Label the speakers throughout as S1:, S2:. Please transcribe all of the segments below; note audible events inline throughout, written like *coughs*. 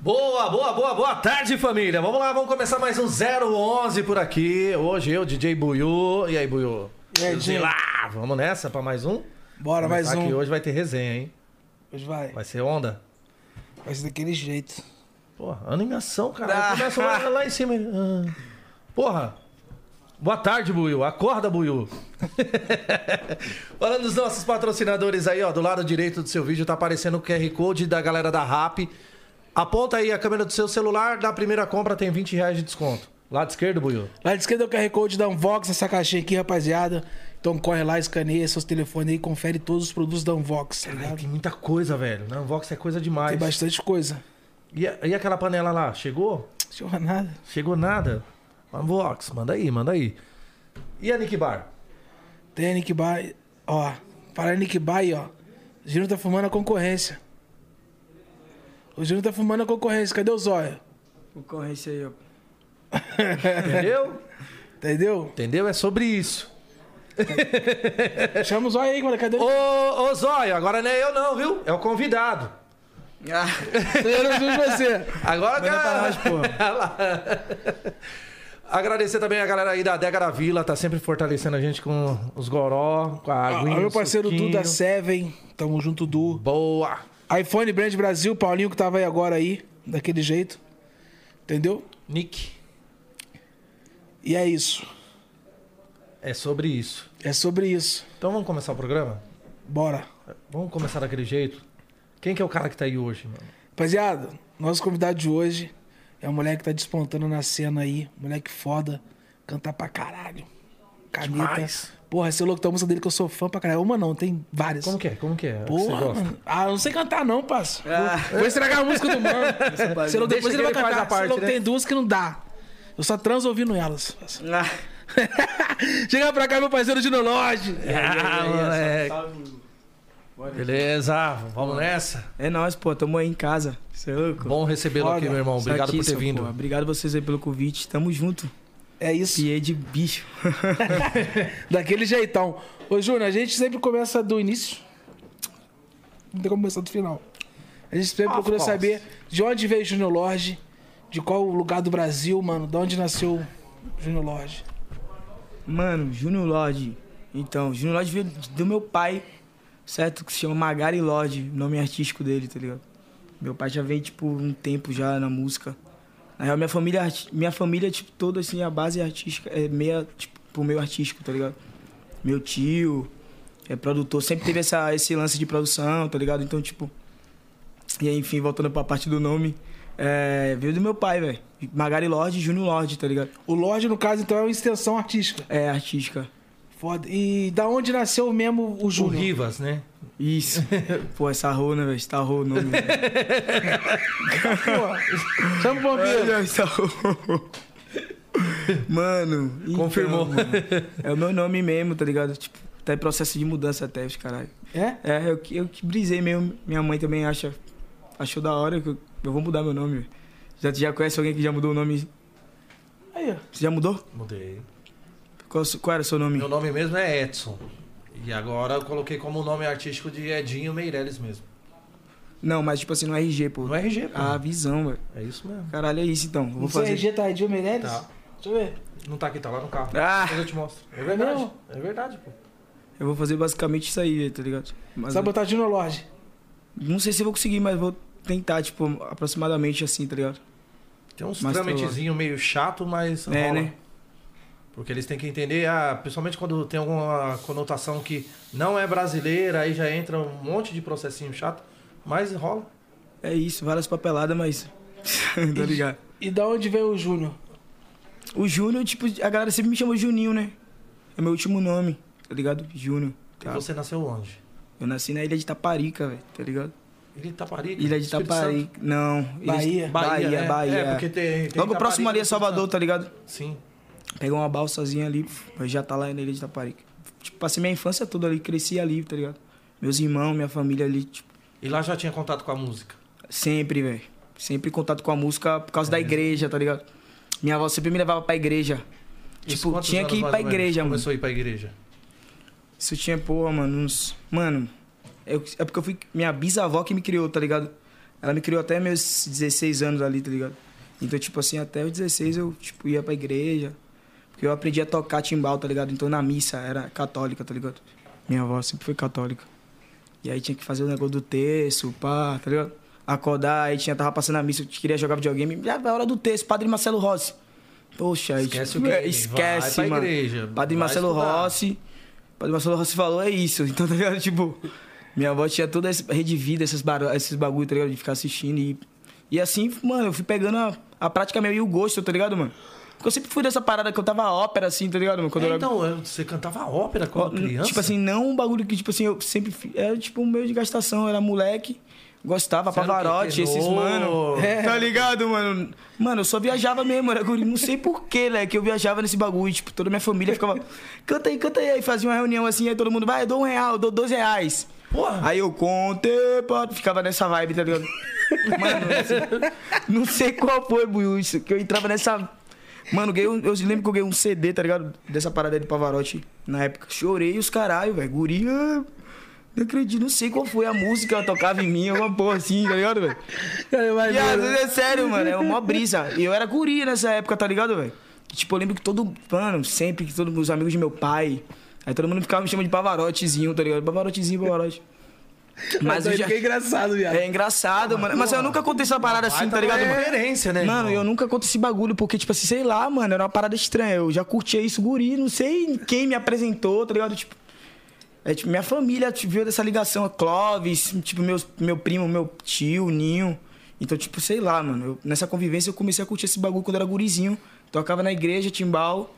S1: Boa, boa, boa, boa tarde, família. Vamos lá, vamos começar mais um 011 por aqui. Hoje eu, DJ Buiu. E aí, Buiu?
S2: E aí,
S1: Sei
S2: Jay?
S1: lá, vamos nessa pra mais um?
S2: Bora, mais
S1: Começar
S2: um.
S1: Que hoje vai ter resenha, hein?
S2: Hoje vai.
S1: Vai ser onda?
S2: Vai ser daquele jeito.
S1: Porra, animação, cara. Começa lá, lá em cima. hein? Ah. Porra. Boa tarde, Buiu. Acorda, Buiu. *laughs* Falando dos nossos patrocinadores aí, ó, do lado direito do seu vídeo tá aparecendo o QR Code da galera da RAP. Aponta aí a câmera do seu celular, na primeira compra tem 20 reais de desconto. Lado esquerdo, Buiu.
S2: Lá de esquerda é o QR Code da Unvox, essa caixinha aqui, rapaziada. Então corre lá, escaneia seus telefones aí, confere todos os produtos da Unvox, tá
S1: Ai,
S2: ligado?
S1: tem muita coisa, velho. Na Vox é coisa demais.
S2: Tem bastante coisa.
S1: E, a- e aquela panela lá, chegou?
S2: Senhor nada.
S1: Chegou nada? Vox, manda aí, manda aí. E a Nick Bar?
S2: Tem a Nick Bay, ó. Para a Nick Bay, ó. O Gino tá fumando a concorrência. O Gino tá fumando a concorrência. Cadê o zóio?
S3: Concorrência aí, ó.
S1: Entendeu?
S2: Entendeu?
S1: Entendeu? É sobre isso.
S2: Chama o zóio aí, mano. Cadê
S1: Ô,
S2: o
S1: ô Zóio, agora não é eu não, viu? É o convidado.
S3: Ah,
S2: Eu não vi você.
S1: Agora que
S3: Manda pra nós, pô.
S1: Olha lá. *laughs* Agradecer também a galera aí da Adega da Vila, tá sempre fortalecendo a gente com os goró, com a
S2: Ó,
S1: água.
S2: Ah, meu parceiro Du da Seven. Tamo junto, Du.
S1: Boa.
S2: iPhone Brand Brasil, Paulinho que tava aí agora aí, daquele jeito. Entendeu?
S1: Nick,
S2: E é isso.
S1: é sobre isso.
S2: É sobre isso.
S1: Então vamos começar o programa?
S2: Bora.
S1: Vamos começar daquele jeito? Quem que é o cara que tá aí hoje, mano?
S2: Rapaziada, nosso convidado de hoje é um moleque que tá despontando na cena aí. Moleque foda. Cantar pra caralho. Caneta.
S1: Demais.
S2: Porra, esse é louco, tem uma música dele que eu sou fã pra caralho. Uma não, tem várias.
S1: Como que é? Como que é? A que você
S2: Porra,
S1: gosta?
S2: mano. Ah, eu não sei cantar não, parça.
S3: *laughs* ah,
S2: Vou estragar a
S1: *laughs*
S2: música do mano. Se não,
S1: É, Deixa
S2: depois
S1: que
S2: ele vai
S1: ele faz
S2: cantar.
S1: a parte,
S2: Se não,
S1: né?
S2: tem duas que não dá. Eu só trans ouvindo elas. parça.
S3: ah.
S2: Chega pra cá, meu parceiro Dino Lodge.
S1: Ah, moleque. Beleza, vamos nessa.
S3: É nóis, pô. Tamo aí em casa. Você é louco?
S1: Bom recebê-lo aqui,
S2: Foda.
S1: meu irmão.
S3: Isso
S1: Obrigado
S3: aqui,
S1: por ter
S3: seu,
S1: vindo.
S3: pô. Obrigado vocês aí pelo convite. Tamo junto.
S2: É isso.
S3: E aí de bicho. *laughs*
S2: Daquele jeitão. Ô, Júnior, a gente sempre começa do início. Não tem como começar do final. A gente sempre
S1: Of
S3: Ah,
S2: procura
S1: course.
S2: saber de onde veio Júnior Lorde, de qual lugar do Brasil, mano, de onde nasceu Júnior Lorde.
S3: Mano, Júnior Lodge. Então, Júnior Lodge veio do meu pai, certo? Que se chama Magari Lodge, nome artístico dele, tá ligado? Meu pai já vem, tipo, um tempo já na música. Na real, minha família, arti- minha família tipo, toda, assim, a base artística é meia, tipo, pro meio artístico, tá ligado? Meu tio é produtor, sempre teve essa, esse lance de produção, tá ligado? Então, tipo... E aí, enfim, voltando pra parte do nome, é, veio do meu pai, velho. Magari Lodge, Júnior Lodge, tá ligado?
S2: O Lorde, no caso, então, é uma extensão artística.
S3: É, artística.
S2: Foda. E da onde nasceu mesmo o
S1: O
S2: Júnior?
S1: Rivas, né?
S3: Isso. *laughs* Pô, essa rua, né, velho? Está rua o nome. velho.
S2: Pô, Chama o bombeiro.
S3: Olha, essa rua. Mano. então,
S1: Confirmou.
S3: mano, é o meu nome mesmo, tá ligado? Tipo, tá em processo de mudança até, os caralho.
S2: É?
S3: É, eu, que- eu que brisei mesmo. Minha mãe também acha. Achou da hora que eu, eu vou mudar meu nome, velho. Já, já conhece alguém que já mudou o nome?
S2: Aí, ó.
S3: Você já mudou?
S1: Mudei.
S3: Qual, su- qual era o seu nome?
S1: Meu nome mesmo é Edson. E agora eu coloquei como nome artístico de Edinho Meirelles mesmo.
S3: Não, mas tipo assim, no RG, pô. Ah.
S1: No RG, pô.
S3: A visão, velho.
S1: É isso mesmo.
S3: Caralho, é isso então. Eu Vou
S2: Você é
S3: fazer.
S2: RG Tardio Meirelles?
S1: Tá.
S2: Deixa eu ver.
S1: Não tá aqui, tá lá no carro.
S3: Ah,
S1: Depois eu te mostro. É
S2: É
S1: verdade.
S2: mesmo?
S1: É verdade, pô.
S3: eu vou fazer basicamente isso aí, velho, tá ligado? Mas-
S2: Sabe botar Júnior Lorde?
S3: Não sei se eu vou conseguir, mas vou tentar, tipo, aproximadamente assim, tá ligado?
S1: Tem uns
S3: Mas tá
S1: trâmitezinhos meio chato, mas
S3: É,
S1: rola.
S3: né?
S1: Porque eles têm que entender, ah, principalmente quando tem alguma conotação que não é brasileira, aí já entra um monte de processinho chato, mas rola.
S3: É isso, várias papeladas, mas. *laughs* tá ligado?
S2: E da onde veio o Júnior?
S3: O Júnior, tipo, a galera sempre me chama Juninho, né? É meu último nome, tá ligado? Júnior.
S1: E
S3: Tá?
S1: você nasceu onde?
S3: Eu nasci na ilha de Taparica, velho, tá ligado?
S1: Ilha de Taparica.
S3: Ilha de
S1: Espírito Santo.
S3: Taparica. Não, Ilha
S2: Bahia.
S3: de... Bahia,
S1: né?
S3: Bahia.
S1: É, porque tem. tem
S3: Logo próximo ali
S1: Taparica,
S3: é Salvador, tá ligado?
S1: Sim.
S3: Pegar uma balsazinha ali, mas já tá lá na ilha de Taparica. Tipo, passei minha infância toda ali, cresci ali, tá ligado? Meus irmãos, minha família ali, tipo.
S1: E lá já tinha contato com a música.
S3: Sempre, velho. Sempre em contato com a música por
S1: É
S3: causa da igreja, tá ligado? Minha avó sempre me levava pra igreja.
S1: Isso
S3: Tipo,
S1: quantos
S3: tinha
S1: anos
S3: que ir
S1: mais
S3: pra
S1: ou menos
S3: igreja, mano.
S1: Começou a ir pra igreja.
S3: Isso tinha, porra, mano, uns... Mano, eu- é porque eu fui... Minha bisavó que me criou, tá ligado? Ela me criou até meus 16 anos ali, tá ligado? Então, tipo assim, até os 16 eu, tipo, ia pra igreja. Porque eu aprendi a tocar timbal, tá ligado? Então na missa era católica, tá ligado? Minha avó sempre foi católica. E aí tinha que fazer o negócio do terço, pá, tá ligado? Acordar, aí tinha, tava passando a missa, eu queria jogar videogame. Já é hora do terço, Padre Marcelo Rossi. Poxa, aí,
S1: Esquece
S3: tipo,
S1: o game,
S3: é, esquece,
S1: vai pra
S3: mano.
S1: igreja,
S3: Padre
S1: vai
S3: Marcelo
S1: estudar.
S3: Rossi. Padre Marcelo Rossi falou, é isso. *laughs* Então, tá ligado? Tipo, minha avó tinha toda essa rede de vida, esses, bar... esses bagulho, tá ligado? De ficar assistindo. E, e assim, mano, eu fui pegando a, a prática meio e o gosto, tá ligado, mano? Porque eu sempre fui dessa parada que eu tava ópera, assim, tá ligado, mano? Quando eu
S1: É,
S3: era
S1: então, eu- você cantava ópera
S3: Ó,
S1: quando criança?
S3: Tipo assim, não um bagulho que, tipo assim, eu sempre. fi- Era tipo um meio de gastação, eu era moleque. Gostava,
S1: Você era o quê?
S3: Pavarotti, esses
S1: Tenor?
S3: mano.
S1: É.
S3: Tá ligado, mano? Mano, eu só viajava mesmo, era guri. Não sei porquê, né? Que eu viajava nesse bagulho. Tipo, toda minha família ficava. Canta aí, canta aí. Aí fazia uma reunião assim, aí todo mundo, vai, eu dou um real, eu dou dois reais.
S1: Porra.
S3: Aí eu contei, pá, ficava nessa vibe, tá ligado? Mano, não sei, não sei qual foi, Buiu, isso, que eu entrava nessa. Mano, eu, ganhei um- eu lembro que eu ganhei um CD, tá ligado? Dessa parada aí do Pavarotti na época. Chorei os caralho, velho. Guri, ah, não acredito, não sei qual foi a música que ela tocava em mim, alguma porra assim, tá ligado, velho?
S2: Eu
S3: Viado,
S2: imagino.
S3: é sério, mano. É *laughs* uma brisa. E eu era guri nessa época, tá ligado, velho? Tipo, eu lembro que todo. Mano, sempre que todos os amigos de meu pai. Aí todo mundo ficava me chamando de Pavarotezinho, tá ligado? Pavarotezinho, Pavarote. Mas eu
S2: Doido,
S3: já.
S2: que é engraçado, viado.
S3: É engraçado, mano. Mas eu nunca contei essa parada assim, tá ligado? mano?
S1: referência, né?
S3: Mano,
S1: irmão?
S3: eu nunca conto esse bagulho, porque, tipo assim, sei lá, mano, era uma parada estranha. Eu já curtia isso, guri, não sei quem me apresentou, tá ligado? Tipo, é, tipo minha família tipo, viu dessa ligação, a Clóvis, tipo, meus, meu primo, meu tio, Ninho. Então, tipo, sei lá, mano, eu- nessa convivência eu comecei a curtir esse bagulho quando eu era gurizinho. Tocava na igreja, timbal.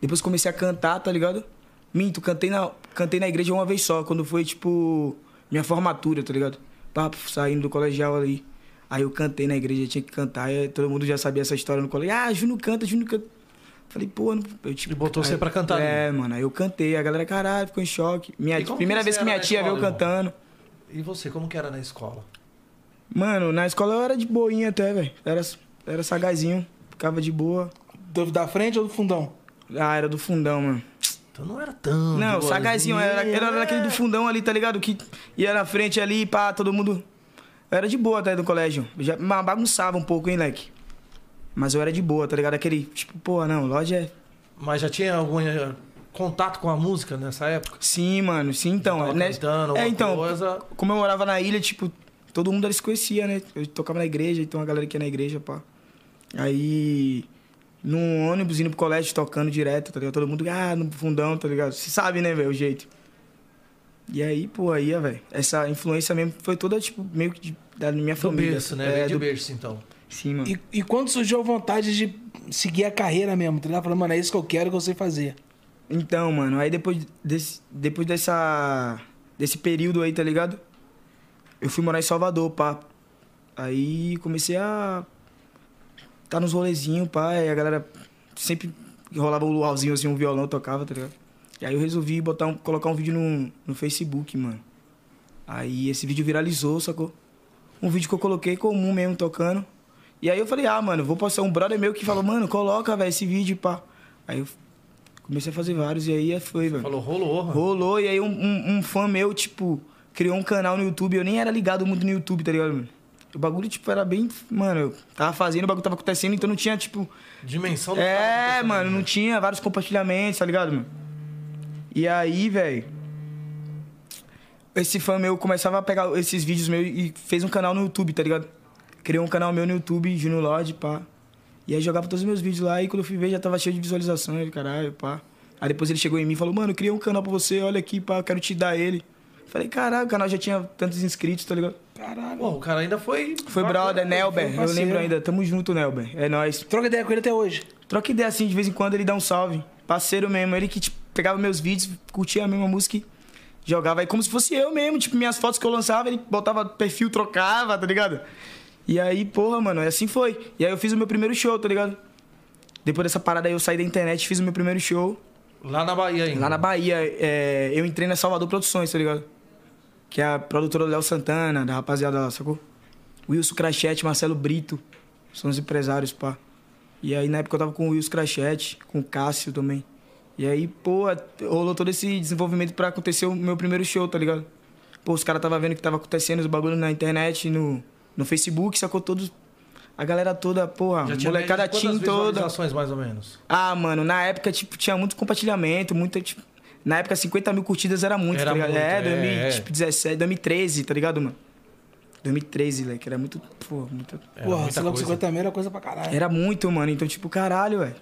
S3: Depois comecei a cantar, tá ligado? Minto, cantei na, cantei na igreja uma vez só, quando foi, tipo, minha formatura, tá ligado? Papo, saindo do colegial ali. Aí eu cantei na igreja, tinha que cantar, e todo mundo já sabia essa história no colégio. Ah, Júnior canta, Júnior canta. Falei, pô, não- eu tipo.
S1: E botou
S3: aí-
S1: você pra cantar, né?
S3: É, mano, aí eu cantei, a galera, caralho, ficou em choque. Minha,
S1: E como
S3: primeira
S1: que
S3: vez
S1: você
S3: que
S1: era
S3: minha
S1: na
S3: tia
S1: escola,
S3: veio
S1: irmão?
S3: cantando.
S1: E você, como que era na escola?
S3: Mano, na escola eu era de boinha até, velho. Era, era sagazinho, ficava de boa.
S2: Do, da frente ou do fundão?
S3: Ah, era do fundão, mano.
S1: Então não era tão.
S3: Não,
S1: de
S3: sagazinho,
S1: boazinha,
S3: era, era
S1: né?
S3: daquele do fundão ali, tá ligado? Que ia na frente ali, pá, todo mundo. Eu era de boa até do colégio. Eu Já ma- bagunçava um pouco, hein, leque? Mas eu era de boa, tá ligado? Aquele, tipo, pô, não, loja é.
S1: Mas já tinha algum eh, contato com a música nessa época?
S3: Sim, mano, sim, então.
S1: Tava
S3: né?
S1: Tá cantando alguma
S3: É, então,
S1: coisa.
S3: como eu morava na ilha, tipo, todo mundo ali se conhecia, né? Eu tocava na igreja, então a galera que ia na igreja, pá. Aí, num ônibus indo pro colégio tocando direto, tá ligado? Todo mundo, ah, no fundão, tá ligado? Você sabe, né, velho, o jeito. E aí, pô, aí, ó, velho, essa influência mesmo foi toda, tipo, meio que de- da minha
S1: Do
S3: família.
S1: berço, né?
S3: É,
S1: Vem de
S3: do-
S1: berço, então.
S3: Sim, mano.
S2: E, e quando surgiu a vontade de seguir a carreira mesmo? Tá ligado? Falando, mano, é isso que eu quero que eu sei fazer.
S3: Então, mano, aí depois, desse, depois dessa, desse período aí, tá ligado? Eu fui morar em Salvador, pá. Aí comecei a tá nos rolezinhos, pá. Aí a galera sempre rolava o luauzinho, assim, um violão, eu tocava, tá ligado? E aí eu resolvi botar um, colocar um vídeo no, no Facebook, mano. Aí esse vídeo viralizou, sacou? Um vídeo que eu coloquei comum mesmo, tocando. E aí eu falei, ah, mano, vou postar um brother meu que falou, mano, coloca, velho, esse vídeo, pá. Aí eu comecei a fazer vários, e aí foi, velho.
S1: Falou, rolou. mano.
S3: Rolou, e aí um, um, um fã meu, tipo, criou um canal no YouTube. Eu nem era ligado muito no YouTube, tá ligado, mano? O bagulho, tipo, era bem. Mano, eu tava fazendo, o bagulho tava acontecendo, então não tinha, tipo.
S1: Dimensão do que tava
S3: É,
S1: acontecendo,
S3: mano,
S1: né?
S3: não tinha vários compartilhamentos, tá ligado, mano? E aí, velho. Esse fã meu começava a pegar esses vídeos meus e fez um canal no YouTube, tá ligado? Criou um canal meu no YouTube, Junior Lodge, pá. E aí jogava todos os meus vídeos lá e quando eu fui ver já tava cheio de visualizações, caralho, pá. Aí depois ele chegou em mim e falou, mano, eu criei um canal pra você, olha aqui, pá, eu quero te dar ele. Falei, caralho, o canal já tinha tantos inscritos, tá ligado?
S2: Caralho.
S1: Pô, o cara ainda foi.
S3: Foi brother, Nelber, eu
S2: parceiro.
S3: lembro ainda, tamo junto, Nelber, é nóis.
S2: Troca ideia com ele até hoje.
S3: Troca ideia assim, de vez em quando ele dá um salve. Parceiro mesmo, ele que tipo, pegava meus vídeos, curtia a mesma música e jogava aí como se fosse eu mesmo. Tipo, minhas fotos que eu lançava, ele botava perfil, trocava, tá ligado? E aí, porra, mano, assim foi. E aí eu fiz o meu primeiro show, tá ligado? Depois dessa parada aí eu saí da internet, fiz o meu primeiro show.
S1: Lá na Bahia ainda.
S3: Lá na Bahia, é, eu entrei na Salvador Produções, tá ligado? Que é a produtora do Léo Santana, da rapaziada lá, sacou? Wilson Crachete, Marcelo Brito. São os empresários, pá. E aí na época eu tava com o Wilson Crachete, com o Cássio também. E aí, pô, rolou todo esse desenvolvimento pra acontecer o meu primeiro show, tá ligado? Pô, os caras tava vendo o que tava acontecendo, os bagulho na internet, no, No Facebook, sacou todos. A galera toda, porra,
S1: Já tinha
S3: molecada
S1: média de
S3: team
S1: quantas
S3: toda.
S1: visualizações, mais ou menos.
S3: Ah, mano, na época, tipo, tinha muito compartilhamento, muita, tipo, na época, 50 mil curtidas era muito,
S1: Era
S3: tá ligado?
S1: muito,
S3: é,
S1: é.
S3: 2017, 2013, tá ligado, mano? 2013, leque, era muito, pô, muito...
S1: Era
S2: Porra,
S1: É, muita
S2: sei lá, com
S1: coisa.
S2: 50 mil era coisa pra caralho.
S3: Era muito, mano, então, tipo, caralho, velho.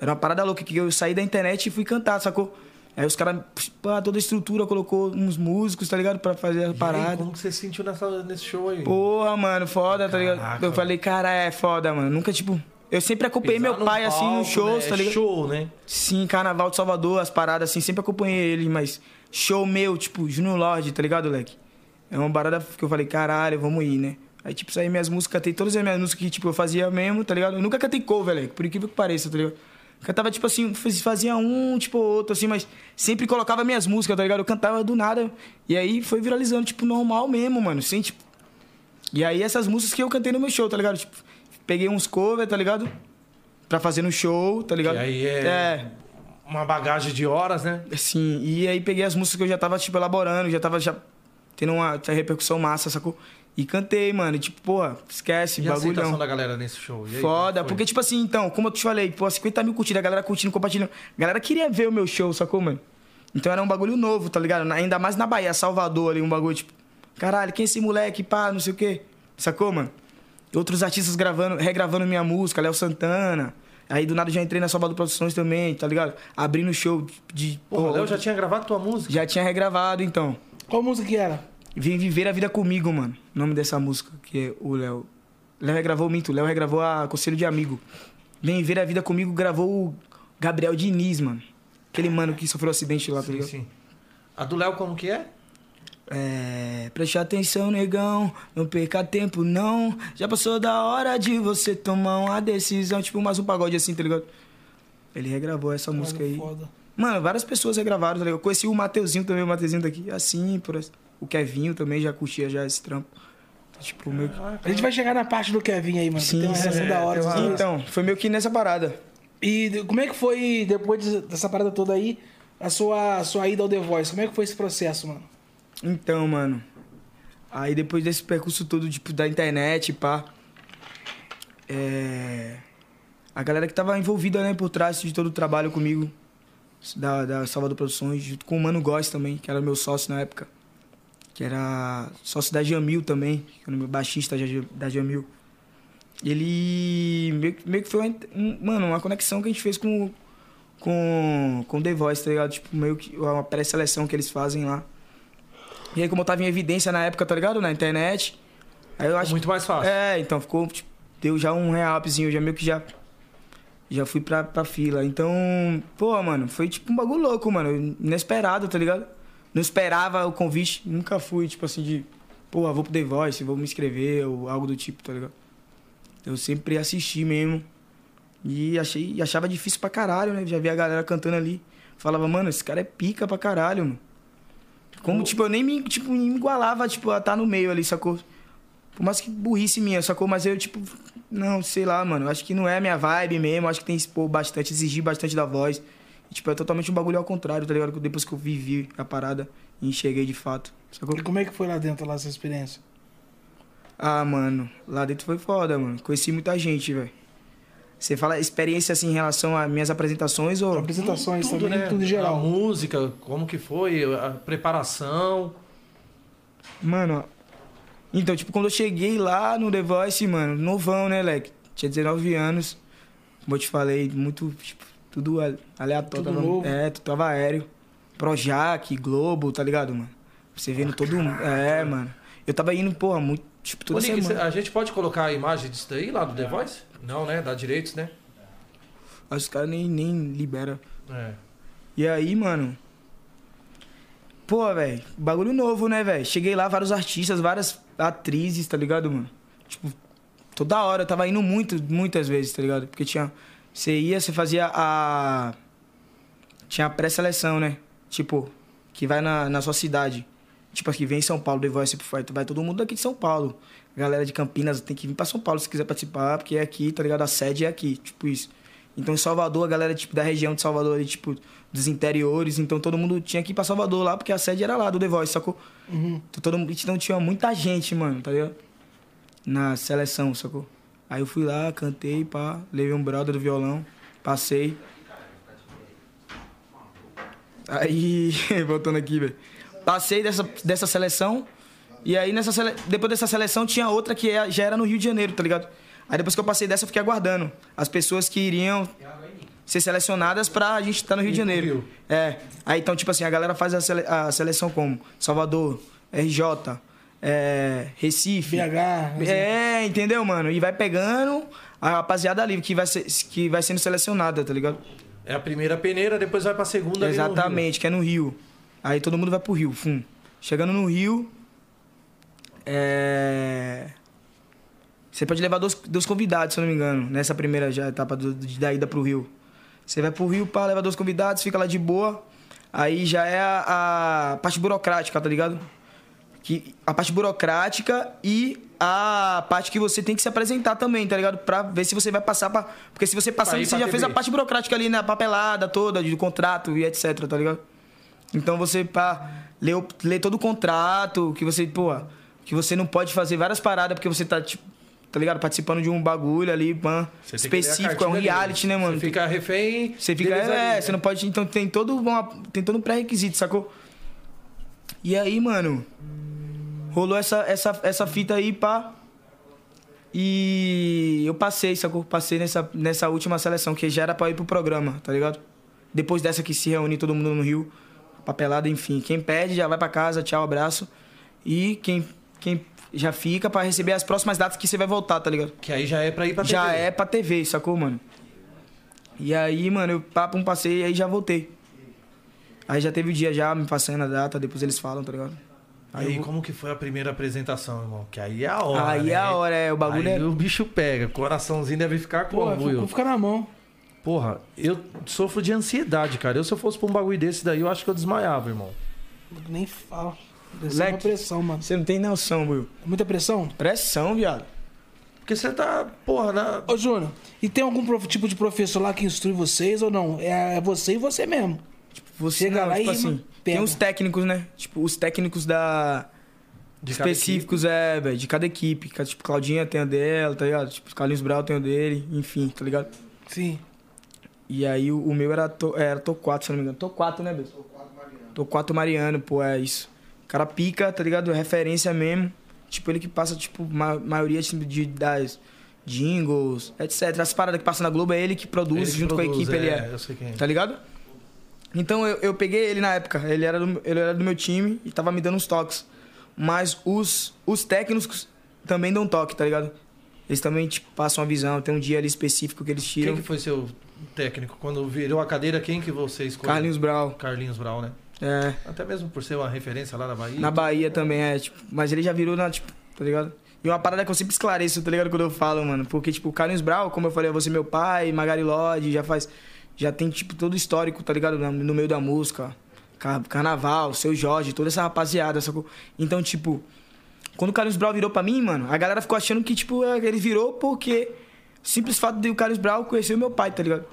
S3: Era uma parada louca, que eu saí da internet e fui cantar, sacou? Aí os caras, pá, toda a estrutura, colocou uns músicos, tá ligado, pra fazer
S1: E
S3: a
S1: aí,
S3: parada.
S1: como que você se sentiu nessa- nesse show aí?
S3: Porra, mano, foda, tá ligado?
S1: Caraca.
S3: Eu falei, cara, é foda, mano, nunca, tipo... Eu sempre acompanhei
S1: Pisar
S3: meu
S1: num
S3: pai, assim,
S1: palco,
S3: nos shows,
S1: né?
S3: tá ligado?
S1: Show, né?
S3: Sim, Carnaval de Salvador, as paradas, assim, sempre acompanhei ele, mas show meu, tipo, Junior Lorde, tá ligado, Leque? É uma parada que eu falei, caralho, vamos ir, né? Aí, tipo, saí minhas músicas, tem todas as minhas músicas que, tipo, eu fazia mesmo, tá ligado? Eu nunca cantei cover, Leque, por incrível que pareça, tá ligado? Cantava, tipo assim, faz- fazia um, tipo, outro, assim, mas sempre colocava minhas músicas, tá ligado? Eu cantava do nada. E aí foi viralizando, tipo, normal mesmo, mano, sem, tipo, e aí essas músicas que eu cantei no meu show, tá ligado? Tipo, peguei uns covers, tá ligado? Pra fazer no show, tá ligado?
S1: Que aí é-
S3: É,
S1: Uma bagagem de horas, né?
S3: assim, e aí peguei as músicas que eu já tava, tipo, elaborando, já tava já tendo uma tinha repercussão massa, sacou? E cantei, mano, e, tipo, porra, esquece,
S1: E a aceitação
S3: bagulhão.
S1: da galera nesse show? E aí,
S3: Foda,
S1: como foi?
S3: porque, tipo assim, então, como eu te falei, pô, 50 mil curtidas, a galera curtindo, compartilhando. A galera queria ver o meu show, sacou, mano? Então era um bagulho novo, tá ligado? Na- Ainda mais na Bahia, Salvador ali, um bagulho, tipo, caralho, quem é esse moleque, pá, não sei o quê. Sacou, mano? Outros artistas gravando, regravando minha música, Léo Santana. Aí do nada já entrei na Salvador Produções também, tá ligado? Abrindo show de.
S1: Pô, o Léo
S3: outro-
S1: já tinha gravado tua música?
S3: já tinha regravado, então.
S2: Qual música que era?
S3: Vem viver a vida comigo, mano. O nome dessa música, que é o Léo. Léo regravou o Minto, Léo regravou a Conselho de Amigo. Vem viver a vida comigo, gravou o Gabriel Diniz, mano. Aquele mano que sofreu um acidente lá, tá
S1: Sim,
S3: ligado?
S1: sim. A do Léo como que é?
S3: É, preste atenção, negão, não perca tempo, não. Já passou da hora de você tomar uma decisão, tipo mais um pagode assim, tá ligado? Ele regravou essa música aí.
S2: Foda.
S3: Mano, várias pessoas regravaram, tá ligado? Eu conheci o Mateuzinho também, o Mateuzinho daqui, assim, por assim. O Kevinho também já curtia já esse trampo. Tipo, meio que...
S2: A gente vai chegar na parte do Kevin aí, mano. que
S3: Sim,
S2: tem uma
S3: sim,
S2: relação
S3: é,
S2: da hora.
S1: tem uma-
S2: assim.
S3: Então, foi meio que nessa parada.
S2: E de- como é que foi, depois des- dessa parada toda aí, a sua, a sua ida ao The Voice? Como é que foi esse processo, mano?
S3: Então, mano. Aí depois desse percurso todo, tipo, da internet, pá. É. A galera que tava envolvida, né, por trás de todo o trabalho comigo, da, da Salvador Produções, junto com o Mano Góes também, que era meu sócio na época. Que era sócio da Jamil também, que era o meu baixista da Ja- da Jamil. Ele meio, que- meio que foi, uma int- um- mano, uma conexão que a gente fez com, com, com The Voice, tá ligado? Tipo, meio que uma pré-seleção que eles fazem lá. E aí, como eu tava em evidência na época, tá ligado? Na internet. Aí eu acho
S1: Muito mais fácil.
S3: é, então ficou, tipo, deu já um real upzinho, já meio que já. Já fui pra, pra fila. Então, pô, mano, foi tipo um bagulho louco, mano. Inesperado, tá ligado? Não esperava o convite, nunca fui, tipo assim, de, pô, vou pro The Voice, vou me inscrever ou algo do tipo, tá ligado? Eu sempre assisti mesmo. E achei, e achava difícil pra caralho, né? Já via a galera cantando ali. Falava, mano, esse cara é pica pra caralho, mano. Como, tipo, eu nem me, tipo, me igualava, tipo, a tá no meio ali, sacou? Por mais que burrice minha, sacou? Mas eu, tipo, não, sei lá, mano. Acho que não é a minha vibe mesmo. Acho que tem que expor bastante, exigir bastante da voz. E, tipo, é totalmente um bagulho ao contrário, tá ligado? Depois que eu vivi a parada e enxerguei de fato, sacou?
S2: E como é que foi lá dentro, lá, essa experiência?
S3: Ah, mano, lá dentro foi foda, mano. Conheci muita gente, velho. Você fala experiência assim em relação a minhas apresentações ou.
S2: Apresentações
S1: tudo,
S2: também,
S1: né?
S2: tudo em
S1: A
S2: geral.
S1: música, como que foi, a preparação.
S3: Mano, então, tipo, quando eu cheguei lá no The Voice, mano, novão, né, Leque? Tinha 19 anos. Como eu te falei, muito, tipo, tudo ale- aleatório.
S2: Tudo
S3: tava,
S2: novo.
S3: É, tu tava aéreo. Projac, Globo, tá ligado, mano? Você vendo todo mundo. É, mano. Eu tava indo, porra, muito, tipo, toda
S1: Ô, Nick,
S3: semana.
S1: cê- a gente pode colocar a imagem disso daí lá do The Voice? Não, né? Dá direitos, né?
S3: Aí Os caras nem, nem liberam.
S1: É.
S3: E aí, mano. Pô, velho, bagulho novo, né, velho? Cheguei lá, vários artistas, várias atrizes, tá ligado, mano? Tipo, toda hora, eu tava indo muito, muitas vezes, tá ligado? Porque tinha. Você ia, você fazia a. Tinha a pré-seleção, né? Tipo, que vai na, na sua cidade. Tipo, aqui vem em São Paulo, The Voice Fight, vai todo mundo daqui de São Paulo. Galera de Campinas tem que vir pra São Paulo se quiser participar, porque é aqui, tá ligado? A sede é aqui, tipo isso. Então em Salvador, a galera tipo, da região de Salvador ali, tipo, dos interiores, então todo mundo tinha que ir pra Salvador lá, porque a sede era lá do The Voice, sacou?
S2: Uhum.
S3: Então, todo mundo, então tinha muita gente, mano, tá ligado? na seleção, sacou? Aí eu fui lá, cantei, pá, levei um brother do violão, passei. Aí, *laughs* voltando aqui, velho. Passei dessa, dessa seleção, e aí nessa sele... depois dessa seleção tinha outra que é- já era no Rio de Janeiro, tá ligado? Aí depois que eu passei dessa, eu fiquei aguardando as pessoas que iriam ser selecionadas pra gente estar no Rio de Janeiro. É. Aí então, tipo assim, a galera faz a, sele- a seleção como? Salvador, RJ, é, Recife.
S2: BH, assim.
S3: É, entendeu, mano? E vai pegando a rapaziada ali que vai, ser- que vai sendo selecionada, tá ligado?
S1: É a primeira peneira, depois vai pra segunda. ali no Rio.
S3: Exatamente, que é no Rio. Aí todo mundo vai pro Rio, fum. Chegando no Rio, é... Você pode levar dois, dois convidados, se eu não me engano, nessa primeira já etapa do- de- da ida pro Rio. Você vai pro Rio, pá, leva dois convidados, fica lá de boa. Aí já é a, a parte burocrática, tá ligado? Que, a parte burocrática e a parte que você tem que se apresentar também, tá ligado? Pra ver se você vai passar pra. Porque se você passar,
S1: Pra ir
S3: você
S1: pra
S3: já
S1: TV.
S3: fez a parte burocrática ali na papelada toda, do contrato e etc, tá ligado? Então você pá, lê, o- lê todo o contrato, que você, pô, que você não pode fazer várias paradas porque você tá, tipo, tá ligado? Participando de um bagulho ali, pã,
S1: Você tem que ler a
S3: específico, é
S1: cartilha
S3: um
S1: ali.
S3: reality, né, mano?
S1: Você fica refém.
S3: Você fica.
S1: deles ali,
S3: É,
S1: né?
S3: você não pode. Então tem todo, uma, tem todo um pré-requisito, sacou? E aí, mano. Rolou essa, essa, essa fita aí, pá. E eu passei, sacou? Passei nessa, nessa última seleção, que já era pra ir pro programa, tá ligado? Depois dessa que se reúne todo mundo no Rio, papelada, enfim. Quem pede já vai pra casa, tchau, abraço. E quem, quem já fica pra receber as próximas datas que você vai voltar, tá ligado?
S1: Que aí já é pra ir pra
S3: Já
S1: TV.
S3: é pra TV, sacou, mano? E aí, mano, eu papo um passeio e aí já voltei. Aí já teve o dia já, me passando a data, depois eles falam, tá ligado?
S1: Aí,
S3: eu vou-
S1: como que foi a primeira apresentação, irmão? Que aí é a hora.
S3: Aí
S1: né?
S3: é a hora, é, o bagulho
S1: Aí
S3: é-
S1: o bicho pega, o coraçãozinho deve ficar com
S2: Pô,
S1: orgulho.
S2: vou ficar na mão.
S1: Porra, eu sofro de ansiedade, cara. Eu, se eu fosse pra um bagulho desse daí, eu acho que eu desmaiava, irmão.
S2: Nem falo. Desceu
S3: Leque.
S2: uma pressão, mano. É
S3: Você não tem noção, Will.
S2: Muita pressão?
S3: Pressão, viado.
S1: Porque você tá, porra, na...
S2: Ô, Júnior, e tem algum prof- tipo de professor lá que instrui vocês ou não? É é você e você mesmo.
S3: Você
S2: Chega
S3: não,
S2: lá
S3: tipo
S2: e
S3: assim,
S2: pega.
S3: tem uns técnicos, né? Tipo, os técnicos da.
S1: de cada
S3: específicos, é, velho, de cada equipe. Ca- Tipo, Claudinha tem a dela, tá ligado? Tipo, Carlinhos Brau tem o dele, enfim, tá ligado?
S2: Sim.
S3: E aí o, o meu era, to, é, era Tô 4, se eu não me engano. Tô 4, né, Beto? Tô 4 Mariano, pô, é isso. O cara pica, tá ligado? Referência mesmo. Tipo, ele que passa, tipo, ma maioria tipo, de, das jingles, etc. As paradas que passa na Globo é ele que
S1: equipe.
S3: produz
S1: Ele que
S3: junto com a
S1: produz,
S3: equipe, ele é.
S1: Eu sei quem é.
S3: Tá ligado? Então eu, eu peguei ele na época. Ele era, do, ele era do meu time e tava me dando uns toques. Mas os, os técnicos também dão toque, tá ligado? Eles também tipo, passam a visão. Tem um dia ali específico que eles tiram.
S1: Quem que foi seu técnico? Quando virou a cadeira, quem que você escolheu?
S3: Carlinhos Brau.
S1: Carlinhos Brau, né?
S3: É.
S1: Até mesmo por ser uma referência lá na Bahia.
S3: Na Bahia também, é, tipo, mas ele já virou na, tipo, tá ligado? E uma parada que eu sempre esclareço, tá ligado? Quando eu falo, mano. Porque, tipo, o Carlinhos Brau, como eu falei, você meu pai, Magari Lodge, já faz. Já tem, tipo, todo o histórico, tá ligado? Na- No meio da música. Car- Carnaval, seu Jorge, toda essa rapaziada, sacou? Então, tipo, quando o Carlos Brau virou pra mim, mano, a galera ficou achando que, tipo, é, ele virou porque. Simples fato de o Carlos Brau conhecer o meu pai, tá ligado?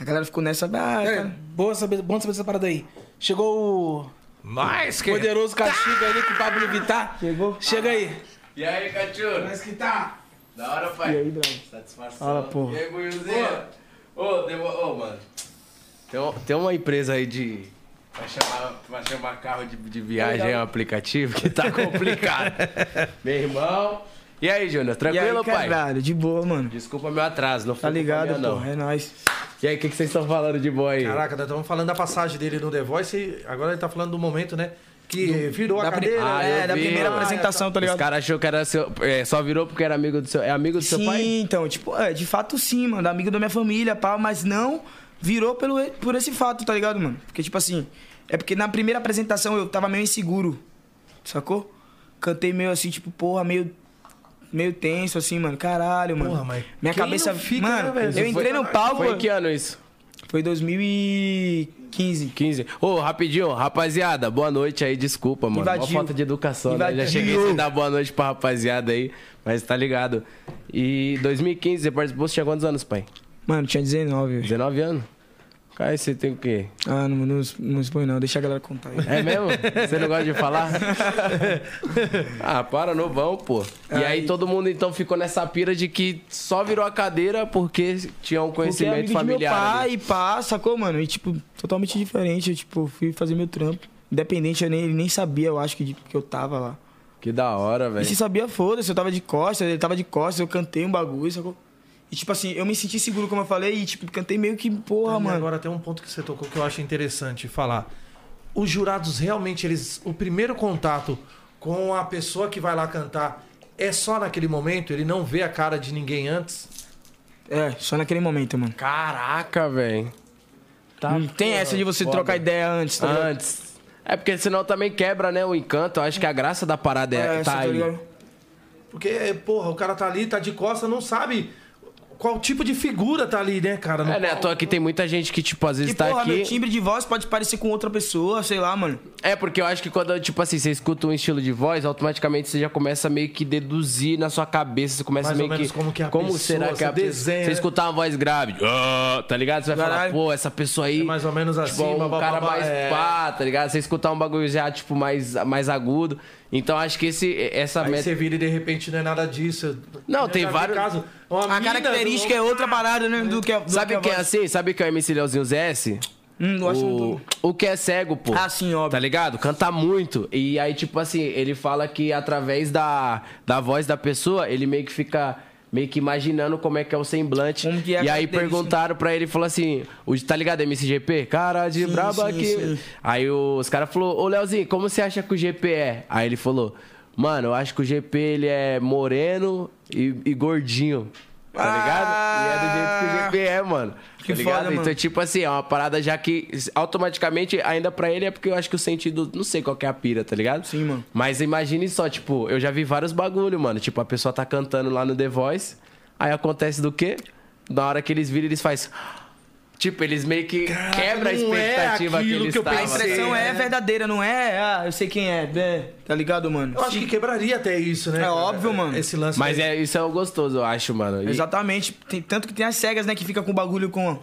S3: A galera ficou nessa. Ah,
S2: É,
S3: cara.
S2: boa saber, bom saber essa parada aí. Chegou o
S1: Mas que...
S2: poderoso castigo ali com o Pablo Vittar.
S3: Chegou.
S2: Chega aí.
S4: E aí, Cachorro? Mas que tá? Da hora, pai.
S3: E aí, Brau?
S4: Satisfação.
S3: Fala, porra.
S4: E aí, Guilzinho? Ô, devo... ô, mano. Tem, um- tem uma empresa aí de... Pra chamar, pra chamar carro de, de viagem, é um aplicativo que tá *laughs* complicado. Meu irmão. E aí, Júnior?
S3: E
S4: Tranquilo,
S3: aí,
S4: pai?
S3: caralho, de boa, mano.
S4: Desculpa meu atraso, não foi
S3: Tá
S4: culpa
S3: ligado,
S4: minha,
S3: pô.
S4: não.
S3: É nóis.
S4: E aí, o que, que vocês estão falando de boa aí?
S1: Caraca, nós estamos falando da passagem dele no The Voice e agora ele tá falando do momento, né? Que virou a
S3: da pri-
S1: cadeira.
S3: Ah,
S1: né?
S3: é,
S4: eu
S3: da
S4: vi,
S3: primeira
S4: mano.
S3: apresentação, tá
S4: Os
S3: ligado?
S4: caras achou que era seu... é, só virou porque era amigo do seu... É amigo do seu
S3: sim,
S4: pai?
S3: então, tipo, é, de fato sim, mano. Amigo da minha família, pá, mas não virou pelo, por esse fato, tá ligado, mano? Porque, tipo assim, é porque na primeira apresentação eu tava meio inseguro, sacou? Cantei meio assim, tipo, porra, meio. Meio tenso, assim, mano. Caralho, mano.
S1: Porra, mas
S3: Minha
S1: quem
S3: cabeça.
S1: não fica, né,
S3: mano,
S1: velho?
S3: eu entrei no palco.
S4: Foi em que ano isso?
S3: foi 2015.
S4: 15. Ô, rapidinho, rapaziada, boa noite aí, desculpa, mano. Uma
S3: Invadiu.
S4: falta de educação, né? Já
S3: Invadiu.
S4: cheguei sem dar boa noite pra rapaziada aí, mas tá ligado. E 2015, você participou, você tinha quantos anos, pai?
S3: Mano, tinha 19.
S4: 19 anos? Aí você tem o quê?
S3: Ah, não, não, não expõe não, deixa a galera contar aí.
S4: É
S3: *laughs*
S4: mesmo? Você não gosta de falar? ah, para, novão, pô. E aí,
S3: Aí.
S4: todo mundo então ficou nessa pira de que só virou a cadeira porque tinha um
S3: Porque é
S4: conhecimento
S3: amigo
S4: familiar.
S3: De meu pai,
S4: ali.
S3: e pá, sacou, mano? E, tipo, totalmente diferente. Eu, tipo, fui fazer meu trampo. Independente, eu nem, ele nem sabia, eu acho, que, de- que eu tava lá.
S4: Que da hora,
S3: E
S4: velho.
S3: se sabia, foda-se, eu tava de costas, ele tava de costas, eu cantei um bagulho, sacou? E, tipo assim, eu me senti seguro, como eu falei, e, tipo, cantei meio que, porra,
S1: E
S3: mano.
S1: Agora tem um ponto que você tocou que eu acho interessante falar. Os jurados realmente, eles. O primeiro contato com a pessoa que vai lá cantar é só naquele momento, ele não vê a cara de ninguém antes.
S3: É, só naquele momento, mano.
S4: Caraca, velho.
S1: Tá
S4: Hum.
S3: não tem essa de você trocar ideia antes,
S4: Ah,
S3: tá ligado?
S4: Antes. É porque senão também quebra, né, o encanto. Eu acho que a graça da parada é,
S3: essa,
S4: tá aí.
S3: ligado?
S1: Porque, porra, o cara tá ali, tá de costa, não sabe qual tipo de figura tá ali, né, cara?
S4: É, né? À toa que tem muita gente que, tipo, às vezes
S3: E,
S4: tá
S3: porra,
S4: aqui.
S3: meu timbre de voz pode parecer com outra pessoa, sei lá, mano.
S4: É, porque eu acho que quando, tipo assim, você escuta um estilo de voz, automaticamente você já começa meio que deduzir na sua cabeça, você começa
S1: Mais ou
S4: meio
S1: menos
S4: que.
S1: como que é a pessoa,
S4: será que é a
S1: você
S4: pessoa?
S1: desenha,
S4: Você
S1: né?
S4: escutar uma voz grave, "Ah", tá ligado? Você vai falar,
S3: Caralho.
S4: pô, essa pessoa aí.
S1: É mais ou menos
S4: tipo,
S1: acima,
S4: um
S1: bababá,
S4: cara mais
S1: é.
S4: pá, tá ligado? Você escutar um bagulho já, tipo, mais, mais agudo. Então acho que esse, essa
S1: Aí
S4: meta.
S1: você vira e de repente não é nada disso.
S4: Não,
S1: Eu
S4: tem
S1: já vi um
S4: vários-
S1: caso, É uma
S3: A
S1: mina
S3: característica
S1: do-
S3: é outra parada, né? Do que a, do
S4: Sabe
S3: que a
S4: o que é
S3: voz.
S4: assim? Sabe o que é o MC Leozinho ZS?
S3: Hum, eu acho que não
S4: O,
S3: tô-
S4: o que é cego, pô.
S3: Ah, sim, óbvio.
S4: Tá ligado? Canta muito. E aí, tipo assim, ele fala que através da, da voz da pessoa, ele meio que fica meio que imaginando como é que é o semblante.
S3: Como que é a
S4: e aí
S3: característica.
S4: perguntaram pra ele, falou assim, o, tá ligado, MCGP? Cara de
S3: Sim,
S4: braba
S3: sim,
S4: que...
S3: sim.
S4: Aí os caras falou, ô Leozinho, como você acha que o GP é? Aí ele falou, mano, eu acho que o GP ele é moreno e, e gordinho. Tá ligado? E é do jeito que o GP é, mano.
S3: Ah! Que
S4: tá ligado?
S3: foda, mano.
S4: Então, tipo assim, é uma parada já que automaticamente, ainda pra ele, é porque eu acho que o sentido. Não sei qual que é a pira, tá ligado?
S3: Sim, mano.
S4: Mas imagine só, tipo, eu já vi vários bagulho, mano. Tipo, a pessoa tá cantando lá no The Voice, aí acontece do quê? Na hora que eles viram, eles fazem. Tipo, eles meio que quebram a
S1: não é
S4: expectativa que
S1: aquilo
S4: eles
S1: que eu
S4: estavam.
S3: A impressão é verdadeira, não é? Ah, eu sei quem é. é, tá ligado, mano?
S1: Eu acho que quebraria até isso, né?
S3: É
S1: cara?
S3: óbvio, mano.
S1: Esse lance.
S4: Mas é, isso é o gostoso, eu acho, mano. E-
S3: Exatamente. Tem, tanto que tem as cegas, né? Que fica com o bagulho com.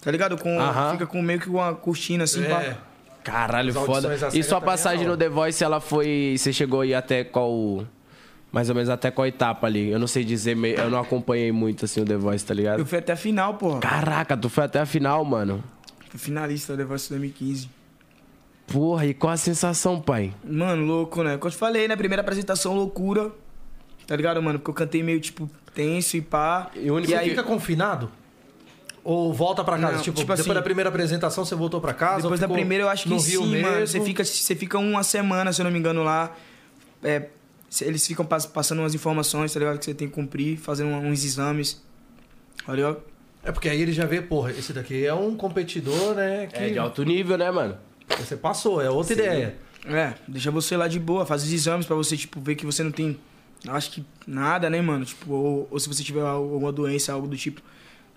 S3: Tá ligado? Com,
S4: Aham.
S3: Fica com meio que com a cortina assim.
S1: É.
S3: pá.
S4: Caralho,
S1: As audições
S4: foda.
S1: da
S4: E
S1: cega
S4: sua
S1: também é
S4: passagem
S1: da
S4: no
S1: hora.
S4: The Voice, ela foi. Você chegou aí até qual. Mais ou menos até qual etapa ali? Eu não sei dizer, me- eu não acompanhei muito assim o The Voice, tá ligado?
S3: Eu fui até a final, porra.
S4: Caraca, tu foi até a final, mano.
S3: Fui Finalista da Voice 2015.
S4: Porra, e qual a sensação, pai?
S3: Mano, louco, né? Como eu te falei, né? Primeira apresentação, loucura. Tá ligado, mano? Porque eu cantei meio, tipo, tenso e pá.
S4: E o único
S1: Você
S4: aí-
S1: fica confinado? Ou volta pra casa?
S3: Não,
S1: tipo,
S3: tipo
S1: depois
S3: assim-
S1: da primeira apresentação você voltou pra casa?
S3: Depois
S1: ou
S3: da
S1: ficou
S3: primeira, eu acho que
S1: no
S3: sim,
S1: Rio mesmo?
S3: mano. Você fica, você fica uma semana, se eu não me engano, lá. É, cê- eles ficam pas- passando umas informações, tá ligado? Que você tem que cumprir, fazendo um- uns exames. Olha, ó.
S1: É porque aí ele já vê, porra, esse daqui é um competidor, né? Que
S4: É de alto nível, né, mano?
S1: Você passou, é outra ideia.
S3: É, deixa você lá de boa, faz os exames pra você, tipo, ver que você não tem. Acho que nada, né, mano? Tipo, ou, ou se você tiver alguma doença, algo do tipo,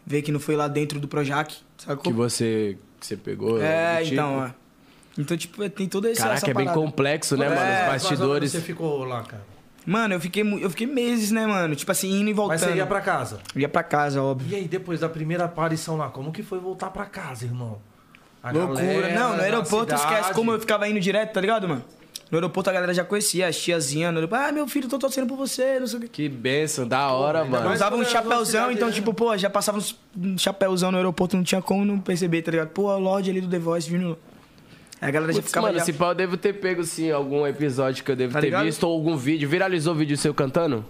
S3: ver que não foi lá dentro do Projac,
S4: Que
S3: sacou?
S4: você, que você pegou.
S3: É,
S4: do tipo.
S3: então, ó. Então, tipo, é, tem toda essa.
S4: Caraca,
S3: essa
S4: é bem
S3: parada.
S4: complexo, né,
S3: É,
S4: mano? Os
S3: quase
S4: bastidores.
S1: Você ficou lá, cara.
S3: Mano, eu fiquei, mu- eu fiquei meses, né, mano? Tipo assim, indo e voltando.
S1: Mas você ia pra casa.
S3: Ia pra casa, óbvio.
S1: E aí, depois da primeira aparição lá, como que foi voltar pra casa, irmão? A
S3: Loucura.
S1: galera
S3: não, no
S1: da
S3: aeroporto
S1: cidade.
S3: esquece como eu ficava indo direto, tá ligado, mano? No aeroporto a galera já conhecia, as tiazinhas, no aeroporto, ah, meu filho, tô torcendo por você, não sei o quê.
S4: Que benção, da hora,
S1: ainda
S4: mano.
S1: mais-
S3: Usava um
S1: quando era numa
S3: chapéuzão,
S1: cidade,
S3: então,
S1: né?
S3: tipo, pô, já passava uns- um chapéuzão no aeroporto, não tinha como não perceber, tá ligado? Pô, a Lorde ali do The Voice vindo. Aí a galera já
S4: Putz,
S3: ficava.
S4: mano,
S3: já- *laughs*
S4: se pá, eu devo ter pego sim algum episódio que eu devo
S3: Tá
S4: ter
S3: ligado?
S4: visto ou algum vídeo. Viralizou o vídeo seu cantando?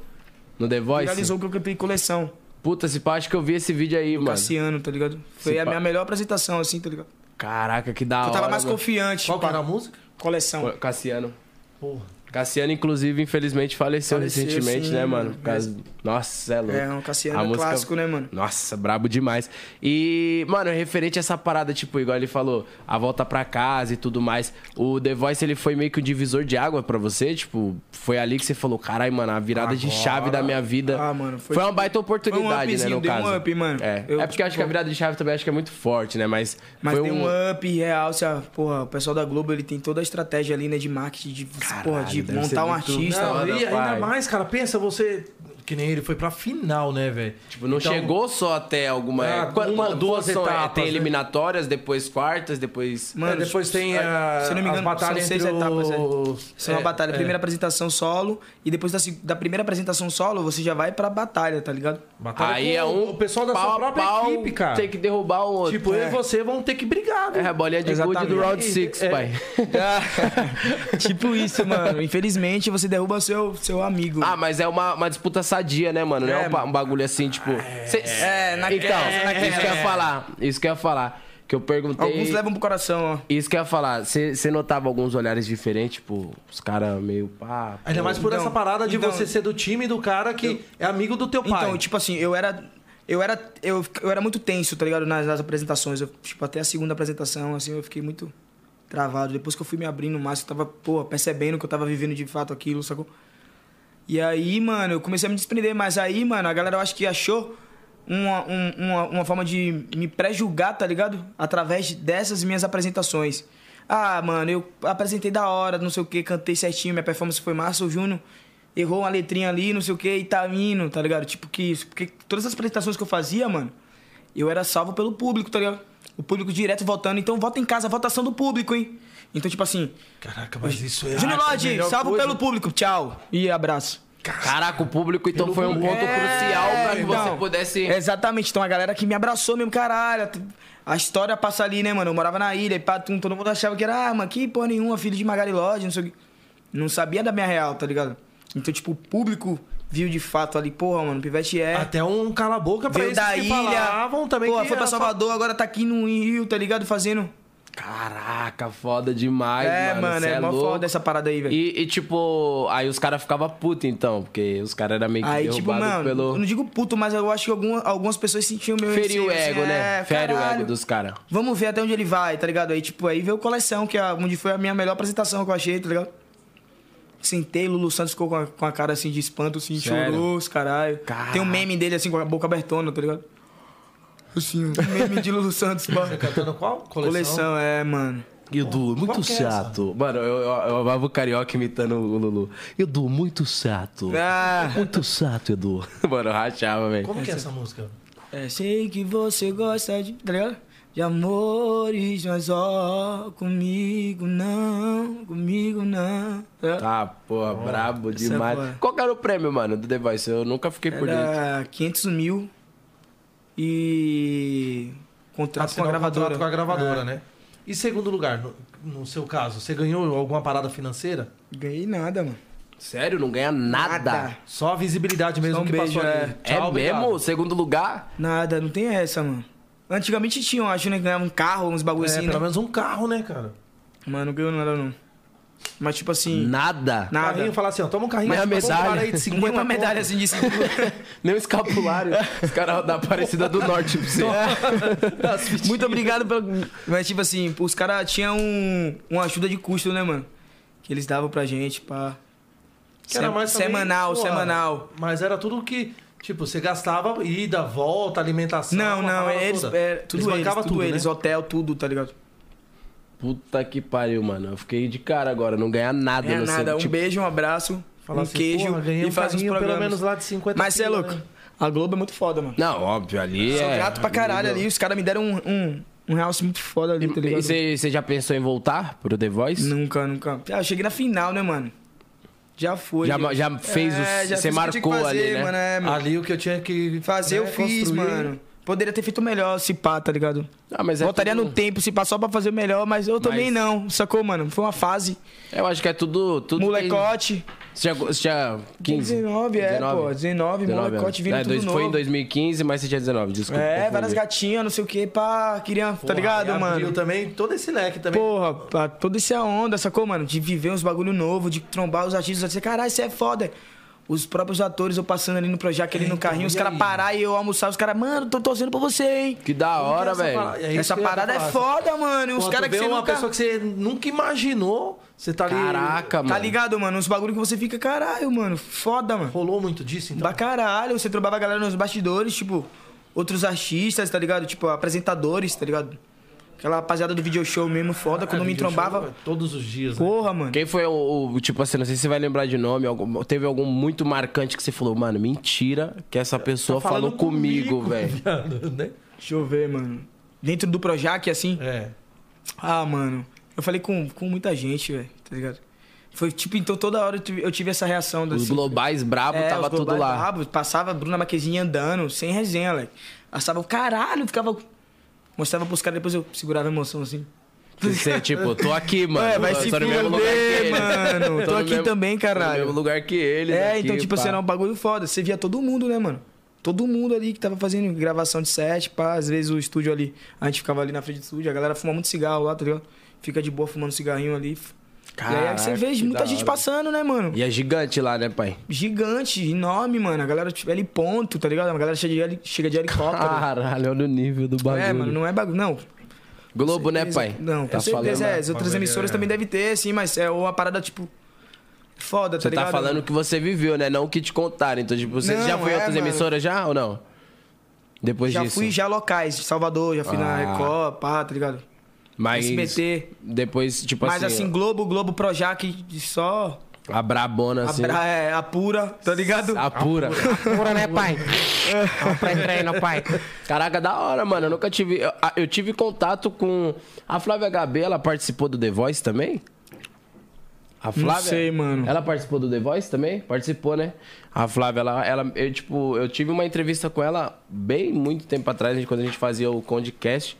S4: No The Voice?
S3: Finalizou que eu cantei coleção.
S4: Puta, se pá, acho que eu vi esse vídeo aí, mano.
S3: Cassiano, tá ligado?
S4: Se
S3: Foi a
S4: pá.
S3: minha melhor apresentação, assim, tá ligado?
S4: Caraca, que da hora.
S3: Eu tava mais
S4: mano.
S3: confiante.
S1: Qual que
S3: pá.
S1: era a música?
S3: Coleção.
S4: Cassiano.
S1: Porra.
S4: Cassiano, inclusive, infelizmente faleceu,
S3: Faleceu,
S4: recentemente,
S3: sim,
S4: né, mano?
S3: mano.
S4: Por causa- Nossa, é louco.
S3: É, um Cassiano
S4: A
S3: é
S4: música-
S3: clássico, né, mano?
S4: Nossa, brabo demais. E, mano, referente a essa parada, tipo, igual ele falou, a volta pra casa e tudo mais, o The Voice, ele foi meio que um divisor de água pra você? Tipo, foi ali que você falou, carai, mano, a virada de chave da minha vida.
S3: Ah, mano,
S4: foi,
S3: foi-
S1: tipo,
S4: uma baita
S1: um
S4: oportunidade, né,
S3: upzinho,
S4: no
S3: deu um
S4: caso.
S3: up, mano.
S4: É,
S3: Eu,
S4: é porque eu acho que a virada de chave também acho que é muito forte, né, mas...
S3: Mas
S4: foi
S3: tem um up, realça, porra, o pessoal da Globo, ele tem toda a estratégia ali, né, de marketing, de, porra, de
S4: deve ser
S3: montar um
S4: muito-
S3: artista.
S4: Não,
S1: Não, e
S4: rapaz.
S1: ainda mais, cara, pensa, você Que nem ele foi pra final, né, velho?
S4: Tipo, não
S1: Então,
S4: chegou só até alguma.
S1: Ah,
S4: Qua-
S1: uma,
S4: quantas
S1: duas
S4: são? É,
S1: etapas,
S4: Tem
S1: né?
S4: eliminatórias, depois quartas, depois.
S1: é, depois tem a,
S3: se eu não me
S1: as
S3: engano,
S1: batalhas
S3: são seis
S1: entre
S3: etapas, é.
S1: os...
S3: Isso é uma batalha. Primeira apresentação solo. E depois da, se- da primeira apresentação solo, você já vai pra batalha, tá ligado?
S4: *laughs*
S1: batalha
S4: aí
S1: com
S4: é um.
S1: O pessoal da sua
S4: pau a
S1: própria
S4: pau,
S1: equipe, cara.
S4: Tem que derrubar um outro.
S3: É.
S1: Tipo, eu e você vão ter que brigar,
S4: É
S1: velho.
S4: a bolinha de gude
S3: Exatamente.
S4: do round six,
S1: É.
S4: pai.
S3: tipo isso, mano. Infelizmente, você derruba seu, seu amigo.
S4: Ah, mas é uma, uma disputa sadia, né, mano? Não é,
S3: É,
S4: um, pa- um bagulho assim, tipo. cê-
S3: É, na
S4: Então,
S3: é, naquela-
S4: isso que eu ia falar. Isso que eu ia falar. Que eu perguntei.
S3: Alguns levam pro coração, ó.
S4: Isso que eu ia falar. Você notava alguns olhares diferentes, tipo, os caras meio pá. pô.
S1: Ainda mais por
S3: Então,
S1: essa parada de
S3: então-
S1: você ser do time do cara que é amigo do teu pai.
S3: Então, tipo assim, eu era. Eu era, eu, eu era muito tenso, tá ligado? Nas, nas apresentações. Eu, tipo, até a segunda apresentação, assim, eu fiquei muito travado. Depois que eu fui me abrindo mais, eu tava, pô, percebendo que eu tava vivendo de fato aquilo, sacou? E aí, mano, eu comecei a me desprender. Mas aí, mano, a galera eu acho que achou uma, um- uma, uma forma de me pré-julgar, tá ligado? Através dessas minhas apresentações. Ah, mano, eu apresentei da hora, não sei o que, cantei certinho, minha performance foi massa, o Júnior errou uma letrinha ali, não sei o que, e tá indo, tá ligado? Tipo que isso. Porque todas as apresentações que eu fazia, mano, eu era salvo pelo público, tá ligado? O público direto votando, então vota em casa, votação do público, hein? Então, tipo assim,
S1: Caraca, mas isso é...
S3: Júnior
S1: Ah,
S3: Lodge, salvo pelo público, tchau e abraço.
S4: Caraca, o público então foi um ponto crucial pra que você
S3: então,
S4: pudesse.
S3: Exatamente, então a galera que me abraçou mesmo, caralho. A história passa ali, né, mano? Eu morava na ilha e pá, tum, todo mundo achava que era, ah, mano, que porra nenhuma, filho de Magali Lodge, não sei o quê. Não sabia da minha real, tá ligado? Então, tipo, o público viu de fato ali, porra, mano, Pivete é.
S1: Até um cala-boca pra
S3: veio
S1: eles
S3: da
S1: que
S3: ilha.
S1: falavam também
S3: Pô,
S1: que
S3: foi pra
S1: era só-
S3: Salvador, agora tá aqui no Rio, tá ligado? Fazendo.
S4: Caraca, foda demais,
S3: é, mano,
S4: cê
S3: é, mó
S4: louco.
S3: foda essa parada aí, velho.
S4: E, e, tipo, aí os caras ficavam putos então, porque os caras eram meio que
S3: Aí, tipo,
S4: derrubados
S3: mano, eu não
S4: pelo.
S3: digo puto, mas eu acho que alguma- algumas pessoas sentiam meu
S4: Feriu o
S3: receio, assim,
S4: ego, né?
S3: é,
S4: Fere o ego
S3: caralho.
S4: dos caras.
S3: Vamos ver até onde ele vai, tá ligado? Aí, tipo, aí veio o Coleção, que é onde foi a minha melhor apresentação que eu achei, tá ligado? Sentei, Lulu Santos ficou com a, com a cara assim de espanto, assim,
S4: Sério?
S3: chorou, os caralho.
S4: Caraca.
S3: Tem um meme dele assim com a boca abertona, tá ligado? Assim, um meme de Lulu Santos, pô.
S1: Cantando qual? Coleção.
S3: Coleção, é, mano.
S4: Edu, muito
S1: que é
S4: chato. Mano, eu, eu, eu amava o carioca imitando o Lulu. Edu, muito chato.
S3: Ah.
S4: Muito chato, Edu. *laughs* Mano, eu rachava, velho.
S1: Como que é essa música?
S3: É, sei que você gosta de. Tá ligado? De amores, mas ó, comigo não, comigo não. Tá.
S4: Tá, porra, brabo
S3: essa é
S4: demais.
S3: boa.
S4: Qual que era o prêmio, mano, do The Voice? Eu nunca fiquei por dentro.
S3: Era 500 mil e contrato
S1: Assinar
S3: com a
S1: um
S3: gravadora. É.
S1: contrato com a gravadora, né? E segundo lugar, no, no seu caso, você ganhou alguma parada financeira?
S3: É. Ganhei nada, mano.
S4: Sério, não ganha nada.
S3: Nada.
S1: Só a visibilidade mesmo
S3: Só um
S1: que
S3: beijo,
S1: passou
S3: é.
S1: ali.
S4: É
S1: Tchau, obrigado.
S4: mesmo? Segundo lugar?
S3: Nada, não tem essa, mano. Antigamente tinham, acho, né? Ganhava um carro, uns bagulho
S1: É,
S3: assim,
S1: pelo
S3: né?
S1: menos um carro, né, cara?
S3: Mano, não ganhou nada, não. Mas tipo assim,
S4: Nada.
S3: nada. é
S1: Carrinho, falar assim, ó, toma um carrinho.
S4: Mas a
S1: tá bom,
S4: medalha?
S1: cara aí de 50
S3: Nenhuma medalha assim de
S1: *laughs*
S4: Nem
S3: *laughs*
S4: o escapulário. Os caras da Aparecida do Norte pra você. *laughs* Tá
S3: Muito obrigado pelo. Mas tipo assim, os caras tinham um, uma ajuda de custo, né, mano? Que eles davam pra gente, pá.
S1: Que era
S3: Sem-
S1: mais também,
S3: semanal,
S1: porra,
S3: semanal.
S1: Mas era tudo que, tipo, você gastava ida, volta, alimentação.
S3: Não,
S1: uma
S3: não,
S1: parada
S3: eles,
S1: toda.
S3: é, tudo eles,
S1: bancavam
S3: tudo, eles,
S1: né?
S3: hotel, tudo, tá ligado?
S4: Puta que pariu, mano. Eu fiquei de cara agora. Não ganha nada.
S3: É
S4: não sei,
S3: nada, um
S4: tipo,
S3: beijo, um abraço,
S1: Falar
S3: um
S1: assim,
S3: queijo
S1: porra, ganhei
S3: e
S1: um
S3: faz uns
S1: carrinho
S3: programas.
S1: pelo menos lá de 50
S3: Mas você é
S1: pila,
S3: louco,
S1: né?
S3: a Globo é muito foda, mano.
S4: Não, óbvio, ali
S3: Sou
S4: é...
S3: grato pra caralho ali, os caras me deram um, um, um realce muito foda ali, tá
S4: E
S3: ligado?
S4: você já pensou em voltar pro The Voice?
S3: Nunca, nunca. Ah, eu cheguei na final, né, mano? Já foi. É,
S4: Já ma- já fez o-
S3: já
S4: você
S3: fiz o que eu tinha que
S4: marcou
S3: fazer,
S4: ali, né?
S3: Mano, é, mano.
S1: Ali o que eu tinha que
S3: Fazer eu
S1: né,
S3: fiz,
S1: construir.
S3: mano. Tá Poderia ter feito melhor se pá, tá ligado?
S4: Ah, mas é
S3: Voltaria
S4: tudo-
S3: no tempo, se pá, só pra fazer melhor, mas eu também
S4: Mas-
S3: não, sacou, mano? Foi uma fase.
S4: Eu acho que é tudo... tudo
S3: Molecote.
S4: Tem... Você já, você já... 15?
S3: 19, é, pô. 19,
S4: 19
S3: molecote
S4: anos.
S3: vindo
S4: É,
S3: tudo
S4: dois-
S3: novo.
S4: Foi em 2015, mas você tinha 19, desculpa.
S3: É,
S4: confundi.
S3: várias gatinhas, não sei o que, pá, queria,
S1: Porra,
S3: tá ligado,
S1: aí abriu
S3: mano?
S1: também todo esse leque também.
S3: Porra, pá, toda essa onda, sacou, mano? De viver uns bagulho novo, de trombar os artistas, dizer, caralho, isso é foda. Os próprios atores, eu passando ali no Projac, ali no
S1: Então,
S3: carrinho, os
S1: e
S3: caras
S1: aí?
S3: parar e eu almoçar, os caras, mano, tô torcendo pra você, hein?
S4: Que da hora,
S1: essa
S4: velho.
S1: parada? É isso
S3: Essa
S1: que eu ia
S3: parada é
S1: falar.
S3: foda, mano. E
S1: Pô,
S3: os
S1: tu
S3: caras que
S1: vê
S3: você
S1: uma
S3: nunca...
S1: pessoa que você nunca imaginou, você tá ali...
S4: Caraca, mano.
S3: Tá ligado, mano? Uns bagulho que você fica, caralho, mano, foda, mano.
S1: Rolou muito disso, então?
S3: Pra caralho, você trombava a galera nos bastidores, tipo, outros artistas, tá ligado? Tipo, apresentadores, tá ligado? Aquela rapaziada do video show mesmo,
S4: Ah,
S3: foda, quando me
S1: Video show
S3: trombava.
S1: é Todos os dias, né?
S3: Porra, mano.
S4: Quem foi o, o- Tipo assim, não sei se você vai lembrar de nome. algum- teve algum muito marcante que você falou, mano, mentira que essa
S3: Tá
S4: pessoa falou
S1: Tá falando
S4: comigo,
S1: comigo, *laughs*
S4: velho.
S1: Né?
S3: Deixa eu ver, mano. Dentro do Projac, assim.
S1: É.
S3: Ah, mano. Eu falei com, com muita gente, velho, tá ligado? Foi tipo, então toda hora eu tive, eu tive essa reação.
S4: Os
S3: assim,
S4: globais brabo
S3: É,
S4: tava
S3: os globais
S4: tudo lá.
S3: brabo, passava a Bruna Marquezine andando, sem resenha, moleque. Passava o caralho, ficava. Mostrava pros caras, depois eu segurava a emoção assim.
S4: Você, tipo, tô *laughs* aqui, mano.
S3: Ué, É, vai
S4: Eu
S3: se
S4: tô no mesmo lugar que
S3: fuder,
S4: ele. *laughs*
S3: mano. Tô
S4: no
S3: aqui
S4: mesmo-
S3: também,
S4: Tô no
S3: caralho.
S4: mesmo lugar que ele.
S3: É,
S4: daqui,
S3: então, tipo
S4: pá.
S3: assim, era um bagulho foda. Você via todo mundo, né, mano? Todo mundo ali que tava fazendo gravação de set, pá. Às vezes o estúdio ali, a gente ficava ali na frente do estúdio, a galera fuma muito cigarro lá, tá ligado? Fica de boa fumando cigarrinho ali. e aí é
S4: Caraca,
S3: você vê
S4: que
S3: muita
S4: da
S3: gente
S4: hora.
S3: passando, né, mano?
S4: E é gigante lá, né, pai?
S3: Gigante, enorme, mano. A galera tipo, ali ponto, tá ligado? A galera chega de, heli- chega de helicóptero.
S4: Caralho, olha o nível do *laughs* bagulho.
S3: É, mano, não é bagulho. Não.
S4: Globo, né,
S3: Certeza-
S4: pai?
S3: Não, com
S4: Tá
S3: certeza.
S4: falando-
S3: É, as outras
S1: Mas,
S3: emissoras
S1: é.
S3: também devem ter, sim, mas é uma parada, tipo. Foda, tá
S4: Você
S3: ligado?
S4: tá falando o que você viveu, né? Não o que te contaram. Então, tipo, você
S3: Não,
S4: já foi em
S3: é,
S4: outras
S3: mano.
S4: emissoras já ou não? Depois
S3: Já
S4: disso.
S3: fui já locais, de Salvador, já fui na
S4: Ah.
S3: Record, pá, tá ligado?
S4: Mas
S3: SBT.
S4: depois, tipo
S3: mas
S4: assim,
S3: assim, Globo, Globo, Projac, só.
S4: a brabona, assim.
S3: A, pra- é, a pura, tá ligado?
S4: A pura.
S5: Pura, né, pai? É um pré-treino, pai.
S4: Caraca, da hora, mano. Eu nunca tive. Eu, a- eu tive contato com. A Flávia HB, ela participou do The Voice também? A Flávia?
S3: sei, mano.
S4: Ela participou do The Voice também? Participou, né? A Flávia, ela. ela eu, tipo, eu tive uma entrevista com ela bem muito tempo atrás, gente, quando a gente fazia o Condecast.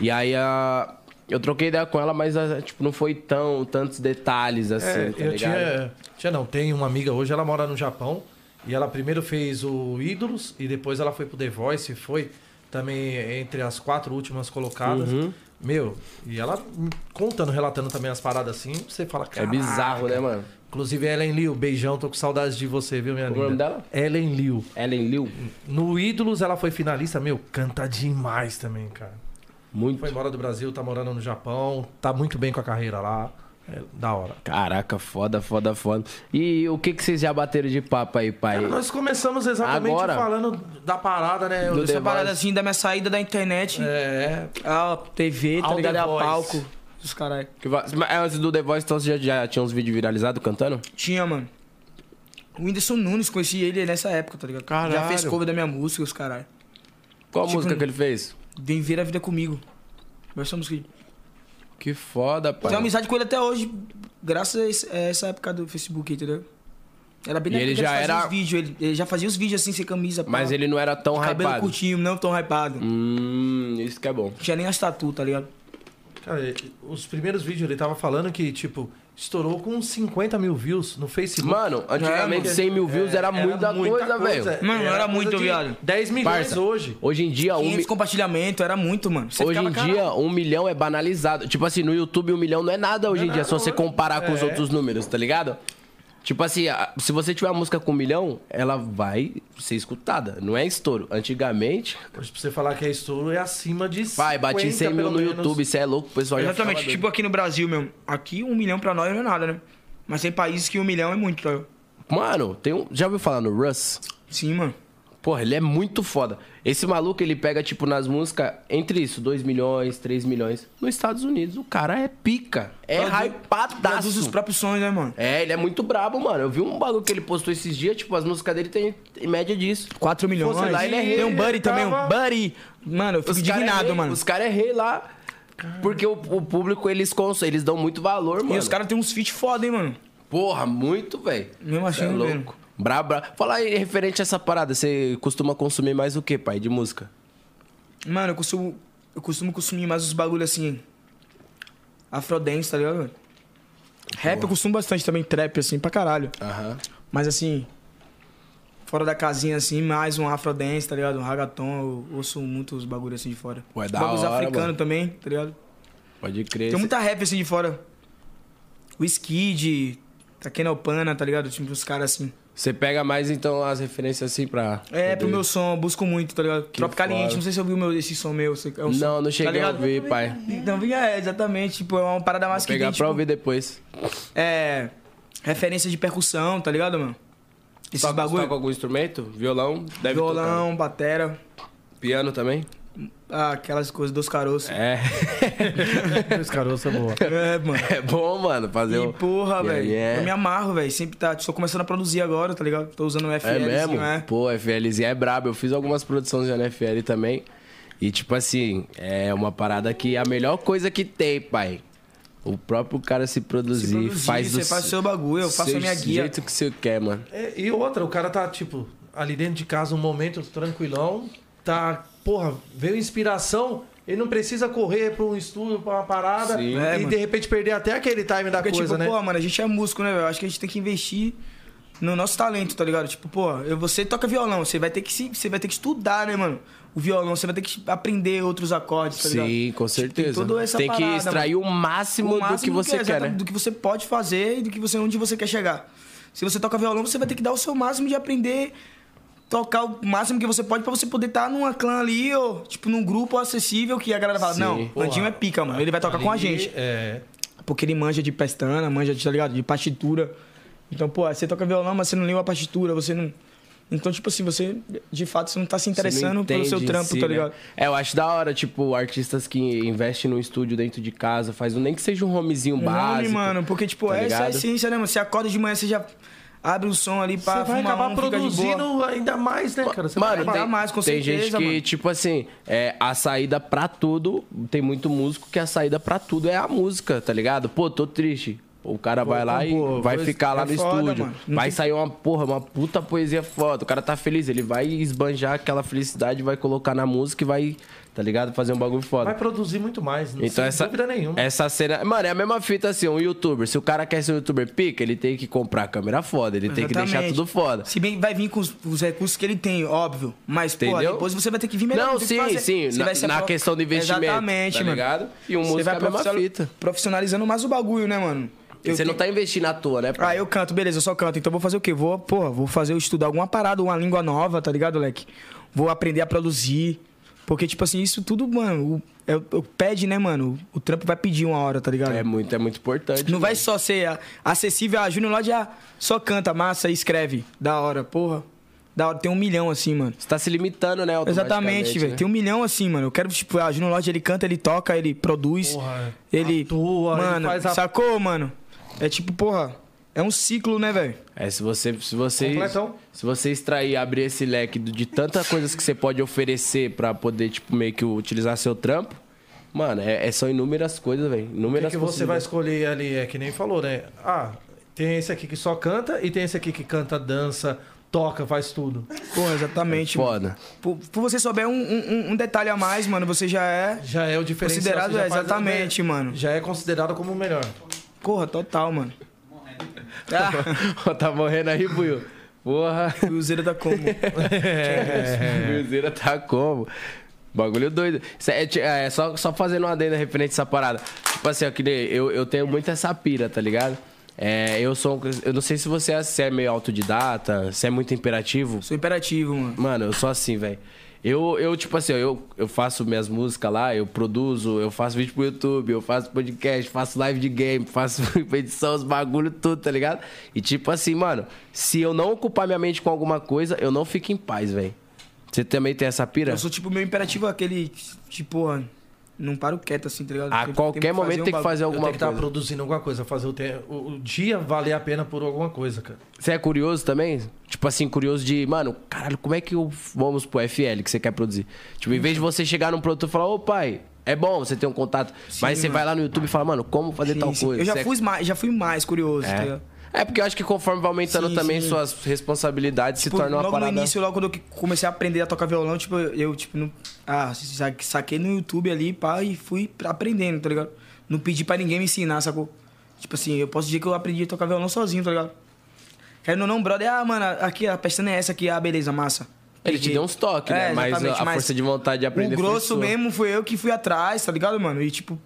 S4: E aí a. Eu troquei ideia com ela, mas ah, tipo, não foi tão tantos detalhes assim,
S1: É,
S4: tá
S1: eu
S4: ligado?
S1: tinha, tinha não, tem uma amiga hoje, ela mora no Japão e ela primeiro fez o Ídolos e depois ela foi pro The Voice, foi também entre as quatro últimas colocadas.
S4: Uhum.
S1: Meu, e ela contando, relatando também as paradas assim, você fala,
S4: É
S1: cara.
S4: bizarro, né, mano?
S1: Inclusive Ellen Liu, beijão, tô com saudades de você, viu, minha
S4: Qual
S1: linda?
S4: é o nome dela?
S1: Ellen Liu.
S4: Ellen Liu,
S1: No Ídolos ela foi finalista, meu, canta demais também, cara.
S4: muito.
S1: Foi embora do Brasil, tá morando no Japão, tá muito bem com a carreira lá. É da hora.
S4: Caraca, foda, foda, foda. E o que, que vocês já bateram de papo aí, pai?
S1: Cara, nós começamos exatamente
S4: Agora.
S1: falando da parada, né?
S4: Do
S3: Essa
S4: The
S3: parada
S4: Voice.
S3: assim da minha saída da internet,
S1: É,
S3: a TV, tá
S1: Ao
S3: ligado?
S1: The
S3: A
S1: Voice.
S3: palco. Os caralho.
S4: Que va- Mas Antes do The Voice, então você já, já tinha uns vídeos viralizados cantando?
S3: Tinha, mano. O Whindersson Nunes, conheci ele nessa época, tá ligado? Já
S4: Caralho.
S3: fez cover da minha música, os caralho.
S4: Qual a
S3: Tipo,
S4: música que ele fez?
S3: Vem ver a vida comigo. Essa música. aí.
S4: Que foda, pai.
S3: Tenho amizade com ele até hoje, graças a esse- a essa época do Facebook, entendeu? Era bem
S4: E
S3: na
S4: ele
S3: época
S4: já
S3: que fazia
S4: era-
S3: os vídeos, ele, ele já fazia os vídeos assim, sem camisa, pá.
S4: Mas ele não era tão
S3: Cabelo
S4: hypado.
S3: curtinho, não tão hypado. Não
S4: Hum, isso que é bom.
S3: tinha nem as tatu, tá ligado?
S1: cara, e- os primeiros vídeos ele tava falando que, tipo, estourou com 50 mil views no Facebook.
S4: Mano, antigamente
S1: Tipo, é, mano.
S4: 100 mil views era, muita, coisa, velho.
S3: Mano, era
S1: coisa
S3: muito,
S1: de
S3: viado.
S1: 10 milhões
S4: Parça.
S1: hoje.
S4: Hoje em dia, um,
S3: 500
S4: mi-
S3: compartilhamento, era muito, mano. Você
S4: hoje em
S3: ficava,
S4: dia um milhão é banalizado. Tipo assim, no YouTube um milhão não é nada hoje em dia,
S1: nada
S4: se você
S1: hoje.
S4: comparar com os
S1: É.
S4: outros números, tá ligado? Tipo assim, a- se você tiver uma música com um milhão, ela vai ser escutada. Não é estouro. Antigamente,
S1: Hoje, pra você falar que é estouro, é acima de 50,
S4: Vai, bati 100 mil
S1: pelo
S4: no
S1: menos. *laughs*
S4: YouTube, você é louco, o pessoal já
S3: Exatamente,
S4: ficava
S3: tipo aqui no Brasil mesmo. Aqui um milhão pra nós não é nada, né? Mas tem países que um milhão é muito, tá ligado?
S4: doido. Mano, tem um... já ouviu falar no Russ?
S3: Sim, mano.
S4: Porra, ele é muito foda. Esse maluco, ele pega, tipo, nas músicas, entre isso, 2 milhões, 3 milhões. Nos Estados Unidos, o cara é pica. É
S3: Produz- Traduz os
S4: hypadaço.
S3: próprios sonhos, né, mano?
S4: É, ele é muito brabo, mano. Eu vi um bagulho que ele postou esses dias, tipo, as músicas dele tem em média disso.
S3: 4 milhões.
S4: Fosse lá, ele é rei.
S3: Tem um buddy
S1: Ele
S3: também, um
S1: tava-
S3: buddy. Mano, eu fico
S4: cara é
S3: indignado,
S4: rei,
S3: mano.
S4: Os caras é rei lá. Porque o, o público, eles, cons- eles dão muito valor, mano.
S3: E os caras têm uns feat foda, hein, mano.
S4: Porra, muito, velho.
S3: Mesmo assim,
S4: Cê é
S3: eu não vejo.
S4: louco. Brabo, brabo. Fala aí, referente a essa parada, você costuma consumir mais o que, pai, de música?
S3: Mano, eu costumo, eu costumo consumir mais os bagulho assim. Afrodance, tá ligado? mano? Rap eu costumo bastante também, trap, assim, pra caralho.
S4: Aham.
S3: Mas assim, fora da casinha, assim, mais um afrodance, tá ligado? Um ragaton, eu ouço muito os bagulhos assim de fora.
S4: Ué,
S3: Os
S4: da
S3: bagulhos
S4: hora, mano.
S3: africanos também, tá ligado?
S4: Pode crer.
S3: Tem muita rap assim de fora. O Skid, Takena Opana, tá ligado? Tipo, os caras assim.
S4: Você pega mais, então, as referências assim pra...
S3: É, pro
S4: poder-
S3: meu som, eu busco muito, tá ligado? Tropicaliente,
S4: foda.
S3: não sei se você ouviu meu, esse som meu. esse- É um som,
S4: Não, não
S3: tá
S4: cheguei a
S3: ligado?
S4: ouvir, pai.
S3: Então, é, exatamente, tipo, é uma parada mais
S4: Vou
S3: que
S4: pegar
S3: tem,
S4: pra
S3: tipo,
S4: ouvir depois.
S3: é, referência de percussão, tá ligado, mano? Esses
S4: Toca-
S3: bagulho,
S4: Toca algum instrumento? Violão? Deve né?
S3: violão, batera,
S4: tocar. Piano também?
S3: Ah, aquelas coisas dos caroços. É,
S4: É, *laughs*
S1: Os caroços é boa.
S3: mano.
S4: é bom, mano, *laughs* fazer
S3: E
S4: o...
S3: porra,
S4: E
S3: velho.
S4: aí é-
S3: Eu me amarro, velho. Sempre tá. Tô começando a produzir agora, tá ligado? Tô usando o FL.
S4: É mesmo?
S3: É.
S4: Pô, FLzinho é brabo. Eu fiz algumas produções de NFL também. E, tipo assim, é uma parada que é a melhor coisa que tem, pai. O próprio cara se produzir,
S3: Se produzir,
S4: faz
S3: você faz o seu bagulho, eu faço a
S4: seu
S3: minha guia.
S4: jeito que você quer, mano.
S1: É, e outra, o cara tá, tipo, ali dentro de casa, um momento tranquilão, tá, porra, veio inspiração, ele não precisa correr pra um estudo, pra uma parada,
S4: Sim.
S1: e
S3: É,
S1: de
S3: mano.
S1: repente perder até aquele time da
S3: Porque,
S1: coisa,
S3: tipo,
S1: né?
S3: pô, mano, a gente é músico, né, velho? Acho que a gente tem que investir no nosso talento, tá ligado? Tipo, pô, eu- você toca violão, você vai ter que se, você vai ter que estudar, né, mano? O violão, você vai ter que aprender outros acordes, tá ligado?
S4: Sim, com
S3: Tem
S4: certeza.
S3: toda essa
S4: Tem que
S3: parada,
S4: extrair o máximo,
S3: o máximo
S4: do que você quer,
S3: exatamente,
S4: né?
S3: Do que é, você pode fazer e do que você onde você quer chegar. Se você toca violão, você vai ter que dar o seu máximo de aprender tocar o máximo que você pode pra você poder estar numa clã ali ou tipo num grupo acessível que a galera fala:
S4: Sim.
S3: "Não,
S1: Porra,
S3: Landinho é pica, mano. Ele vai tocar com a
S1: ali,
S3: gente".
S1: É,
S3: Porque ele manja de pestana, manja de, tá ligado? De partitura. Então, pô, você toca violão, mas você não leu a partitura, você não. Então, tipo assim, você, de fato, você não tá se
S4: Você não
S3: interessando pelo
S4: entende
S3: seu
S4: em
S3: trampo,
S4: si,
S3: tá
S4: né?
S3: ligado?
S4: É, eu acho da hora, tipo, artistas que investem num estúdio dentro de casa, faz um, nem que seja um homezinho
S3: Não,
S4: básico.
S3: mano, porque, tipo,
S4: tá
S3: essa é a
S4: ligado?
S3: essência, né, mano? Você acorda de manhã, você já abre o som ali pra
S1: você vai
S3: fumar
S1: acabar
S3: um, fica de boa.
S1: produzindo ainda mais, né, cara? Você
S4: Mano,
S1: vai
S3: pagar
S4: tem,
S1: acabar-
S3: mais, com
S4: tem
S3: certeza,
S4: gente que,
S3: mano.
S4: tipo assim, é, a saída pra tudo, tem muito músico que a saída pra tudo é a música, tá ligado? Pô, tô triste. O cara vai lá e
S3: compor,
S4: vai
S3: pois-
S4: ficar lá
S3: é
S4: no
S3: foda,
S4: estúdio.
S3: mano. Não
S4: Vai
S3: tem-
S4: sair uma porra, uma puta poesia foda. O cara tá feliz, ele vai esbanjar aquela felicidade, vai colocar na música e vai, tá ligado? Fazer um bagulho foda.
S1: vai produzir muito mais, não
S4: Então
S1: sem
S4: essa,
S1: dúvida nenhuma.
S4: essa cena. Mano, é a mesma fita assim, um youtuber. Se o cara quer ser um youtuber pica, ele tem que comprar câmera foda, ele tem que deixar
S3: Exatamente.
S4: tudo foda.
S3: Se bem que vai vir com os, os recursos que ele tem, óbvio. Mas, pô,
S4: Entendeu?
S3: depois você vai ter que vir melhor.
S4: Não,
S3: tem
S4: sim,
S3: que fazer.
S4: sim.
S3: Você
S4: Na,
S3: vai ser
S4: na
S3: pro-
S4: questão do investimento.
S3: Exatamente,
S4: tá
S3: mano.
S4: ligado? E o
S3: Você
S4: músico é
S3: vai
S4: a mesma
S3: profissional-
S4: fita.
S3: profissionalizando mais o bagulho, né, mano? Eu
S4: Você
S3: tenho-
S4: não tá investindo à toa, né? pô?
S3: Ah, eu canto, beleza, eu só canto. Então vou fazer o quê? Vou, porra, vou fazer eu estudar alguma parada, uma língua nova, tá ligado, leque? Vou aprender a produzir. Porque, tipo assim, isso tudo, mano, o, é o- o- pede, né, mano? O trampo vai pedir uma hora, tá ligado?
S4: É muito, é muito importante.
S3: não
S4: mano.
S3: vai só ser a- acessível a Júnior Lodge, ah, só canta, massa e escreve. Da hora, porra. Da hora, tem um milhão assim, mano.
S4: Você tá se limitando, né?
S3: Exatamente,
S4: automaticamente,
S3: velho.
S4: né?
S3: Tem um milhão assim, mano. Eu quero, tipo, a Júnior Lodge, ele canta, ele toca, ele produz.
S1: Porra,
S3: ele.
S1: atua, ele
S3: mano,
S1: faz a-
S3: sacou, mano? É tipo, porra, é um ciclo, né, velho?
S4: É, se você, se você,
S1: Completão.
S4: se você extrair, abrir esse leque do- de tantas coisas que você pode oferecer pra poder, tipo, meio que utilizar seu trampo, mano, é, é- são inúmeras coisas, velho.
S1: O que,
S4: Inúmeras
S1: que você vai escolher ali? É que nem falou, né? Ah, tem esse aqui que só canta e tem esse aqui que canta, dança, toca, faz tudo.
S3: Porra, exatamente. mano.
S4: É *laughs* Foda.
S3: Por, por você souber um, um- um detalhe a mais, mano, você já é.
S1: Já é o diferencial.
S3: Considerado,
S1: você já
S3: é,
S1: faz-
S3: exatamente, mano.
S1: Já é considerado como o
S3: *laughs*
S1: melhor.
S3: Porra, total, mano. Ah,
S4: tá morrendo aí, Buiu. Porra.
S3: Cruzeiro da
S4: *laughs*
S3: Como. É.
S4: Cruzeiro tá como? Bagulho doido. Isso é, ti- é, só, só fazendo uma adenda referente a essa parada. Tipo assim, ó, que nem eu, eu tenho muito essa pira, tá ligado? É, eu sou. um- Eu não sei se você é, se é meio autodidata, se é muito imperativo.
S3: Sou imperativo, mano.
S4: Mano, eu sou assim, velho. Eu, eu, tipo assim, ó, eu, eu faço minhas músicas lá, eu produzo, eu faço vídeo pro YouTube, eu faço podcast, faço live de game, *laughs* faço edição, os bagulho, tudo, tá ligado? E tipo assim, mano, se eu não ocupar minha mente com alguma coisa, eu não fico em paz, velho. Você também tem essa pira?
S3: Eu sou, tipo, meu imperativo é aquele, tipo, ó, não paro quieto assim, tá ligado?
S4: A
S3: Tem-
S4: qualquer
S3: que
S4: momento tem que
S3: bagulho.
S4: fazer
S1: Eu tenho
S4: alguma
S1: que estar
S4: coisa.
S1: produzindo alguma coisa, fazer o, te- o- o dia valer a pena por alguma coisa, cara.
S4: Você é curioso também? Tipo assim, curioso de, mano, caralho, como é que eu vamos pro FL que você quer produzir? Tipo, em vez de você chegar num produtor e falar, ô pai, é bom você ter um contato, mas você
S3: mano.
S4: vai lá no YouTube e fala, mano, como fazer
S3: Sim,
S4: tal
S3: sim.
S4: coisa?
S3: Eu já,
S4: Você é-
S3: fui mais, já fui mais curioso, tá
S4: É.
S3: ligado?
S4: É, porque eu acho que conforme vai aumentando
S3: Sim,
S4: também
S3: sim.
S4: suas responsabilidades, se
S3: Tipo,
S4: torna uma
S3: logo
S4: parada.
S3: no início, logo quando eu comecei a aprender a tocar violão, tipo, eu, tipo, não... ah, sa- saquei no YouTube ali, pá, e fui pra- aprendendo, tá ligado? Não pedi pra ninguém me ensinar, sacou? Tipo assim, eu posso dizer que eu aprendi a tocar violão sozinho, tá ligado? Querendo ou não, brother, ah, mano, aqui a pestana é essa aqui, ah, beleza, massa.
S4: Ele te
S3: Peguei.
S4: deu uns toques, né?
S3: É,
S4: Mas a,
S3: exatamente,
S4: a força de vontade de aprender
S3: O
S4: foi
S3: grosso
S4: sua.
S3: mesmo foi eu que fui atrás, tá ligado, mano? E tipo,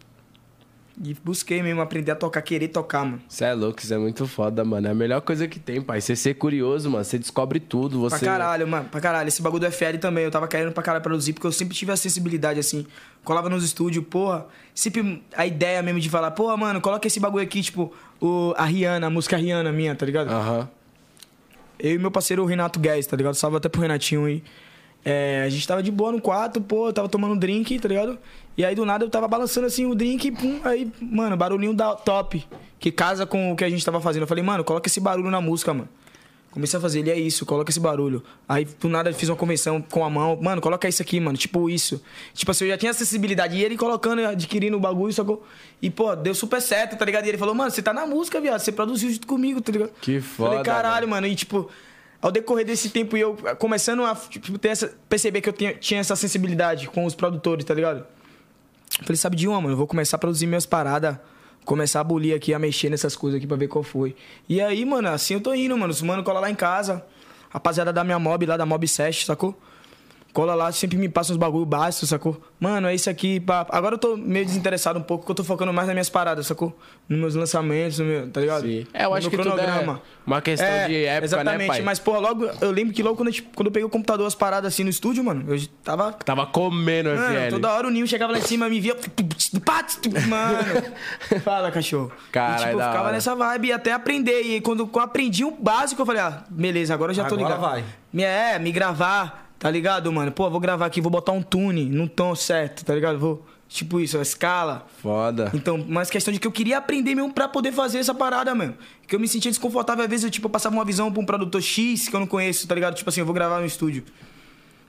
S3: e busquei mesmo aprender a tocar, querer tocar, mano.
S4: Você é louco, isso é muito foda, mano. É a melhor coisa que tem, pai. Você ser curioso, mano. Você descobre tudo. Você...
S3: Pra caralho, mano. Pra caralho. Esse bagulho do FL também, eu tava querendo pra caralho produzir, porque eu sempre tive a sensibilidade, assim. Colava nos estúdios, porra. Sempre a ideia mesmo de falar, porra, mano, coloca esse bagulho aqui, tipo, o, a Rihanna, a música Rihanna minha, tá ligado?
S4: Aham.
S3: Eu e meu parceiro o Renato Guedes, tá ligado? Salve até pro Renatinho aí. É, a gente tava de boa no quarto, pô, eu tava tomando um drink, tá ligado? E aí do nada eu tava balançando assim o drink, pum, aí, mano, barulhinho da top, que casa com o que a gente tava fazendo. Eu falei, mano, coloca esse barulho na música, mano. Comecei a fazer, ele é isso, coloca esse barulho. Aí do nada eu fiz uma convenção com a mão, mano, coloca isso aqui, mano, tipo isso. Tipo assim, eu já tinha acessibilidade. E ele colocando, adquirindo o bagulho, só que. eu- E, pô, deu super certo, tá ligado? E ele falou, mano, você tá na música, viado, você produziu junto comigo, tá ligado?
S4: Que foda,
S3: Falei, caralho, mano. E, tipo, ao decorrer desse tempo, e eu começando a tipo, ter essa, perceber que eu tinha, tinha essa sensibilidade com os produtores, tá ligado? Eu Falei, sabe de uma, mano? Eu vou começar a produzir minhas paradas. Começar a bulir aqui, a mexer nessas coisas aqui pra ver qual foi. E aí, mano, assim eu tô indo, mano. Os mano cola lá em casa. Rapaziada da minha mob, lá da Mob Sesh, sacou? Cola lá, sempre me passa uns bagulho básico, sacou? Mano, é isso aqui. Pá. Agora eu tô meio desinteressado um pouco, porque eu tô focando mais nas minhas paradas, sacou? Nos meus lançamentos, no meu, tá ligado?
S4: Sim. É, eu
S3: No meu
S4: acho que tudo é uma questão de época,
S3: exatamente,
S4: né, pai?
S3: Mas, porra, logo, eu lembro que logo quando, a gente- quando eu peguei o computador, as paradas assim no estúdio, mano, eu tava
S4: Tava comendo o
S3: Mano,
S4: FL.
S3: toda hora o Ninho chegava lá em cima, me
S4: *laughs*
S3: via. pá, Mano. Fala, cachorro.
S4: Caralho,
S3: e, tipo, eu
S4: da
S3: ficava
S4: hora.
S3: nessa vibe até aprender. E quando eu aprendi o básico, eu falei, ah, beleza, agora eu já tô
S1: Agora
S3: ligado.
S1: vai.
S3: Me- É, me gravar, tá ligado, mano? Pô, vou gravar aqui, vou botar um tune num tom certo, tá ligado? Vou. Tipo isso, a escala.
S4: Foda.
S3: Então, mas questão de que eu queria aprender mesmo pra poder fazer essa parada, mano. Que eu me sentia desconfortável, às vezes eu, tipo, eu passava uma visão pra um produtor X que eu não conheço, tá ligado? Tipo assim, eu vou gravar no estúdio.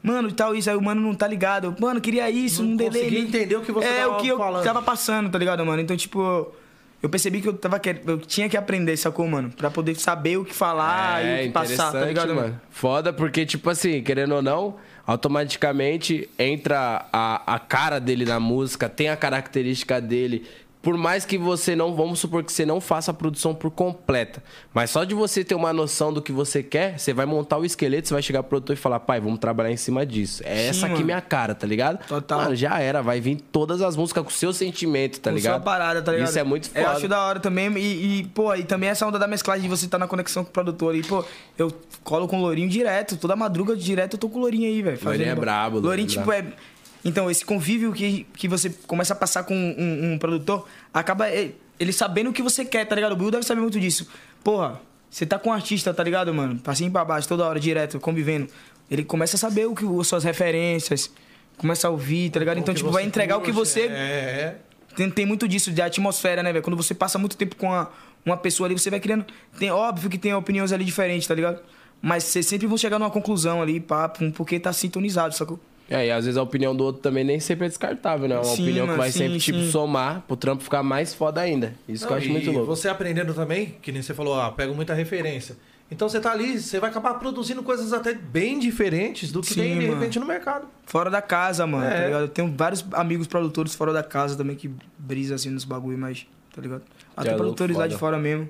S3: Mano, e tal isso, aí o mano não tá ligado. Mano, queria isso,
S1: Não
S3: um delay.
S1: conseguia
S3: ali.
S1: entender o que você
S3: é,
S1: tava
S3: o que eu
S1: falando.
S3: tava passando, tá ligado, mano? Então, tipo, eu percebi que eu tava quer... eu tinha que aprender, sacou, mano? Pra poder saber o que falar e
S1: É,
S3: o que passar, tá
S4: É, interessante,
S3: ligado, mano?
S4: Foda, porque, tipo assim, querendo ou não, automaticamente entra a, a cara dele na música, tem a característica dele. Por mais que você não, vamos supor que você não faça a produção por completa, mas só de você ter uma noção do que você quer, você vai montar o esqueleto, você vai chegar pro produtor e falar, pai, vamos trabalhar em cima disso. É
S3: Sim,
S4: essa aqui
S3: mano.
S4: minha cara, tá ligado?
S3: Total.
S4: Mano, já era, vai vir todas as músicas com o seu sentimento, tá
S3: Com
S4: ligado?
S3: sua parada, tá ligado?
S4: Isso é muito foda.
S3: Eu acho da hora também. E, e, pô, e também essa onda da mesclagem de você tá na conexão com o produtor. E, pô, eu colo com o Lourinho direto. Toda madruga direto eu tô com o Lourinho aí, velho.
S4: Lourinho
S3: fazendo-
S4: é brabo, Lourinho
S3: Lourinho,
S4: é
S3: tipo,
S4: brabo.
S3: é. Então, esse convívio que, que você começa a passar com um, um produtor, acaba é, ele sabendo o que você quer, tá ligado? O Bill deve saber muito disso. Porra, você tá com um artista, tá ligado, mano? Pra cima e pra baixo, toda hora, direto, convivendo. Ele começa a saber o que as suas referências, começa a ouvir, tá ligado? Então,
S1: que
S3: tipo,
S1: você
S3: vai entregar o que
S1: curte,
S3: você
S1: É.
S3: tem, tem muito disso, de atmosfera, né, velho? Quando você passa muito tempo com a- uma pessoa ali, você vai criando. Tem, óbvio que tem opiniões ali diferentes, tá ligado? Mas vocês sempre vão chegar numa conclusão ali, pá, pum, porque tá sintonizado, sacou?
S4: É, e às vezes a opinião do outro também nem sempre é descartável, né? É uma
S3: Sim,
S4: opinião que
S3: mano,
S4: vai
S3: sim,
S4: sempre, tipo,
S3: sim.
S4: somar pro trampo ficar mais foda ainda. Isso que eu
S1: Não,
S4: acho
S1: e
S4: muito louco.
S1: Você aprendendo também, que nem você falou, ah, pego muita referência. Então você tá ali, você vai acabar produzindo coisas até bem diferentes do que
S3: Sim,
S1: tem de
S3: mano.
S1: repente no mercado.
S3: Fora da casa, mano,
S1: É.
S3: tá ligado? Eu tenho vários amigos produtores fora da casa também que brisa assim nos bagulho, mas, tá ligado? Até
S4: é louco,
S3: produtores lá de
S4: foda.
S3: fora mesmo.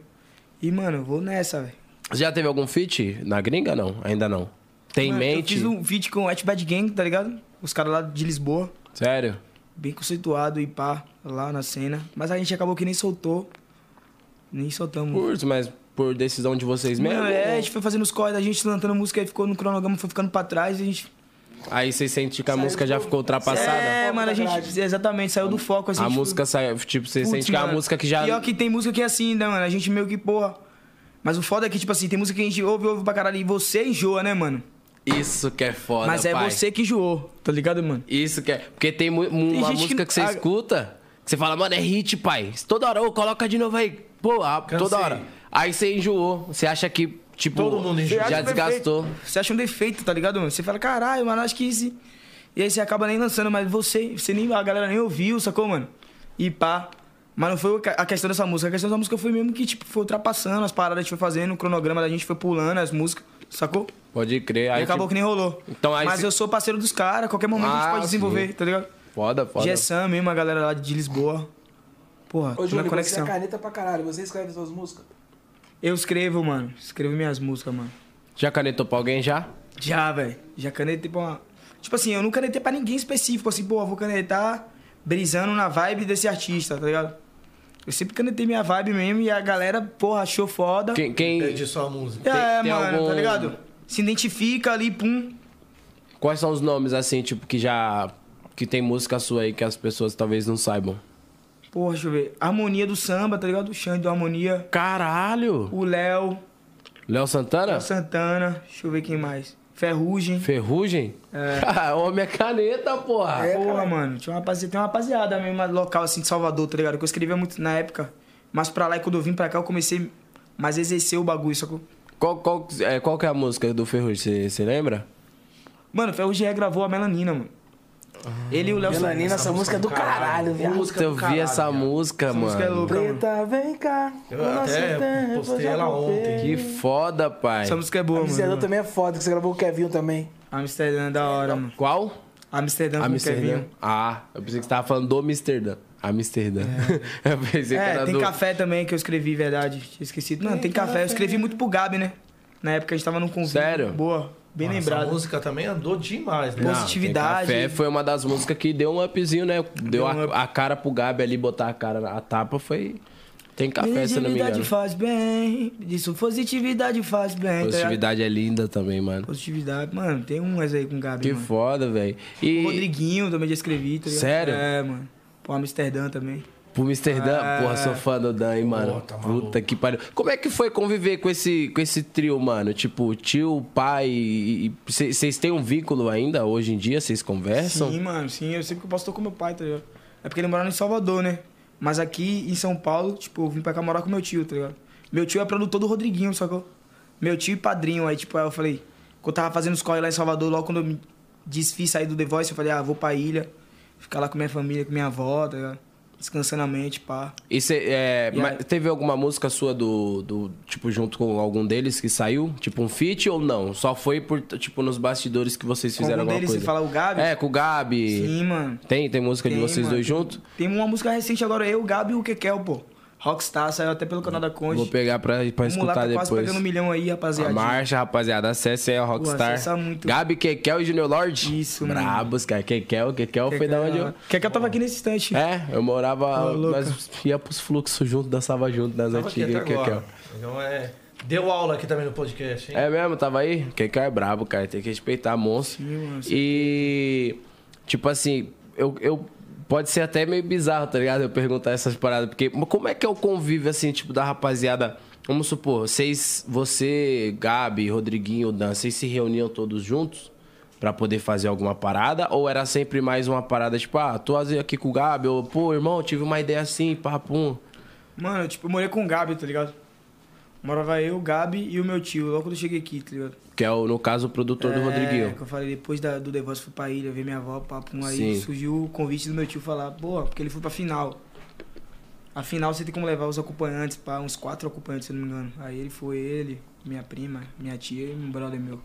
S3: E, mano, eu vou nessa, velho.
S4: Você já teve algum feat na gringa? Não, ainda não. Tem em
S3: Mano,
S4: mente?
S3: Eu fiz um vídeo com o At Bad Gang, tá ligado? Os caras lá de Lisboa.
S4: Sério?
S3: bem conceituado e pá, lá na cena. Mas a gente acabou que nem soltou. Nem soltamos.
S4: Curto, mas por decisão de vocês mesmo?
S3: Mano, é, a gente foi fazendo os corres, a gente lançando música e ficou no cronograma, foi ficando pra trás e a gente.
S4: Aí vocês sentem que a música já ficou ultrapassada?
S3: É, mano,
S2: da
S3: a gente. Exatamente, saiu do foco assim.
S4: a
S3: tipo,
S4: música saiu, tipo, vocês
S3: putz,
S4: sentem que é uma
S3: mano.
S4: música que já...
S3: Pior que tem música que é assim, né, mano? A gente meio que, porra. Mas o foda é que, tipo assim, tem música que a gente ouve, ouve pra caralho e você enjoa, né, mano?
S4: Isso que é foda,
S3: Mas é
S4: pai.
S3: você que enjoou, tá ligado, mano?
S4: Isso que é... Porque tem mu- uma
S3: gente que-
S4: música que, você
S3: a-
S4: escuta, que você fala, mano, é hit, pai. Toda hora, ô, coloca de novo aí. Pô, ah, toda
S1: Cansei.
S4: hora. Aí você enjoou. Você acha que, tipo...
S1: Todo mundo enjoou.
S4: Já desgastou.
S3: Você acha um defeito, tá ligado, mano? Você fala, caralho, mano, acho que isso. E aí você acaba nem lançando, mas você, você nem, a galera nem ouviu, sacou, mano? E pá. Mas não foi o que- a questão dessa música. A questão dessa música foi mesmo que, tipo, foi ultrapassando as paradas, a gente foi fazendo, o cronograma da gente foi pulando as músicas, sacou?
S4: Pode crer. Aí
S3: e acabou
S4: tipo,
S3: que nem rolou.
S4: Então aí
S3: mas
S4: se-
S3: eu sou parceiro dos caras, qualquer momento a
S4: Ah,
S3: gente pode
S4: sim.
S3: desenvolver, tá ligado?
S4: Foda, foda.
S3: Gessan mesmo, a galera lá de Lisboa. Porra,
S2: Ô,
S3: tô na
S2: Júlio, você
S3: conexão.
S2: é caneta pra caralho. Você escreve suas músicas?
S3: Eu escrevo, mano. Escrevo minhas músicas, mano.
S4: Já canetou pra alguém já?
S3: Já, velho. Já canetei pra uma... Tipo assim, eu não canetei pra ninguém específico, assim, pô, eu vou canetar brisando na vibe desse artista, tá ligado? Eu sempre canetei minha vibe mesmo e a galera, porra, achou foda.
S4: Quem. quem-
S1: Entendi sua música.
S3: É,
S4: tem
S3: mano,
S4: algum-
S3: tá ligado? Se identifica ali, pum.
S4: Quais são os nomes, assim, tipo, que já. Que tem música sua aí que as pessoas talvez não saibam?
S3: Porra, deixa eu ver. Harmonia do samba, tá ligado? O Xande do Harmonia.
S4: Caralho!
S3: O Léo,
S4: Léo Santana?
S3: o Santana. Deixa eu ver quem mais. Ferrugem.
S4: Ferrugem? É. *laughs* Homem é caneta, porra.
S3: Porra, Ah, mano. Tinha uma rapaziada, tem uma rapaziada mesmo local assim de Salvador, tá ligado? Que eu escrevia muito na época. Mas pra lá e quando eu vim pra cá, eu comecei mais a exercer o bagulho, sacou?
S4: Qual, qual, é, qual que é a música do Ferrugem? Você lembra?
S3: Mano, o Ferrugem regravou a Melanina, mano.
S4: Ah,
S3: Ele e o Léo
S6: Melanina, essa música é do caralho, viado.
S4: Puta, eu vi essa música, mano.
S3: música é louca, mano.
S6: Preta, vem cá.
S1: Eu
S6: o nosso
S1: até
S6: tempo
S1: postei
S6: já
S1: ela
S6: voltei.
S1: ontem.
S4: Que foda, pai.
S3: Essa música é boa,
S6: Amsterdã
S3: mano.
S6: também é foda, que você gravou com o Kevinho também.
S3: Amsterdã é da hora, mano.
S4: Qual?
S3: Amsterdã com o
S4: Amsterdã.
S3: Kevinho.
S4: Ah, eu pensei que você tava falando do Amsterdã. Amsterdã. *laughs* eu pensei que
S3: É,
S4: era
S3: tem
S4: do...
S3: café também que eu escrevi, verdade. Tinha esquecido. Não, tem, café. Eu escrevi muito pro Gabi, né? Na época a gente tava num convívio.
S4: Sério?
S3: Boa. Bem
S1: Nossa,
S3: lembrado.
S1: Essa música também andou demais, né?
S4: Não,
S3: positividade.
S4: Ah, Tem Café foi uma das músicas que deu um upzinho, né? Deu, a,
S3: um up.
S4: a cara pro Gabi ali, botar a cara na a tapa, foi... Tem é café, se eu não me
S3: Positividade
S4: engano.
S3: faz bem. Isso, positividade faz bem. tá ligado?
S4: Positividade é linda também, mano.
S3: Positividade. Mano, tem umas aí com o Gabi,
S4: Que
S3: mano.
S4: foda, velho. E
S3: O Rodriguinho também já escrevi, tá ligado?
S4: Sério?
S3: É, mano. Pô, Amsterdã também.
S4: pro Amsterdã, porra,
S3: É.
S4: sou fã do Dan, hein, mano.
S1: Pô, tá maluco.
S4: Puta que pariu. Como é que foi conviver com esse, com esse trio, mano? Tipo, tio, pai. e- e- cê- Vocês têm um vínculo ainda hoje em dia? Vocês conversam?
S3: Sim, mano, sim. Eu sempre que eu posso tô com meu pai, tá ligado? É porque ele morava em Salvador, né? Mas aqui em São Paulo, tipo, eu vim pra cá morar com meu tio, tá ligado? Meu tio é produtor do Rodriguinho, sacou? Meu tio e padrinho. Aí, tipo, aí eu falei... Quando eu tava fazendo os corre lá em Salvador, logo quando eu me desfiz, saí do The Voice, eu falei, ah, vou pra ilha. Ficar lá com minha família, com minha avó, tá ligado? Descansando a mente, pá.
S4: E cê, é,
S3: E
S4: mas
S3: aí-
S4: teve alguma música sua do, do. Tipo, junto com algum deles que saiu? Tipo, um feat ou não? Só foi por, tipo, nos bastidores que vocês
S3: Com
S4: fizeram
S3: algum
S4: alguma
S3: deles,
S4: coisa?
S3: você fala o Gabi?
S4: É, com o Gabi.
S3: Sim, mano.
S4: Tem, tem música de
S3: Tem,
S4: vocês
S3: mano.
S4: dois juntos?
S3: Tem uma música recente agora, eu, o Gabi e o Kekel, pô. Rockstar, saiu até pelo canal da Conde.
S4: Vou pegar pra, pra
S3: Vamos lá,
S4: escutar
S3: tá
S4: depois.
S3: quase pegando um milhão aí,
S4: A
S3: rapaziada.
S4: marcha, rapaziada. Acesse aí a Rockstar.
S3: acessa muito.
S4: Gabi, Kekel e Junior Lord.
S3: Isso, mano.
S4: Brabos, cara. Kekel, Kekel foi da onde eu.
S3: Kekel tava aqui nesse instante.
S4: É, eu morava.
S3: Ô, louco.
S4: nós ia pros fluxos junto, dançava junto nas
S1: Tava aqui até
S4: antigas. Kekel.
S1: agora. Então é. Deu aula aqui também no podcast, hein?
S4: É mesmo, tava aí? Kekel é brabo, cara. Tem que respeitar monstro.
S3: mano, sim.
S4: e. Tipo assim, eu. eu Pode ser até meio bizarro, tá ligado? Eu perguntar essas paradas. Porque mas como é que é o convívio, assim, tipo, da rapaziada? Vamos supor, vocês, você, Gabi, Rodriguinho, Dan, vocês se reuniam todos juntos pra poder fazer alguma parada? Ou era sempre mais uma parada, tipo, ah, tô aqui com o Gabi, ou, pô, irmão, tive uma ideia assim, papum.
S3: Mano, tipo, eu morei com o Gabi, tá ligado? Morava eu, o Gabi e o meu tio, logo quando eu cheguei aqui, tá ligado?
S4: Que é, o, no caso, o produtor do
S3: É,
S4: Rodriguinho.
S3: que eu falei, depois da- do negócio fui pra ilha, ver minha avó, papo, aí
S4: Sim.
S3: surgiu o convite do meu tio falar, pô, porque ele foi pra final. A final você tem como levar os acompanhantes, pá, uns quatro acompanhantes, se eu não me engano. Aí ele foi, ele, minha prima, minha tia e um brother meu.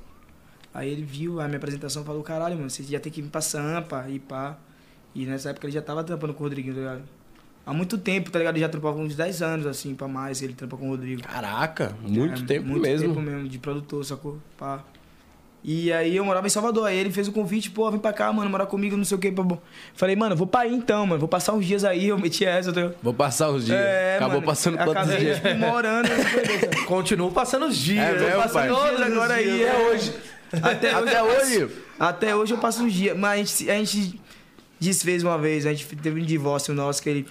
S3: Aí ele viu a minha apresentação e falou, caralho, mano, você já tem que vir pra Sampa e pá. E nessa época ele já tava trampando com o Rodriguinho, tá ligado? Há muito tempo, tá ligado? Ele já trampava uns 10 anos, assim, pra mais, ele trampa com o Rodrigo.
S4: Caraca, muito
S3: É,
S4: tempo mesmo.
S3: tempo mesmo, de produtor, sacou? Pá. E aí eu morava em Salvador, aí ele fez o convite, pô, vem pra cá, mano, morar comigo, não sei o que. Falei, mano, vou pra aí então, mano, vou passar uns dias aí, eu meti essa, tá ligado?
S4: Vou passar os dias.
S3: É,
S4: Acabou
S3: mano,
S4: passando quantos
S3: acabei, *laughs*
S4: dias?
S3: Tipo, morando,
S1: Continuo passando os dias.
S4: É
S1: eu
S4: mesmo,
S1: passo
S4: pai?
S1: todos
S3: todos
S1: os
S3: agora aí,
S1: dias.
S3: é hoje. Até hoje.
S4: Até
S3: eu passo-
S4: hoje?
S3: Até hoje eu passo uns dias, mas a gente, se- a gente desfez uma vez, a gente teve um divórcio nosso que
S4: *laughs*
S3: ele,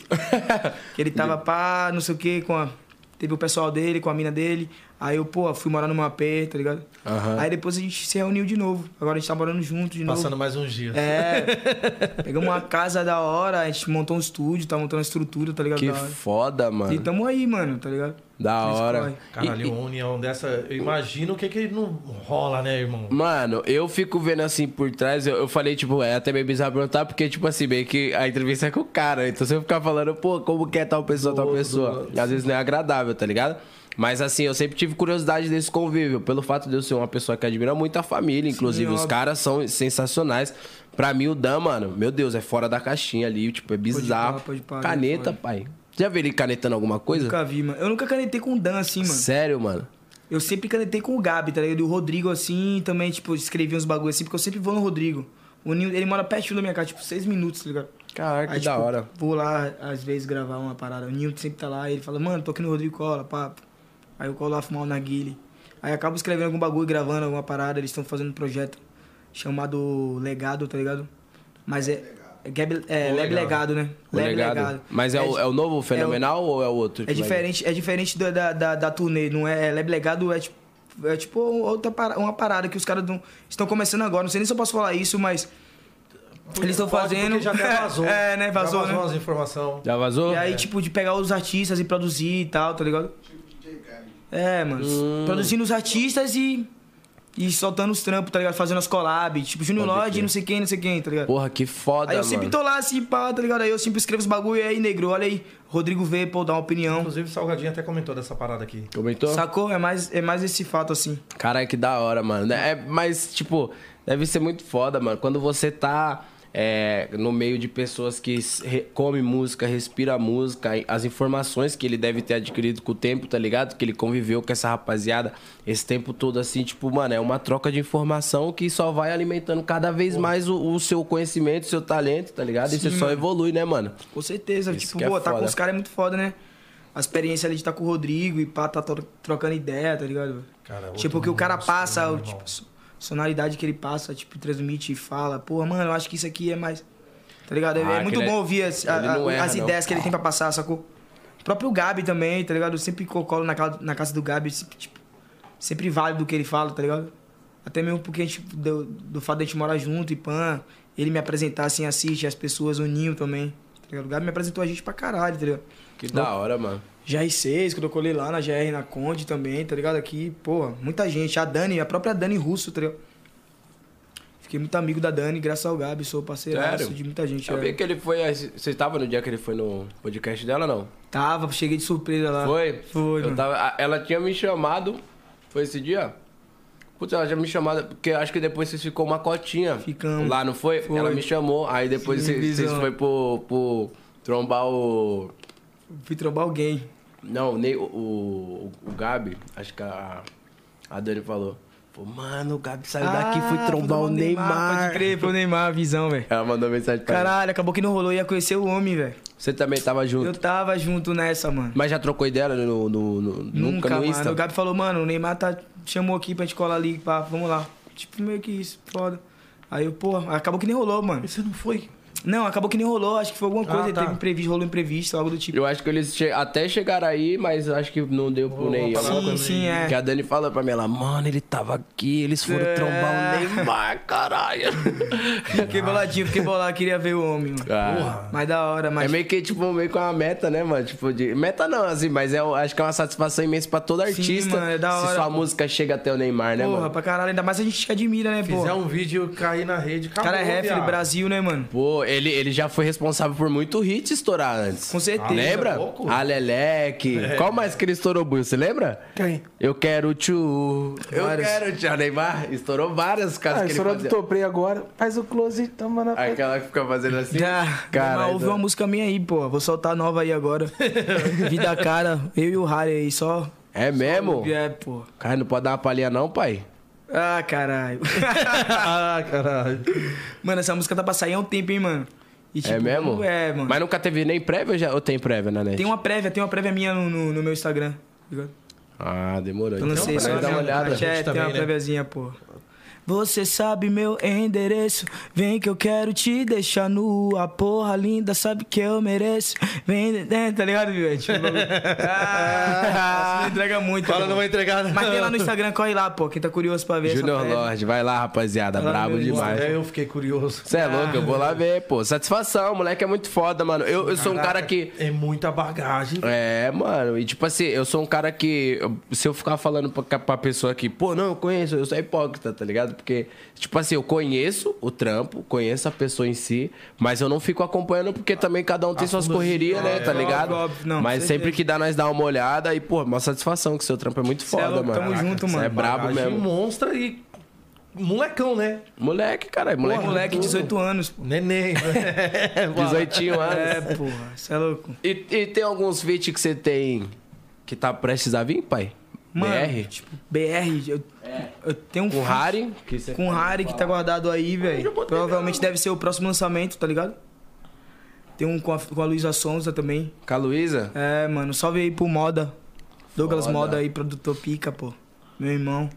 S3: que ele tava pá, não sei o que, com a, teve o pessoal dele, com a mina dele, aí eu, pô, fui morar numa AP, tá ligado?
S4: Aham.
S3: Aí depois a gente se reuniu de novo, agora a gente tá morando junto de novo.
S1: Passando mais uns dias.
S3: É, *laughs* pegamos uma casa da hora, a gente montou um estúdio, tá montando uma estrutura, tá ligado?
S4: Que
S3: Da hora.
S4: foda, mano.
S3: E tamo aí, mano, tá ligado?
S4: da
S3: Nesse
S4: hora.
S3: corre.
S1: Caralho, uma união dessa, eu imagino o que que não rola, né, irmão?
S4: Mano, eu fico vendo assim por trás. Eu, eu falei, tipo, é até meio bizarro perguntar, porque, tipo assim, meio que a entrevista é com o cara. Então, se eu ficar falando, pô, como que é tal pessoa, tal pessoa, às vezes não é agradável, tá ligado? Mas, assim, eu sempre tive curiosidade desse convívio, pelo fato de eu ser uma pessoa que admira muito a família, inclusive. os
S3: óbvio.
S4: caras são sensacionais. Pra mim, o Dan, mano, meu Deus, é fora da caixinha ali, tipo, é bizarro.
S3: pá, pode pá,
S4: Caneta, pai. Já viu ele canetando alguma coisa?
S3: Nunca vi, mano. Eu nunca canetei com o Dan, assim, mano.
S4: Sério, mano?
S3: Eu sempre canetei com o Gabi, tá ligado? E o Rodrigo, assim, também, tipo, escrevi uns bagulho assim, porque eu sempre vou no Rodrigo. O Ninho, ele mora pertinho da minha casa, tipo, seis minutos, tá ligado?
S4: Caraca,
S3: Aí,
S4: que da
S3: tipo,
S4: hora.
S3: Vou lá, às vezes, gravar uma parada. O Nilton sempre tá lá, ele fala, mano, tô aqui no Rodrigo Cola, papo. Aí eu colo lá fumar um narguile. Aí eu acabo escrevendo algum bagulho, gravando alguma parada. Eles estão fazendo um projeto chamado Legado, tá ligado? Mas é. é Gab- É, Lab Legado, né?
S4: O legado. Mas é, o, é o novo fenomenal ou é o outro? que
S3: É
S4: vai-
S3: diferente, é diferente da, da, da, da turnê, não é? é Lab Legado é tipo. É tipo outra para- uma parada que os caras não- estão começando agora. Não sei nem se eu posso falar isso, mas. Eles estão
S1: Pode, porque
S3: fazendo.
S1: Já até vazou.
S3: *laughs* é, né? Vazou,
S1: já vazou
S3: né?
S1: as informações.
S4: Já vazou?
S3: E aí,
S4: É.
S3: tipo, de pegar os artistas e produzir e tal, tá ligado? É, mano.
S4: Hum.
S3: Produzindo os artistas e. E soltando os trampos, tá ligado? Fazendo as collabs. Tipo, Junior
S4: Pode
S3: Lodge,
S4: crer.
S3: não sei quem, não sei quem, tá ligado?
S4: Porra, que foda,
S3: Aí eu
S4: mano.
S3: sempre tô lá, assim, pá, tá ligado? Aí eu sempre escrevo os bagulho e aí, negro, olha aí, Rodrigo V, pô, dá uma opinião.
S1: Inclusive, o Salgadinho até comentou dessa parada aqui.
S4: Comentou?
S3: Sacou? É mais, é mais esse fato, assim.
S4: Caralho, que da hora, mano. É, mas, tipo, deve ser muito foda, mano. Quando você tá é, no meio de pessoas que s- re- come música, respira música, e as informações que ele deve ter adquirido com o tempo, tá ligado? Que ele conviveu com essa rapaziada esse tempo todo, assim, tipo, mano, é uma troca de informação que só vai alimentando cada vez mais o, o seu conhecimento, o seu talento, tá ligado? e você só evolui, né, mano?
S3: Com certeza.
S4: Isso
S3: tipo,
S4: que é
S3: pô, tá com
S4: foda.
S3: os caras é muito foda, né? A experiência ali de tá com o Rodrigo e pá, tá tro- trocando ideia, tá ligado?
S1: Cara, outro
S3: tipo, o que o cara
S1: mundo,
S3: passa,
S1: né,
S3: o,
S1: irmão?
S3: tipo, so- sonoridade que ele passa, tipo, transmite e fala. Porra, mano, eu acho que isso aqui é mais. Tá ligado? É-
S4: Ah,
S3: é
S4: que
S3: muito
S4: ele é-
S3: bom ouvir as, a-
S4: ele não
S3: a-
S4: erra,
S3: as
S4: não.
S3: ideias que ele tem pra passar, sacou? O próprio Gabi também, tá ligado? Eu sempre co- colo na, ca- na casa do Gabi, sempre, tipo, sempre válido o que ele fala, tá ligado? Até mesmo porque a gente, do, do fato de a gente morar junto e pan, ele me apresentar assim, assiste, as pessoas, o Ninho também, tá ligado? O Gabi me apresentou a gente pra caralho, tá ligado?
S4: Que da hora, mano.
S3: GR6, quando eu colei lá na GR, na Conde também, tá ligado? Aqui, porra, muita gente. A Dani, a própria Dani Russo, tá ligado? Fiquei muito amigo da Dani, graças ao Gabi, sou parceiraço
S4: Sério?
S3: de muita gente.
S4: Eu
S3: é.
S4: vi que ele foi. Você tava no dia que ele foi no podcast dela, não?
S3: Tava, cheguei de surpresa lá.
S4: Foi?
S3: Ah, Foi,
S4: Eu
S3: mano.
S4: tava, a- ela tinha me chamado. Foi esse dia? Putz, ela já me chamado. Porque acho que depois vocês ficou uma cotinha.
S3: Ficamos.
S4: Lá, não foi?
S3: Foi.
S4: Ela me chamou. Aí depois
S3: Sim,
S4: vocês, vocês
S3: visão.
S4: foi pro, pro. Trombar o.
S3: Fui trombar alguém.
S4: Não, nem o, o, o Gabi. Acho que a. A Dani falou. Pô, mano, o Gabi saiu daqui foi trombar o Neymar.
S3: Pode crer, foi o Ah, Neymar, visão, velho.
S4: Ela mandou mensagem pra mim.
S3: Caralho, acabou que não rolou, ia conhecer o homem, velho.
S4: Você também tava junto.
S3: Eu tava junto nessa, mano.
S4: Mas já trocou ideia no, no- no- nunca no
S3: mano.
S4: Insta?
S3: O Gabi falou, mano, o Neymar tá, chamou aqui pra gente colar ali, pá, vamos lá. Tipo, meio que isso, foda. Aí eu, pô, acabou que nem rolou, mano.
S1: Você não foi?
S3: Não, acabou que nem rolou, acho que foi alguma coisa,
S1: tá.
S3: teve imprevisto, rolou imprevisto, algo do tipo.
S4: Eu acho que eles che- até chegaram aí, mas acho que não deu pro Ney.
S1: uma parada
S4: Sim,
S3: sim, é.
S4: Que a Dani falou pra mim, ela, mano, ele tava aqui, eles foram
S3: É.
S4: trombar o
S3: *laughs*
S4: Neymar, caralho.
S3: Fiquei boladinho, fiquei bolado, queria ver o homem, mano.
S4: Ah.
S3: Mas da hora,
S4: É
S3: mas.
S4: meio que, tipo, meio com uma meta, né, mano? Tipo, de... Meta não, assim, mas é, um- acho que é uma satisfação imensa pra todo artista.
S3: mano, é da
S4: Se
S3: hora.
S4: sua música chega até o Neymar, né,
S3: porra,
S4: mano?
S3: pra caralho, ainda mais a gente que admira, né,
S1: Fizer
S3: porra.
S1: um vídeo, cair na rede,
S3: O
S1: acabou,
S3: cara é
S1: viado.
S3: ref Brasil, né, mano?
S4: Pô, ele, ele já foi responsável por muito hit estourar antes.
S3: Com certeza. É.
S4: Lembra?
S1: louco.
S4: Aleleque. Qual mais que ele estourou, Buio? Você lembra?
S6: Quem?
S4: Eu quero tchu. Eu
S3: Várias.
S4: quero tchu. Neymar estourou várias
S6: Ah,
S4: casas que ele
S6: estourou do
S4: fazia. Ah,
S6: Toprei agora. Faz o close, toma na frente.
S4: Aquela que fica fazendo assim.
S3: Ah,
S4: Cara, é
S3: mas ouve uma música minha aí, pô. Vou soltar nova
S1: *laughs*
S3: aí agora. Vida cara, eu e o Harry aí, só.
S4: É mesmo?
S3: É, pô.
S4: Cara, não pode dar uma palhinha não, pai?
S3: Ah, caralho.
S1: *laughs*
S3: *laughs*
S1: Ah, caralho.
S3: mano, essa música tá pra sair há um tempo, hein, mano. E,
S4: é
S3: tipo,
S4: mesmo?
S3: É, mano.
S4: Mas nunca teve nem prévia ou, já... ou tem prévia na net?
S3: Tem uma prévia, tem uma prévia minha no, no- no meu Instagram. ligado?
S4: Ah, demorou.
S3: Eu lancei
S1: Então, pra
S3: isso
S1: dar
S3: aí.
S1: uma olhada.
S3: É, tem
S1: Também,
S3: uma
S1: né?
S3: préviazinha, pô. Você sabe meu endereço. Vem que eu quero te deixar nua. Porra linda, sabe que eu mereço. Vem, *laughs* né, tá ligado,
S1: *laughs*
S3: viu? Tipo, ah, isso me entrega muito.
S1: Fala,
S3: cara.
S1: não vai entregar, não.
S3: Mas tem lá no Instagram, corre lá, pô. Quem tá curioso pra ver
S4: Junior
S3: essa prévia.
S4: Lorde, vai lá, rapaziada.
S3: Fala
S4: Tá Brabo
S3: meu
S4: demais.
S1: Até eu fiquei curioso.
S4: Você é louco, eu vou lá ver, pô. Satisfação, moleque é muito foda, mano. Eu, eu sou um cara que.
S1: É muita bagagem.
S4: É, mano, e tipo assim, eu sou um cara que. eu- Se eu ficar falando pra, pra pessoa aqui, pô, não, eu conheço, eu sou hipócrita, tá ligado? Porque, tipo assim, eu conheço o trampo, conheço a pessoa em si, mas eu não fico acompanhando porque também cada um tem suas correrias, né, tá
S3: óbvio,
S4: ligado?
S3: é, óbvio, não,
S4: mas
S3: com
S4: sempre
S3: certeza.
S4: que dá, nós dá uma olhada e, pô, uma satisfação que seu trampo é muito
S3: é
S4: foda,
S3: louco,
S4: mano.
S3: tamo junto,
S4: cê
S3: mano.
S4: é brabo
S1: bagagem
S4: mesmo.
S1: monstra e molecão, né?
S4: Moleque, cara, é moleque.
S3: Moleque, 18 anos. pô.
S1: Neném. *laughs* né?
S4: 18 anos.
S3: É, porra, você é louco.
S4: E, e tem alguns feats que você tem que tá prestes a vir, pai?
S3: Mano,
S4: BR?
S3: tipo, BR, eu, eu tenho um
S4: Com o
S3: feat
S4: Harry? Que você
S3: com o Harry que tá guardado aí, velho. Provavelmente deve ser o próximo lançamento, tá ligado? Tem um com a, com a Luísa Sonza também.
S4: Com a Luísa?
S3: É, mano, salve aí pro Moda. Douglas
S4: Foda.
S3: Moda aí, produtor pica, pô. Meu irmão.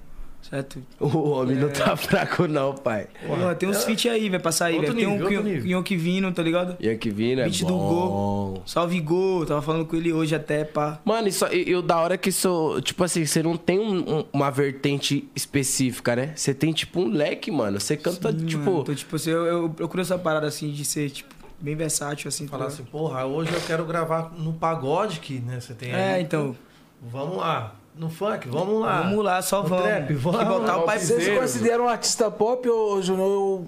S3: certo?
S4: O homem não tá fraco, não, pai.
S3: Porra, tem uns feat aí, velho, pra sair,
S1: Outro
S3: velho. Tem
S1: nível, outro nível.
S3: um Yonk Vino, tá ligado?
S4: E aqui vindo é
S3: Beat
S4: bom.
S3: do Go. Salve Go, tava falando com ele hoje até, pá.
S4: Mano, isso, e, e o da hora é que isso, tipo assim, você não tem um- um- uma vertente específica, né? Você tem, tipo, um leque, mano. Você canta,
S3: Sim,
S4: tipo...
S3: mano. Então, tipo assim, eu, eu procuro essa parada assim de ser, tipo, bem versátil, assim.
S1: Falar
S3: tá
S1: assim, porra, hoje eu quero gravar no pagode que né, você tem
S3: ligado? É,
S1: aí.
S3: então.
S1: Vamos lá. No funk, vamos lá.
S3: vamos lá, só
S1: No
S3: vamos.
S1: trap,
S3: Tem que
S1: vamos.
S3: botar o pai
S2: Vocês se consideram um artista pop ou, Júnior, ou,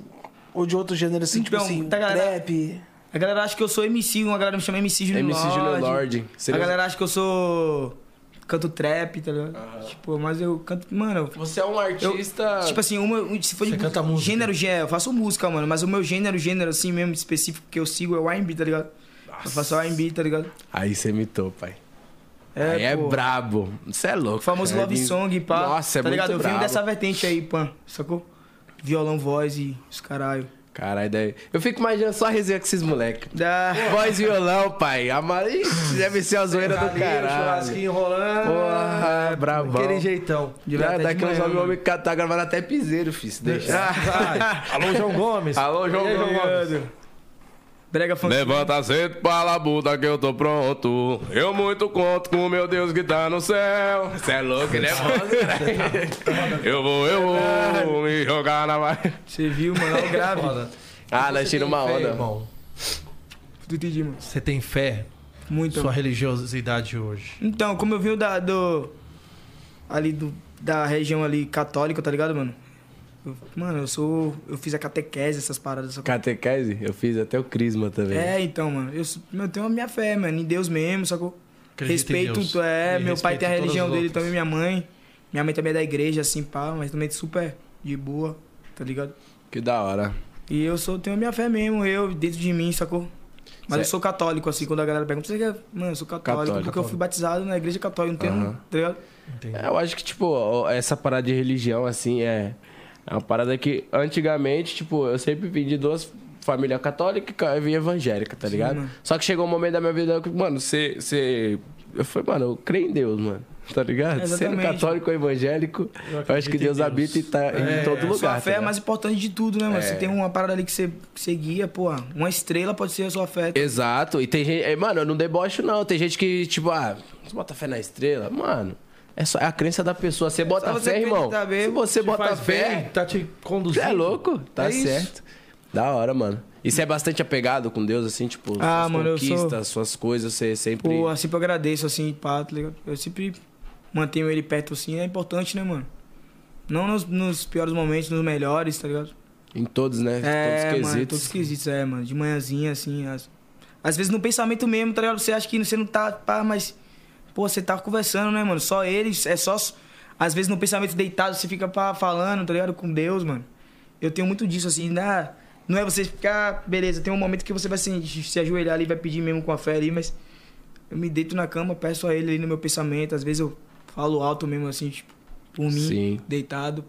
S2: ou de outro gênero assim, tipo
S3: Então,
S2: assim,
S3: tá, galera?
S2: trap?
S3: A galera acha que eu sou MC, uma galera me chama MC Junior
S4: MC
S3: Lorde.
S4: Junior Lorde. Seria- assim?
S3: A galera acha que eu sou. Canto trap, tá ligado? Tipo, mas eu canto. Mano,
S4: Você é um artista...
S3: Tipo assim, uma, um- se for
S1: Você
S3: de
S1: canta música.
S3: gênero, gê- eu faço música, mano. Mas o meu gênero, gênero assim mesmo, específico que eu sigo é o R&B, tá ligado? Eu faço R&B, tá ligado?
S4: Aí você imitou, pai. É, aí é
S3: pô,
S4: brabo. Você é louco.
S3: O famoso
S4: cara.
S3: love
S4: Ele-
S3: song, pá.
S4: Nossa, é
S3: tá
S4: muito
S3: ligado? Eu venho
S4: brabo.
S3: dessa vertente aí, pã, sacou? Violão, voz e os caralho.
S4: Caralho, daí... Eu fico imaginando só a resenha com esses moleques.
S3: Da...
S4: Voz e violão, pai. A Mari- Ixi, deve ser a zoeira do
S1: Ali, o
S4: caralho.
S1: churrasquinho rolando.
S3: Ah,
S4: Porra, brabão.
S1: Aquele jeitão.
S3: Devia
S4: Ah,
S3: até de
S4: daqui uns
S3: manhã, né? Ah,
S4: homens
S3: mano.
S4: homem que tá gravando até piseiro, filho. se
S1: Ah.
S4: Deixa.
S1: Vai. Alô, João Gomes.
S4: Alô, João
S1: E aí,
S4: Gomes.
S3: Brega funk.
S7: Levanta cedo pra labuta que eu tô pronto. Eu muito conto com o meu Deus que tá no céu. Cê é louco, ele
S4: *laughs*
S7: é monstro. Eu vou, eu vou me jogar na vai.
S3: Você viu, mano? Olha o grave.
S1: Foda.
S4: Ah, nós
S1: Você tem
S4: tiramos uma
S1: fé,
S4: onda.
S1: irmão.
S3: Tu entendi, mano.
S1: Você tem fé
S3: Muito.
S1: sua religiosidade hoje?
S3: Então, como eu vim da, do. Ali do, da região ali católica, tá ligado, mano? Eu- mano, eu sou. Eu fiz a catequese, essas paradas. Essa...
S4: Catequese, eu fiz até o Crisma também.
S3: É, então, mano. Eu, sou- eu tenho a minha fé, mano, em Deus mesmo, sacou?
S1: Acredita em
S3: respeito,
S1: Deus.
S3: é.
S1: E
S3: meu pai
S1: respeita
S3: tem a
S1: todas
S3: religião
S1: as
S3: dele
S1: outras.
S3: também, minha mãe. Minha mãe também é da igreja, assim, pá, mas também super de boa, tá ligado?
S4: Que da hora.
S3: E eu sou, tenho a minha fé mesmo, eu, dentro de mim, sacou? Mas eu
S4: Cê-
S3: sou católico, assim, quando a galera pergunta, você que é. Mano, eu sou católico,
S4: Católico.
S3: porque eu fui batizado na igreja católica, não tem.
S4: Aham.
S3: Tá ligado?
S1: Entendi.
S4: É, eu acho que, tipo, ó, essa parada de religião, assim, é, é uma parada que antigamente, tipo, eu sempre vim de duas famílias católicas e evangélica, tá ligado?
S3: mano.
S4: Só que chegou um momento da minha vida que, mano, você. você... Eu falei, mano, eu creio em Deus, mano. Tá ligado? Sendo
S3: Exatamente.
S4: católico ou evangélico, eu, acho que Deus, habita e tá em todo lugar.
S3: Sua
S4: tá
S3: fé é
S4: ligado?
S3: mais importante de tudo, né, mano?
S4: É.
S3: Você tem uma parada ali que você, que você guia, pô. Uma estrela pode ser a sua fé.
S4: Exato. E tem gente. eh, Mano, eu não debocho, não. Tem gente que, tipo, ah, você bota fé na estrela. Mano, é só é a crença da pessoa. Você bota
S3: você
S4: Tá fé, irmão.
S3: acreditar
S4: Se
S3: mesmo,
S4: você
S1: Te
S4: bota
S1: faz bem,
S4: fé,
S1: Tá te
S4: você
S1: conduzindo.
S4: é louco. Tá
S1: É isso.
S4: certo. Da hora, mano. E você é bastante apegado com Deus, assim, tipo,
S3: Ah,
S4: suas
S3: mano, eu sou-
S4: conquistas, suas coisas, você é sempre.
S3: Pô, assim eu agradeço, assim, pá, tá ligado? Eu sempre mantenho ele perto, assim, é importante, né, mano? Não nos, nos piores momentos, nos melhores, tá ligado?
S4: Em todos, né?
S3: É,
S4: todos os
S3: mano,
S4: quesitos.
S3: todos quesitos, é, mano. De manhãzinha, assim, às, às vezes no pensamento mesmo, tá ligado? Você acha que você não tá, pá, mas, pô, você tá conversando, né, mano? Só eles, é só, às vezes no pensamento deitado, você fica, pá, falando, tá ligado? Com Deus, mano. Eu tenho muito disso, assim, na, não é você ficar, beleza, tem um momento que você vai se, se ajoelhar ali, vai pedir mesmo com a fé ali, mas eu me deito na cama, peço a ele ali no meu pensamento, às vezes eu falo alto mesmo, assim, tipo, por mim,
S4: Sim.
S3: deitado.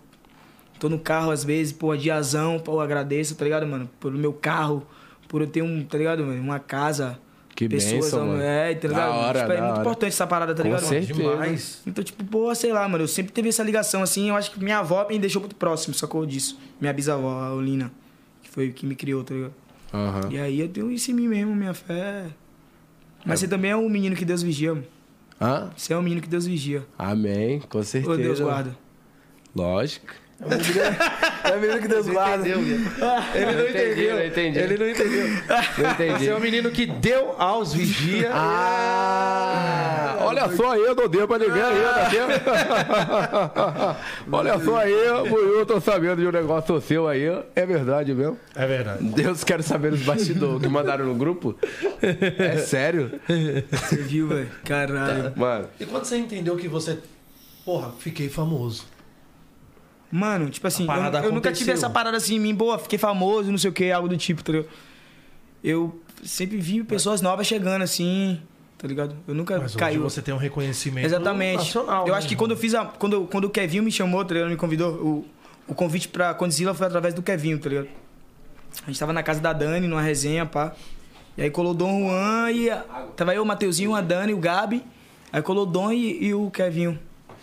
S3: Tô no carro às vezes, pô, diazão, pô, eu agradeço, tá ligado, mano? Pelo meu carro, por eu ter um, tá ligado, mano? Uma casa.
S4: Que bênção,
S3: ó,
S4: mano.
S3: É, tá
S4: Da
S3: ligado?
S4: hora,
S3: Tipo, é
S4: da
S3: muito
S4: hora.
S3: importante essa parada, tá
S4: Com
S3: ligado? mano?
S4: certeza.
S1: Demais.
S3: Então, tipo, pô, sei lá, mano, eu sempre teve essa ligação, assim, eu acho que minha avó me deixou muito próximo, sacou disso. Minha bisavó, a Olina, que foi que me criou, tá ligado?
S4: Aham.
S3: E aí eu tenho isso em mim mesmo, minha fé. Mas você também é um menino que Deus vigia, mano.
S4: Hã?
S3: Você é um menino que Deus vigia.
S4: Amém, com certeza.
S3: Ô, Deus guarda.
S4: Lógico.
S2: É mesmo que
S3: *laughs*
S2: Deus guarda.
S4: *laughs*
S1: Ele não entendeu.
S4: não entendi.
S1: Ele não entendeu.
S4: Não entendi.
S1: Você é um menino que deu aos vigia.
S4: Ah, olha só aí, eu não deu pra ninguém aí, tá vendo? Olha só aí, eu tô sabendo de um negócio seu aí, é verdade mesmo.
S1: *laughs* É verdade.
S4: Deus quero saber os bastidores que mandaram no grupo. É sério?
S3: Você viu,
S1: *laughs*
S3: velho?
S1: Tá.
S3: Caralho.
S4: Mano,
S1: E quando você entendeu que você. Porra, fiquei famoso.
S3: Mano, tipo assim, eu,
S1: parada
S3: eu nunca tive
S1: aconteceu.
S3: essa parada assim em mim, boa, fiquei famoso, não sei o que, algo do tipo, tá ligado? Eu sempre vi pessoas novas chegando assim, tá ligado? Eu nunca
S1: Mas hoje
S3: caiu.
S1: você tem um reconhecimento.
S3: Exatamente.
S1: Nacional,
S3: eu
S1: né,
S3: acho que quando eu
S1: irmão?
S3: fiz a. Quando, quando o Kevinho me chamou, tá ligado? Me convidou, o, o convite pra Condzilla foi através do Kevinho, tá ligado? A gente tava na casa da Dani, numa resenha, pá. E aí colou o Dom Juan e. a- Tava eu, o Mateuzinho, a Dani, o Gabi. Aí colou o Dom e, e o Kevinho.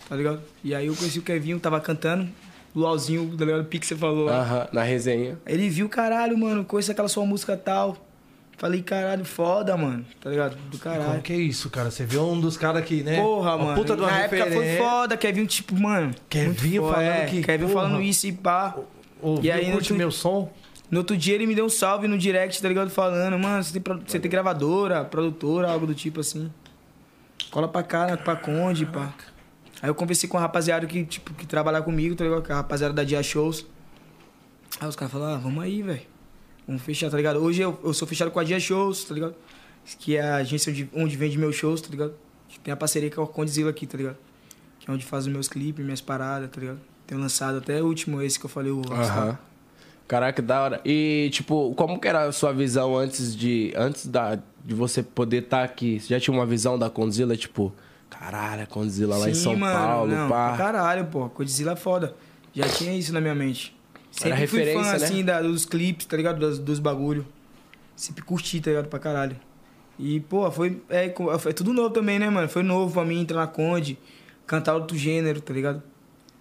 S3: tá ligado? E aí eu conheci o Kevinho, tava cantando, Luauzinho, tá ligado? O Pique que você falou
S1: Ah.
S3: lá.
S4: Aham, na resenha.
S3: Ele viu, caralho, mano, conheço aquela sua música tal. Falei, caralho, foda, mano, tá ligado? Do
S1: Como
S3: caralho.
S1: que é isso, cara? Você vê um dos caras que, né?
S3: Porra,
S1: uma
S3: mano.
S1: Puta de uma
S3: na época foi
S1: referência.
S3: foda, Kevinho, tipo, mano.
S1: Kevinho
S3: muito foda,
S1: falando
S3: é,
S1: que,
S3: Kevinho
S1: porra.
S3: falando isso e pá.
S1: Ouviu,
S3: E aí,
S1: curte
S3: no-
S1: meu som?
S3: No outro dia ele me deu um salve no direct, tá ligado? Falando, mano, você tem, pro- você tem gravadora, produtora, algo do tipo assim. Cola pra cá, né, pra Conde, pá. Aí eu conversei com um rapaziada que, tipo, que trabalha comigo, tá ligado? Que é a rapaziada da Dia Shows. Aí os caras falaram, ah, vamos aí, velho. Vamos fechar, tá ligado? Hoje eu, eu sou fechado com a Dia Shows, tá ligado? Que é a agência onde, onde vende meus shows, tá ligado? Que Tem a parceria com a Condzilla aqui, tá ligado? Que é onde faz os meus clipes, minhas paradas, tá ligado? Tenho lançado até o último, esse que eu falei, o
S4: Aham. Caraca, da hora. E, tipo, como que era a sua visão antes de. Antes da, de você poder estar aqui? Você já tinha uma visão da Condzilla, tipo, caralho, a Condzilla lá em São Paulo,
S3: não,
S4: pá.
S3: Caralho, pô. Codizila é foda. Já tinha isso na minha mente. Sempre
S4: Era
S3: fui fã,
S4: referência, né?
S3: assim, da- dos clipes, tá ligado? Dos, dos bagulho. Sempre curti, tá ligado? Pra caralho. E, pô, foi, é, co- foi tudo novo também, né, mano? Foi novo pra mim entrar na Conde, cantar outro gênero, tá ligado?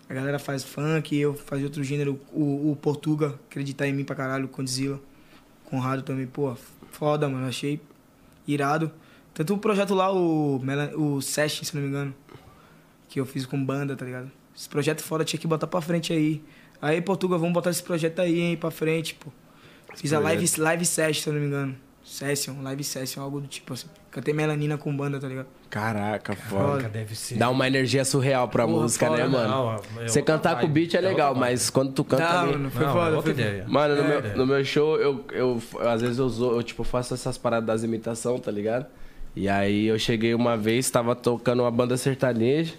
S3: A galera faz funk, eu fazia outro gênero. O, o Portuga acreditar em mim pra caralho, o Condzilla. Conrado também, pô, foda, mano. Achei irado. Tanto o projeto lá, o, Melan- o Session, se não me engano, que eu fiz com banda, tá ligado? Esse projeto foda tinha que botar pra frente aí. Aí, Portuga, vamos botar esse projeto aí, hein, pra frente, pô. Fiz a live, live session, se eu não me engano. Session, live session, algo do tipo assim. Cantei melanina com banda, tá ligado?
S4: Caraca, foda.
S1: Cara, deve ser.
S4: Dá uma energia surreal pra
S3: Porra,
S4: música,
S3: foda,
S4: né, mano?
S1: Não, é
S4: você
S1: outra
S4: cantar com o
S1: vibe,
S4: beat é
S1: é
S4: legal,
S1: outra
S4: mas quando tu canta. ali-
S3: mano,
S1: Não, é outra ideia.
S4: Mano, no,
S1: É,
S4: meu,
S1: né?
S4: no meu show, eu, eu, às vezes eu, zo- eu, tipo, faço essas paradas das imitação, tá ligado? E aí eu cheguei uma vez, tava tocando uma banda sertaneja,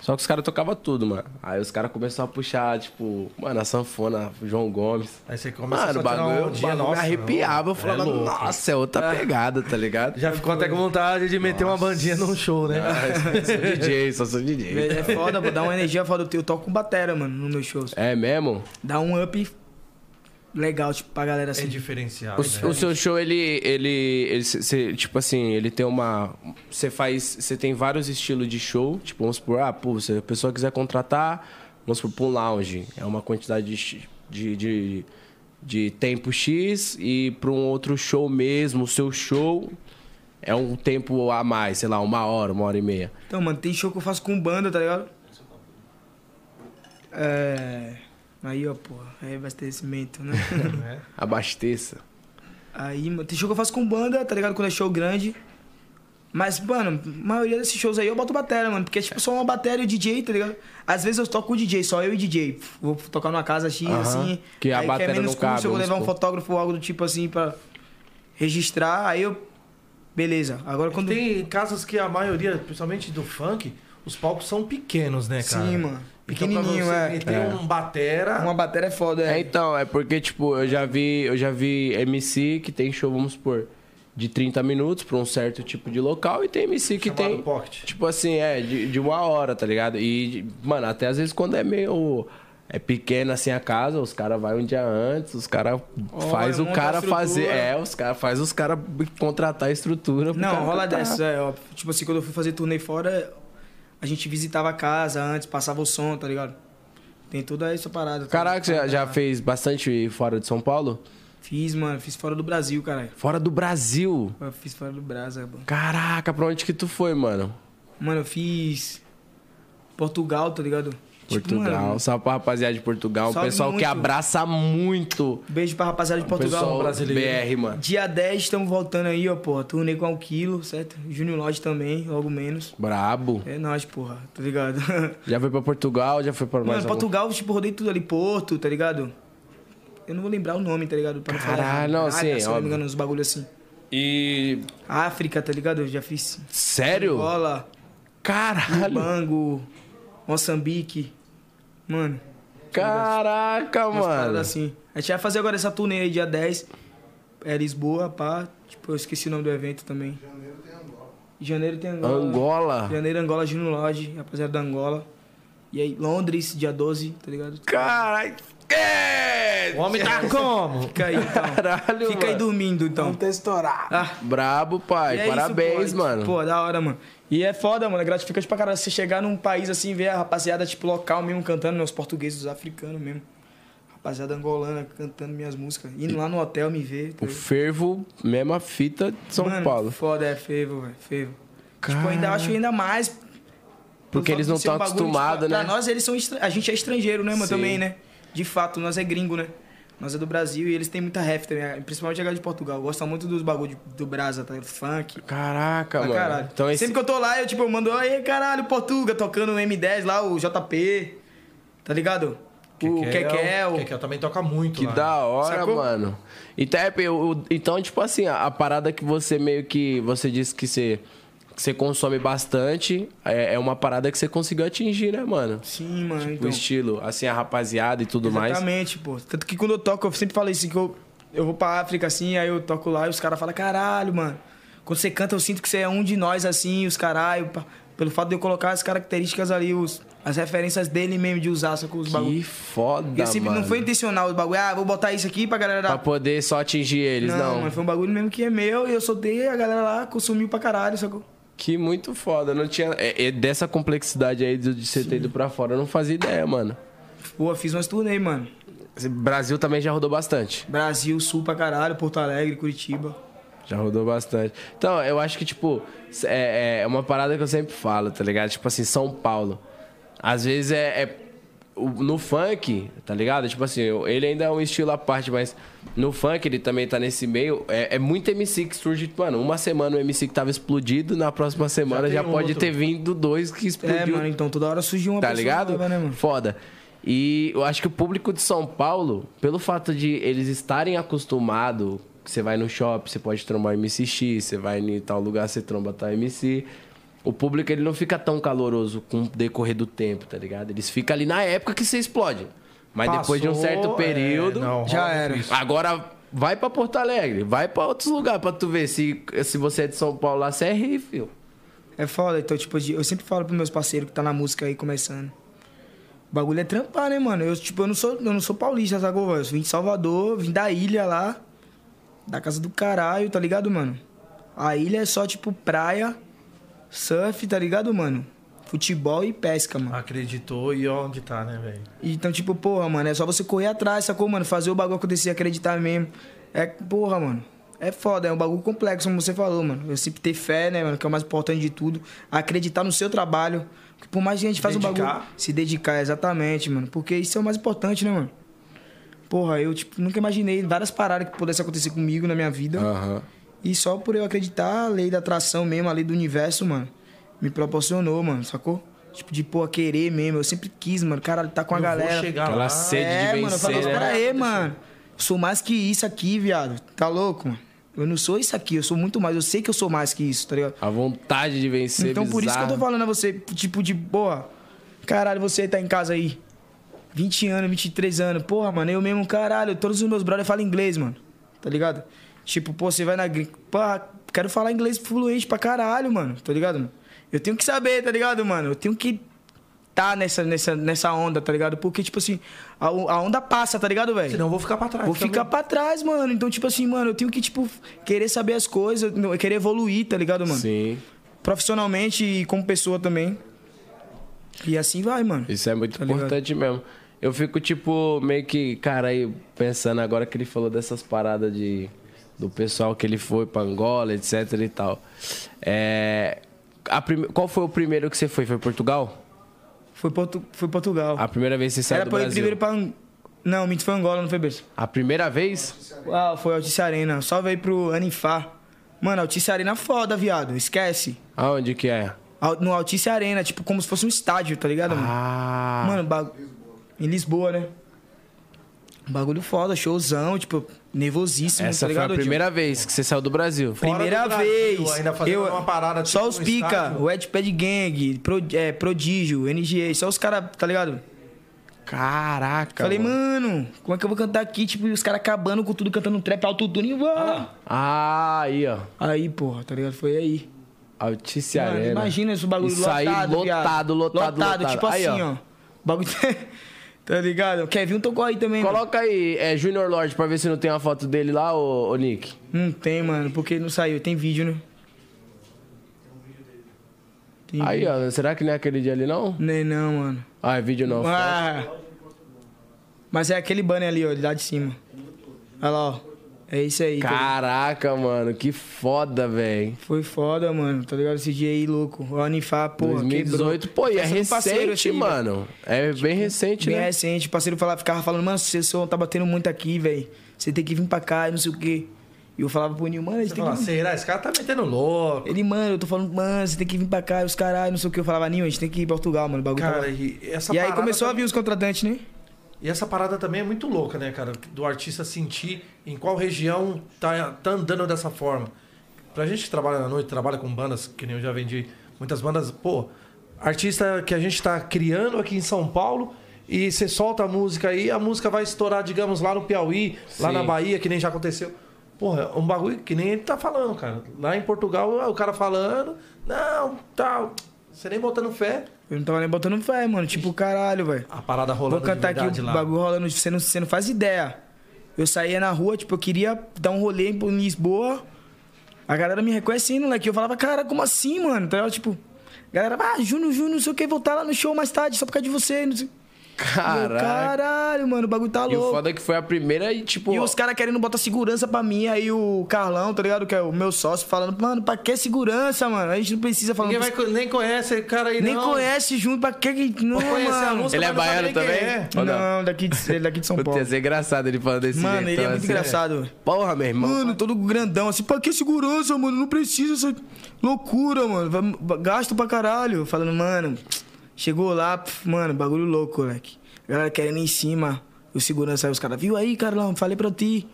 S4: só que os caras tocavam tudo, mano. Aí os caras começaram a puxar, tipo, mano, a sanfona, João Gomes.
S1: Aí você começa
S4: Mano,
S1: a
S4: o
S1: tirar
S4: bagulho,
S1: um
S4: o
S1: dia,
S4: bagulho
S1: nossa,
S4: me arrepiava, eu
S1: é
S4: falava,
S1: louco.
S4: nossa, é outra pegada, tá
S1: *laughs*
S4: ligado?
S1: Já ficou até com vontade de meter uma bandinha num show, né?
S4: Ah, sou DJ, só sou DJ.
S3: É foda, pô, dá uma energia foda. Eu toco com batera, mano, nos meus shows.
S4: É mesmo?
S3: assim. Dá um up legal, tipo, pra galera
S1: É
S3: assim.
S1: diferenciado,
S4: O, o
S1: né?
S4: seu show, ele. ele, ele cê- cê, tipo assim, ele tem uma. Você faz. Você tem vários estilos de show. Tipo, vamos supor, ah, pô, se a pessoa quiser contratar, vamos supor, pra um lounge. É uma quantidade de. x- de, de de tempo X e pra um outro show mesmo, o seu show é um tempo a mais, sei lá, uma hora, uma hora e meia.
S3: Então, mano, tem show que eu faço com banda, tá ligado? É. Aí, ó, pô, é abastecimento,
S4: *laughs*
S3: né?
S1: É.
S4: Abasteça.
S3: aí, mano, tem show que eu faço com banda, tá ligado? Quando é show grande. Mas, mano, a maioria desses shows aí eu boto bateria, mano. Porque é tipo só uma bateria e o DJ, tá ligado? Às vezes eu toco com o DJ, só eu e o DJ. Vou tocar numa casa X,
S4: Aham.
S3: assim.
S4: Que a
S3: aí
S4: bateria não cabe,
S3: eu vou
S4: vamos
S3: levar um
S4: supor.
S3: fotógrafo ou algo do tipo assim pra registrar. Aí eu. Beleza. Agora quando.
S1: Tem casas que a maioria, principalmente do funk, os palcos são pequenos, né, cara?
S3: Sim, mano.
S1: Então, pra
S3: Pequenininho,
S1: você
S3: é.
S1: meter um batera...
S3: Uma bateria é foda,
S4: É,
S3: é.
S4: então, é porque, tipo, eu já vi, eu já vi MC que tem show, vamos supor, de 30 minutos pra um certo tipo de local e tem MC que
S1: Chamado
S4: tem.
S1: pocket.
S4: Tipo assim, é, de, de uma hora, tá ligado? E, de- mano, até às vezes quando é meio. É pequena assim a casa, os caras vai um dia antes, os caras faz o
S3: monta a
S4: cara
S3: estrutura.
S4: fazer. É, os cara faz os caras contratar a estrutura pro cara
S3: Não, rola
S4: cantar.
S3: dessa, é óbvio. Tipo assim, quando eu fui fazer turnê fora, a gente visitava a casa antes, passava o som, tá ligado? Tem toda essa parada. tá
S4: Caraca, você já,
S3: ligado?
S4: já fez bastante fora de São Paulo?
S3: Fiz, mano, fiz fora do Brasil, caralho.
S4: Fora do Brasil.
S3: Eu fiz fora do Brasa, mano.
S4: Caraca, pra onde que tu foi, mano?
S3: Mano, eu fiz Portugal, tá ligado? Tipo,
S4: Portugal.
S3: mano,
S4: salve pra rapaziada de Portugal. Um
S3: Salve
S4: pessoal que
S3: muito.
S4: abraça muito
S3: beijo pra rapaziada de
S4: o
S3: Portugal.
S4: pessoal
S1: brasileiro.
S4: BR, mano.
S3: Dia 10, estamos voltando aí, ó, porra. Turnê com Alquilo, certo? Júnior Lodge também, logo menos.
S4: Brabo.
S3: É nóis, porra, tá ligado? *laughs*
S4: Já foi pra Portugal, já foi pra mais
S3: Mano,
S4: algum...
S3: Portugal, tipo, rodei tudo ali, Porto, tá ligado? Eu não vou lembrar o nome, tá ligado? Pra não falar.
S4: Caralho,
S3: errado.
S4: não,
S3: Praga, Se eu
S4: sim,
S3: não
S4: óbvio.
S3: me engano, uns bagulho assim.
S4: E...
S3: África, tá ligado? Eu já fiz.
S4: Sério?
S3: Angola,
S4: Caralho.
S3: Bango, Moçambique. Mano,
S4: Caraca,
S3: umas
S4: mano.
S3: paradas assim. A gente vai fazer agora essa turnê aí, dia 10. É Lisboa, pá. Tipo, eu esqueci o nome do evento também. Janeiro tem Angola.
S4: Angola.
S3: Janeiro, Angola, Juno Lodge, rapaziada da Angola. E aí, Londres, dia 12, tá ligado?
S4: Caralho. É,
S1: O
S3: *laughs*
S1: homem tá como?
S3: Fica aí, então.
S4: *laughs* Caralho,
S3: Fica aí
S4: mano.
S3: dormindo, então.
S2: Vamos ter estourado.
S3: Ah.
S4: Brabo, pai.
S3: E é isso,
S4: Parabéns,
S3: pô.
S4: mano.
S3: Pô, da hora, mano. E é foda, mano. É gratificante pra caralho você chegar num país assim e ver a rapaziada, tipo, local mesmo cantando, né? Os portugueses, os africanos mesmo. Rapaziada angolana cantando minhas músicas. Indo lá no hotel me ver. tá
S4: O
S3: ligado?
S4: fervo, mesma fita de São
S3: Mano,
S4: Paulo.
S3: Foda, é fervo, velho. Fervo. Tipo, eu ainda
S4: Cara.
S3: acho ainda mais. pelo
S4: Porque eles
S3: fato
S4: não
S3: de ser um
S4: tão
S3: bagulho, tipo,
S4: acostumados, né?
S3: Pra nós, eles são. estra- A gente é estrangeiro, né, mano?
S4: Sim.
S3: Também, né? De fato, nós é gringo, né? Nós é do Brasil e eles têm muita ref também. Principalmente a galera de Portugal. Gostam muito dos bagulhos do Brasa, tá? Funk.
S4: Caraca,
S3: Pra
S4: mano.
S3: caralho.
S4: Então esse
S3: Sempre que eu tô lá, eu tipo, eu mando, aí, caralho, Portuga, tocando o M10 lá, o JP, tá ligado? O Kekel.
S1: é Kekel também toca muito
S4: que
S1: lá. né?
S4: da hora,
S3: Sacou?
S4: mano. Então, é, eu- eu- então, tipo assim, a, a parada que você meio que. Você disse que você, que você consome bastante. É, é uma parada que você conseguiu atingir, né, mano?
S3: Sim, mano.
S4: O
S3: então.
S4: estilo, assim, a rapaziada e tudo mais.
S3: Exatamente, pô. Tanto que quando eu toco, eu sempre falo isso, que eu, eu vou pra África, assim, aí eu toco lá e os caras falam, caralho, mano. Quando você canta, eu sinto que você é um de nós, assim, os caralho. pá. Pelo fato de eu colocar as características ali, os, as referências dele mesmo, de usar, só com os
S4: Que
S3: bagulhos.
S4: foda,
S3: Eu sempre
S4: mano.
S3: não foi intencional os bagulho, ah, vou botar isso aqui pra galera
S4: Pra poder só atingir eles, não.
S3: mas foi um bagulho mesmo que é meu e eu soltei a galera lá consumiu pra caralho, sacou?
S4: Que muito foda. Não tinha. é- é dessa complexidade aí de de você ter ido pra fora, eu não fazia ideia, mano.
S3: Pô, fiz umas turnê, mano.
S4: Esse Brasil também já rodou bastante.
S3: Brasil, Sul pra caralho, Porto Alegre, Curitiba.
S4: Já rodou bastante. Então, eu acho que, tipo, é, é uma parada que eu sempre falo, tá ligado? Tipo assim, São Paulo. Às vezes é. é- o- no funk, tá ligado? Tipo assim, eu- ele ainda é um estilo à parte, mas no funk ele também tá nesse meio. É, é muito MC que surge, mano. Uma semana o MC que tava explodido, na próxima semana
S1: tem
S4: já, pode
S1: outro.
S4: ter vindo dois que
S3: É,
S4: explodiu
S3: mano, então toda hora surgiu uma
S4: tá
S3: pessoa
S4: ligado?
S3: nova, né, mano?
S4: Foda. E eu acho que o público de São Paulo, pelo fato de eles estarem acostumados, você vai no shopping, você pode trombar MC X, você vai em tal lugar, você tromba tal MC. O público ele não fica tão caloroso com o decorrer do tempo, tá ligado? Eles ficam ali na época que você explode. Mas depois de um
S1: Passou,
S4: certo
S1: é,
S4: período,
S1: não,
S3: já
S1: rola muito
S3: era.
S1: isso.
S4: Agora vai pra Porto Alegre, vai pra outros lugares pra tu ver se, se você é de São Paulo lá, você é rei, filho.
S3: É foda, então, tipo, de- eu sempre falo pros meus parceiros que tá na música aí começando. O bagulho é trampar, né, mano? Eu, tipo, eu não sou, eu não sou paulista, sacou? velho? Eu vim de Salvador, vim da ilha lá, da casa do caralho, tá ligado, mano? A ilha é só, tipo, praia, surf, tá ligado, mano? Futebol e pesca, mano.
S1: Acreditou e ó onde tá, né, velho?
S3: Então, tipo, porra, mano, é só você correr atrás, sacou, mano? Fazer o bagulho acontecer, acreditar mesmo. É, porra, mano. É foda, é um bagulho complexo, como você falou, mano. Eu sempre ter fé, né, mano, que é o mais importante de tudo. Acreditar no seu trabalho. Porque por mais que a gente faça um
S1: dedicar.
S3: bagulho. Se dedicar, exatamente, mano. Porque isso é o mais importante, né, mano? Porra, eu, tipo, nunca imaginei várias paradas que pudesse acontecer comigo na minha vida.
S1: Ah.
S4: Aham.
S3: E só por eu acreditar, a lei da atração mesmo, a lei do universo, mano, me proporcionou, mano, sacou? Tipo, de, pô, querer mesmo. Eu sempre quis, mano. Caralho, tá com a
S1: Eu
S3: galera.
S1: Vou chegar
S4: Aquela
S1: lá.
S4: sede
S3: é, mano,
S4: de
S3: eu
S4: vencer,
S3: falei,
S4: né?
S3: espera aí, mano. Eu sou mais que isso aqui, viado. Tá louco, mano? Eu não sou isso aqui, eu sou muito mais. Eu sei que eu sou mais que isso, tá ligado?
S4: A vontade de vencer
S3: então por isso que eu tô
S4: bizarro.
S3: falando a você, tipo, de boa. Caralho, você tá em casa aí. 20 anos, 23 anos. Porra, mano, eu mesmo, caralho, todos os meus brothers falam inglês, mano. Tá ligado? Tipo, pô, você vai na gringa. Pá, quero falar inglês fluente pra caralho, mano. Tá ligado, mano? Eu tenho que saber, tá ligado, mano? Eu tenho que tá nessa, nessa, nessa onda, tá ligado? Porque, tipo assim, a, a onda passa, tá ligado, velho?
S1: Senão né? eu vou ficar pra trás.
S3: Vou ficar pra trás, mano. Então, tipo assim, mano, eu tenho que, tipo, querer saber as coisas, não- querer evoluir, tá ligado, mano?
S4: Sim,
S3: profissionalmente e como pessoa também. E assim vai, mano.
S4: isso é muito
S3: Tá ligado?
S4: importante mesmo. Eu fico, tipo, meio que, cara, aí pensando agora que ele falou dessas paradas de, do pessoal que ele foi pra Angola, etc e tal. É, a prime- Qual foi o primeiro que você foi? Foi Portugal?
S3: Foi, Portu- foi Portugal.
S4: A primeira vez que você saiu
S3: Era
S4: do
S3: pra ir
S4: Brasil?
S3: primeiro pra. Ang- Não, me foi Angola, não foi besta.
S4: A primeira vez?
S3: Uau, foi Altice Arena. Salve aí pro Anifá. Mano, Altice Arena é foda, viado. Esquece.
S4: Aonde que é?
S3: Al- No Altice Arena, tipo, como se fosse um estádio, tá ligado, mano?
S4: Ah,
S3: Mano, bagu- em Lisboa, né? Bagulho foda, showzão, tipo, nervosíssimo,
S4: essa
S3: tá
S4: foi
S3: ligado?
S4: a
S3: tio?
S4: primeira vez que você saiu do Brasil.
S1: Fora
S3: Primeira
S1: do Brasil,
S3: vez.
S1: ainda fazendo
S3: eu,
S1: uma parada,
S3: Só
S1: tipo,
S3: os
S1: um
S3: pica,
S1: estádio.
S3: o Edpad Gang, Pro- é, Prodígio, NGA, só os caras, tá ligado?
S4: Caraca,
S3: Falei, mano, como é que eu vou cantar aqui? Tipo, e os caras acabando com tudo, cantando trap, autotune, uau.
S4: Ah, aí, ó.
S3: Aí, porra, tá ligado? Foi aí.
S4: Altice
S3: Mano,
S4: Arena.
S3: imagina esse bagulho
S4: Isso aí,
S3: lotado, viado.
S4: lotado, lotado, lotado.
S3: Tipo
S4: Aí,
S3: assim, ó.
S4: ó.
S3: Bagulho... *laughs* Tá ligado? Kevin tocou aí também. mano.
S4: Coloca aí, é Junior Lord, pra ver se não tem uma foto dele lá, ô, ô Nick.
S3: Não tem, mano, porque não saiu. Tem vídeo, né? Tem
S4: Aí, ó, será que não é aquele dia ali, não?
S3: Nem não, mano.
S4: Ah, é vídeo não.
S3: Ah. Mas é aquele banner ali, ó, de lá de cima. Olha lá, ó. É isso aí. tá ligado?
S4: Caraca, mano, que foda, velho.
S3: Foi foda, mano. Tá ligado? Esse dia aí, louco. O Anifá, pô,
S4: 2018, pô, e é
S3: Essa do parceiro
S4: recente,
S3: aqui,
S4: mano. É bem recente,
S3: Bem
S4: né?
S3: recente, o parceiro falava, ficava falando, mano, seu som tá batendo muito aqui, velho. Você tem que vir pra cá e não sei o quê. E eu falava pro Nil, mano, a gente
S1: Você
S3: tem
S1: fala,
S3: que vir.
S1: será? Esse cara tá metendo louco.
S3: Ele, mano, eu tô falando, mano, você tem que vir pra cá, e os caralho, não sei o que. Eu falava, Nil, a gente tem que ir pra Portugal, mano. O bagulho
S1: Cara,
S3: tava-
S1: e essa
S3: é E aí
S1: parada tá
S3: começou a
S1: também-
S3: vir os contratantes, né?
S1: E essa parada também é muito louca, né, cara? Do artista sentir em qual região tá, tá andando dessa forma. Pra gente que trabalha na noite, trabalha com bandas, que nem eu já vendi muitas bandas, pô, artista que a gente tá criando aqui em São Paulo e você solta a música aí, a música vai estourar, digamos, lá no Piauí, lá
S4: Sim.
S1: na Bahia, que nem já aconteceu. Porra, um bagulho que nem ele tá falando, cara. Lá em Portugal, o cara falando, não, tal, você nem botando fé.
S3: Eu não tava nem botando fé, mano. Tipo, caralho, velho.
S1: A parada
S3: Vou
S1: rolando de
S3: cantar
S1: verdade
S3: aqui o
S1: lá.
S3: bagulho rolando, você não, você não faz ideia. Eu saía na rua, tipo, eu queria dar um rolê em em Lisboa. A galera me reconhecendo, moleque. Eu falava, cara, como assim, mano? Então, eu, tipo, a galera, ah, Júnior, Júnior, não sei o que, voltar lá no show mais tarde, só por causa de você. Não sei... Eu,
S4: Caraca.
S3: Caralho, mano, o bagulho tá
S4: E o
S3: louco.
S4: foda é que foi a primeira e, tipo.
S3: E os caras querendo botar segurança pra mim, aí o Carlão, tá ligado? Que é o meu sócio, falando, mano, pra que segurança, mano? A gente não precisa falar.
S1: Ninguém
S3: não
S1: vai, co- nem conhece o cara aí,
S3: precisa- nem
S1: não.
S3: conhece junto, pra que que. Não,
S1: Vou conhecer a
S3: mano.
S1: música,
S4: Ele é
S1: mas não sabe
S4: baiano
S1: nem quem
S4: também?
S1: é.
S4: Ou não?
S3: Não, daqui de, ele é daqui de São
S4: Puta,
S3: Paulo.
S4: ia ser engraçado ele falando desse
S3: Mano,
S4: jeito,
S3: ele é muito
S4: assim.
S3: engraçado.
S4: Porra, meu irmão.
S3: Mano, todo grandão, assim, pra que segurança, mano? Não precisa essa loucura, mano. Vai- ba- Gasto pra caralho. Falando, mano, chegou lá, pf, mano, bagulho louco, moleque. A galera querendo ir em cima. O segurança aí, os caras, viu aí, Carlão? Falei pra *laughs* ti.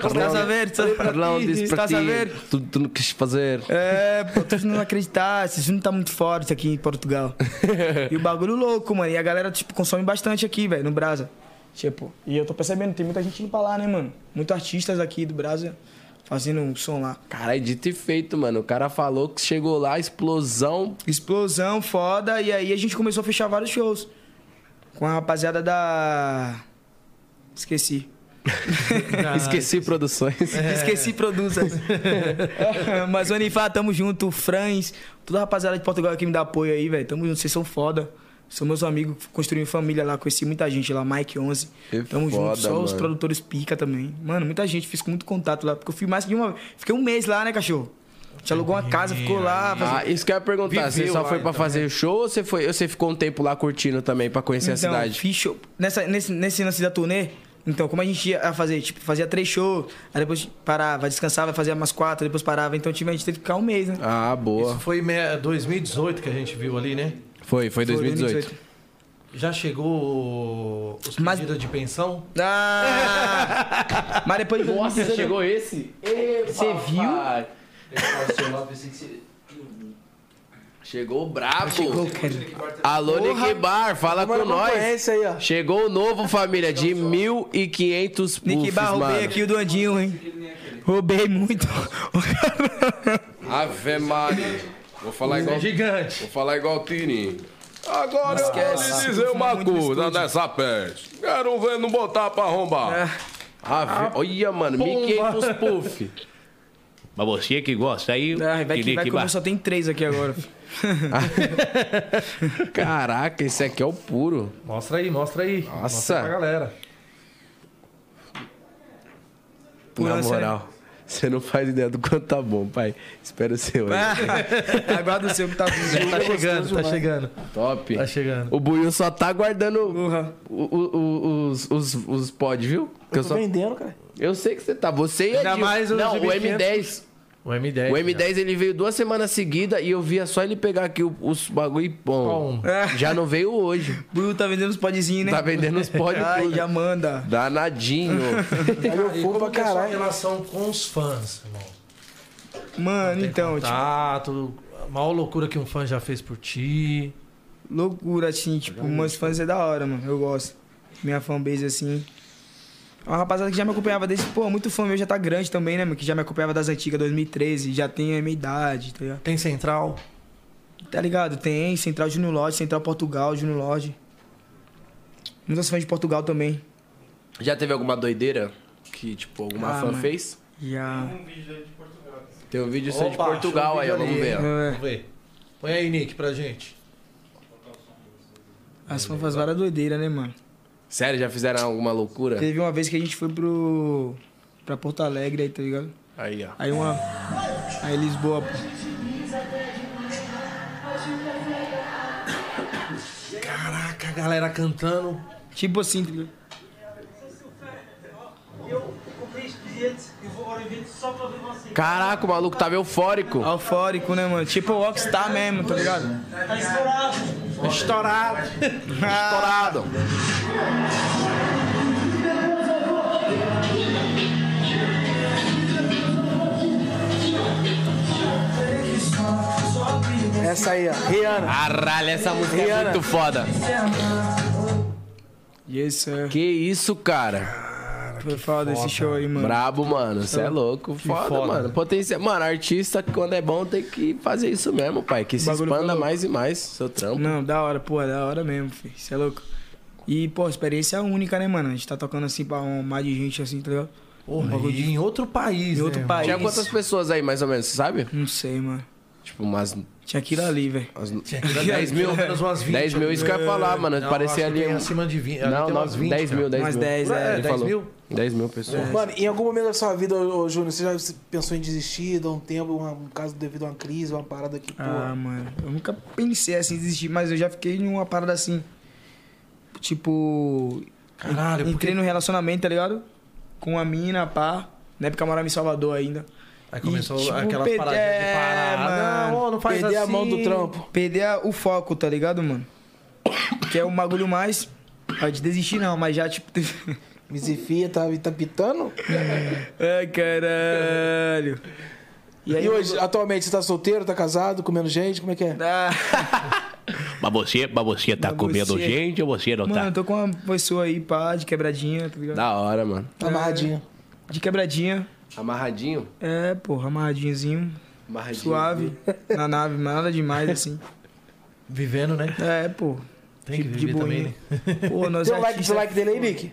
S3: Tá sabendo? Tá
S4: Carlão disse pra
S3: Tá
S4: ti,
S3: sabendo?
S4: tu, tu não quis fazer.
S3: É, pô, tu não acreditar, esse não tá muito forte aqui em Portugal. E o bagulho louco, mano. E a galera, tipo, consome bastante aqui, velho, no Brasa. Tipo, e eu tô percebendo, tem muita gente indo pra lá, né, mano? Muitos artistas aqui do Brasa fazendo um som lá.
S4: Caralho, é dito e feito, mano. O cara falou que chegou lá, explosão.
S3: Explosão foda, e aí a gente começou a fechar vários shows. Com a rapaziada da. Esqueci.
S4: Esqueci produções. *laughs*
S3: Esqueci produzas. *laughs* Mas o Anifá, tamo junto, o Franz, toda a rapaziada de Portugal que me dá apoio aí, velho. Tamo junto, vocês são foda. São meus amigos, construí família lá, conheci muita gente lá, Mike 11.
S4: Que
S3: Tamo
S4: foda,
S3: junto, só os
S4: mano.
S3: produtores pica também. Mano, muita gente, fiz com muito contato lá, porque eu fui mais de uma. Fiquei um mês lá, né, cachorro? A gente alugou uma casa, ficou lá. fazendo-
S4: Ah, isso que eu ia perguntar. Você
S1: Viveu
S4: só
S1: lá,
S4: foi pra
S1: então,
S4: fazer show ou você, foi, ou você ficou um tempo lá curtindo também pra conhecer é
S3: Então,
S4: a cidade?
S3: fiz show. Nessa, nesse, nesse lance da turnê, então, como a gente ia fazer? Tipo, fazia três shows, aí depois parava, descansava, fazia umas quatro, depois parava. Então, tipo, a gente teve que ficar um mês, né?
S4: Ah,
S1: Isso
S4: boa.
S1: foi em 2018 que a gente viu ali, né?
S4: Foi, foi 2018.
S1: Já chegou o- os
S3: Mas-
S1: pedidos de pensão?
S3: Ah! Mas depois.
S4: Nossa, chegou esse? Você Chegou brabo.
S3: Chegou, cara.
S4: Alô, Nick Bar, fala
S6: Mano,
S4: Tá com nós.
S6: concorrência aí, ó.
S4: Chegou o novo, família, de 1.500
S3: Nick
S4: puffs,
S3: Bar, roubei
S4: mano.
S3: aqui o do Andinho, hein? Roubei muito.
S7: Ave Maria. Vou falar igual.
S1: Gigante.
S7: Vou falar igual o Tini. Agora eu vou
S3: esquece.
S7: lhe dizer
S3: Fuma
S7: uma
S3: muito no
S7: coisa
S3: estúdio.
S7: dessa peste. Quero ver não botar pra
S3: Ah, É.
S7: arrombar.
S4: Ave- Olha, mano, 1.500 puff.
S8: Mas você que gosta, aí.
S3: Ah, vai que
S8: queria
S3: vai
S8: que
S3: comer,
S8: ba-
S3: só tem três aqui agora.
S4: Caraca, esse aqui é o puro.
S1: Mostra aí, mostra aí. Mostra pra galera.
S4: Na
S3: Purança,
S4: moral. Você não faz ideia do quanto tá bom, pai. Espero o seu aí.
S3: Ah, Aguarda o seu que tá vindo.
S1: Tá chegando, tá chegando.
S4: Top.
S1: Tá chegando.
S4: O Buiu só tá guardando o- o- o- os, os, os pod, viu? Que eu, só-
S6: Vendendo,
S4: *laughs*
S6: cara.
S4: eu sei que você tá. Você e
S1: Ainda
S4: Edil.
S1: mais os
S4: Não,
S1: de
S4: o M10.
S1: O M10.
S4: O M10 ele veio duas semanas seguidas e eu via só ele pegar aqui o- os bagulho e bom.
S1: Pom.
S3: É.
S4: Já não veio hoje.
S3: Bruno tá vendendo os podzinhos, né?
S4: Tá vendendo os pod
S3: Ai,
S4: tudo.
S3: já manda. *laughs*
S4: Danadinho.
S1: Cara, e
S6: fui
S1: como
S6: pra
S1: que é a sua
S6: caralho.
S1: relação com os fãs, irmão?
S3: Mano,
S4: Tá
S3: então, tipo,
S1: Contato, a maior loucura que um fã já fez por ti.
S3: loucura, assim, tipo, meus fãs é da hora, mano. Eu gosto. Minha fanbase, assim. É uma rapaziada que já me acompanhava desde, pô, muito fã meu já tá grande também, né, mano? Que já me acompanhava das antigas, 2013, já tem a minha idade, tá ligado?
S1: Tem central?
S3: Tá ligado? Tem Central Junior Lodge, Central Portugal, Junior Lodge. Muitas fãs de Portugal também.
S4: Já teve alguma doideira que, tipo, alguma
S3: Ah,
S4: fã
S3: mano.
S4: fez?
S3: Já.
S4: Tem um vídeo seu de
S1: Opa,
S4: Portugal aí,
S1: deixa
S4: ó.
S1: eu ver
S4: Vamos
S1: ali.
S4: ver, ó.
S3: É,
S1: Vamos ver. Põe aí, Nick, pra gente.
S3: as fãs fazem várias doideiras, né, mano?
S4: Sério, já fizeram alguma loucura?
S3: Teve uma vez que a gente foi pro. pra Porto Alegre aí, tá ligado?
S4: Aí, ó.
S3: Aí uma. Aí Lisboa. pô.
S1: Caraca, a galera cantando.
S3: Tipo assim, tá ligado?
S4: Caraca, o maluco tava eufórico.
S3: Alfórico, né, mano? Tipo o Rockstar mesmo, tá ligado?
S1: Estourado.
S4: Estourado.
S6: Essa aí, ó. Rihanna.
S4: Caralho, essa música é
S6: Rihanna.
S4: muito foda.
S3: Yes, sir.
S4: Que isso, cara.
S3: Foi foda esse show aí, mano.
S4: Brabo, mano. Você é louco. Foda,
S1: foda.
S4: mano. Potencial. Mano, artista, quando é bom, tem que fazer isso mesmo, pai. Que se
S3: bagulho
S4: expanda
S3: foi
S4: mais e mais seu trampo.
S3: Não, da hora, pô, é da hora mesmo, filho. Você é louco. E, pô, experiência única, né, mano? A gente tá tocando assim pra um mar de gente, assim, tá ligado?
S1: Porra, e em outro país,
S3: Em outro
S1: né,
S3: país.
S4: Tinha quantas pessoas aí, mais ou menos, você sabe?
S3: Não sei, mano.
S4: Tipo, umas.
S3: Tinha aquilo ali, velho.
S4: umas
S1: irmão? *laughs*
S4: 10 mil.
S1: Pelo menos umas 20.
S4: 10 mil, isso que eu ia falar, mano.
S1: É. Não, acho que
S4: Parecia ali.
S1: tem
S4: um-
S1: acima de 20. ali
S4: Não,
S1: tem umas
S4: não, 10 mil, 10
S3: Umas
S4: mil.
S3: 10,
S1: É,
S3: é.
S4: Ele
S1: 10
S4: falou.
S1: mil?
S4: 10 mil pessoas.
S6: Mano, em algum momento da sua vida, ô, ô, Júnior, você já se- pensou em desistir, dar um tempo, uma- um caso devido a uma crise, uma parada que, pô.
S3: Ah, mano, eu nunca pensei assim em desistir, mas eu já fiquei numa parada assim. Tipo.
S1: Caralho,
S3: entrei
S1: porque-
S3: num relacionamento, tá ligado? Com a mina, pá. Na época eu morava em Salvador ainda.
S1: Aí começou
S3: E, tipo,
S1: aquelas
S3: perde-
S1: paradinhas de
S3: é,
S1: parar. Não,
S3: mano.
S1: ô, não faz
S6: Perder a
S1: assim.
S6: mão do trampo.
S3: Perder a- o foco, tá ligado, mano? Que é um bagulho mais. Ah, de desistir não, mas já, tipo. *laughs* teve-
S6: Misifia tá, tá pitando?
S3: Ai, caralho.
S6: E, hoje, atualmente, você tá solteiro, tá casado, comendo gente? Como é que é?
S3: Ah,
S8: Mas você, mas você tá
S3: Mas
S8: comendo
S3: você-
S8: gente ou você não
S3: mano, eu
S8: tá?
S3: tô com uma pessoa aí, pá, de quebradinha, tá ligado?
S4: Da hora, mano.
S6: Tá amarradinho.
S3: De quebradinha.
S4: Amarradinho.
S3: É, porra, amarradinhozinho.
S4: Amarradinho.
S3: Suave, na nave, mas nada demais, assim.
S1: Vivendo, né?
S3: É, pô.
S1: Tem que
S3: de-
S1: viver
S3: de
S1: também,
S3: boinha.
S1: né?
S4: *laughs*
S3: Pô, nós
S6: Tem
S4: um
S6: o like,
S3: artistas-
S6: tem o like dele aí, Nick?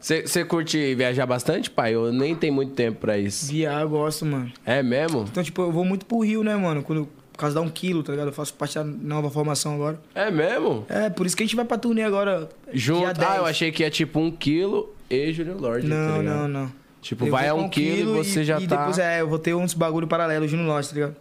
S4: Você curte viajar bastante, pai? Eu nem tenho muito tempo pra isso.
S3: Viar, eu gosto, mano.
S4: É mesmo?
S3: Então, tipo, eu vou muito pro Rio, né, mano? Quando, por causa da um quilo, tá ligado? Eu faço parte da nova formação agora.
S4: É mesmo?
S3: É, por isso que a gente vai pra turnê agora.
S4: Junto.
S3: dia
S4: Ah,
S3: 10.
S4: eu achei que ia tipo um quilo e Júnior Lorde. tá
S3: Não,
S4: ligado?
S3: não, não.
S4: Tipo,
S3: Eu
S4: vai a
S3: vou
S4: um,
S3: com
S4: quilo e você já
S3: e
S4: tá.
S3: depois, é, eu vou ter uns bagulho paralelo junto nosso, tá ligado?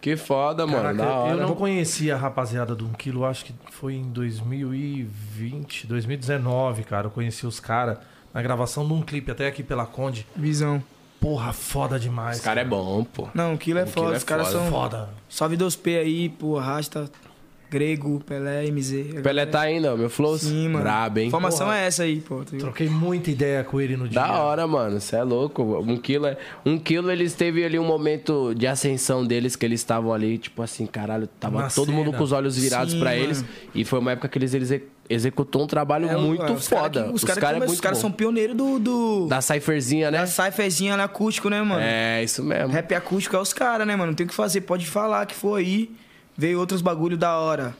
S4: Que foda, mano.
S1: Caraca,
S4: Da hora.
S1: eu não conhecia a rapaziada do 1 quilo, acho que foi em 2020, 2019, cara. Eu conheci os caras na gravação de um clipe, até aqui pela Conde.
S3: Visão.
S1: Porra, foda demais.
S4: Esse cara é bom, pô.
S3: Não, o quilo é
S4: Um quilo
S3: foda.
S4: é
S3: Os caras
S4: foda.
S3: são.
S1: Foda.
S3: Salve 2P aí, pô, Rasta, Grego, Pelé, MZ.
S4: Pelé tá ainda, ó, meu flow.
S3: Sim, mano.
S4: Brabo, hein?
S3: Formação
S1: Porra.
S3: é essa aí, pô. tá ligado?
S1: Troquei muita ideia com ele no dia.
S4: Da hora, mano. Você é louco. Um quilo, é- um quilo, eles teve ali um momento de ascensão deles que eles estavam ali, tipo assim, caralho, tava
S1: Uma
S4: todo mundo
S1: cena.
S4: com os olhos virados
S3: Sim,
S4: pra
S3: mano.
S4: eles. E foi uma época que eles exe- executou um trabalho
S3: É,
S4: muito
S3: é, os cara
S4: foda.
S3: que-
S4: os
S3: os caras
S4: caras é muito
S3: caras
S4: bom.
S3: são pioneiros do. do
S4: da cypherzinha, né?
S3: da cypherzinha né, acústico, né, mano?
S4: É, isso mesmo.
S3: Rap acústico é os caras, né, mano? Não tem o que fazer. Pode falar que foi aí. Veio outros bagulho da hora.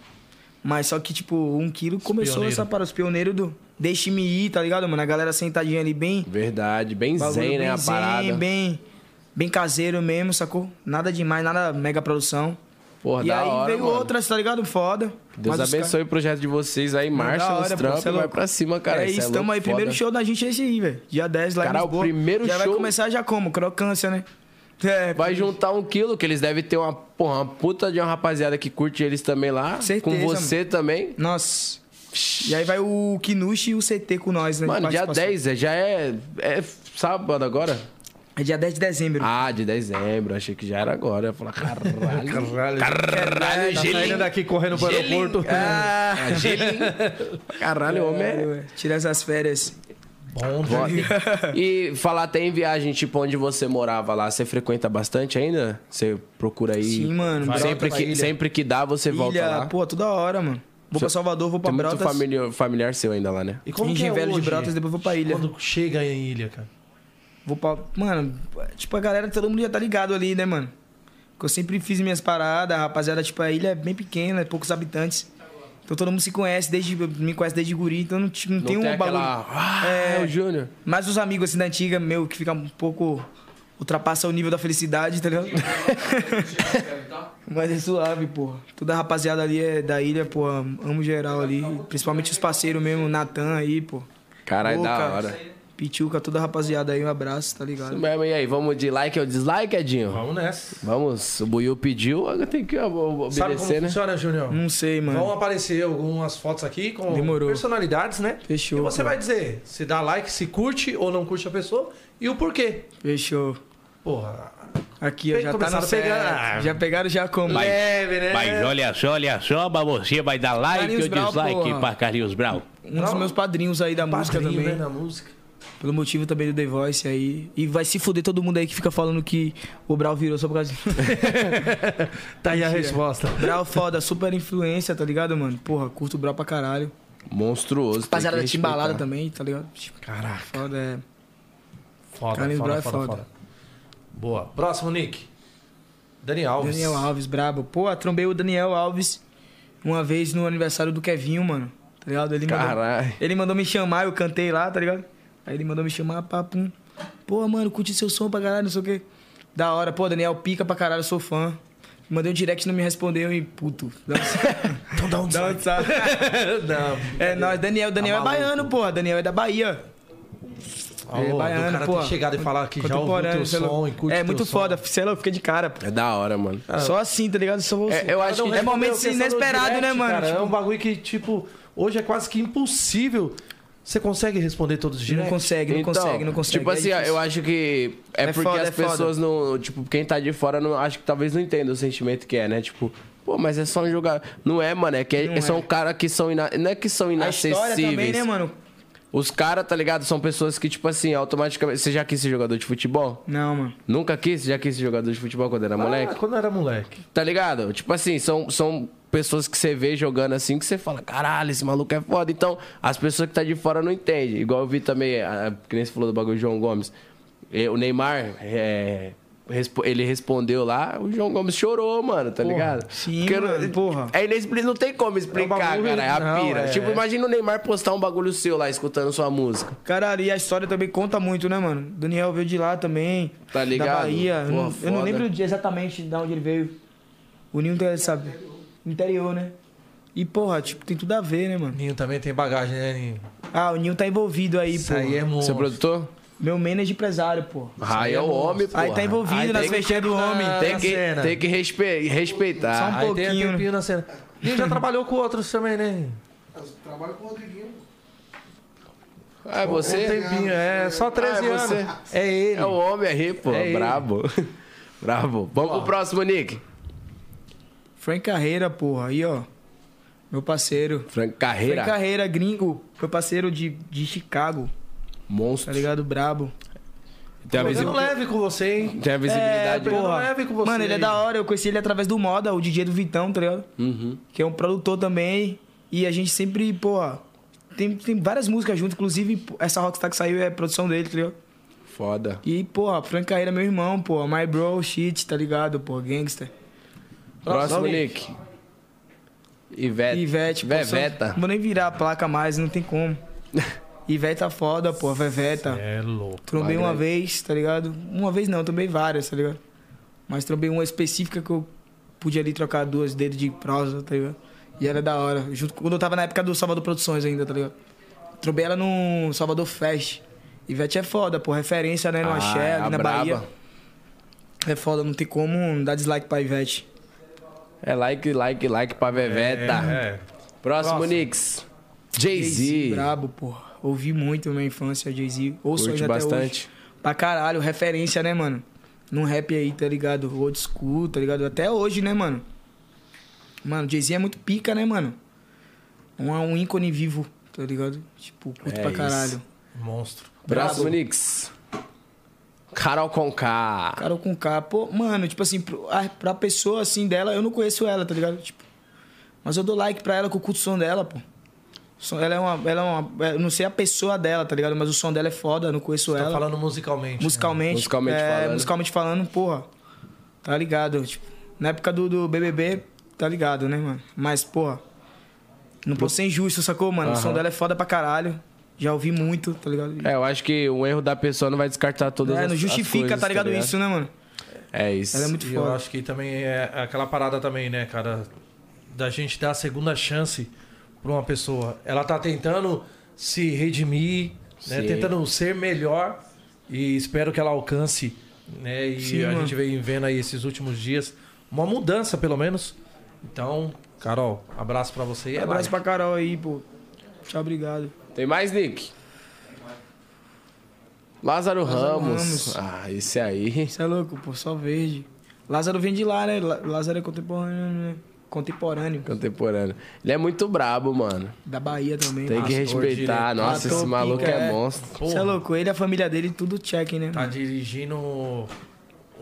S3: Mas só que, tipo, um quilo começou
S1: pioneiro.
S3: essa para os pioneiros do. Deixe-me ir, tá ligado, mano? A galera sentadinha ali bem.
S4: Verdade, bem
S3: bagulho
S4: zen, né?
S3: bem
S4: a parada.
S3: bem. Bem caseiro mesmo, sacou? Nada demais, nada mega produção.
S4: Porra,
S3: e
S4: da
S3: aí
S4: hora,
S3: veio
S4: mano.
S3: outras, tá ligado? Foda.
S4: Deus
S3: Mas os
S4: abençoe o projeto de vocês aí, marcha
S3: Da hora,
S4: nos
S3: pô,
S4: trampos
S3: cê é
S4: e vai
S3: louco.
S4: pra cima, cara.
S3: É
S4: Cê
S3: isso,
S4: louco,
S3: tamo aí.
S4: foda.
S3: Primeiro show da gente é esse aí, velho. Dia 10 lá
S4: Cara,
S3: em
S4: o
S3: Lisboa.
S4: primeiro
S3: já vai
S4: show-
S3: começar já como? Crocância, né? É,
S4: Vai juntar um quilo, que eles devem ter uma, porra, uma puta de uma rapaziada que curte eles também lá.
S3: Certeza,
S4: com você também.
S3: Nossa. E aí vai o Kinushi e o CT com nós, né? de
S4: Mano, dia
S3: participação.
S4: 10, é- já é, é sábado agora?
S3: É dia 10 de dezembro.
S4: Ah, de dezembro, achei que já era agora. Eu ia falar,
S3: *laughs*
S4: caralho, caralho, caralho,
S1: Tá saindo
S4: gelinho.
S1: daqui correndo pro aeroporto.
S4: Ah, gelinho. Caralho, o homem
S3: *laughs*
S4: é...
S3: É, ué, Tira essas férias.
S1: Bom,
S4: E falar até em viagem, tipo, onde você morava lá, você frequenta bastante ainda? Você procura aí?
S3: Sim, mano. Brota,
S4: Sempre
S1: pra
S4: que,
S1: ilha.
S4: sempre que dá, você volta
S3: Ilha,
S4: lá.
S3: pô, toda hora, mano. Vou pra Salvador, vou pra
S4: Tem muito
S3: Brotas.
S4: familiar, familiar seu ainda lá, né?
S1: E como
S3: Em
S1: que é
S3: Velho de
S1: hoje?
S3: Brotas, depois vou pra ilha.
S1: Quando chega em ilha, cara.
S3: Vou pra. Mano, tipo, a galera, todo mundo já tá ligado ali, né, mano? Porque eu sempre fiz minhas paradas, a rapaziada, tipo, a ilha é bem pequena, poucos é habitantes. Então todo mundo se conhece, desde, me conhece desde guri, então não, ti- não
S4: Não
S3: tem um
S4: tem
S3: bagulho.
S4: aquela, "Ah, é o Júnior."
S3: Mas os amigos assim da antiga, meu, que fica um pouco. ultrapassa o nível da felicidade, tá ligado? *laughs* Mas é suave, porra. Toda a rapaziada ali é da ilha, pô. Amo geral ali. Principalmente os parceiros mesmo, Natan aí, pô.
S4: Caralho, É da
S3: Boca,
S4: hora.
S3: Pitiuca, toda a rapaziada aí, um abraço, tá
S4: Isso
S3: ligado?
S4: mesmo, e aí, vamos de like ou dislike, Edinho?
S1: Vamos nessa.
S4: Vamos, o Buiu pediu, agora tem que ob-
S1: Sabe como
S4: obedecer, né?
S1: funciona, Junior?
S3: Não sei,
S1: Vão
S3: mano.
S1: aparecer algumas fotos aqui com
S3: Demorou.
S1: personalidades, né?
S3: Fechou,
S1: E você
S3: cara.
S1: vai dizer se dá like, se curte ou não curte a pessoa e o porquê.
S3: Fechou.
S1: Porra,
S3: Aqui, ó,
S1: Bem,
S3: já tá
S1: começaram
S3: no
S1: a pegar.
S3: certo. Já pegaram já como?
S1: leve, né?
S8: Mas olha só, olha só, mas você vai dar like
S3: Carlinhos
S8: ou
S3: Brau,
S8: dislike
S3: porra.
S8: pra Carlinhos Brau?
S3: Um dos meus padrinhos aí da música
S1: Padrinho,
S3: também.
S1: né, na música.
S3: Pelo motivo também do The Voice aí. E vai se fuder todo mundo aí que fica falando que o Brau virou só por causa
S1: *laughs*
S3: disso.
S1: Tá aí a resposta.
S3: Brau foda, super influência, tá ligado, mano? Porra, curto o Brau pra caralho.
S4: Monstruoso. tem
S3: Rapaziada
S4: que
S3: da Timbalada
S4: respeitar.
S3: também, tá ligado? Tipo,
S1: Caraca,
S3: foda é.
S1: foda,
S3: Carlinhos
S1: foda,
S3: Brau é
S1: foda,
S3: foda.
S1: foda. Boa. Próximo, Nick. Daniel Alves.
S3: Daniel Alves, brabo. Pô, trombei o Daniel Alves uma vez no aniversário do Kevinho, mano. Tá ligado? Ele mandou-
S4: Caralho.
S3: Ele mandou me chamar, eu cantei lá, tá ligado? Aí ele mandou me chamar, papum. Pô, mano, curte seu som pra caralho, não sei o quê. Da hora, pô, Daniel, pica pra caralho, eu sou fã. Mandei um direct, não me respondeu e puto. Dá um
S1: Então *laughs* dá um
S3: dá um WhatsApp.
S1: *laughs* Não,
S3: É nóis, Daniel. Daniel é baiano, pô. Daniel é da Bahia. É
S1: Alô, do cara ter chegado e falar que já ouviu
S3: Contemporâneo,
S1: teu
S3: sei lá.
S1: som e curte
S3: É
S1: teu
S3: muito
S1: som.
S3: foda, sei lá, eu fiquei de cara, pô.
S4: É da hora, mano.
S3: Só assim, tá ligado? Só vou-
S4: É, eu acho
S1: Cada um
S4: que
S3: é
S1: respondeu,
S3: momentos
S1: questão do
S3: inesperados, né,
S1: direct,
S3: mano?
S1: cara, É um
S3: Tipo,
S1: bagulho que, tipo, hoje é quase que impossível. Você consegue responder todos os dias?
S3: não consegue, não consegue, não consegue.
S4: Tipo
S3: É
S4: assim, ó,
S3: difícil.
S4: eu acho que é,
S3: É
S4: porque
S3: foda,
S4: as
S3: é foda.
S4: pessoas não. Tipo, quem tá de fora não, acho que talvez não entenda o sentimento que é, né? Tipo, pô, mas é só um jogador. Não é, mano. É que é,
S3: Não
S4: são
S3: é.
S4: caras que são. Ina... Não é que são
S3: A história
S4: inacessíveis.
S3: também, né, mano?
S4: Os caras, tá ligado? São pessoas que, tipo assim, automaticamente. Você já quis ser jogador de futebol?
S3: Não, mano.
S4: Nunca quis? Já quis ser jogador de futebol quando era
S1: Ah,
S4: moleque?
S1: quando eu era moleque.
S4: Tá ligado? Tipo assim, são, são pessoas que você vê jogando assim que você fala, caralho, esse maluco é foda. Então, as pessoas que tá de fora não entendem. Igual eu vi também, a, que nem você falou do bagulho do João Gomes. Eh, o Neymar, eh, respo- ele respondeu lá, o João Gomes chorou, mano, tá ligado?
S3: sim,
S4: Porque não-
S3: mano, porra. um
S4: É inexplicável, não tem como explicar,
S1: bagulho-
S4: cara, é a
S1: não,
S4: pira.
S1: é.
S4: Tipo, imagina o Neymar postar um bagulho seu lá, escutando sua música.
S3: Caralho, e a história também conta muito, né, mano? Daniel veio de lá também.
S4: Tá ligado?
S3: Da Bahia. Eu
S4: Pô,
S3: não- eu não
S4: foda.
S3: lembro de- exatamente de onde ele veio. O Ninho deve saber. Interior, né? E, porra, tipo, tem tudo a ver, né, mano?
S1: Ninho também tem bagagem, né, Ninho?
S3: Ah, o Ninho tá envolvido aí,
S1: Isso
S3: pô.
S1: aí é
S4: Você é
S1: monstro.
S4: produtor?
S3: Meu manager empresário, pô.
S4: Aí é o homem, pô.
S3: Aí tá envolvido
S4: Aí
S3: nas
S4: tem que-
S3: fecheiras do homem. tá
S4: Tem que,
S1: cena.
S4: tem que respe- respeitar.
S3: Só um
S1: Aí tem
S3: pouquinho,
S1: um tempinho na cena. Ninho já trabalhou com outros também, né?
S6: Trabalho com o Rodriguinho.
S4: Ah, é você?
S1: Um tempinho, é. Só 13
S4: Ah, é
S1: anos.
S4: você.
S1: É ele.
S4: É o homem aí, pô.
S1: É ele.
S4: Brabo. *laughs* Brabo. Vamos pro próximo, Nick.
S3: Frank Carreira, porra. Aí, ó. Meu parceiro.
S4: Frank
S3: Frank
S4: Carreira.
S3: Carreira, gringo. Meu parceiro de, de Chicago. Tá
S4: Monstro.
S3: ligado? Brabo.
S4: Tem a, visi-
S1: Pegando leve com você, hein?
S4: tem a visibilidade.
S1: É, pô. Pegando leve com você
S3: Mano, ele é
S1: aí.
S3: da hora. Eu conheci ele através do Moda, o DJ do Vitão, tá ligado?
S4: Uhum.
S3: Que é um produtor também. E a gente sempre, porra. Tem, tem várias músicas junto, inclusive essa Rockstar que saiu é produção dele, tá ligado?
S4: Foda.
S3: E, porra, Frank Carreira é meu irmão, porra. My bro, shit, tá ligado, porra? Gangster.
S4: Próximo, Nick. Ivete.
S3: Ivete, pô.
S4: É, Veveta.
S3: só- Não vou nem virar a placa mais, não tem como. Ivete tá foda, pô, Veveta.
S1: É louco.
S3: Trombei uma
S4: Magrelo.
S3: vez, tá ligado? Uma vez não, trombei várias, tá ligado? Mas trombei uma específica que eu pude ali trocar duas dedos de prosa, tá ligado? E era da hora. Junto, com- quando eu tava na época do Salvador Produções ainda, tá ligado? Trombei ela no Salvador Fest. Ivete é foda, pô. Referência, né? No
S4: Ah,
S3: Axé,
S4: a
S3: ali na
S4: braba.
S3: Bahia. É foda, não tem como dar dislike pra Ivete.
S4: É like, like, like pra Veveta.
S1: É.
S4: Próximo, Nicks. Jay-Z.
S3: Brabo, pô. Ouvi muito na minha infância, Jay-Z. Ouço
S4: Curte
S3: ainda até
S4: bastante.
S3: hoje. Pra caralho, referência, né, mano? Num rap aí, tá ligado? Old school, tá ligado? Até hoje, né, mano? Mano, Jay-Z é muito pica, né, mano? Um, um ícone vivo, tá ligado? Tipo, curto
S4: É
S3: pra
S4: isso.
S3: caralho.
S1: Monstro.
S4: Próximo,
S3: Brabo.
S4: Nicks. Carol Conká.
S3: Carol com K, pô, mano, tipo assim, pro- a- pra pessoa assim dela, eu não conheço ela, tá ligado? Tipo, mas eu dou like pra ela que eu curto o som dela, pô. O som- Ela é uma. Ela é uma eu não sei a pessoa dela, tá ligado? Mas o som dela é foda, eu não conheço
S1: Tá
S3: ela.
S1: falando musicalmente. né?
S3: Musicalmente.
S4: Musicalmente
S3: é,
S4: falando.
S3: Musicalmente falando, porra. Tá ligado? Tipo, na época do, do BBB, tá ligado, né, mano? Mas, porra. Não posso ser injusto, sacou, mano? O som dela é foda pra caralho. Já ouvi muito, tá ligado?
S4: É, eu acho que o erro da pessoa não vai descartar todas
S3: É,
S4: as
S3: não
S4: as
S3: justifica,
S4: coisas,
S3: tá ligado? Isso, né, mano?
S4: É isso.
S3: Ela é muito
S1: E eu
S3: foda.
S1: acho que também é aquela parada também, né, cara? Da gente dar a segunda chance pra uma pessoa. Ela tá tentando se redimir, né?
S4: Sim.
S1: Tentando ser melhor e espero que ela alcance, né? E
S3: Sim,
S1: a
S3: mano.
S1: gente vem vendo aí esses últimos dias uma mudança, pelo menos. Então, Carol, abraço pra você. e é
S3: Abraço
S1: nóis.
S3: pra Carol aí, pô. Tchau, obrigado.
S4: Tem mais, Nick? Lázaro, Ramos.
S3: Ramos.
S4: Ah, esse aí. *laughs*
S3: Isso é louco, pô, só verde. Lázaro vem de lá, né? Lá- Lázaro é contemporâneo, né? Contemporâneo.
S4: Contemporâneo. Ele é muito brabo, mano.
S3: Da Bahia também.
S4: Tem que respeitar. Ah,
S1: diretor.
S4: Nossa, esse
S3: Ator,
S4: maluco
S3: pica,
S4: é
S3: Ah, é.
S4: monstro.
S3: Você é
S1: Porra.
S3: louco, ele e a família dele, tudo check, né?
S1: Tá
S3: mano?
S1: dirigindo um,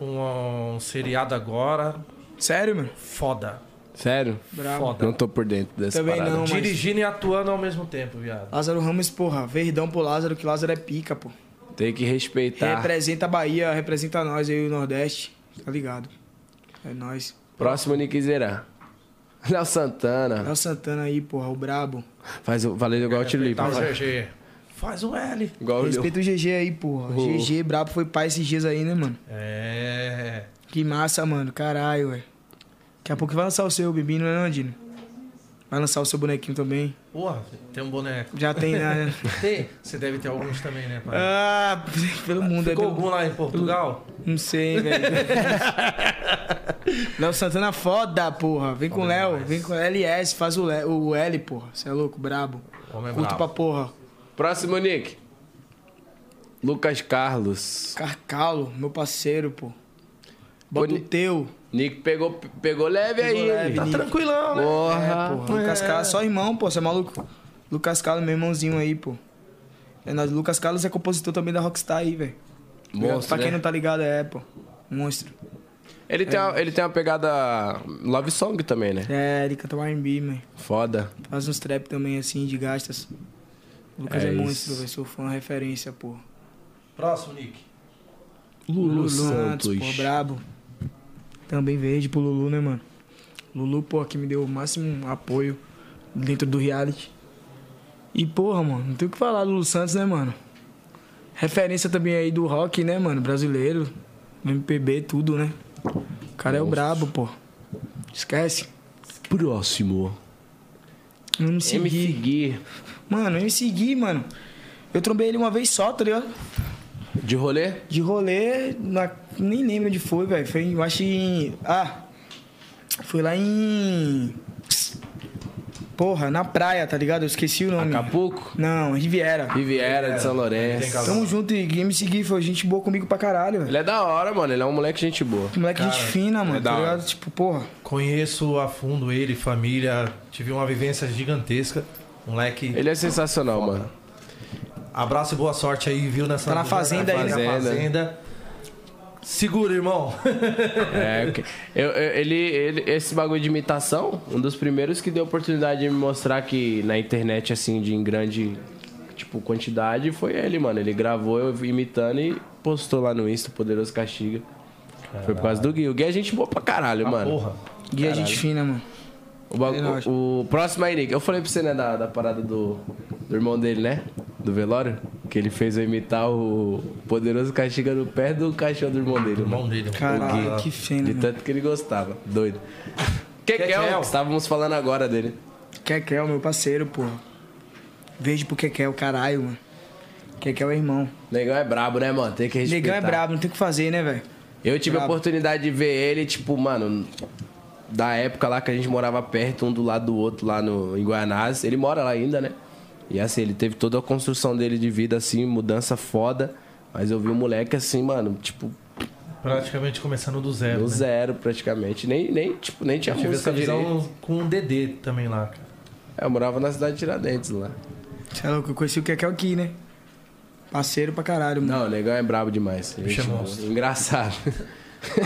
S1: um seriado agora.
S3: Sério, mano?
S1: Foda.
S4: Sério?
S3: Bravo.
S1: Foda.
S4: Não tô por dentro dessa
S3: Também
S4: parada.
S3: não, mas-
S1: Dirigindo e atuando ao mesmo tempo, viado.
S3: Lázaro Ramos, porra, verdão pro Lázaro, que Lázaro é pica, pô.
S4: Tem que respeitar.
S3: Representa a Bahia, representa nós aí, o Nordeste. Tá ligado? É nós.
S4: Próximo, Nick Zerá. *laughs* Léo Santana.
S3: Léo Santana aí, porra, o brabo.
S4: Faz o... Valeu igual o Tilipe.
S1: Tá, o GG. Faz um L.
S4: Igual o Lil.
S3: Respeita o GG aí, porra. GG, brabo, foi pai esses dias aí, né, mano?
S1: É.
S3: Que massa, mano. Caralho, ué. Daqui a pouco vai lançar o seu, Bibi, não é não, Dino? Vai lançar o seu bonequinho também.
S1: Porra, tem um boneco.
S3: Já tem, né?
S1: Tem? Você deve ter alguns também, né,
S4: É,
S1: pai?
S3: ah, *laughs* pelo mundo. é
S1: Ficou
S3: pelo-
S1: algum lá em Portugal?
S3: Não sei, velho. *laughs* Léo Santana é foda, porra. Vem com o Léo, vem com o LS, faz o, Le- o L, porra. Você é louco, brabo.
S1: O homem é
S3: Curto pra
S1: brabo.
S3: porra.
S4: Próximo, Nick. Lucas Carlos.
S3: Carcalo, meu parceiro, pô. Bota
S4: Boni-
S3: o teu.
S4: Nick pegou, pegou leve
S3: Pegou
S4: aí.
S3: leve,
S4: Nick.
S3: Nick.
S1: Tranquilão, né?
S4: Porra.
S3: É, porra. Lucas Carlos, só irmão, pô, você é maluco? Lucas Carlos, meu irmãozinho aí, pô. É nóis. Lucas Carlos é compositor também da Rockstar aí, velho.
S4: Monstro,
S3: Pra quem
S4: né?
S3: não É. tá ligado, é, pô. Monstro.
S4: Ele, tem uma, ele tem uma pegada love song também, né?
S3: É, ele canta R&B, mano.
S4: Foda.
S3: Faz uns trap também, assim, de gastas. Lucas
S4: É
S3: é,
S4: isso.
S3: monstro, velho. Sou fã, referência, pô.
S1: Próximo, Nick.
S4: Lulu,
S3: pô, brabo. Também verde pro Lulu, né, mano? Lulu, pô, que me deu o máximo apoio dentro do reality. E, porra, mano, não tem o que falar do Lulu Santos, né, mano? Referência também aí do rock, né, mano? Brasileiro, MPB, tudo, né? O cara é o brabo, pô. Esquece.
S4: Próximo.
S3: Eu não segui.
S4: MC Gui.
S3: Mano, eu me segui, mano. Eu trombei ele uma vez só, tá ligado?
S4: De rolê?
S3: De rolê, na- nem lembro onde foi, velho. Foi, eu acho que em. Ah! Foi lá em. Porra, na praia, tá ligado? Eu esqueci o nome.
S4: Acapulco?
S3: Não, Riviera.
S4: Riviera de São
S1: Tem
S4: Lourenço.
S1: casal.
S3: Tamo junto e me seguir, foi gente boa comigo pra caralho, velho.
S4: Ele é da hora, mano. Ele é um moleque gente boa.
S3: Moleque, gente fina, mano,
S4: da
S3: tá
S4: hora.
S3: ligado? Tipo, porra.
S1: Conheço a fundo ele, família. Tive uma vivência gigantesca. Moleque,
S4: Ele é sensacional, mano.
S1: abraço e boa sorte aí, viu? Nessa
S3: Tá na fazenda aí, né?
S1: na fazenda. Segura, irmão.
S4: É, ok. Eu- eu- ele, ele- esse bagulho de imitação, um dos primeiros que deu a oportunidade de me mostrar que na internet, assim, de em grande, tipo, quantidade, foi ele, mano. Ele gravou eu imitando e postou lá no Insta, Poderoso Castiga. Foi por causa do Gui. O Gui é gente boa pra caralho, mano.
S1: Porra.
S3: Guia é gente fina, mano.
S4: O, bagu-
S3: É nóis.
S4: o, o próximo aí, Nick. Eu falei pra você, né, da, da parada do, do irmão dele, né? Do velório. Que ele fez eu imitar o Poderoso Castiga no pé do caixão do irmão dele. mano.
S1: Irmão dele.
S3: Caralho,
S1: Porra.
S3: que fina,
S4: De
S3: mano.
S4: tanto que ele gostava. Doido. Kekel,
S1: Kekel.
S4: que estávamos falando agora dele.
S3: Kekel, meu parceiro, porra. Verde pro Kekel, caralho, mano. Kekel é irmão.
S4: Negão é brabo, né, mano? Tem que respeitar.
S3: Negão é brabo, não tem o que fazer, né, velho?
S4: Eu tive a
S3: Brabo.
S4: oportunidade de ver ele, tipo, mano... Da época lá que a gente morava perto, um do lado do outro, lá no, em Guianás. Ele mora lá ainda, né? E assim, ele teve toda a construção dele de vida, assim, mudança foda. Mas eu vi um moleque assim, mano, tipo,
S1: Praticamente começando do zero.
S4: do
S1: né?
S4: zero praticamente. Nem, nem, tipo, nem tinha
S1: Eu tive
S4: música
S1: essa
S4: direito.
S1: visão com o Dedê também lá, cara.
S4: É, eu morava na cidade de Tiradentes lá.
S3: Você é louco, eu conheci o Kekel aqui, né? Parceiro pra caralho, mano.
S4: Não, o negão é brabo demais.
S1: Bicho é
S4: Gente,
S1: monstro.
S4: engraçado.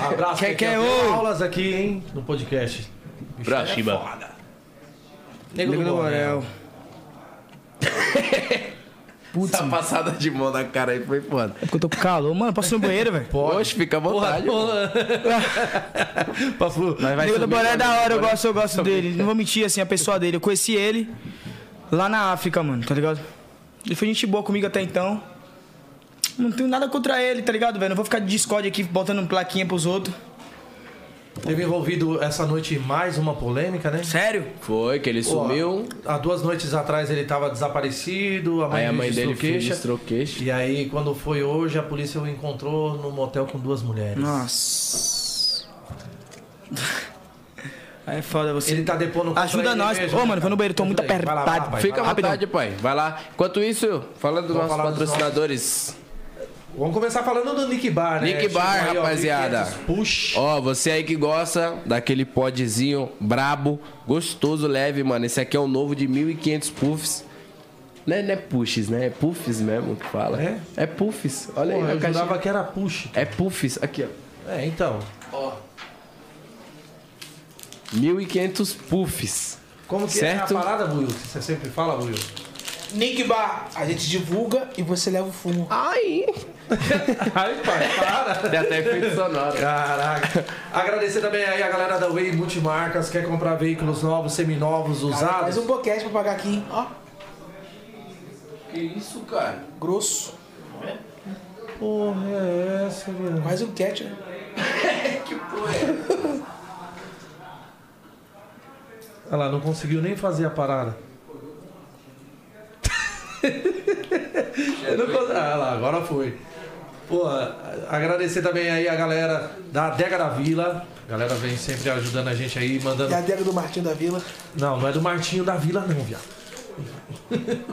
S1: Abraço,
S3: Quer- quer
S1: Kekel. Tem
S3: ou?
S1: aulas aqui, hein? No podcast.
S8: Próxima.
S1: Nego,
S3: Nego do Borel. Putz,
S4: Essa passada de mão na cara aí foi foda.
S3: É porque eu tô com calor. Mano, posso ir no banheiro, velho?
S4: Poxa, fica à vontade. mano.
S1: *laughs* Pafu,
S4: Nós vai
S3: Nego do
S4: subir
S3: Boré é da
S4: também,
S3: hora, eu
S4: Boré.
S3: gosto, eu gosto dele. Não vou mentir, assim, a pessoa dele. Eu conheci ele lá na África, mano, tá ligado? Ele foi gente boa comigo até então. Não tenho nada contra ele, tá ligado, velho? Não vou ficar de Discord aqui botando plaquinha pros outros.
S1: teve envolvido essa noite mais uma polêmica, né?
S3: Sério?
S4: Foi, que ele sumiu.
S1: Há duas noites atrás ele tava desaparecido, a mãe
S4: Aí a
S1: dele
S4: mãe dele
S1: registrou queixa.
S4: registrou queixa.
S1: E aí, quando foi hoje, a polícia o encontrou no motel com duas mulheres.
S3: Nossa. *laughs* Aí é foda você.
S1: Ele tá depondo contra
S3: Ajuda
S1: ele
S3: nós.
S1: mesmo,
S3: Ô,
S1: né,
S3: mano,
S1: cara?
S3: foi no banheiro, tô muito
S1: Tudo bem, vai lá,
S3: apertado.
S1: vai,
S4: Fica à
S1: vai lá.
S4: vontade, pai. Vai lá. Enquanto isso, falando dos
S1: Vamos
S4: nossos
S1: falar dos
S4: patrocinadores.
S1: Vamos começar falando do Nick Bar, né?
S4: Nick
S1: Chegou
S4: Bar,
S1: aí, ó,
S4: rapaziada.
S1: 1.500 Push.
S4: Ó, você aí que gosta daquele podzinho brabo, gostoso, leve, mano. Esse aqui é o novo de 1500 puffs. Não é, não é pushes, né? É puffs mesmo que fala.
S1: É?
S4: É puffs. Olha
S1: Porra, eu
S4: aí na caixinha.
S1: jurava que era push.
S4: É puffs. Aqui, ó.
S1: É, então.
S4: 1500 puffs.
S1: Como que
S4: Certo.
S1: é a parada, Will? que Você sempre fala, Will.
S6: Nick Bar, a gente divulga e você leva o fumo.
S4: Ai!
S1: *laughs* Ai, pai, para.
S4: Tem até efeito sonoro.
S1: Caraca. Agradecer também aí a galera da Way Multimarcas. Quer comprar veículos novos, seminovos,
S6: Cara, faz
S1: usados?
S6: um boquete pra pagar aqui, hein? ó.
S4: Que isso, cara?
S6: Grosso.
S1: Porra, é essa, velho?
S6: Mais um cat, né?
S1: Olha lá, não conseguiu nem fazer a parada. *laughs* Eu não cons- Ah, lá, agora foi. Pô, agradecer também aí a galera da Adega da Vila. A galera vem sempre ajudando a gente aí, mandando.
S6: E a adega do Martinho da Vila.
S1: Não, não é do Martinho da Vila, não, viado.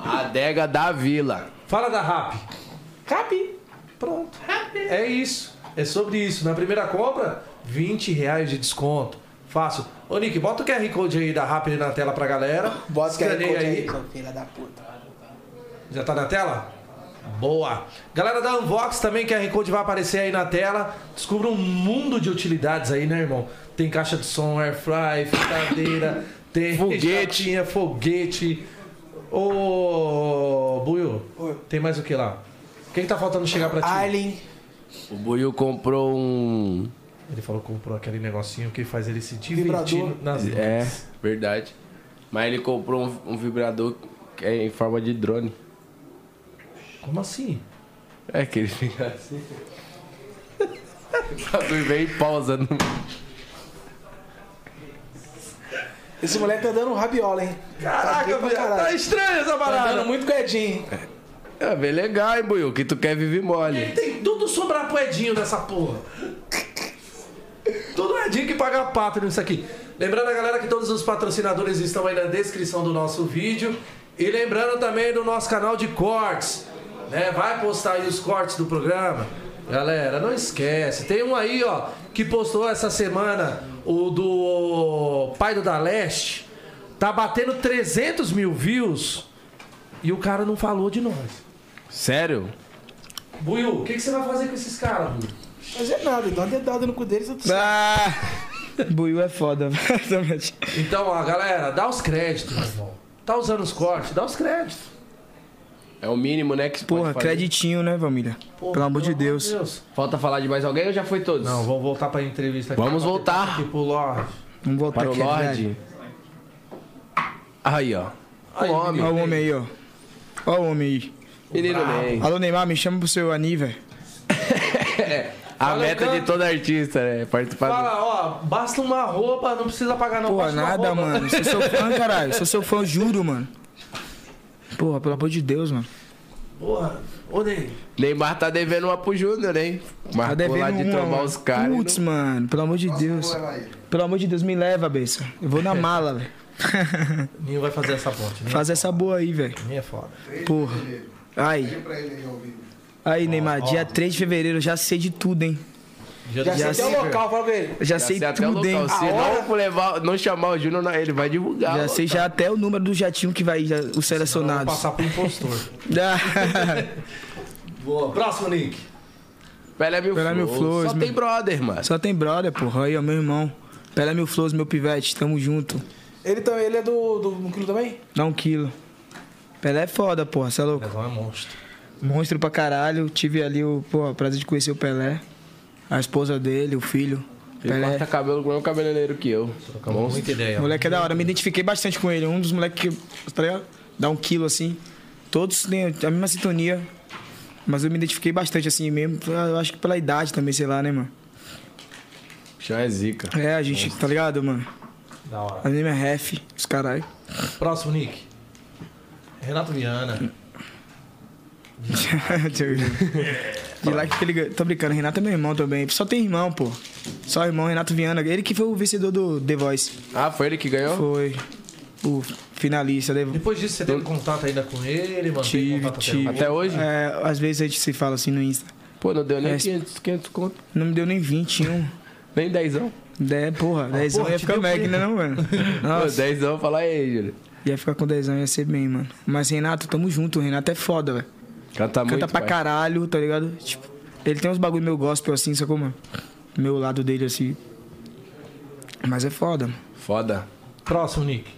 S4: Adega da Vila.
S1: Fala da RAP.
S6: Cabe.
S1: Pronto. É isso. É sobre isso. Na primeira compra, 20 reais de desconto. Fácil. Ô, Nick, bota o QR Code aí da RAP aí na tela pra galera.
S6: Bota o QR
S1: Escaneia
S6: Code aí, seu filho da puta.
S1: Já tá na tela? Boa! Galera da Unbox também, QR Code vai aparecer aí na tela. Descubra um mundo de utilidades aí, né, irmão? Tem caixa de som, air fry, fritadeira, *laughs* tem
S4: Foguete.
S1: chapinha, foguete. Ô, Buio,
S6: Oi.
S1: tem mais o que lá? O que, que tá faltando chegar pra ti?
S6: Alien.
S4: O Buiu comprou um.
S1: Ele falou que comprou aquele negocinho que faz ele se divertir
S6: Vibrador.
S1: nas
S4: É, verdade. Mas ele comprou um, um vibrador que é em forma de drone.
S1: Como assim?
S4: É que ele fica assim. *laughs* O bagulho vem e pausa. No...
S6: Esse moleque tá dando um rabiola, hein?
S1: Caraca,
S6: doido pra
S1: velho, tá
S6: caralho.
S1: estranho essa
S6: Tá dando
S1: parada.
S6: muito com o Edinho.
S4: É bem legal, hein, Buiu? Que tu quer viver
S1: Ele
S4: mole.
S1: tem tudo sobrapoedinho nessa porra. Tudo é dica que paga pato nisso aqui. Lembrando a galera que todos os patrocinadores estão aí na descrição do nosso vídeo. E lembrando também do nosso canal de cortes. Né? Vai postar aí os cortes do programa. Galera, não esquece. Tem um aí, ó, que postou essa semana o do Pai do Da Leste. Tá batendo 300 mil views e o cara não falou de nós.
S4: Sério?
S1: Buiu, o que, que você vai fazer com esses caras, Buiu?
S6: Mas é nada, dá uma dedada no cu tá- deles, eu tô
S3: Ah, Buiu é foda, *laughs* velho.
S1: Então, ó, galera, dá os créditos, meu irmão. Tá usando os cortes, dá os créditos.
S4: É o mínimo, né? Que se
S3: Porra,
S4: pode fazer.
S3: creditinho, né, família?
S1: Pô,
S3: Pelo amor de Deus.
S4: Falta falar de mais alguém ou já foi todos?
S1: Não, vamos voltar pra entrevista aqui.
S4: Vamos voltar.
S1: Aqui pro Lorde.
S3: Vamos voltar
S4: Para o
S3: aqui. é verdade.
S4: Lorde. Aí, ó.
S1: Aí,
S4: o homem.
S3: Ó o homem aí, ó. Ó o homem aí.
S4: Menino
S1: *laughs*
S4: Ney.
S3: Alô, Neymar, me chama pro seu Ani, velho.
S4: A
S1: Fala,
S4: É, meta
S1: Cano.
S4: de todo artista, né? Participar do-
S1: Fala, ó, basta uma roupa, não precisa pagar não.
S3: Porra,
S1: basta uma
S3: nada,
S1: roupa.
S3: mano. Sou seu fã, caralho. Sou seu fã, juro, mano. Porra, pelo amor de Deus, mano. Tá
S1: Porra, ô Ney,
S4: Neymar tá devendo uma pro Júnior, hein?
S3: Tá
S4: Marcou lá de
S3: uma,
S4: tomar
S3: mano.
S4: os caras. né? e
S3: Putz, mano, pelo amor de Deus. Pelo amor de Deus, me leva, besta. Eu vou na
S4: *laughs*
S3: mala, velho. *laughs*
S1: Ninho vai fazer essa ponte. Ninho,
S3: Faz essa boa aí, velho.
S1: Ninho é foda.
S3: Porra. Aí. Aí, Neymar, dia 3 de fevereiro, já sei de tudo, hein?
S1: Dia
S6: Já
S1: do-
S6: sei
S3: Já
S6: até
S3: sei,
S6: o local, fala pra ele.
S3: Já,
S4: Já
S3: sei
S4: sei até o
S3: tudo, hein?
S4: local. Tá Se não, for levar, não chamar o Júnior, não, ele vai divulgar.
S3: Já
S4: o
S3: sei
S4: local.
S3: já até o número do jatinho que vai já, os
S1: Vou
S3: selecionados. *laughs*
S1: passar pro impostor. *laughs*
S4: *laughs*
S1: Boa. Próximo, Nick.
S4: Pelé é Mil
S3: Pelé é Mil
S4: Flores.
S3: Flores,
S4: Só
S3: meu-
S4: tem brother, mano.
S3: Só tem brother, porra. Aí, ó, meu irmão. Pelé Mil Flores, meu pivete, tamo junto.
S6: tá- Ele também, ele é do, do um quilo também?
S3: Dá um quilo. Pelé é foda, porra, você é louco.
S1: Pezão é monstro.
S3: Monstro pra caralho. Tive ali o porra, prazer de conhecer o Pelé, a esposa dele, o filho.
S4: Ele
S3: Pelé.
S4: corta cabelo com o mesmo cabeleireiro que eu.
S1: Muita ideia.
S3: O moleque é da hora, me identifiquei bastante com ele. Um dos moleques que tá ligado? dá um quilo assim. Todos têm a mesma sintonia. Mas eu me identifiquei bastante assim mesmo. Eu acho que pela idade também, sei lá, né, mano?
S4: Chão é zica.
S3: É, a gente, tá ligado, mano?
S1: Da hora.
S3: A mesma é ref, os caralho.
S1: Próximo, Nick. Renato Viana.
S3: *laughs* Deixa eu ver. De lá que ele ganhou. Tô brincando, Renato é meu irmão também. Só tem irmão, pô. Só irmão, Renato Viana. Ele que foi o vencedor do The Voice.
S4: Ah, foi ele que
S1: Oh.
S4: ganhou?
S3: Foi o finalista. The
S1: Depois disso, você teve contato ainda com ele, mano?
S3: Tive,
S1: contato até
S3: tive.
S1: hoje?
S4: Até hoje?
S3: É, às vezes a gente se fala assim no Insta.
S4: Pô, não deu nem
S3: É.
S4: 500, 500 conto.
S3: Não me deu
S1: *laughs*
S3: nem 21.
S4: Nem dezão.
S3: Dez, porra, 10
S1: Ah, porra,
S3: ia
S1: te
S3: ficar
S1: deu
S3: mega,
S1: preto.
S3: né,
S1: *laughs*
S3: não, mano?
S4: Pô,
S3: Nossa,
S4: dezão, fala aí, Júlio.
S3: ia ficar com 10 ia ser bem, mano. Mas Renato, tamo junto, o Renato é foda, velho.
S4: Canta muito,
S3: Canta pra
S4: pai.
S3: caralho, tá ligado? Tipo, ele tem uns bagulho meio gospel assim, sacou, mano? Meu lado dele assim. Mas é foda, mano.
S4: Foda.
S1: Próximo, Nick.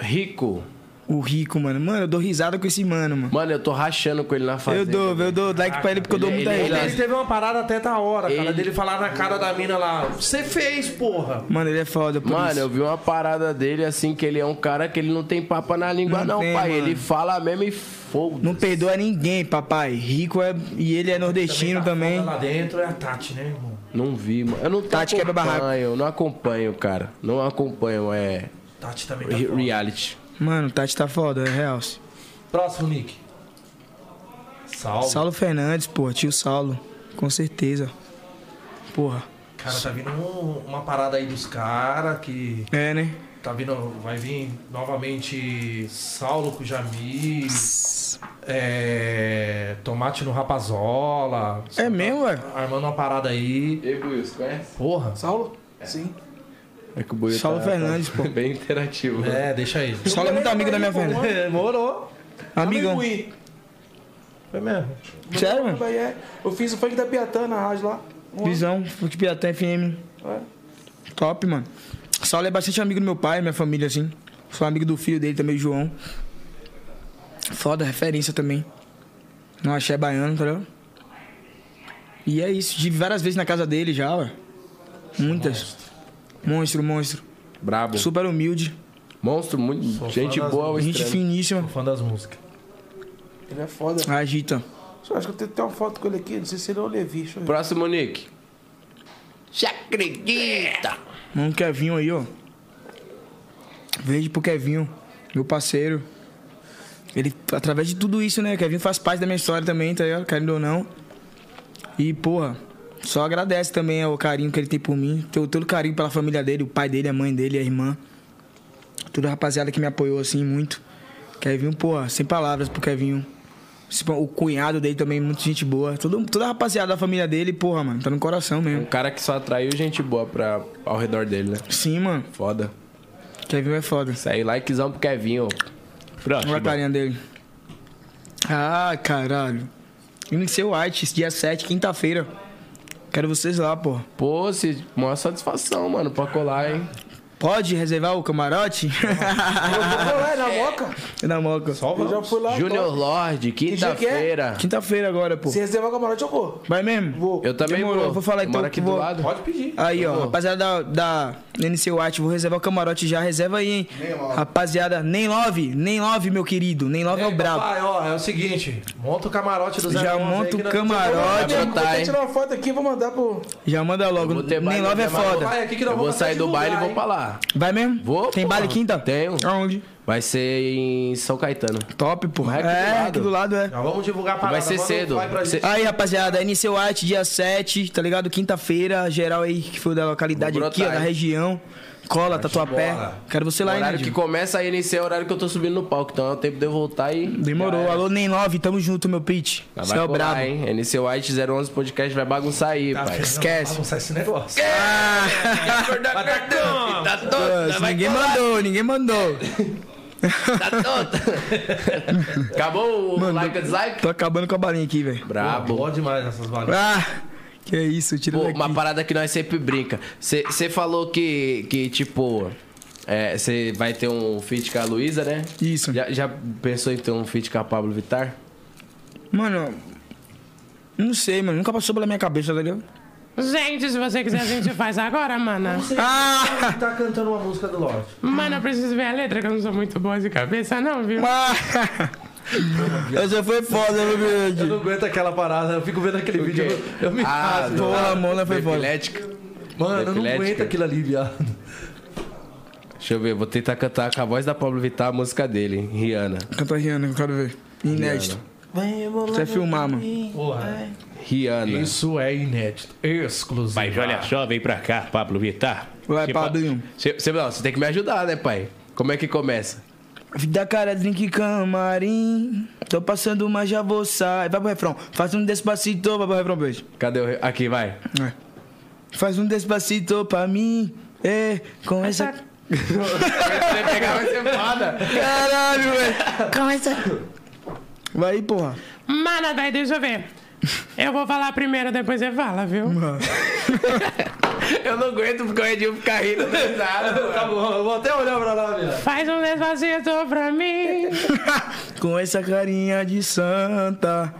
S4: Rico.
S3: O rico, mano. Mano, eu dou risada com esse mano, mano.
S4: Mano, eu tô rachando com ele na fazenda.
S3: Eu dou, eu dou like pra ele porque eu dou muita
S4: ele-
S1: Ele,
S3: risada.
S1: teve uma parada até da hora, cara,
S4: Ele-
S1: dele falar na cara da mina lá. Você fez, porra!
S3: Mano, ele é foda, por
S4: Mano,
S3: isso.
S4: eu vi uma parada dele assim, que ele é um cara que ele não tem papa na língua,
S3: Não
S4: não,
S3: tem,
S4: pai.
S3: mano.
S4: Ele fala mesmo e foda.
S3: Não perdoa ninguém, papai. Rico é. E ele é nordestino também.
S1: tá Lá dentro é a Tati, né, irmão?
S4: Não vi, mano. Eu não
S3: Tati quebra barraco.
S4: acompanho, não acompanho, cara. Não acompanho, é.
S1: Tati também tá
S4: re-
S1: foda.
S4: reality.
S3: Mano, o Tati tá foda, é real.
S1: Próximo, Nick. Salve.
S3: Saulo Fernandes, pô, tio Saulo. Com certeza. Porra.
S1: Cara, tá vindo um- uma parada aí dos caras que
S3: É, né?
S1: tá vindo. Vai vir novamente Saulo com Jamil, é, Tomate no Rapazola.
S3: É mesmo, ué.
S1: Armando uma parada aí.
S4: E Buiu, você conhece?
S1: Porra.
S6: Saulo? Sim.
S4: É que o Buiu
S3: Saulo Fernandes, pô.
S4: *laughs* Bem interativo. né?
S1: É, deixa ele.
S3: Saulo é muito amigo da minha velha.
S6: né?
S3: *laughs*
S1: Demorou.
S3: Amigão.
S6: Amendoim.
S1: Foi É mesmo.
S3: Sério, mano?
S6: Bahia. é. Eu fiz o funk da Piatã na rádio lá. Um
S3: Visão, Fute Piatã FM.
S6: ano.
S3: Top, mano. Saulo é bastante amigo do meu pai, minha família, assim. Sou amigo do filho dele também, João. Foda, referência também. Não achei baiano, tá ligado? E é isso. Tive várias vezes na casa dele já, ué. Muitas. Monstro, monstro.
S4: Brabo.
S3: Super humilde.
S4: Monstro, muito.
S1: fã
S4: gente
S1: das
S4: boa, ao
S3: Gente
S4: extremo.
S1: Sou
S3: finíssima.
S1: fã das músicas.
S6: É. Ele é foda.
S3: Agita.
S6: Eu acho que eu tenho até uma foto com ele aqui. Não sei se ele é o Levi. Deixa eu ver.
S4: Próximo, Nick.
S3: Mano, Um Kevinho aí, ó. Verde pro Kevinho, meu parceiro. Ele, através de tudo isso, né? Kevinho faz parte da minha história também, tá ligado? Querendo ou não. E, porra, só agradece também ao carinho que ele tem por mim. Tenho todo o carinho pela família dele, o pai dele, a mãe dele, a irmã. Toda a rapaziada que me apoiou, assim, muito. Kevinho, porra, sem palavras pro Kevinho. Esse- O cunhado dele também, muita gente boa. Todo, toda a rapaziada da família dele, porra, mano, tá no coração
S4: Um
S3: mesmo.
S4: cara que só atraiu gente boa pra, ao redor dele, né?
S3: Sim, mano,
S4: Foda.
S3: Kevinho é foda.
S4: Isso aí, likezão pro Kevin, ó.
S3: Olha a
S8: Próximo.
S3: carinha dele. Ah, caralho. MC White, dia 7, quinta-feira. Quero vocês lá, pô.
S4: Pô, se, maior satisfação, mano, pra colar, hein?
S3: Pode reservar o camarote? *laughs*
S6: Ué, é, na moca?
S3: Na moca. Só
S6: Eu já fui lá. então,
S4: Junior Lord,
S3: é?
S4: quinta-feira.
S3: Quinta-feira agora, pô.
S6: Se reservar o camarote, eu vou.
S3: Vai mesmo?
S6: Vou.
S4: Eu também
S3: Demorou,
S4: vou.
S3: vou falar
S4: Eu
S3: então
S4: moro aqui
S3: que
S4: do
S3: vou-
S4: lado.
S1: Pode pedir.
S3: Aí, ó,
S4: Vou.
S3: rapaziada da, da NC White, vou reservar o camarote já. Reserva aí, hein? Rapaziada, nem love, nem love, meu querido. Nem love é o
S1: Ei,
S3: brabo.
S1: papai, ó, é o seguinte, monta o camarote do Zé
S3: Já
S1: Leôncio aí
S3: monta
S1: que
S3: o
S1: nós-
S6: Vai
S4: Vai
S3: camarote.
S6: vou
S4: brotar,
S6: até
S4: Tá, hein?
S6: tirar uma foto aqui e vou mandar pro.
S3: Já manda logo.
S4: Vou ter
S3: Nem
S4: baile,
S3: love é
S4: né, mas-
S3: foda.
S1: Vai aqui que nós
S4: Eu vou
S1: vamos
S4: sair
S1: até
S4: do baile e
S1: divulgar,
S4: vou pra lá.
S3: Vai mesmo?
S4: Vou,
S3: Tem
S4: porra.
S3: baile quinta?
S4: Tenho.
S3: Aonde?
S4: Vai ser em São Caetano.
S3: Top, pô.
S4: Mas aqui do
S3: é,
S4: lado.
S3: aqui do lado é.
S1: hein? Já vamos divulgar a parada.
S4: Vai ser
S1: Manda um
S4: cedo.
S1: vai pra
S4: Vai ser-
S1: gente.
S3: Aí, rapaziada, NC White, dia 7, tá ligado? Quinta-feira, geral aí, que foi da localidade
S4: Vou
S3: aqui, ó, da
S4: brotar, hein?
S3: região. Cola, tatuapé.
S1: embora.
S3: Quero você
S4: O
S3: lá, hein,
S4: horário que
S3: Nadinho?
S4: começa aí nesse é o horário que eu tô subindo no palco, então é o tempo de eu voltar e.
S3: Demorou. Alô, Nem 9, tamo junto, meu pitch.
S4: Mas
S3: Você
S4: vai
S3: é o
S4: colar,
S3: brabo. Tá
S4: hein? NC White 011 Podcast vai bagunçar aí, pai.
S3: Esquece.
S1: Não sai esse é negócio. tá
S3: Ah, se ninguém mandou, ninguém mandou. *laughs*
S4: Acabou o like e dislike?
S3: Tô acabando com a balinha aqui, velho.
S4: Brabo.
S1: Boa demais essas balinhas.
S3: Ah, que isso, tira
S4: Pô,
S3: daqui.
S4: uma parada que nós sempre brinca. Você falou que, que, tipo, É, Você vai ter um feat com a Luísa, né?
S3: Isso.
S4: Já, já pensou em ter um feat com a Pablo Vittar?
S3: Mano, não sei, mano. Nunca passou pela minha cabeça, tá ligado?
S5: Gente, se você quiser, a gente faz agora, mana.
S3: Ah,
S1: Ele tá cantando uma música do Lorde.
S5: Mana, eu preciso ver a letra, que eu não sou muito boa de cabeça, não, viu?
S3: *laughs* Essa foi foda, meu
S1: Eu não
S3: grande.
S1: aguento aquela parada, eu fico vendo aquele vídeo,
S4: quê?
S1: eu, eu me
S4: Ah,
S1: rasgo.
S3: Porra, a Mona foi foda.
S4: Epilética.
S1: Mano, eu não
S4: epilética.
S1: aguento aquilo ali, viado.
S4: Deixa eu ver, vou tentar cantar com a voz da Pablo Vittar a música dele, hein? Rihanna.
S3: Canta Rihanna, eu quero ver. Inédito. Você filmar, mano.
S1: Porra,
S4: Rihanna.
S1: isso é inédito, exclusivo.
S8: Mas olha só, vem pra cá, Pablo Vittar.
S3: Vai,
S8: Cê pa-
S3: Pablinho.
S4: Você tem que me ajudar, né, pai? Como é que começa?
S3: Vida cara, drink camarim. Tô passando, mas já vou sair. Vai pro refrão. Faz um despacito, vai pro refrão, beijo.
S4: Cadê o. re- Aqui, vai.
S3: É. Faz um despacito pra mim. É, com essa.
S4: Você pegar vai ser foda.
S3: Caralho, velho. Com essa. Vai, porra.
S5: Mana, daí deixa eu ver. Eu vou falar primeiro, depois você fala, viu?
S4: *laughs* Eu não aguento porque o Edinho fica rindo do
S1: *laughs* Tá
S4: nada.
S1: bom, eu vou até olhar pra lá, viado.
S5: Faz um despacito pra mim,
S3: Com essa carinha de santa.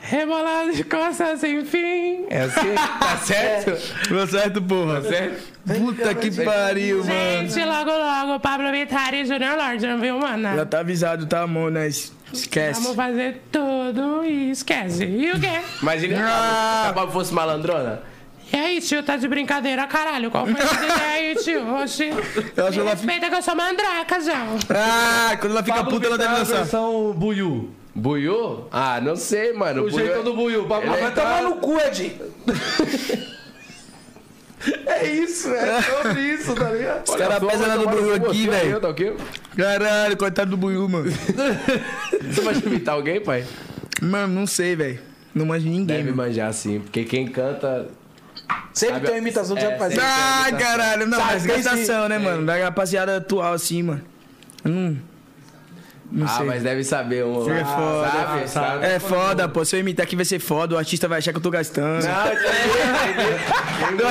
S5: rebolado de costas sem fim.
S4: É assim? Tá certo?
S3: Deu É. certo, porra.
S4: Tá certo?
S3: Puta que pariu, mano.
S5: Gente, logo, logo, Pablo Vittar e Junior Lorde, não viu,
S3: Já
S5: mana?
S3: tá avisado, tá, Monas?
S5: Vamos
S3: Esquece.
S5: fazer tudo e esquece. E o quê?
S4: Imagina se a Pablo fosse malandrona.
S5: E aí, tio, tá de brincadeira, caralho? Qual foi a
S3: *laughs*
S5: ideia aí, tio? Oxi.
S3: Eu acho
S5: Me
S3: que ela fica...
S5: respeita que eu sou mandraca, João.
S3: Ah, quando ela fica puta, ela deve
S1: Tá a
S3: dançar.
S1: versão Buiu.
S4: Buiu? Ah, não sei, mano.
S1: O jeito do Buiu. Papo-
S4: Ele
S1: Ah,
S4: é
S1: vai
S6: Tá
S1: tomar no
S6: no cu, Ed.
S4: É isso, é sobre isso, tá ligado? Os
S3: cara pesa na do Buiu aqui, velho.
S4: Tá ok?
S3: Caralho, coitado do Buiu, mano.
S4: Você vai imitar alguém, pai?
S3: Mano, não sei, velho. Não manjo ninguém,
S4: Deve
S3: mano.
S4: manjar sim, porque quem canta.
S6: Sempre
S4: Sabe,
S6: tem uma imitação que
S4: é,
S6: já faz.
S4: sempre.
S3: Ah, caralho. Não,
S6: Sabe,
S3: mas
S6: tem
S3: gastação,
S6: sim.
S3: né, mano? Da rapaziada atual, assim, mano. Não... Não
S4: ah,
S3: sei.
S4: mas deve saber um.
S3: É foda.
S4: Sabe? Sabe?
S3: É foda, pô. Se eu imitar aqui vai ser foda. O artista vai achar que eu tô gastando. Tá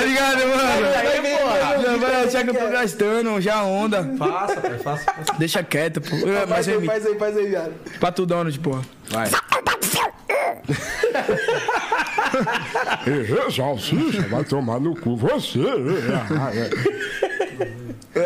S3: ligado, mano? Já vai achar que eu tô gastando. Já onda.
S1: Faça, pai, faça. faça.
S3: Deixa quieto, pô. É, mas
S6: Faz
S3: eu
S6: aí,
S3: imito.
S6: faz aí, faz aí, viado.
S3: Pra tu, Donald, porra.
S4: Vai.
S9: Errei, salsicha, vai tomar no cu você.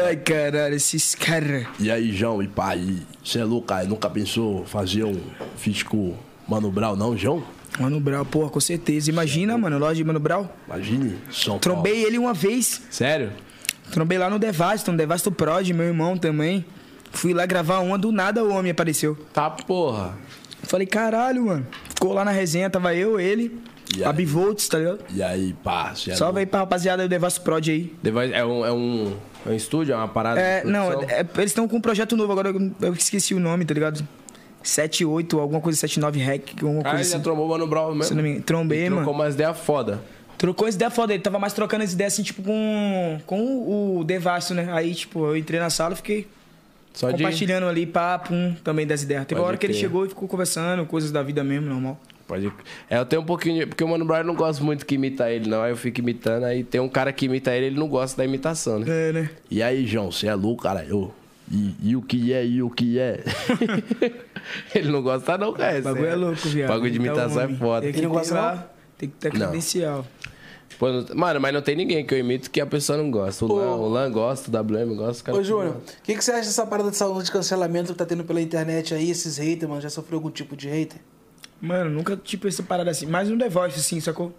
S3: Ai, caralho, esses caras.
S10: E aí, João e pai, você é louco, cara? Nunca pensou fazer um feat com o Mano Brown, não, João? é
S3: Mano Brau, porra, com certeza. Imagina, mano, loja de Mano Brau.
S10: Imagine, São Paulo.
S3: Trombei ele uma vez.
S4: Sério?
S3: Trombei lá no Devasto, no Devasto Prod, meu irmão também. Fui lá gravar uma, do nada o homem apareceu.
S4: Tá porra.
S3: Falei, caralho, mano. Ficou lá na resenha, tava eu, ele,
S10: E aí?
S3: a Bivolts, tá ligado?
S10: E aí, pá, você é
S3: Salve
S10: louco?
S3: aí pra rapaziada do Devasto Prod aí.
S4: The Voice É um, é um, é um estúdio, é uma parada.
S3: É,
S4: de
S3: não,
S4: produção? Ah,
S3: é- eles estão com um projeto novo, agora eu, eu esqueci o nome, tá ligado? 78, alguma coisa, 79 Rec, alguma
S4: Ah,
S3: coisa
S4: ele
S3: assim.
S4: já trombou o Mano Brown mesmo.
S3: Se não me engano, trombei,
S4: Ele Trocou
S3: mano.
S4: umas ideias foda.
S3: Trocou as ideias foda, ele tava mais trocando as ideias assim, tipo, com, com o Devasto, né? Aí, tipo, eu entrei na sala e fiquei
S4: Só de.
S3: compartilhando ali, papo, um, também das ideias. Teve uma
S4: Pode
S3: hora que ele
S4: crer.
S3: chegou e ficou conversando, coisas da vida mesmo, normal.
S4: Pode... É, eu tenho um pouquinho. de- Porque o Mano Brown eu não gosta muito que imita ele, não. Aí eu fico imitando. Aí tem um cara que imita ele, ele não gosta da imitação, né?
S3: É, né?
S10: E aí, João, você é louco, cara? Eu... E, e o que é, e o que é?
S4: *laughs* ele não gosta, não, cara.
S3: O bagulho é louco, viado.
S4: Bagulho de
S3: Então,
S4: imitação é
S3: homem,
S4: foda.
S3: Tem que
S6: Ele não gosta,
S3: ter lá-
S6: não?
S3: Tem que ter
S4: Não.
S3: credencial.
S4: Pô, não- Mano, mas não tem ninguém que eu imito que a pessoa não gosta. O, Lan, o Lan gosta, o WM gosta. o cara
S6: Ô,
S4: tudo
S6: Júnior,
S4: gosta.
S6: o que, que você acha dessa parada dessa onda de cancelamento que tá tendo pela internet aí, esses haters, mano? Já sofreu algum tipo de hater?
S3: Mano, nunca, tipo, essa parada assim. Mas no The Voice, assim, sacou?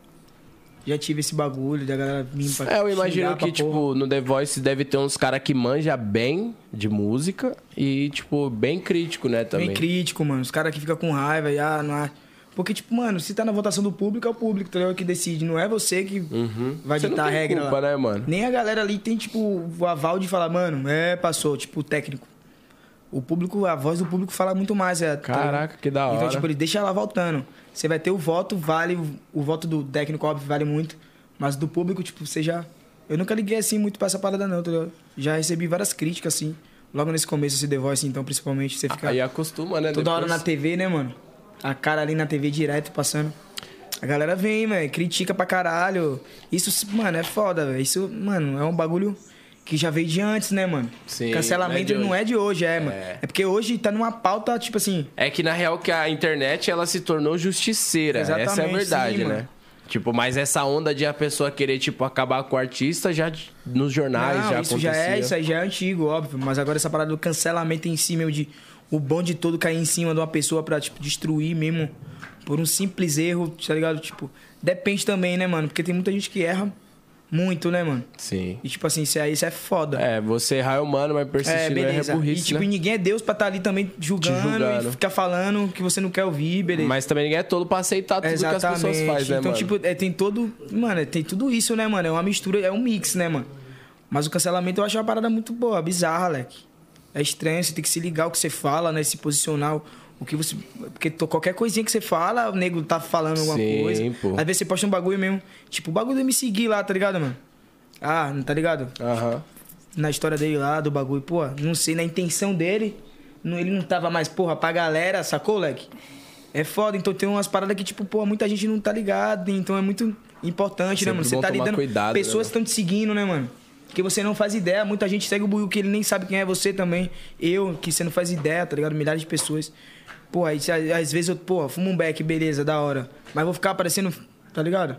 S3: Já tive esse bagulho da galera vir pra
S4: É, eu
S3: xingar
S4: imagino
S3: pra
S4: que, tipo, no The Voice deve ter uns caras que manja bem de música e, tipo, bem crítico, né, também.
S3: Bem crítico, mano. Os caras que ficam com raiva e ah, não acha. Porque, tipo, mano, se tá na votação do público, é o público, tá ligado? Que decide. Não é você que vai
S4: Uhum. Você não
S3: ditar a
S4: tem
S3: regra.
S4: culpa,
S3: lá.
S4: né, mano?
S3: Nem a galera ali tem, tipo, o aval de falar, mano, é, passou, tipo, o técnico. O público, a voz do público fala muito mais, é. tá ligado?
S4: Caraca, que da hora.
S3: Então, tipo, ele deixa ela voltando. Você vai ter o voto, vale. o- O voto do técnico, óbvio, vale muito. Mas do público, tipo, você já. Eu nunca liguei assim muito pra essa parada, não, tá ligado? Já recebi várias críticas, assim. Logo nesse começo, esse The Voice, então, principalmente, você fica
S4: Aí acostuma, né?
S3: toda hora na TV, né, mano? A cara ali na TV direto passando. A galera vem, velho, critica pra caralho. Isso, mano, é foda, velho. Isso, mano, é um bagulho que já veio de antes, né, mano?
S4: Sim,
S3: Cancelamento
S4: não
S3: não
S4: é
S3: é de hoje, é, mano.
S4: É.
S3: É porque hoje tá numa pauta, tipo assim,
S4: É que na real que a internet ela se tornou justiceira.
S3: Exatamente,
S4: essa é a verdade,
S3: sim,
S4: né?
S3: mano.
S4: Tipo, mas essa onda de a pessoa querer tipo acabar com o artista já de- nos jornais
S3: não,
S4: já
S3: isso
S4: acontecia.
S3: já é, isso aí já é antigo, óbvio. Mas agora essa parada do cancelamento em si, meu, de o bonde todo cair em cima de uma pessoa pra, tipo, destruir mesmo por um simples erro, tá ligado? Tipo, depende também, né, mano? Porque tem muita gente que erra muito, né, mano?
S4: Sim.
S3: E, tipo assim, isso aí isso é foda.
S4: É, você errar é humano, mas persistir não é
S3: E,
S4: burrice,
S3: tipo,
S4: né?
S3: ninguém é Deus pra estar ali também julgando,
S4: julgando.
S3: e ficar falando o que você não quer ouvir, beleza.
S4: Mas também ninguém é tolo pra aceitar tudo que as pessoas fazem, né,
S3: então,
S4: mano?
S3: tipo, é, tem todo. Mano, é, tem tudo isso, né, mano? É uma mistura, é um mix, né, mano? Mas o cancelamento eu acho uma parada muito boa, bizarra, leque. É estranho, você tem que se ligar ao que você fala, né? Se posicionar. O que você. Porque to- qualquer coisinha que você fala, o nego tá falando alguma
S4: Sim,
S3: coisa.
S4: pô.
S3: Às vezes você posta um bagulho mesmo. Tipo, o bagulho de me seguir lá, tá ligado, mano? Ah, não tá ligado?
S4: Aham.
S3: na história dele lá, do bagulho, pô, não sei, na intenção dele, não, ele não tava mais, porra, pra galera, sacou, leque? É foda, então tem umas paradas que, tipo, pô, muita gente não tá ligada, então é muito importante,
S4: Sempre
S3: né, mano?
S4: bom
S3: Você tá
S4: tomar
S3: lidando.
S4: cuidado, né,
S3: pessoas
S4: mano?
S3: estão te seguindo, né, mano? Que você não faz ideia, muita gente segue o buiu que ele nem sabe quem é você também. Eu, que você não faz ideia, tá ligado? Milhares de pessoas. Pô, aí cê- às vezes eu, porra, fumo um beck, beleza, da hora. Mas vou ficar aparecendo, tá ligado?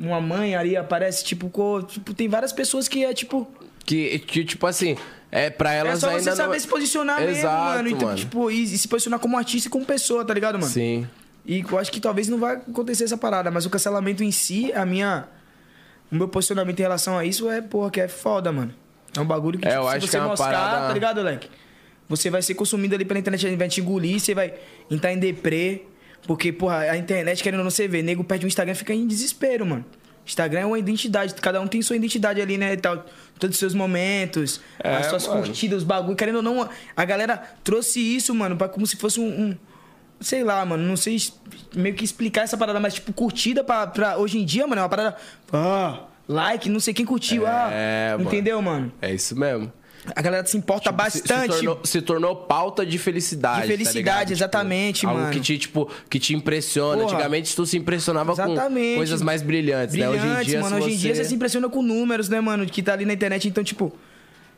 S3: Uma mãe ali aparece, tipo, co- tipo, tem várias pessoas que é tipo.
S4: Que, que, tipo assim, é pra elas
S3: É só
S4: ainda
S3: você saber
S4: não...
S3: se posicionar
S4: Exato,
S3: mesmo, mano. Então,
S4: mano.
S3: tipo, e, e se posicionar como artista e como pessoa, tá ligado, mano?
S4: Sim.
S3: E eu acho que talvez não vai acontecer essa parada, mas o cancelamento em si, a minha. O meu posicionamento em relação a isso é, porra, que é foda, mano. É um bagulho que,
S4: É,
S3: tipo,
S4: eu
S3: se
S4: acho
S3: você
S4: que é uma
S3: moscar,
S4: parada-
S3: tá ligado, Leque? Você vai ser consumido ali pela internet, ele vai te engolir, você vai entrar em deprê. Porque, porra, a internet, querendo ou não, você vê, nego perde o Instagram e fica em desespero, mano. Instagram é uma identidade, cada um tem sua identidade ali, né, e tal. Todos os seus momentos,
S4: É,
S3: as suas
S4: mano.
S3: curtidas, os bagulho. Querendo ou não, a galera trouxe isso, mano, pra como se fosse um... um- sei lá, mano, não sei es- meio que explicar essa parada, mas, tipo, curtida pra, pra hoje em dia, mano, é uma parada... Ah, like, não sei quem curtiu,
S4: É,
S3: ah...
S4: mano.
S3: Entendeu, mano?
S4: É isso mesmo.
S3: A galera se importa
S4: Se-
S3: bastante.
S4: Se tornou, se tornou pauta de felicidade.
S3: De
S4: tá
S3: felicidade,
S4: ligado? Tipo,
S3: exatamente,
S4: Algo
S3: mano.
S4: que te, tipo, que te impressiona.
S3: Porra.
S4: Antigamente tu se impressionava com
S3: Exatamente.
S4: coisas mais brilhantes,
S3: Brilhantes,
S4: né? Hoje em dia,
S3: mano.
S4: se
S3: Hoje em dia você se impressiona com números, né, mano? Que tá ali na internet. Então, tipo,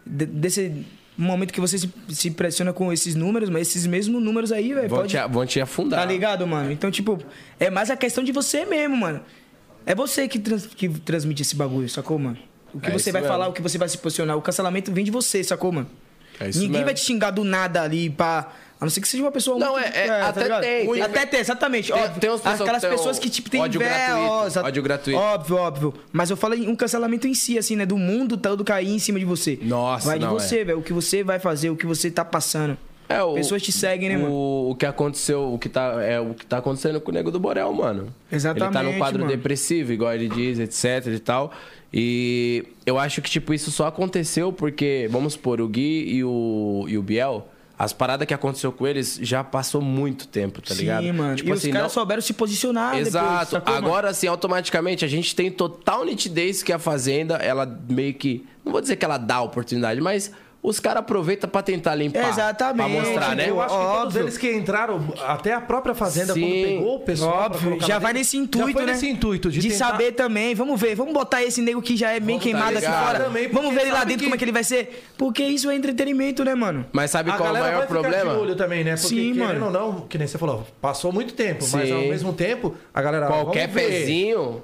S3: de- desse momento que você se, se impressiona com esses números, mas esses mesmos números aí, velho,
S4: vão,
S3: pode.
S4: te, vão te afundar.
S3: Tá ligado, mano? Então, tipo, é mais a questão de você mesmo, mano. É você que, trans- que transmite esse bagulho, sacou, mano? O que
S4: É
S3: você
S4: isso
S3: vai
S4: mesmo.
S3: falar, o que você vai se posicionar. O cancelamento vem de você, sacou, mano?
S4: É isso
S3: Ninguém
S4: mesmo.
S3: vai te xingar do nada ali, pá. A não ser que seja uma pessoa
S4: Não,
S3: muito- tá
S4: é- é, até
S3: ligado?
S4: tem, tem-
S3: até tem, exatamente.
S4: Tem-
S3: óbvio.
S4: tem umas pessoas
S3: Aquelas
S4: que tem
S3: pessoas
S4: o
S3: que, tipo, tem
S4: ódio
S3: vé-
S4: gratuito,
S3: ó, exa-
S4: ódio gratuito.
S3: Óbvio, óbvio. Mas eu falo em um cancelamento em si, assim, né? Do mundo todo cair em cima de você.
S4: Nossa,
S3: Vai de
S4: não,
S3: você, velho. O que você vai fazer, o que você tá passando.
S4: É, o-
S3: Pessoas te seguem, né,
S4: o,
S3: mano?
S4: O que aconteceu, o que tá, é, o que tá acontecendo com o Nego do Borel, mano. Ele tá num
S3: Exatamente,
S4: quadro
S3: mano.
S4: depressivo, igual ele diz, etc e tal. E eu acho que, tipo, isso só aconteceu porque, vamos supor, o Gui e o, e o Biel, as paradas que aconteceu com eles já passou muito tempo, tá ligado?
S3: Sim, mano.
S4: Tipo
S3: e
S4: assim,
S3: os
S4: não-
S3: caras souberam se posicionar depois,
S4: Exato.
S3: sacou, mano?
S4: Agora, assim, automaticamente, a gente tem total nitidez que a Fazenda, ela meio que. Não vou dizer que ela dá a oportunidade, mas os caras aproveitam pra tentar limpar.
S3: Exatamente.
S4: Pra mostrar, né?
S1: Eu acho que todos
S3: Óbvio.
S1: eles que entraram, até a própria Fazenda, quando
S4: Sim,
S1: pegou o pessoal. pra
S3: Óbvio,
S1: colocar
S3: já
S1: lá
S3: vai
S1: dentro,
S3: nesse intuito,
S1: já foi
S3: né?
S1: nesse intuito de, tentar-
S3: saber também. Vamos ver, vamos botar esse nego que já é bem
S4: Vamos
S3: queimado
S4: tá
S3: aqui
S4: ligado.
S3: fora.
S1: Também, porque
S3: vamos ver ele lá
S1: sabe
S3: dentro
S1: que-
S3: como é que ele vai ser. Porque isso é entretenimento, né, mano?
S4: Mas
S1: A
S4: sabe qual é o
S1: galera
S4: maior
S1: vai ficar de olho
S4: problema?
S1: também, né? Porque,
S3: Sim,
S1: querendo
S3: mano.
S1: ou não, que nem você falou, passou muito tempo, mas
S4: Sim.
S1: ao mesmo tempo, a galera... "Ah,
S4: Qualquer
S1: tá? vamos ver.
S4: pezinho.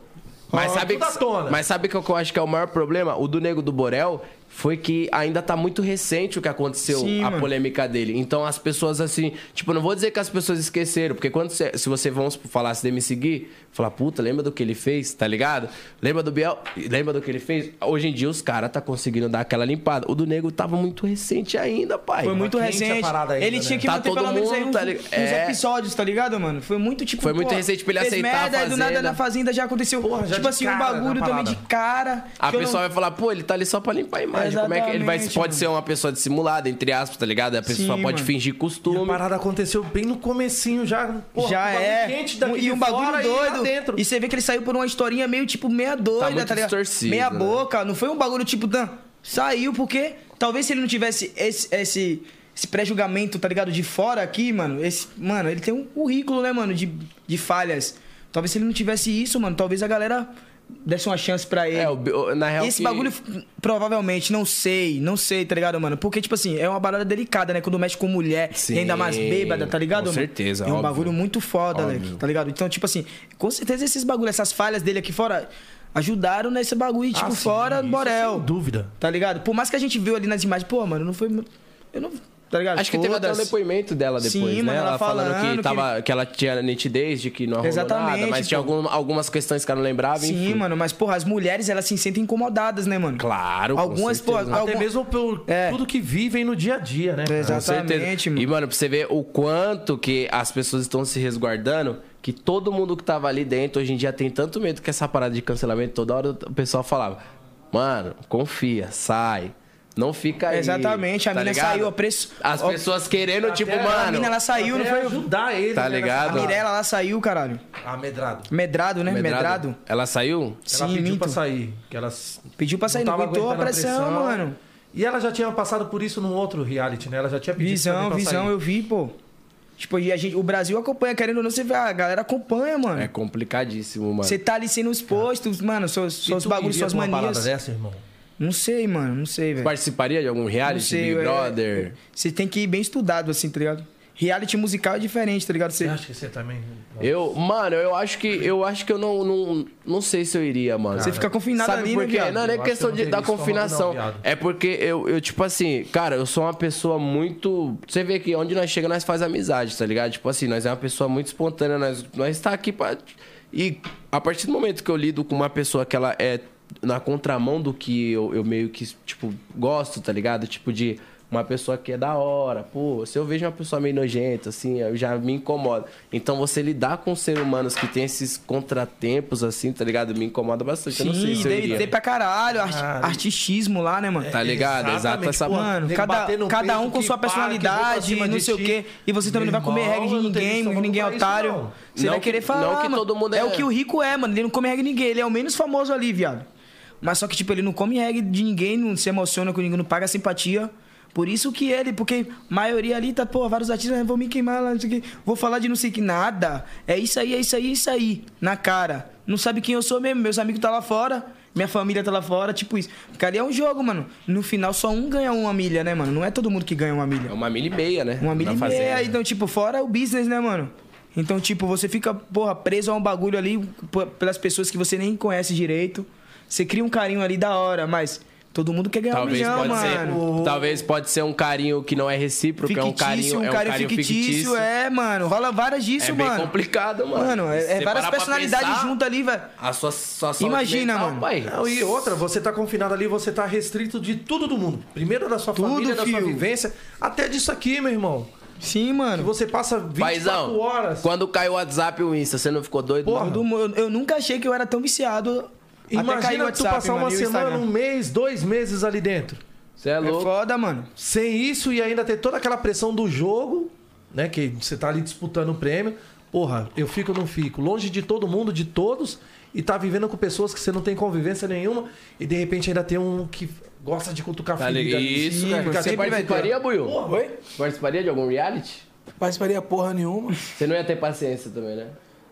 S4: Mas
S1: Rola
S4: sabe,
S1: tudo à tona.
S4: mas sabe que eu acho que é o maior problema? O do Nego do Borel foi que ainda tá muito recente o que aconteceu,
S3: Sim,
S4: a
S3: mano.
S4: polêmica dele. Então as pessoas, assim, tipo, não vou dizer que as pessoas esqueceram, porque quando você, se você, vamos falar, se de me seguir, falar, puta, lembra do que ele fez, tá ligado? Lembra do Biel? Lembra do que ele fez? Hoje em dia os caras tá conseguindo dar aquela limpada. O do Nego tava muito recente ainda, pai.
S3: Foi muito
S1: quente a
S3: recente.
S1: parada ainda,
S3: ele tinha
S1: né?
S3: que
S4: Tá
S3: manter
S4: todo
S3: pelo menos aí
S4: mundo,
S3: uns,
S4: tá ligado?
S3: uns
S4: É.
S3: episódios, tá ligado, mano? Foi muito tipo.
S4: Foi muito recente pra ele
S3: fez
S4: aceitar né? a
S3: merda, aí do
S4: Fazenda.
S3: nada na fazenda já aconteceu.
S1: já
S3: tipo
S1: de
S3: assim, um
S1: cara na
S3: bagulho também
S1: parada.
S3: de cara.
S4: A
S3: que eu não-
S4: pessoa vai falar, pô, ele tá ali só pra limpar a imagem. Como é que ele vai.
S3: Exatamente,
S4: Pode
S3: mano.
S4: ser uma pessoa dissimulada, entre aspas, tá ligado? A pessoa
S3: Sim,
S4: pode
S3: mano.
S4: fingir
S1: A
S4: costume.
S1: parada aconteceu bem no comecinho, já... porra,
S3: já
S1: um bagulho
S3: é.
S1: Quente daqui
S3: e um
S1: de
S3: bagulho
S1: fora e lá
S3: doido.
S1: dentro.
S3: E você vê que ele saiu por uma historinha meio tipo meia doida,
S4: muito
S3: tá ligado?
S4: distorcido,
S3: meia
S4: né?
S3: boca. Não foi um bagulho tipo. Dan, saiu porque talvez se ele não tivesse esse. esse esse pré-julgamento, tá ligado? De fora aqui, mano. Esse, mano, ele tem um currículo, né, mano? De, de falhas. Talvez se ele não tivesse isso, mano, talvez a galera desse uma chance pra ele. É,
S4: na real
S3: Esse
S4: que-
S3: bagulho, provavelmente, não sei, não sei, tá ligado, mano? Porque, tipo assim, é uma parada delicada, né? Quando mexe com mulher,
S4: Sim,
S3: e ainda mais bêbada, tá ligado?
S4: com
S3: mano?
S4: certeza,
S3: É um
S4: óbvio.
S3: bagulho muito foda,
S4: Óbvio.
S3: Alex, tá ligado? Então, tipo assim, com certeza esses bagulhos, essas falhas dele aqui fora, ajudaram nesse bagulho,
S4: Ah,
S3: tipo,
S1: Assim,
S3: fora do Borel. Sem
S1: é dúvida.
S3: Tá ligado? Por mais que a gente viu ali nas imagens, pô, mano, não foi. Eu não. Tá ligado?
S4: Acho que teve até um
S3: Foda-se.
S4: depoimento dela depois,
S3: Sim,
S4: né?
S3: mano, ela falando
S4: que,
S3: que-
S4: tava, que... ela tinha nitidez de que não arrumou nada,
S3: Exatamente,
S4: mas tinha
S3: pô.
S4: algum- algumas questões que ela não lembrava,
S3: Sim,
S4: enfim.
S3: mano, mas, porra, as mulheres, elas se sentem incomodadas, né, mano?
S4: Claro, com
S3: Algumas, porra,
S4: certeza.
S3: alguma-
S1: Até mesmo por
S3: É.
S1: tudo que vivem no dia a dia, né? cara?
S4: Com certeza. E, mano, pra você ver o quanto que as pessoas estão se resguardando, que todo mundo que tava ali dentro hoje em dia tem tanto medo que essa parada de cancelamento, toda hora o pessoal falava, mano, confia, sai. Não fica aí.
S3: Exatamente, a
S4: tá
S3: mina
S4: ligado?
S3: saiu a preço.
S4: As
S3: ó,
S4: pessoas querendo, tipo,
S3: a
S4: mano.
S3: mina, ela saiu, não
S1: Até
S3: foi?
S1: ajudar ele. né,
S4: Tá ligado?
S3: A Mirella, ela saiu, caralho.
S1: Amedrado.
S3: Medrado, né? Medrado.
S4: Ela saiu?
S1: Ela
S3: Sim,
S1: pediu
S3: minto.
S1: pra sair. Que ela s-
S3: Pediu pra sair, não
S1: tava
S3: aguentou a
S1: aguentando
S3: pressão, mano.
S1: E ela já tinha passado por isso num outro reality, né? Ela já tinha pedido também
S3: Visão,
S1: pra
S3: visão,
S1: sair.
S3: eu vi, pô. Tipo, e a gente, o Brasil acompanha, querendo ou não, você vê, a galera acompanha, mano.
S4: É complicadíssimo, mano.
S3: Você tá ali sendo exposto, mano, seus, seus
S1: tu
S3: bagulhos,
S1: iria
S3: suas
S1: pra uma parada
S3: manias.
S1: dessa, irmão?
S3: Não sei, mano, não sei, velho.
S4: Participaria de algum
S3: Não
S4: reality,
S3: sei,
S4: Big
S3: é-
S4: Brother?
S3: Você tem que ir bem estudado, assim, tá ligado? Reality musical é diferente, tá ligado? Você...
S1: Acho que você também...
S4: Eu, mano, eu acho que eu acho que eu não não, não sei se eu iria, mano.
S3: Você fica confinado
S4: Sabe
S3: ali,
S4: por
S3: né,
S4: quê?
S3: viado?
S4: Não,
S3: Eu
S4: não é
S3: acho
S4: questão
S1: que eu não
S4: de,
S1: teria
S4: da
S1: estômago,
S4: confinação.
S1: não, viado.
S4: é porque eu, eu, tipo assim, cara, eu sou uma pessoa muito. Você vê que onde nós chegamos, nós faz amizade, tá ligado? Tipo assim, nós é uma pessoa muito espontânea, nós, nós tá aqui pra. E a partir do momento que eu lido com uma pessoa que ela é na contramão do que eu, eu meio que, tipo, gosto, tá ligado? Tipo de. Uma pessoa que é da hora, pô. Se eu vejo uma pessoa meio nojenta, assim, eu já me incomoda. Então você lidar com seres humanos que tem esses contratempos, assim, tá ligado? Me incomoda bastante. eu não sei se eu
S3: deve
S4: iria.
S3: ter pra caralho, art- artistismo lá, né, mano?
S4: Tá ligado? Exato
S1: Exatamente,
S4: essa
S1: pô,
S3: Mano,
S1: nego
S3: cada,
S1: bater no
S3: cada
S1: peito
S3: um com
S1: que
S3: sua
S1: para, que vou pra
S3: personalidade,
S1: cima
S3: não
S1: de
S3: sei o
S1: ti.
S3: quê. E você também não vai
S1: Irmão,
S3: comer regra de
S1: eu não tenho
S3: ninguém,
S1: estômago
S3: ninguém é
S1: pra isso,
S3: otário.
S1: não.
S3: Você
S4: Não
S3: vai
S4: que-
S3: querer falar.
S4: não que
S3: mano.
S4: todo mundo
S3: é...
S4: é-
S3: o que o rico é, mano. Ele não come regra de ninguém. Ele é o menos famoso ali, viado. Mas só que, tipo, ele não come regra de ninguém, não se emociona com ninguém, não paga simpatia. Por isso que ele, porque a maioria ali tá, pô, vários artistas "Ah, vão me queimar lá, não sei o quê, vou falar de não sei o que, nada. É isso aí, é isso aí, é isso aí, na cara. Não sabe quem eu sou mesmo, meus amigos tá lá fora, minha família tá lá fora, tipo isso. Porque ali é um jogo, mano. No final só um ganha uma milha, né, mano? Não é todo mundo que ganha uma milha.
S4: É uma milha e meia, né?
S3: Uma milha
S4: Na
S3: e
S4: fazenda.
S3: meia, então, tipo, fora o business, né, mano? Então, tipo, você fica, porra, preso a um bagulho ali p- pelas pessoas que você nem conhece direito. Você cria um carinho ali da hora, mas todo mundo quer ganhar
S4: Talvez
S3: um milhão,
S4: pode
S3: mano.
S4: ser, talvez pode ser um carinho que não é recíproco, é um carinho, é um carinho fictício.
S3: é, mano. Rola várias disso,
S4: É bem
S3: mano.
S4: complicado, mano.
S3: Mano, é-
S4: Se
S3: é, várias
S4: você parar pra
S3: personalidades
S4: pensar,
S3: juntas ali, velho.
S4: A sua, sua saúde
S3: Imagina,
S4: mental,
S3: mano. É
S4: Pai.
S1: Não, e outra, você tá confinado ali, você tá restrito de tudo do mundo. Primeiro da sua
S3: Tudo,
S1: família, da sua
S3: fio.
S1: vivência, até disso aqui, meu irmão.
S3: Sim, mano.
S1: Que você passa 24
S4: Paizão,
S1: horas.
S4: quando cai o WhatsApp e o Insta, você não ficou doido?
S1: Porra,
S4: não?
S3: Todo mundo- eu, eu nunca achei que eu era tão viciado. até cair o
S1: Imagina
S3: WhatsApp,
S1: tu passar
S3: mano,
S1: uma
S3: e o
S1: semana,
S3: Instagram.
S1: um mês, dois meses ali dentro.
S4: Você é
S3: É
S4: louco.
S3: foda, mano.
S1: Sem isso e ainda ter toda aquela pressão do jogo, né? Que você tá ali disputando o prêmio. Porra, eu fico ou não fico? Longe de todo mundo, de todos, e tá vivendo com pessoas que você não tem convivência nenhuma, e de repente ainda tem um que gosta de cutucar
S4: Tá
S1: ferida.
S4: ligado? Isso,
S1: Sim,
S4: cara.
S1: fica
S4: Você
S1: sempre vai ter.
S4: participaria, Buiu?
S6: Oi?
S4: Participaria de algum reality?
S6: Participaria porra nenhuma.
S4: Você não ia ter paciência também, né?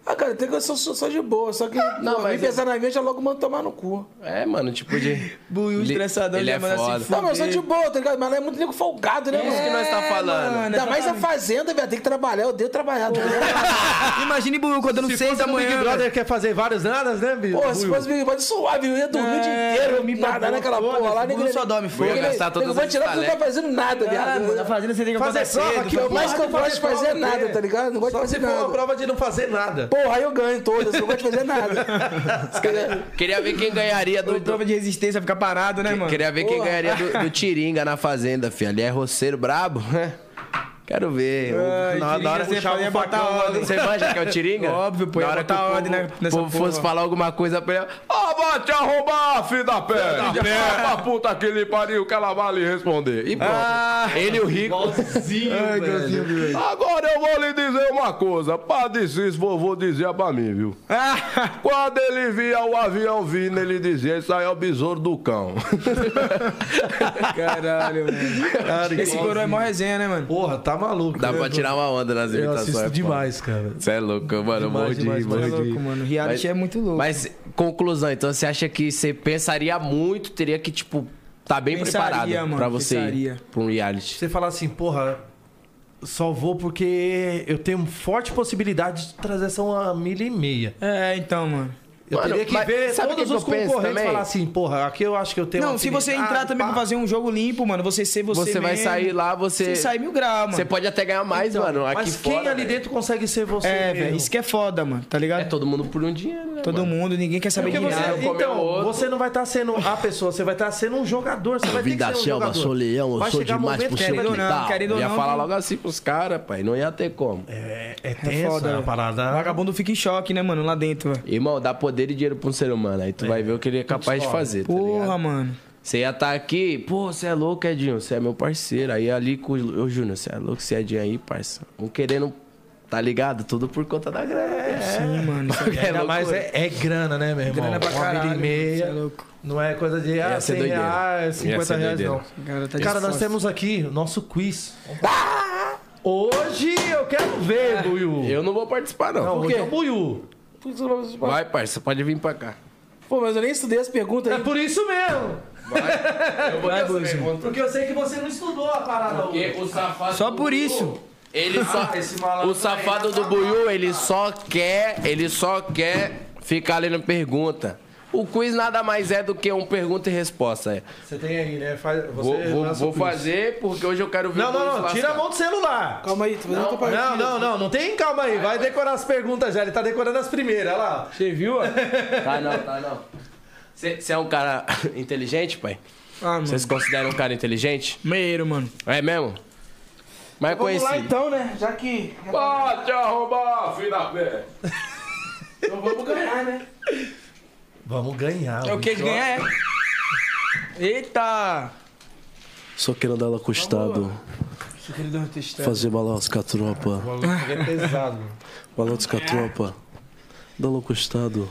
S6: Ah, cara, tem que eu sou, sou, sou de boa, só que
S4: Não,
S6: pô,
S4: mas
S6: vem
S4: é-
S6: pensar na minha, já logo manda tomar no cu.
S4: É, mano, tipo
S3: *laughs*
S4: de.
S3: Buiu né,
S4: Ele-
S3: estressadão,
S4: ele
S3: já
S4: é
S3: manda se
S4: foda.
S3: fuder.
S6: Não, mas eu sou de boa, tá ligado? Mas lá é muito nego folgado, né,
S4: É isso
S6: mano?
S4: que nós tá falando.
S3: mano.
S6: Ainda mais a fazenda, velho, tem que trabalhar, eu odeio trabalhar. tá
S4: *laughs*
S6: ligado?
S3: Imagine Buiu acordando
S1: Se
S3: seis
S1: fosse
S3: da
S1: no Big
S3: manhã.
S1: Brother quer fazer vários nadas, né, Bill?
S6: Pô, se fosse Big Brother suave, eu ia dormir o dia inteiro, me nadar naquela porra lá.
S3: Buiu
S6: nego-
S3: só dorme,
S6: nego-
S3: foda.
S6: nego-
S4: Ia gastar todas
S6: nego vai
S4: as
S6: tirar porque não tá
S4: talento.
S6: fazendo nada,
S3: Ah, mano, na
S6: viado.
S3: fazenda você tem que
S1: Fazer
S3: acordar
S1: prova
S3: cedo.
S1: aqui,
S3: pô.
S6: O mais que eu
S1: Porra,
S6: gosto de
S1: fazer
S6: fazer é
S1: prova,
S6: nada,
S1: né?
S6: tá ligado? Não gosto
S1: Só
S6: de
S1: se
S6: fazer
S1: for uma
S6: nada.
S1: prova de não fazer nada.
S6: Porra, aí eu ganho todas, eu não gosto de fazer nada.
S4: Queria ver quem ganharia do.
S3: Ou prova de resistência, ficar parado, né, mano?
S4: Queria ver quem ganharia do, do Tiringa na fazenda, filho. Ali é roceiro brabo, né? Quero ver.
S3: Ai,
S4: na, na
S3: Tiringa,
S4: hora
S3: você
S4: puxava
S3: ia
S4: o
S3: botar
S4: facão,
S3: ordem.
S4: Você imagina que é o Tiringa?
S3: Óbvio, pô,
S4: Na
S3: ia
S4: hora que
S3: botar
S4: o povo,
S3: ordem na- nessa
S4: o povo
S3: porra.
S4: fosse falar alguma coisa pra ele.
S7: Ah, vai te arrombar, filho da pé! Filho da puta que lhe pariu, que ela vai lhe responder. E pronto.
S3: Ah.
S4: ele e o Rico.
S3: Ai, Deus, Deus.
S7: Agora eu vou lhe dizer uma coisa. Padre Cis, vovô dizia pra mim, *laughs* viu?
S3: Ah,
S7: Quando ele via o avião vindo, ele dizia, isso aí é o besouro do cão.
S3: Caralho, mano. Esse coroa é mó
S4: assim.
S3: resenha, né, mano?
S1: Porra, tá maluco.
S4: Dá
S1: Eu-
S4: pra tirar uma é onda nas
S1: Eu
S4: imitações.
S1: assisto
S4: pô.
S1: demais, cara.
S4: Você é louco, mano.
S1: Demais,
S4: Mordi,
S1: demais,
S3: É
S1: demais.
S4: mordi.
S3: louco, mano. Reality
S4: Mas-
S3: é muito louco.
S4: Mas conclusão, então você acha que você pensaria muito, teria que, tipo, tá bem
S1: Pensaria,
S4: preparado
S1: mano,
S4: pra você
S1: pensaria.
S4: ir pra um reality.
S1: Você fala assim, porra, só vou porque eu tenho forte possibilidade de trazer essa uma milha e meia.
S3: É, então, mano.
S1: Eu
S4: Mano,
S1: teria que
S4: mas
S1: ver
S4: sabe o que
S1: todos
S4: que
S1: os
S4: eu penso
S1: concorrentes
S4: também?
S1: falar assim, porra, aqui eu acho que eu tenho
S3: Não,
S1: uma
S3: se você entrar
S1: afinidade,
S3: também pra fazer um jogo limpo, mano, você ser você
S4: Você vai
S3: mesmo,
S4: sair lá, você-
S3: Você sai mil graus, mano.
S4: Você pode até ganhar mais, mano. Aqui
S1: Então, Mas quem
S4: fora,
S1: ali
S4: velho.
S1: dentro consegue ser você
S3: É,
S1: mesmo?
S3: velho, isso que é foda, mano, tá ligado?
S4: É todo mundo por um dinheiro, né?
S3: Todo
S4: mano?
S3: mundo, ninguém quer saber
S1: É Porque
S3: de
S1: você,
S3: nada.
S4: comeu
S1: então,
S4: outro.
S1: você não vai estar sendo a pessoa, você vai estar sendo um jogador. Você vai ter
S10: Vim
S1: que
S10: da
S1: ser um
S10: selva,
S1: jogador.
S10: sou leão, eu
S1: Vai
S10: sou
S1: chegar um
S10: demais
S1: momento
S10: pro
S1: que
S10: seu
S1: vai-
S3: querido ou não,
S10: quintal.
S3: querido ou
S4: Ia
S3: não,
S4: falar
S3: não-
S4: logo assim pros caras, pai. Não ia ter como.
S1: É, é tenso,
S3: foda,
S1: é uma
S3: velho.
S1: parada.
S3: Vagabundo fica em choque, né, mano, lá dentro, velho.
S4: Irmão, dá poder e dinheiro pra um ser humano. Aí tu vai ver o que ele é capaz de fazer, tá ligado?
S3: Porra, mano.
S4: Você ia estar aqui, pô, você é louco, Edinho, você é meu parceiro. Aí ali com o ô, Júnior, você é louco, você é Edinho aí, parça. Um querendo, tá ligado? Tudo por conta da grana.
S3: Sim, mano.
S4: *laughs*
S3: isso aqui
S1: É, ainda mais é, é grana, né, meu irmão?
S3: Grana pra
S1: Uma
S3: caralho,
S1: milha e meia.
S3: cê é louco.
S1: Não é coisa de ah,
S4: Ia ser
S1: 100
S4: doideira.
S1: reais,
S4: Ia
S1: 50
S4: ser
S1: reais,
S4: doideira.
S1: não.
S3: Cara, tá de
S1: Cara, nós
S3: fora.
S1: temos aqui o nosso quiz. Hoje eu quero ver, Buiu.
S4: Eu não vou participar, não.
S1: Não, hoje é o Buiu.
S4: Vai, parça, pode vir pra cá.
S6: Pô, mas eu nem estudei as perguntas
S1: É
S6: aí.
S1: por isso mesmo.
S4: Eu vou
S3: Vai, Buzi.
S1: Porque eu sei que você não estudou a parada hoje.
S4: o safado.
S3: Só por isso. *laughs*
S4: Ele só.
S1: Ah, esse malandro tá
S4: o safado do Buiu, ele só quer. Ele só quer ficar lendo pergunta. O quiz nada mais é do que um pergunta e resposta. é.
S1: Você tem aí, né? Faz, você
S4: Vou, vou-
S1: lança o
S4: vou
S1: quiz.
S4: fazer porque hoje eu quero ver
S1: Não,
S4: o
S1: não,
S4: Buiu
S1: não.
S4: se
S1: Tira a
S4: lascar.
S1: mão do celular.
S6: Calma aí, tô fazendo outra partida.
S1: Não, não, não, não tem calma aí. Vai decorar as perguntas já. Ele tá decorando as primeiras, olha lá.
S3: Você viu, ó?
S4: Tá não, tá não. Você é um cara *laughs* inteligente, pai?
S3: Ah, mano.
S4: Você se considera um cara inteligente?
S3: Meiro, mano.
S4: É mesmo? Mas é
S6: Vamos lá
S4: conhecido.
S6: então, né? Já que.
S7: Pode arrombar, filho da pé.
S6: Então vamos ganhar, né?
S1: Vamos ganhar.
S3: É o que de ganhar é. Eita!
S1: então.
S10: Só querendo ela custado. Fazer balanço com a tropa.
S1: É pesado. mano.
S10: Balanço com a tropa. Dá louco custado.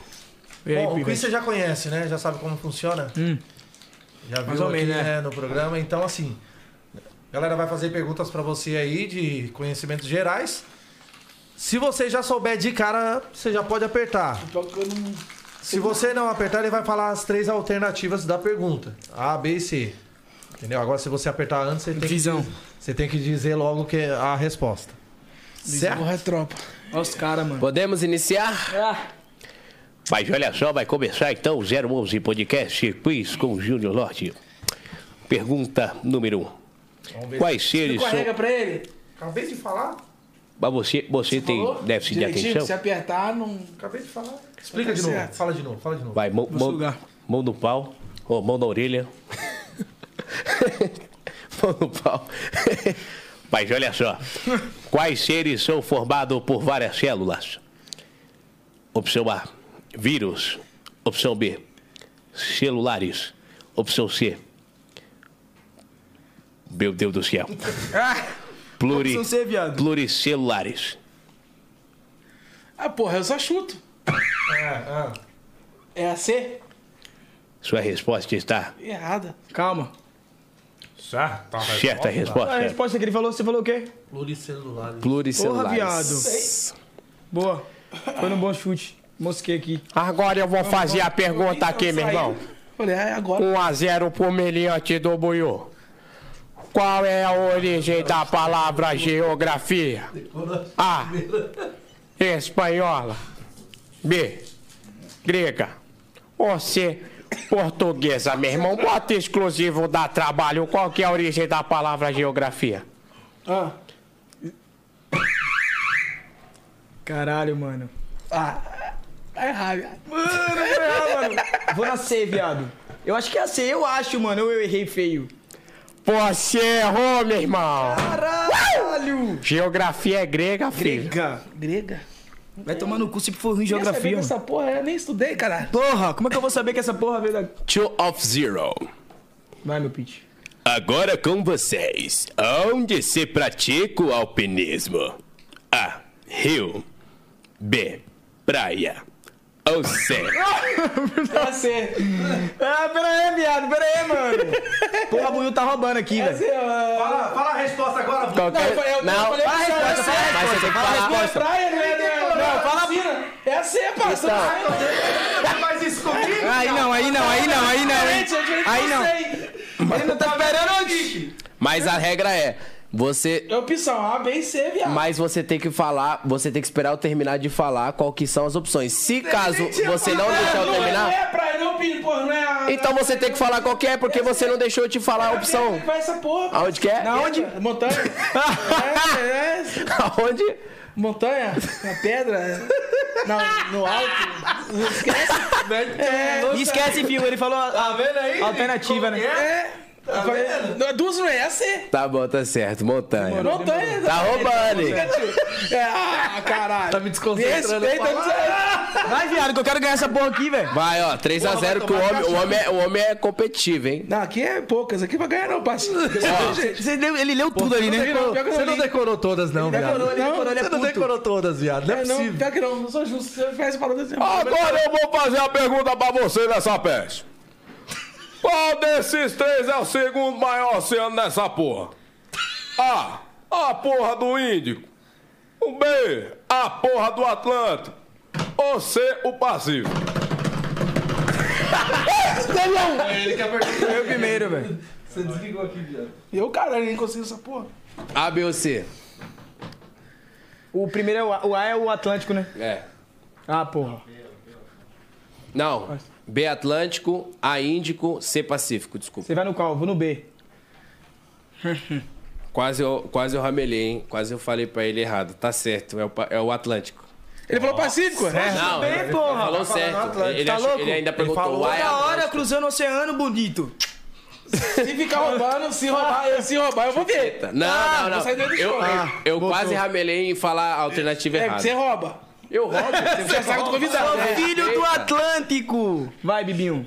S3: E aí,
S1: Bom, o
S3: Piva?
S1: quiz você já conhece, né? Já sabe como funciona. Já viu
S3: Mais ou
S1: aqui,
S3: menos,
S1: né?
S3: né?
S1: no programa. Então, assim, a galera vai fazer perguntas pra você aí de conhecimentos gerais. Se você já souber de cara, você já pode apertar. Se você não apertar, ele vai falar as três alternativas da pergunta. A, B e C. Entendeu? Agora, se você apertar antes, você tem,
S3: Visão.
S1: você tem que dizer logo que é a resposta. Certo?
S2: Porra, é tropa.
S3: Olha os caras, mano.
S4: Podemos iniciar?
S8: Mas olha só, vai começar então o 011 Podcast Quiz com o Júnior Lorde. Pergunta número 1. Quais seres são...
S6: Escorrega pra ele.
S1: Acabei de falar?
S8: Mas você, você tem déficit de
S6: Direitinho,
S8: atenção?
S6: Se apertar, não.
S1: Acabei de falar. Explica de novo. Fala de novo, fala de novo.
S8: Vai, mão,
S3: No
S8: mão,
S3: lugar.
S8: mão no pau, ou mão
S3: *laughs*
S8: na orelha. mão no pau. Mas olha só. Quais seres são formados por várias células? Opção A, vírus. Opção B, celulares. Opção C. Meu Deus
S3: *laughs*
S8: do céu.
S3: Ah!
S8: Pluri,
S3: Opção C, viado.
S8: pluricelulares.
S6: Ah, porra, eu só chuto.
S1: Ah, ah.
S6: É a C?
S8: Sua resposta está
S6: Errada.
S3: Calma.
S1: Certo.
S8: certa
S3: A
S8: resposta.
S3: resposta que ele falou, você falou o quê?
S1: Pluricelulares.
S3: Porra,
S4: Pluricelulares.
S3: viado. Boa. Foi num bom chute. Mosquei aqui.
S11: Agora eu vou fazer a pergunta aqui,
S5: Tá
S11: meu irmão.
S6: Falei, ah, é agora.
S11: 1 a 0 pro meliante do Buiú. Qual é a origem da palavra geografia? A. Espanhola. B. Grega. Ou C. Portuguesa, meu irmão. Bota exclusivo da trabalho. Qual que é a origem da palavra geografia?
S6: Ah,
S3: Caralho, mano.
S6: tá errado. viado.
S3: Mano, eu vou errar, mano. Vou na C, viado. Eu acho que é a C, eu acho, mano. Ou eu errei feio.
S11: Você errou, é meu irmão.
S3: Caralho!
S11: Geografia é grega, filho.
S3: Grega.
S6: Grega?
S3: Vai tomar no cu se for ruim em
S6: Eu sabia
S3: geografia. mano.
S6: dessa porra, eu nem estudei, caralho.
S3: Porra, como é que eu vou saber que essa porra veio da.
S7: Two of zero.
S3: Vai, meu pitch.
S7: Agora com vocês, onde se pratica o alpinismo? A. Rio. B. Praia. ou C?
S3: Era C. Ah, pera aí, viado, pera aí, mano. Porra, o Buiu tá roubando aqui, velho.
S1: Fala, fala a resposta agora, Buiu.
S3: Não, eu falei, eu
S1: Não.
S3: falei
S1: Fala a
S3: que era
S1: resposta,
S3: C.
S1: fala a
S3: Mas
S1: resposta,
S3: você tem que
S1: fala a
S3: falar
S1: resposta.
S3: pra praia, não é, né? Não, fala a
S2: É a C, parça.
S3: Então.
S2: Ai, meu Deus. Você faz isso comigo?
S3: Aí
S2: cara?
S3: não, aí não, aí não, aí não,
S2: É
S3: hein?
S2: diferente, é diferente
S3: Aí
S2: de
S3: não.
S2: você, hein? Ele não tá esperando onde?
S4: Mas a regra é, você.
S2: É opção A, B e C, viado.
S4: Mas você tem que falar, você tem que esperar eu terminar de falar qual que são as opções. Se caso você não deixar eu
S2: Não é
S4: terminar,
S2: praia, não, Pini, porra, não é a...
S4: então você tem que falar qual que é, porque você não deixou eu te falar a opção.
S2: Vai É, essa porra.
S4: Aonde que é?
S2: Na onde? Montanha. é, é.
S4: *laughs* Aonde?
S2: Montanha? Na pedra? É. Não, no alto? Não esquece. É,
S3: Esquece, viu? Ele falou
S2: Tá vendo aí?
S3: alternativa, né?
S2: É. Eu falei, não, Duas não é, é a C.
S4: Tá bom, tá certo. Montanha.
S2: Montanha.
S4: Tá roubando, hein?
S2: É, ah, caralho. Tá me
S4: desconcentrando.
S2: é?
S3: Vai, viado, que eu quero ganhar essa porra aqui, velho.
S4: Vai, ó, 3x0 que o homem, o, homem é, o homem é competitivo, hein?
S2: Não, aqui é poucas, aqui vai ganhar não, parceiro.
S3: Ele leu
S4: tudo ali, né?
S1: Você não decorou todas, não,
S2: Ele
S1: viado.
S2: decorou, ele decorou, ele é
S1: Você não
S2: puto.
S1: decorou todas, viado. Não é
S2: É, não,
S1: possível.
S2: pior que não, não sou justo. Se eu tivesse falado assim...
S7: Agora eu vou fazer a pergunta pra você nessa peste. Qual desses três é o segundo maior oceano nessa porra? A. A porra do Índico. O B. A porra do Atlântico. Ou C. O Pacífico.
S2: Ele quer perguntar.
S3: Eu primeiro, velho.
S2: Você desligou aqui, viado. Eu, caralho, nem consigo essa porra.
S4: A, B ou C?
S3: O primeiro é o A, o A é o Atlântico, né?
S4: É.
S3: Ah, porra.
S4: Não. B Atlântico, A Índico, C Pacífico, desculpa.
S3: Você vai no qual? Eu Vou no B.
S4: Quase eu, quase eu ramelei, hein? Quase eu falei pra ele errado. Tá certo, é o, pa- é o Atlântico.
S2: Ele falou né? Pacífico?
S4: *laughs* Não, ele falou certo. Ele,
S3: tá
S4: achou-
S3: louco?
S4: ele ainda perguntou
S3: falou,
S4: "Uai,
S3: toda hora
S4: Atlântico?"
S3: cruzando o oceano, bonito.
S2: Se ficar roubando, se roubar, eu, se roubar, eu vou ver.
S4: Não,
S2: Ah,
S4: não,
S2: vou
S4: não.
S2: sair dentro de
S4: Eu,
S2: escola.
S4: eu- eu quase ramelei em falar a alternativa
S2: É,
S4: errada.
S2: você rouba.
S4: Eu roubo?
S2: Você já sabe do convidado.
S3: Sou
S2: né?
S3: filho do Atlântico. Vai, Bibinho.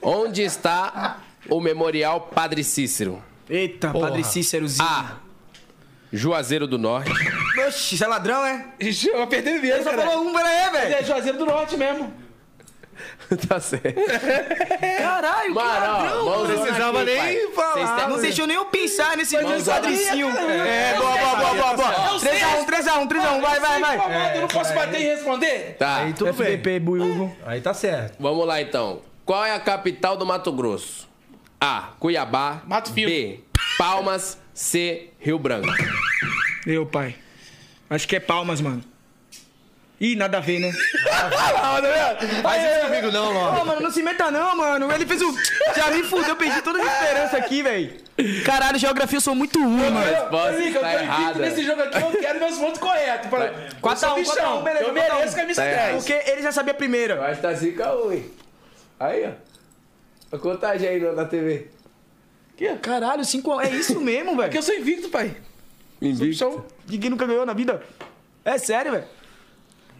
S4: Onde está o Memorial Padre Cícero?
S3: Eita,
S4: Porra.
S3: Padre Cícerozinho.
S4: A. Juazeiro do Norte. *laughs*
S3: Oxi, você é ladrão, é?
S2: Ixi, eu perdi o dinheiro,
S3: Ele só
S2: caralho.
S3: falou um, peraí, velho.
S2: É Juazeiro do Norte mesmo.
S4: tá certo.
S3: Caralho, que
S4: Mano, ó,
S3: ladrão.
S4: mãozona
S3: mano.
S4: Não precisava aqui, nem pai. falar, Vocês têm-
S3: é- Não deixou nem eu pensar nesse
S2: Mas eu
S3: meu
S2: sabia,
S3: quadricinho.
S2: cara.
S3: É, boa, boa, boa, boa, um, boa.
S2: Eu sei.
S3: 3x1, 3x1, 3x1, vai, vai, vai.
S2: Eu não posso bater e responder?
S4: Tá.
S1: Aí tudo bem.
S3: FDP, Buiugo.
S1: Aí tá certo.
S4: Vamos lá então. Qual é a capital do Mato Grosso? A. Cuiabá. Mato Fio. B. Palmas. C. Rio Branco.
S3: Meu pai. Acho que é palmas, mano. Ih, nada a ver, né?
S1: Faz isso comigo, não,
S3: Ô,
S1: Ló.
S3: mano, não se meta não, mano. Ele fez o. Já me fudeu, perdi toda a esperança aqui, velho. Caralho, geografia eu sou muito ruim, mano.
S4: Resposta
S2: Henrique,
S4: está
S2: eu tô invicto
S4: errada.
S2: nesse jogo aqui, eu quero meus pontos corretos. Pra... Eu
S3: 4x1,
S2: sou bichão,
S3: 4x1, beleza.
S2: eu
S3: 4x1.
S2: mereço camisa
S4: Tá errado.
S2: 10.
S3: Porque ele já sabia a primeira.
S4: Mas tá zica ruim. Aí, ó. A contagem aí na TV.
S3: Caralho, 5 É isso mesmo,
S2: Porque
S3: velho.
S2: eu sou invicto, pai.
S4: Invicto.
S3: Ninguém nunca ganhou na vida. É sério, velho.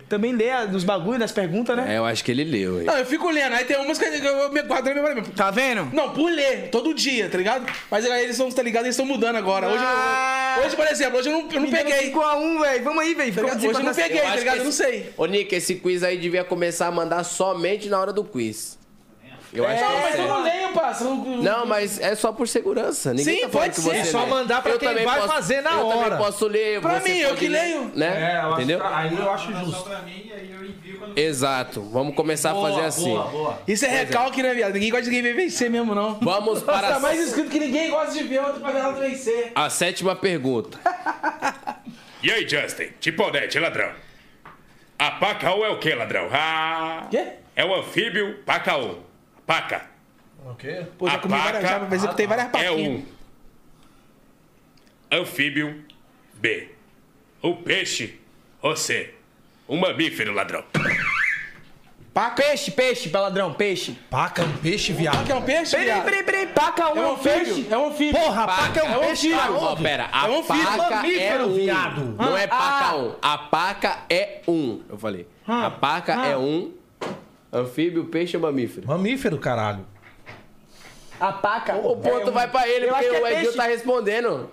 S3: Também lê a- os bagulhos das perguntas, né?
S4: É, eu acho que ele leu, hein?
S2: Não, eu fico lendo, aí tem umas que eu, eu me guardo na memória mesmo.
S3: Tá vendo?
S2: Não, por ler, todo dia, tá ligado? Mas aí eles são, tá ligado? Eles estão mudando agora. Hoje, eu-
S3: Ah.
S2: hoje, por exemplo, hoje eu não, eu não
S3: Me deram
S2: peguei.
S3: 5x1, velho. Vamos aí, velho. Fica
S2: Hoje eu não
S3: desempatado.
S2: peguei,
S4: Eu acho
S2: tá
S4: que
S2: ligado? Eu não
S4: esse-
S2: sei.
S4: Ô, Nick, esse quiz aí devia começar a mandar somente na hora do quiz. Eu acho
S2: Não,
S4: que
S2: mas
S4: esse
S2: eu
S4: é.
S2: não leio, parça.
S4: Não, mas é só por segurança. Ninguém
S2: Sim,
S4: tá falando
S2: pode
S4: que
S2: ser.
S4: você
S2: É
S1: só
S4: lê.
S1: mandar pra quem vai fazer na
S4: eu
S1: hora.
S4: também posso ler.
S2: Pra
S4: você
S2: mim, eu
S4: pode
S2: que
S4: ler,
S2: leio.
S4: Né? Entendeu?
S1: Aí É, eu acho justo.
S4: Exato. Vamos começar a fazer assim.
S2: Isso é recalque, né, viado? Ninguém gosta de ninguém vencer mesmo, não.
S4: Vamos para
S2: Tá mais escrito que ninguém gosta de ver outro panelado vencer.
S4: a sétima pergunta.
S7: E aí, Justin? Tiponete, ladrão. A pacaú é o que, ladrão? Ah,
S2: Quê?
S7: é o anfíbio pacaú. Paca.
S1: O quê?
S2: Pô, já
S7: A
S2: comi várias
S7: vaca-
S2: já, mas eu tem várias
S7: É
S2: paquinhas.
S7: um anfíbio B. O peixe ou C. Um mamífero, ladrão.
S3: Paca. Peixe, peixe, paladrão, peixe.
S1: Paca é um peixe, viado.
S2: Paca é um peixe,
S3: Peraí,
S2: viado?
S3: peraí, peraí. Paca um
S2: É
S3: é
S2: um
S3: um peixe.
S2: anfíbio? É um anfíbio.
S1: Porra, paca é um peixe,
S4: Ah,
S1: aonde?
S4: ó, pera. A
S2: É um anfíbio,
S4: paca é
S1: mamífero,
S4: um.
S1: viado.
S4: Não é
S3: Ah,
S4: paca um. A paca é um. Eu falei. A paca é um. Anfíbio, peixe ou mamífero?
S1: Mamífero, caralho.
S3: A paca. é
S4: O ponto vai pra ele,
S3: um. Eu
S4: porque
S3: acho que
S4: o
S3: é
S4: Edil
S3: peixe.
S4: tá respondendo.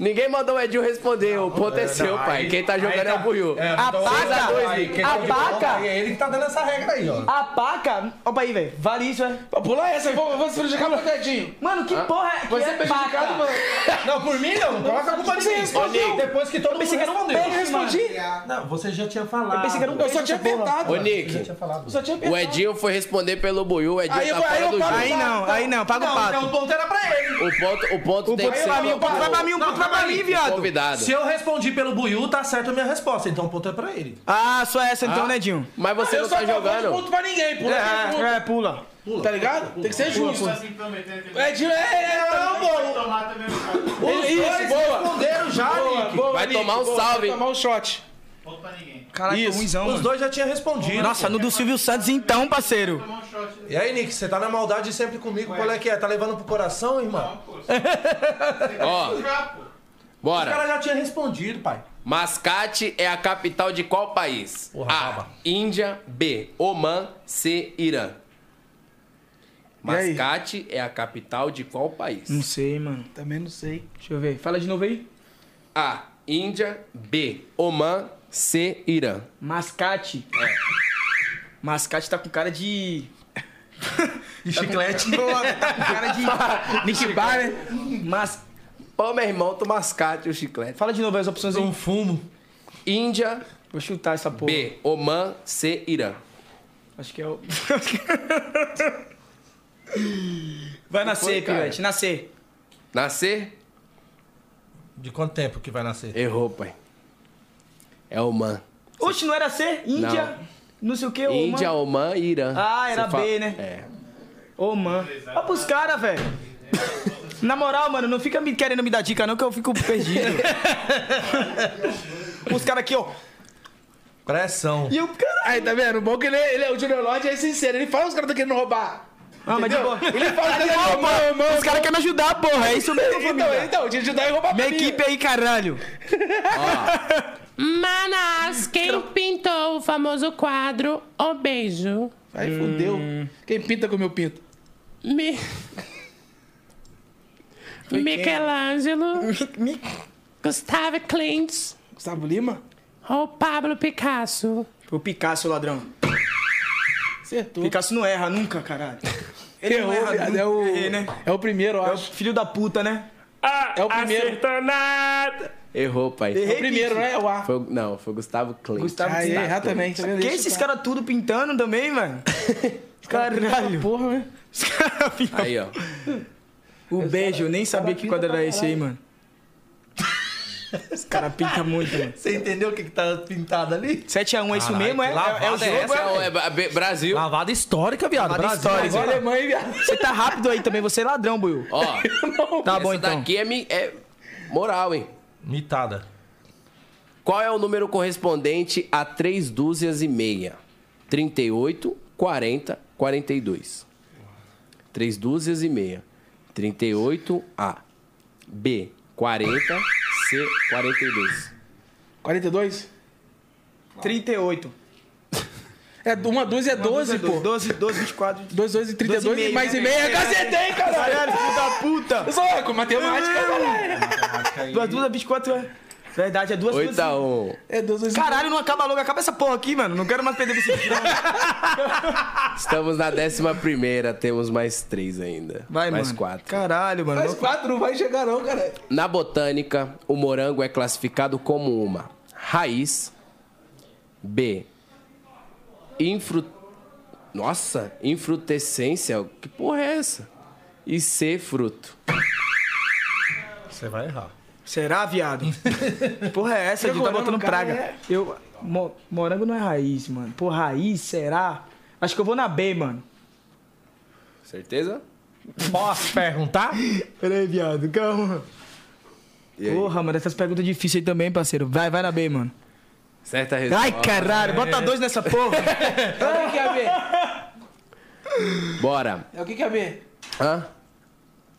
S4: Ninguém mandou o Edil responder. o ponto é, seu, pai. Quem tá jogando é tá. o Buiu.
S3: a paca, a paca.
S12: ele que tá dando essa regra aí, ó.
S3: A paca. Opa aí, velho. Vale isso, velho.
S2: Pula essa, vou, vou se prejudicar pro dedinho.
S3: Mano, que porra é que
S12: Você
S3: é
S12: é prejudicado,
S3: paca?
S12: mano. Não, por mim não. Coloca a culpa de
S3: Você
S12: mim.
S3: respondeu.
S12: Depois que todo
S3: Eu
S12: mundo
S3: pensei que era um
S12: respondeu.
S3: peixe,
S12: mano. Não, você já tinha falado.
S3: Eu pensei que era um
S12: Eu só
S3: peixe,
S12: tinha
S3: essa porra.
S12: apertado.
S4: Ô,
S12: mano.
S4: Nick.
S12: Eu já tinha falado.
S3: Só tinha
S4: O Edinho foi responder pelo Buiu. O Edinho
S12: Aí
S4: tá
S12: eu- aí
S4: fora
S12: eu
S4: do
S12: paro
S4: jogo.
S12: o
S3: Aí não, aí não. Paga o pato.
S12: Então o ponto era pra ele.
S4: O ponto, o ponto tem
S3: ponto
S4: que
S3: é
S4: ser
S3: pra mim, o ponto
S4: do-
S3: vai pra mim, o
S12: Não,
S3: ponto vai pra
S12: calma aí.
S3: mim, viado.
S4: convidado.
S12: Se eu respondi pelo Buiu, tá certa a minha resposta. Então o ponto é pra ele.
S3: Ah, só essa então,
S4: Ah,
S3: né, Dinho?
S4: Mas você
S2: Eu
S4: não
S2: só
S4: tá
S2: não dou
S4: jogando.
S2: ponto pra ninguém, pula é, junto.
S3: É, é, pula.
S2: Tá ligado? Tem que ser justo. É, de- é, é, é, não, bom. Os dois responderam já, Nick.
S4: Vai tomar um salve.
S3: tá
S2: Vai tomar um shot.
S3: Caralho, tô ruimzão,
S1: Os
S3: mano.
S1: dois já tinham respondido.
S3: Nossa, no do Silvio Santos então, parceiro.
S1: E aí, Nick, você tá na maldade sempre comigo. Qual é que é? Tá levando pro coração, irmão?
S4: Ó,
S1: O cara
S4: bora.
S1: já tinha respondido, pai.
S4: Mascate é a capital de qual país? A. Índia. B. Oman. C. Irã.
S3: aí?
S4: Mascate é a capital de qual país?
S3: Não sei, mano.
S2: Também não sei.
S3: Deixa eu ver. Fala de novo aí.
S4: A. Índia. B. Oman. C. Irã.
S3: Mascate. Mascate tá com cara *laughs* de. Tá
S12: E chiclete.
S3: *laughs* Boa, tá com cara de. Nick Bar, né? Mas.
S4: Ô, meu irmão, tu mascate o chiclete.
S3: Fala de novo as opções aí.
S1: Um fumo.
S4: Índia.
S3: Vou chutar essa porra.
S4: B. Oman. C. Irã.
S3: Acho que é *laughs* o. Vai nascer,
S4: cara?
S3: Pivete. Nascer.
S4: Nascer?
S1: De quanto tempo que vai nascer?
S4: Errou, pai. É Oman.
S3: Oxe, não era C? Índia? Não, sei o que, É Oman.
S4: Índia, Oman e Irã.
S3: Ah, era
S4: Você fala-
S3: B, né?
S4: É.
S3: Oman. Olha pros caras, velho. Na moral, mano, não fica me querendo me dar dica, não, que eu fico
S2: *laughs*
S3: perdido. Os caras aqui, ó.
S1: Pressão.
S3: E o cara.
S2: Aí, tá vendo? O bom que ele é, ele é o Junior Lodge, é sincero. Ele fala os caras tá querendo roubar.
S3: Ah, mas de boa.
S2: Ele fala que
S3: Cadê
S2: ele
S3: o
S2: rouba.
S3: Oman? Os caras querem me ajudar, porra. É isso mesmo,
S2: Então,
S3: família.
S2: então, te ajudar e roubar
S3: Minha
S2: pra mim.
S3: equipe aí, caralho.
S5: Manas, quem pintou o famoso quadro O Beijo?
S2: Aí fudeu.
S3: Hum.
S2: Quem pinta com o meu pinto?
S5: Mi... Michelangelo, Gustavo Clint
S2: Gustavo Lima?
S5: ou Pablo Picasso?
S3: O Picasso, ladrão.
S2: Acertou.
S3: Picasso não erra nunca, caralho. Ele
S2: Errou,
S3: não erra
S2: viado,
S3: nunca.
S2: é o-
S3: Errei, né?
S2: É o primeiro, eu
S3: É o
S2: acho.
S3: filho da puta, né?
S2: É o primeiro.
S4: Errou, pai.
S2: É o primeiro, né? É o A.
S4: Foi o- não, foi o Gustavo Clint.
S3: Gustavo
S2: Aí,
S3: Clint.
S2: errar também. tá vendo?
S3: Que
S2: Deixa
S3: esses
S2: eu
S3: caras tudo pintando também,
S2: *laughs*
S3: mano?
S2: falar.
S3: Caralho.
S2: Porra, né?
S3: Os *laughs* caras pintam.
S4: Aí, ó.
S3: O beijo, eu nem sabia que quadro era esse aí, mano. Os caras pintam muito, mano.
S12: Você entendeu o que, que tá pintado ali?
S3: 7x1 é isso
S1: Caralho,
S3: mesmo, é?
S1: que
S3: É, é o
S1: lavada é
S3: jogo,
S4: Essa
S3: é?
S4: é, o- é Ba- B- Brasil.
S3: Tá
S1: Lavada histórica, viado.
S3: Lavada
S1: Brasil.
S3: histórica.
S1: agora.
S2: Alemã, hein, viado?
S3: Você tá rápido aí também, você é ladrão, Buiu.
S4: Ó,
S3: Tá
S4: essa
S3: bom então.
S4: daqui é, mi- é moral, hein?
S1: Mitada.
S4: Qual é o número correspondente a três dúzias e meia? 38, 40, 42. Três dúzias e meia. 38, A. B, 40, C, 42.
S2: 42?
S3: 38.
S2: É, uma, duas é 12, pô.
S3: 12, 12, 24.
S2: 2, 2 e 32
S3: Doze e
S2: e
S3: meio,
S2: mais
S3: né?
S2: e meia. Cacetei, caralho!
S3: Caralho, filho da puta! É.
S2: Eu sou louco, matemática, caralho.
S3: Duas duas, 24 é. Verdade, é duas duas.
S4: 8 a 1.
S2: É 2, 2
S3: Caralho, não acaba logo, acaba essa porra aqui, mano. Não quero mais perder pra esse filme.
S4: Estamos na décima primeira, temos mais três ainda.
S3: Vai,
S4: mais
S3: mano.
S4: quatro.
S3: Caralho, mano.
S2: Mais quatro não vai chegar, não, cara.
S4: Na botânica, o morango é classificado como uma raiz, B, infru... Nossa, infrutescência? Que porra é essa? E C, fruto.
S1: Você vai errar.
S3: Será, viado? Que porra é essa? de tá
S2: Morango,
S3: botando
S2: cara,
S3: praga.
S2: é-
S3: Eu. mo- morango não é raiz, mano. Pô, raiz, será? Acho que eu vou na B, mano.
S4: Certeza?
S1: Posso perguntar?
S3: Peraí, viado, calma.
S4: E aí?
S3: Porra, mano, essas perguntas difíceis aí também, parceiro. Vai, vai na B, mano.
S4: Certa resposta.
S3: Ai, caralho, bota dois nessa porra. *laughs*
S2: É o que que é B?
S4: Bora.
S2: É o que que é B?
S4: Hã?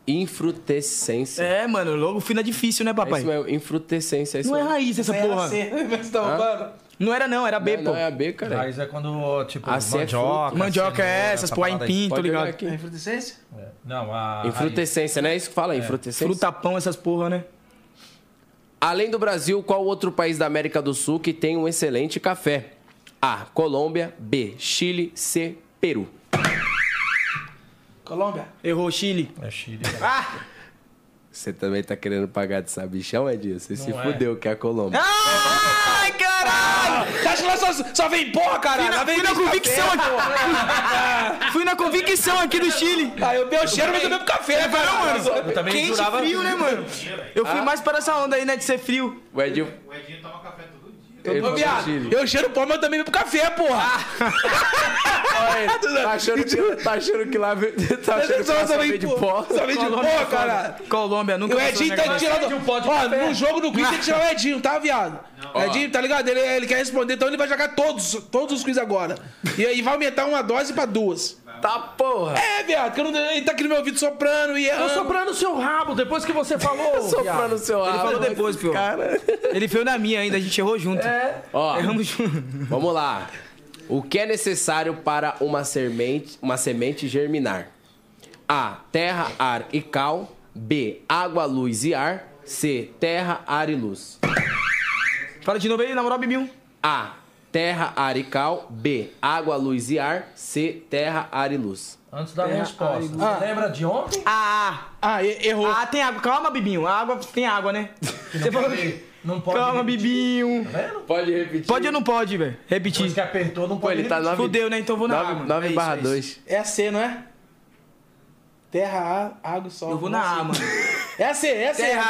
S4: Infrutescência.
S3: é, mano, logo fui na difícil, né,
S4: É
S3: papai?
S4: isso mesmo, infrutescência. É isso
S3: não é
S4: mesmo.
S3: raiz essa
S2: Vai
S3: porra.
S2: ser. *laughs* Você tá roubando?
S3: Não era não, era B,
S4: Não,
S3: pô.
S4: não é a B, cara.
S1: Mas é quando, tipo,
S4: Ah, se é
S1: mandioca.
S3: Mandioca é
S1: cenoura,
S3: essas,
S1: essa
S3: pô,
S1: parada aí.
S3: aipim, tô
S4: Pode olhar
S3: ligado.
S4: aqui.
S2: É Infrutescência?
S1: Não, a.
S4: né? É. Infrutescência, não é isso que fala? Infrutescência?
S3: Frutapão, essas porra, né?
S4: Além do Brasil, qual outro país da América do Sul que tem um excelente café? A. Colômbia. B. Chile. C. Peru.
S3: Colômbia. Errou Chile. É Chile. Ah!
S4: Você também tá querendo pagar de sabichão, Edinho? Você se fudeu que é a Colômbia.
S8: Ai, caralho! Tá achando que lá só, só vem porra, caralho? Lá vem
S3: Fui na
S8: café,
S3: convicção
S8: porra.
S3: aqui. Fui na convicção aqui do Chile.
S8: Ah, eu bebo cheiro, mas eu bebo café,
S3: É,
S8: cara.
S3: não, mano.
S8: Eu também
S3: Quente
S8: jurava-
S3: frio, né, mano? Eu fui
S8: Ah.
S3: mais para essa onda aí, né, de ser frio.
S4: O Edinho.
S8: Eu tô viado. Eu cheiro pó, mas eu também bebo café, porra.
S4: Ah! *laughs* tá, achando que, tá achando que lá vem- *laughs* tá achando que lá só vem de pó.
S8: Só vem de
S3: Colômbia
S8: pó,
S3: é foda.
S8: cara.
S3: Colômbia, nunca
S8: O
S3: passou
S8: Edinho
S3: esse
S8: tá
S3: negócio.
S8: tirando. Ó, no jogo do quiz tem que tirar o Edinho, tá, viado?
S3: Ó.
S8: Edinho, tá ligado? Ele, ele quer responder, então ele vai jogar todos, todos os quiz agora. E aí vai aumentar uma dose pra duas.
S4: Tá porra!
S8: É, viado, que eu não, ele tá aqui no meu ouvido soprando e
S1: Eu soprando o seu rabo, depois que você falou.
S4: soprando o seu né?
S3: Ele falou depois, pô. Ele veio na minha ainda, a gente errou junto. É.
S4: Ó, vamos lá. O que é necessário para uma semente, uma semente germinar? A. Terra, ar e cal. B. Água, luz e ar. C. Terra, ar e luz.
S3: Fala de novo aí, na moral, Bibiu.
S4: A. Terra, ar e cal. B. Água, luz e ar. C. Terra, ar e luz.
S1: Antes da minha
S3: Terra,
S1: resposta.
S3: água e
S1: Você
S3: luz.
S1: lembra de ontem?
S3: Ah, ah. Ah, errou. Ah, tem água. Calma, Bibinho. A água tem água, né? Você falou que... Não pode Calma, Bibinho.
S4: Pode repetir.
S3: Pode ou não pode, velho? Repetir. Pois que
S1: apertou, não
S3: pode. Ele tá
S4: nove-
S3: Fudeu, né? Então eu vou na
S4: nove-
S3: A, mano.
S4: nove
S3: É isso,
S4: barra
S3: é isso.
S4: dois.
S2: É a C, não é? Terra, A, água, sol.
S3: Eu vou na A, mano.
S2: É a C, é a C.
S3: Terra.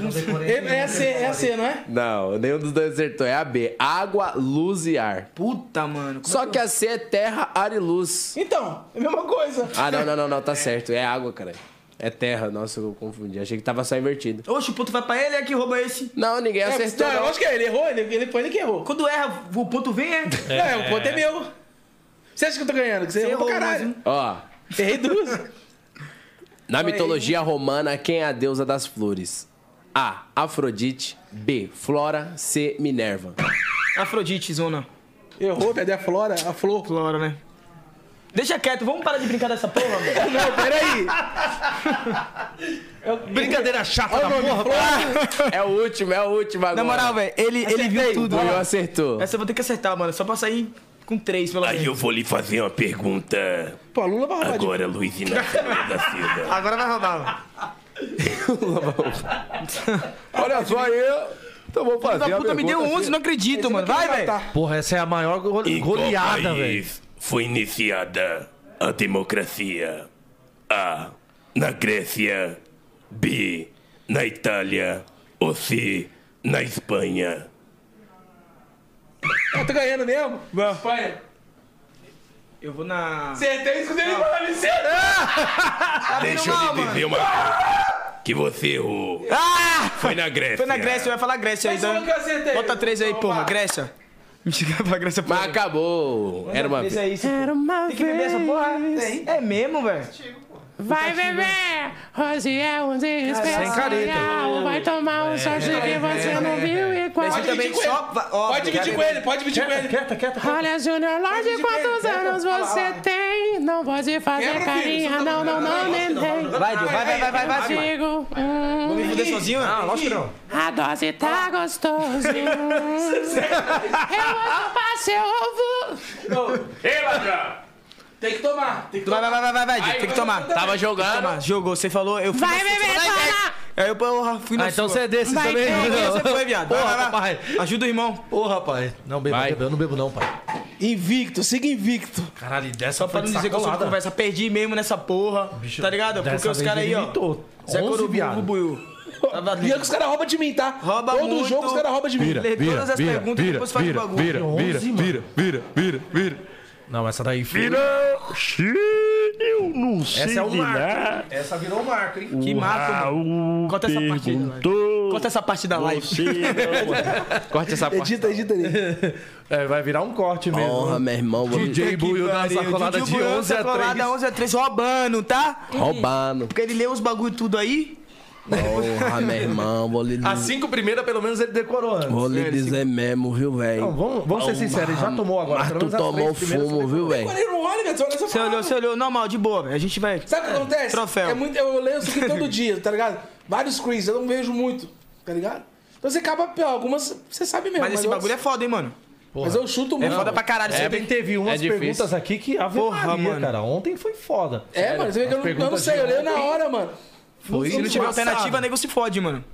S2: você falou. É é a C, é a C, não é?
S4: Não, nenhum dos dois acertou. É a B. Água, luz e ar.
S3: Puta, mano.
S4: Só que a C é terra, ar e luz.
S2: Então, é a mesma coisa.
S4: Ah, não, não, não, não, tá certo. É água, cara. É terra. Nossa, eu confundi. Achei que tava só invertido.
S3: Oxe, o puto vai pra ele, é que rouba esse.
S4: Não, ninguém acertou.
S2: não, eu acho que é, ele errou, ele, ele foi ele que errou.
S3: Quando erra, o ponto vem, é?
S2: É, o ponto é meu. Você acha que eu tô ganhando? Que você, errou pra caralho.
S4: Ó,
S2: Errei duas.
S4: na mitologia romana, quem é a deusa das flores? A. Afrodite. B. Flora. C. Minerva.
S3: Afrodite, zona.
S2: Errou, cadê a Flora? A Flor.
S3: Flora, né? Deixa quieto, vamos parar de brincar dessa porra, mano.
S2: Não, peraí.
S1: Brincadeira chata
S3: Olha
S1: da
S3: o nome,
S1: porra.
S3: Flora.
S4: É o último, é o último agora.
S3: Na moral, velho, ele, ele viu
S4: Acertei,
S3: tudo.
S4: Buiu
S3: mano.
S4: acertou.
S3: Essa eu vou ter que acertar, mano. Só pra sair com três, pelo menos.
S7: Aí eu vou lhe fazer uma pergunta.
S2: Pô, Lula vai
S7: Agora, Luiz
S2: *laughs*
S7: Inácio Lula da Silva.
S3: Agora vai roubar,
S1: *laughs*
S3: mano.
S13: Olha só aí. Então vou fazer
S3: da
S13: a
S3: puta me deu
S13: pergunta
S3: 11, não acredito, mano.
S13: vai,
S3: Vai, velho.
S1: Porra, essa é a maior go-
S7: Em qual
S1: goleada, velho.
S7: país Foi iniciada a democracia. A. Na Grécia. B. Na Itália. Ou C. Na Espanha.
S2: Eu tô ganhando mesmo?
S3: Vamos. Eu vou na.
S8: Acertei isso que ele falou, me
S2: Tá
S7: Deixa eu lhe dizer uma coisa. Que você errou.
S3: Ah!
S7: Foi na Grécia.
S3: Foi na Grécia, eu ia falar Grécia aí,
S8: Mas eu
S3: então.
S8: nunca acertei.
S3: Bota três aí, porra. Grécia. *laughs* Me chega pra Grécia, porra.
S4: Mas acabou. Era uma
S3: Três aí,
S4: vez.
S3: esse, porra. Tem que beber essa porra? Tem. É mesmo, velho?
S5: Vai beber, hoje é um desespero.
S3: Sem careta.
S5: real. Vai tomar
S3: É,
S5: um sorte que você não viu e qual.
S3: Esse é. também só.
S8: Pode dividir com ele, pode dividir com ele. Quieta, quieta.
S5: Olha, Junior Lorde, quantos anos você tem? Não pode fazer
S8: Quebra, filho,
S5: carinha,
S8: você tá
S5: não, não, não, neném.
S3: Vai, Dil, vai, vai, vai, vai, vai, vai.
S5: Digo, hum,
S3: Vou me fuder sozinho, né?
S1: Não, lógico que não.
S5: a dose
S3: *laughs*
S5: tá gostoso. Eu amo seu ovo.
S7: Ei, ladrão!
S8: Tem que tomar. Tem que
S3: Vai,
S8: tomar.
S3: vai, vai, vai, vai, vai, Dil,
S8: Aí,
S3: tem que
S8: eu
S3: tomar.
S8: também. Tava
S3: Tem que
S8: jogando.
S3: tomar. Jogou, você falou, eu fui.
S5: Vai
S3: na sua.
S5: beber,
S3: Vai, vai.
S5: toma.
S3: Aí eu, porra, fui na
S1: Ah, então
S3: sua.
S1: você é desses
S3: Vai,
S1: também?
S3: então,
S1: Não.
S3: Você foi, viado. Vai,
S1: Porra,
S3: vai, vai.
S1: pai.
S3: Ajuda o irmão.
S1: Ô, rapaz. Não bebo, não bebo, eu não bebo não, pai.
S2: Invicto, siga invicto.
S1: Caralho, dessa
S3: Pra não dizer que eu sou de conversa, perdi mesmo nessa porra. tá ligado?
S1: dessa
S3: Porque os
S1: vez
S3: caras aí,
S1: ele
S3: ó.
S1: imitou.
S3: Zé
S1: 11 viado.
S3: Corubu, Buiu. Tava
S2: E é que os caras roubam de mim, tá?
S3: Rouba
S2: Todo
S3: muito.
S2: jogo os caras roubam de mim.
S3: Vira, Lê todas as perguntas e depois faz o bagulho.
S1: vira, vira, vira, vira, vira. Não, essa daí foi...
S7: Eu não sei
S1: Essa é o marco.
S7: nada.
S1: Essa virou o marco, hein?
S3: Que mato, mano. Corta essa parte aí da live. Corta essa parte da live.
S4: Corte essa parte.
S2: Edita, edita ali.
S1: *laughs* É, vai virar um corte mesmo.
S4: Honra, meu irmão. vou-
S1: DJ Buiu da sacolada de 11 a 3.
S3: Sacolada 11 a 3 roubando, tá?
S4: Roubando.
S3: Porque ele leu os bagulho tudo aí.
S4: Honra, meu irmão. Vou lhe,
S1: As cinco primeiras, pelo menos, ele decorou antes.
S4: vou lhe dizer mesmo, viu, velho?
S1: Não, vamos,
S4: Ah,
S1: vamos ser sinceros, ele já tomou agora.
S4: Mas
S1: pelo
S4: tu
S1: menos as três
S4: tomou
S1: primeiras
S4: fumo,
S1: ele
S4: viu, velho?
S2: Olha, não olha, velho, olha essa
S3: Você olhou, você olhou. Normal, de boa, velho. A gente vai...
S2: Sabe o que acontece?
S3: Troféu.
S2: *laughs* É muito, eu leio isso aqui todo dia, tá ligado? Vários screens, eu não vejo muito, tá ligado? Então você acaba, ó, algumas você sabe mesmo.
S3: Mas esse bagulho é
S2: outras-
S3: foda, hein, mano?
S2: Mas eu chuto muito.
S3: É foda pra caralho.
S1: É,
S3: você
S1: tem, teve umas perguntas aqui que a
S3: Porra, mano.
S1: cara. Ontem foi foda.
S2: É, mano, você vê que eu não, eu não sei, eu leio na hora, mano.
S1: Foi
S3: Se não tiver
S1: embaçado.
S3: alternativa, nego se fode, mano.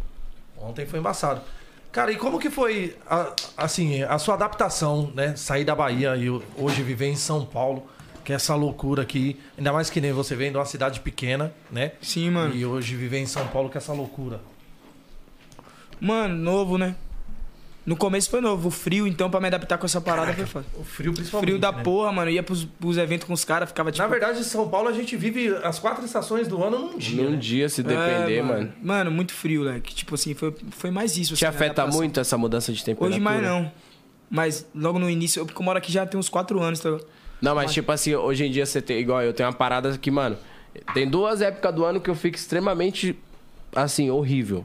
S1: Ontem foi embaçado. Cara, e como que foi a- assim, a sua adaptação, né? Sair da Bahia e ho- hoje viver em São Paulo, que é essa loucura aqui, ainda mais que nem você vem de uma cidade pequena, né?
S3: Sim, mano.
S1: E hoje viver em São Paulo, que é essa loucura.
S3: Mano, novo, né? No começo foi novo. O frio, então, pra me adaptar com essa parada foi foda. O
S1: frio principalmente,
S3: Frio da
S1: né?
S3: porra, mano. Ia pros, pros eventos com os caras, ficava tipo.
S1: Na verdade, em São Paulo a gente vive as quatro estações do ano num dia.
S4: Num
S1: né?
S4: dia, se depender,
S3: É,
S4: mano.
S3: Mano, muito frio, leque. Tipo assim, foi, foi mais isso. assim,
S4: Te
S3: a
S1: tá
S4: afeta
S3: adaptação.
S4: muito essa mudança de temperatura?
S3: Hoje mais não. Mas logo no início, eu, porque eu moro aqui já tem uns 4 anos, tá ligado?
S4: Não, mas tipo assim, hoje em dia você tem. Igual eu tenho uma parada que, mano. Tem duas épocas do ano que eu fico extremamente. Assim, horrível.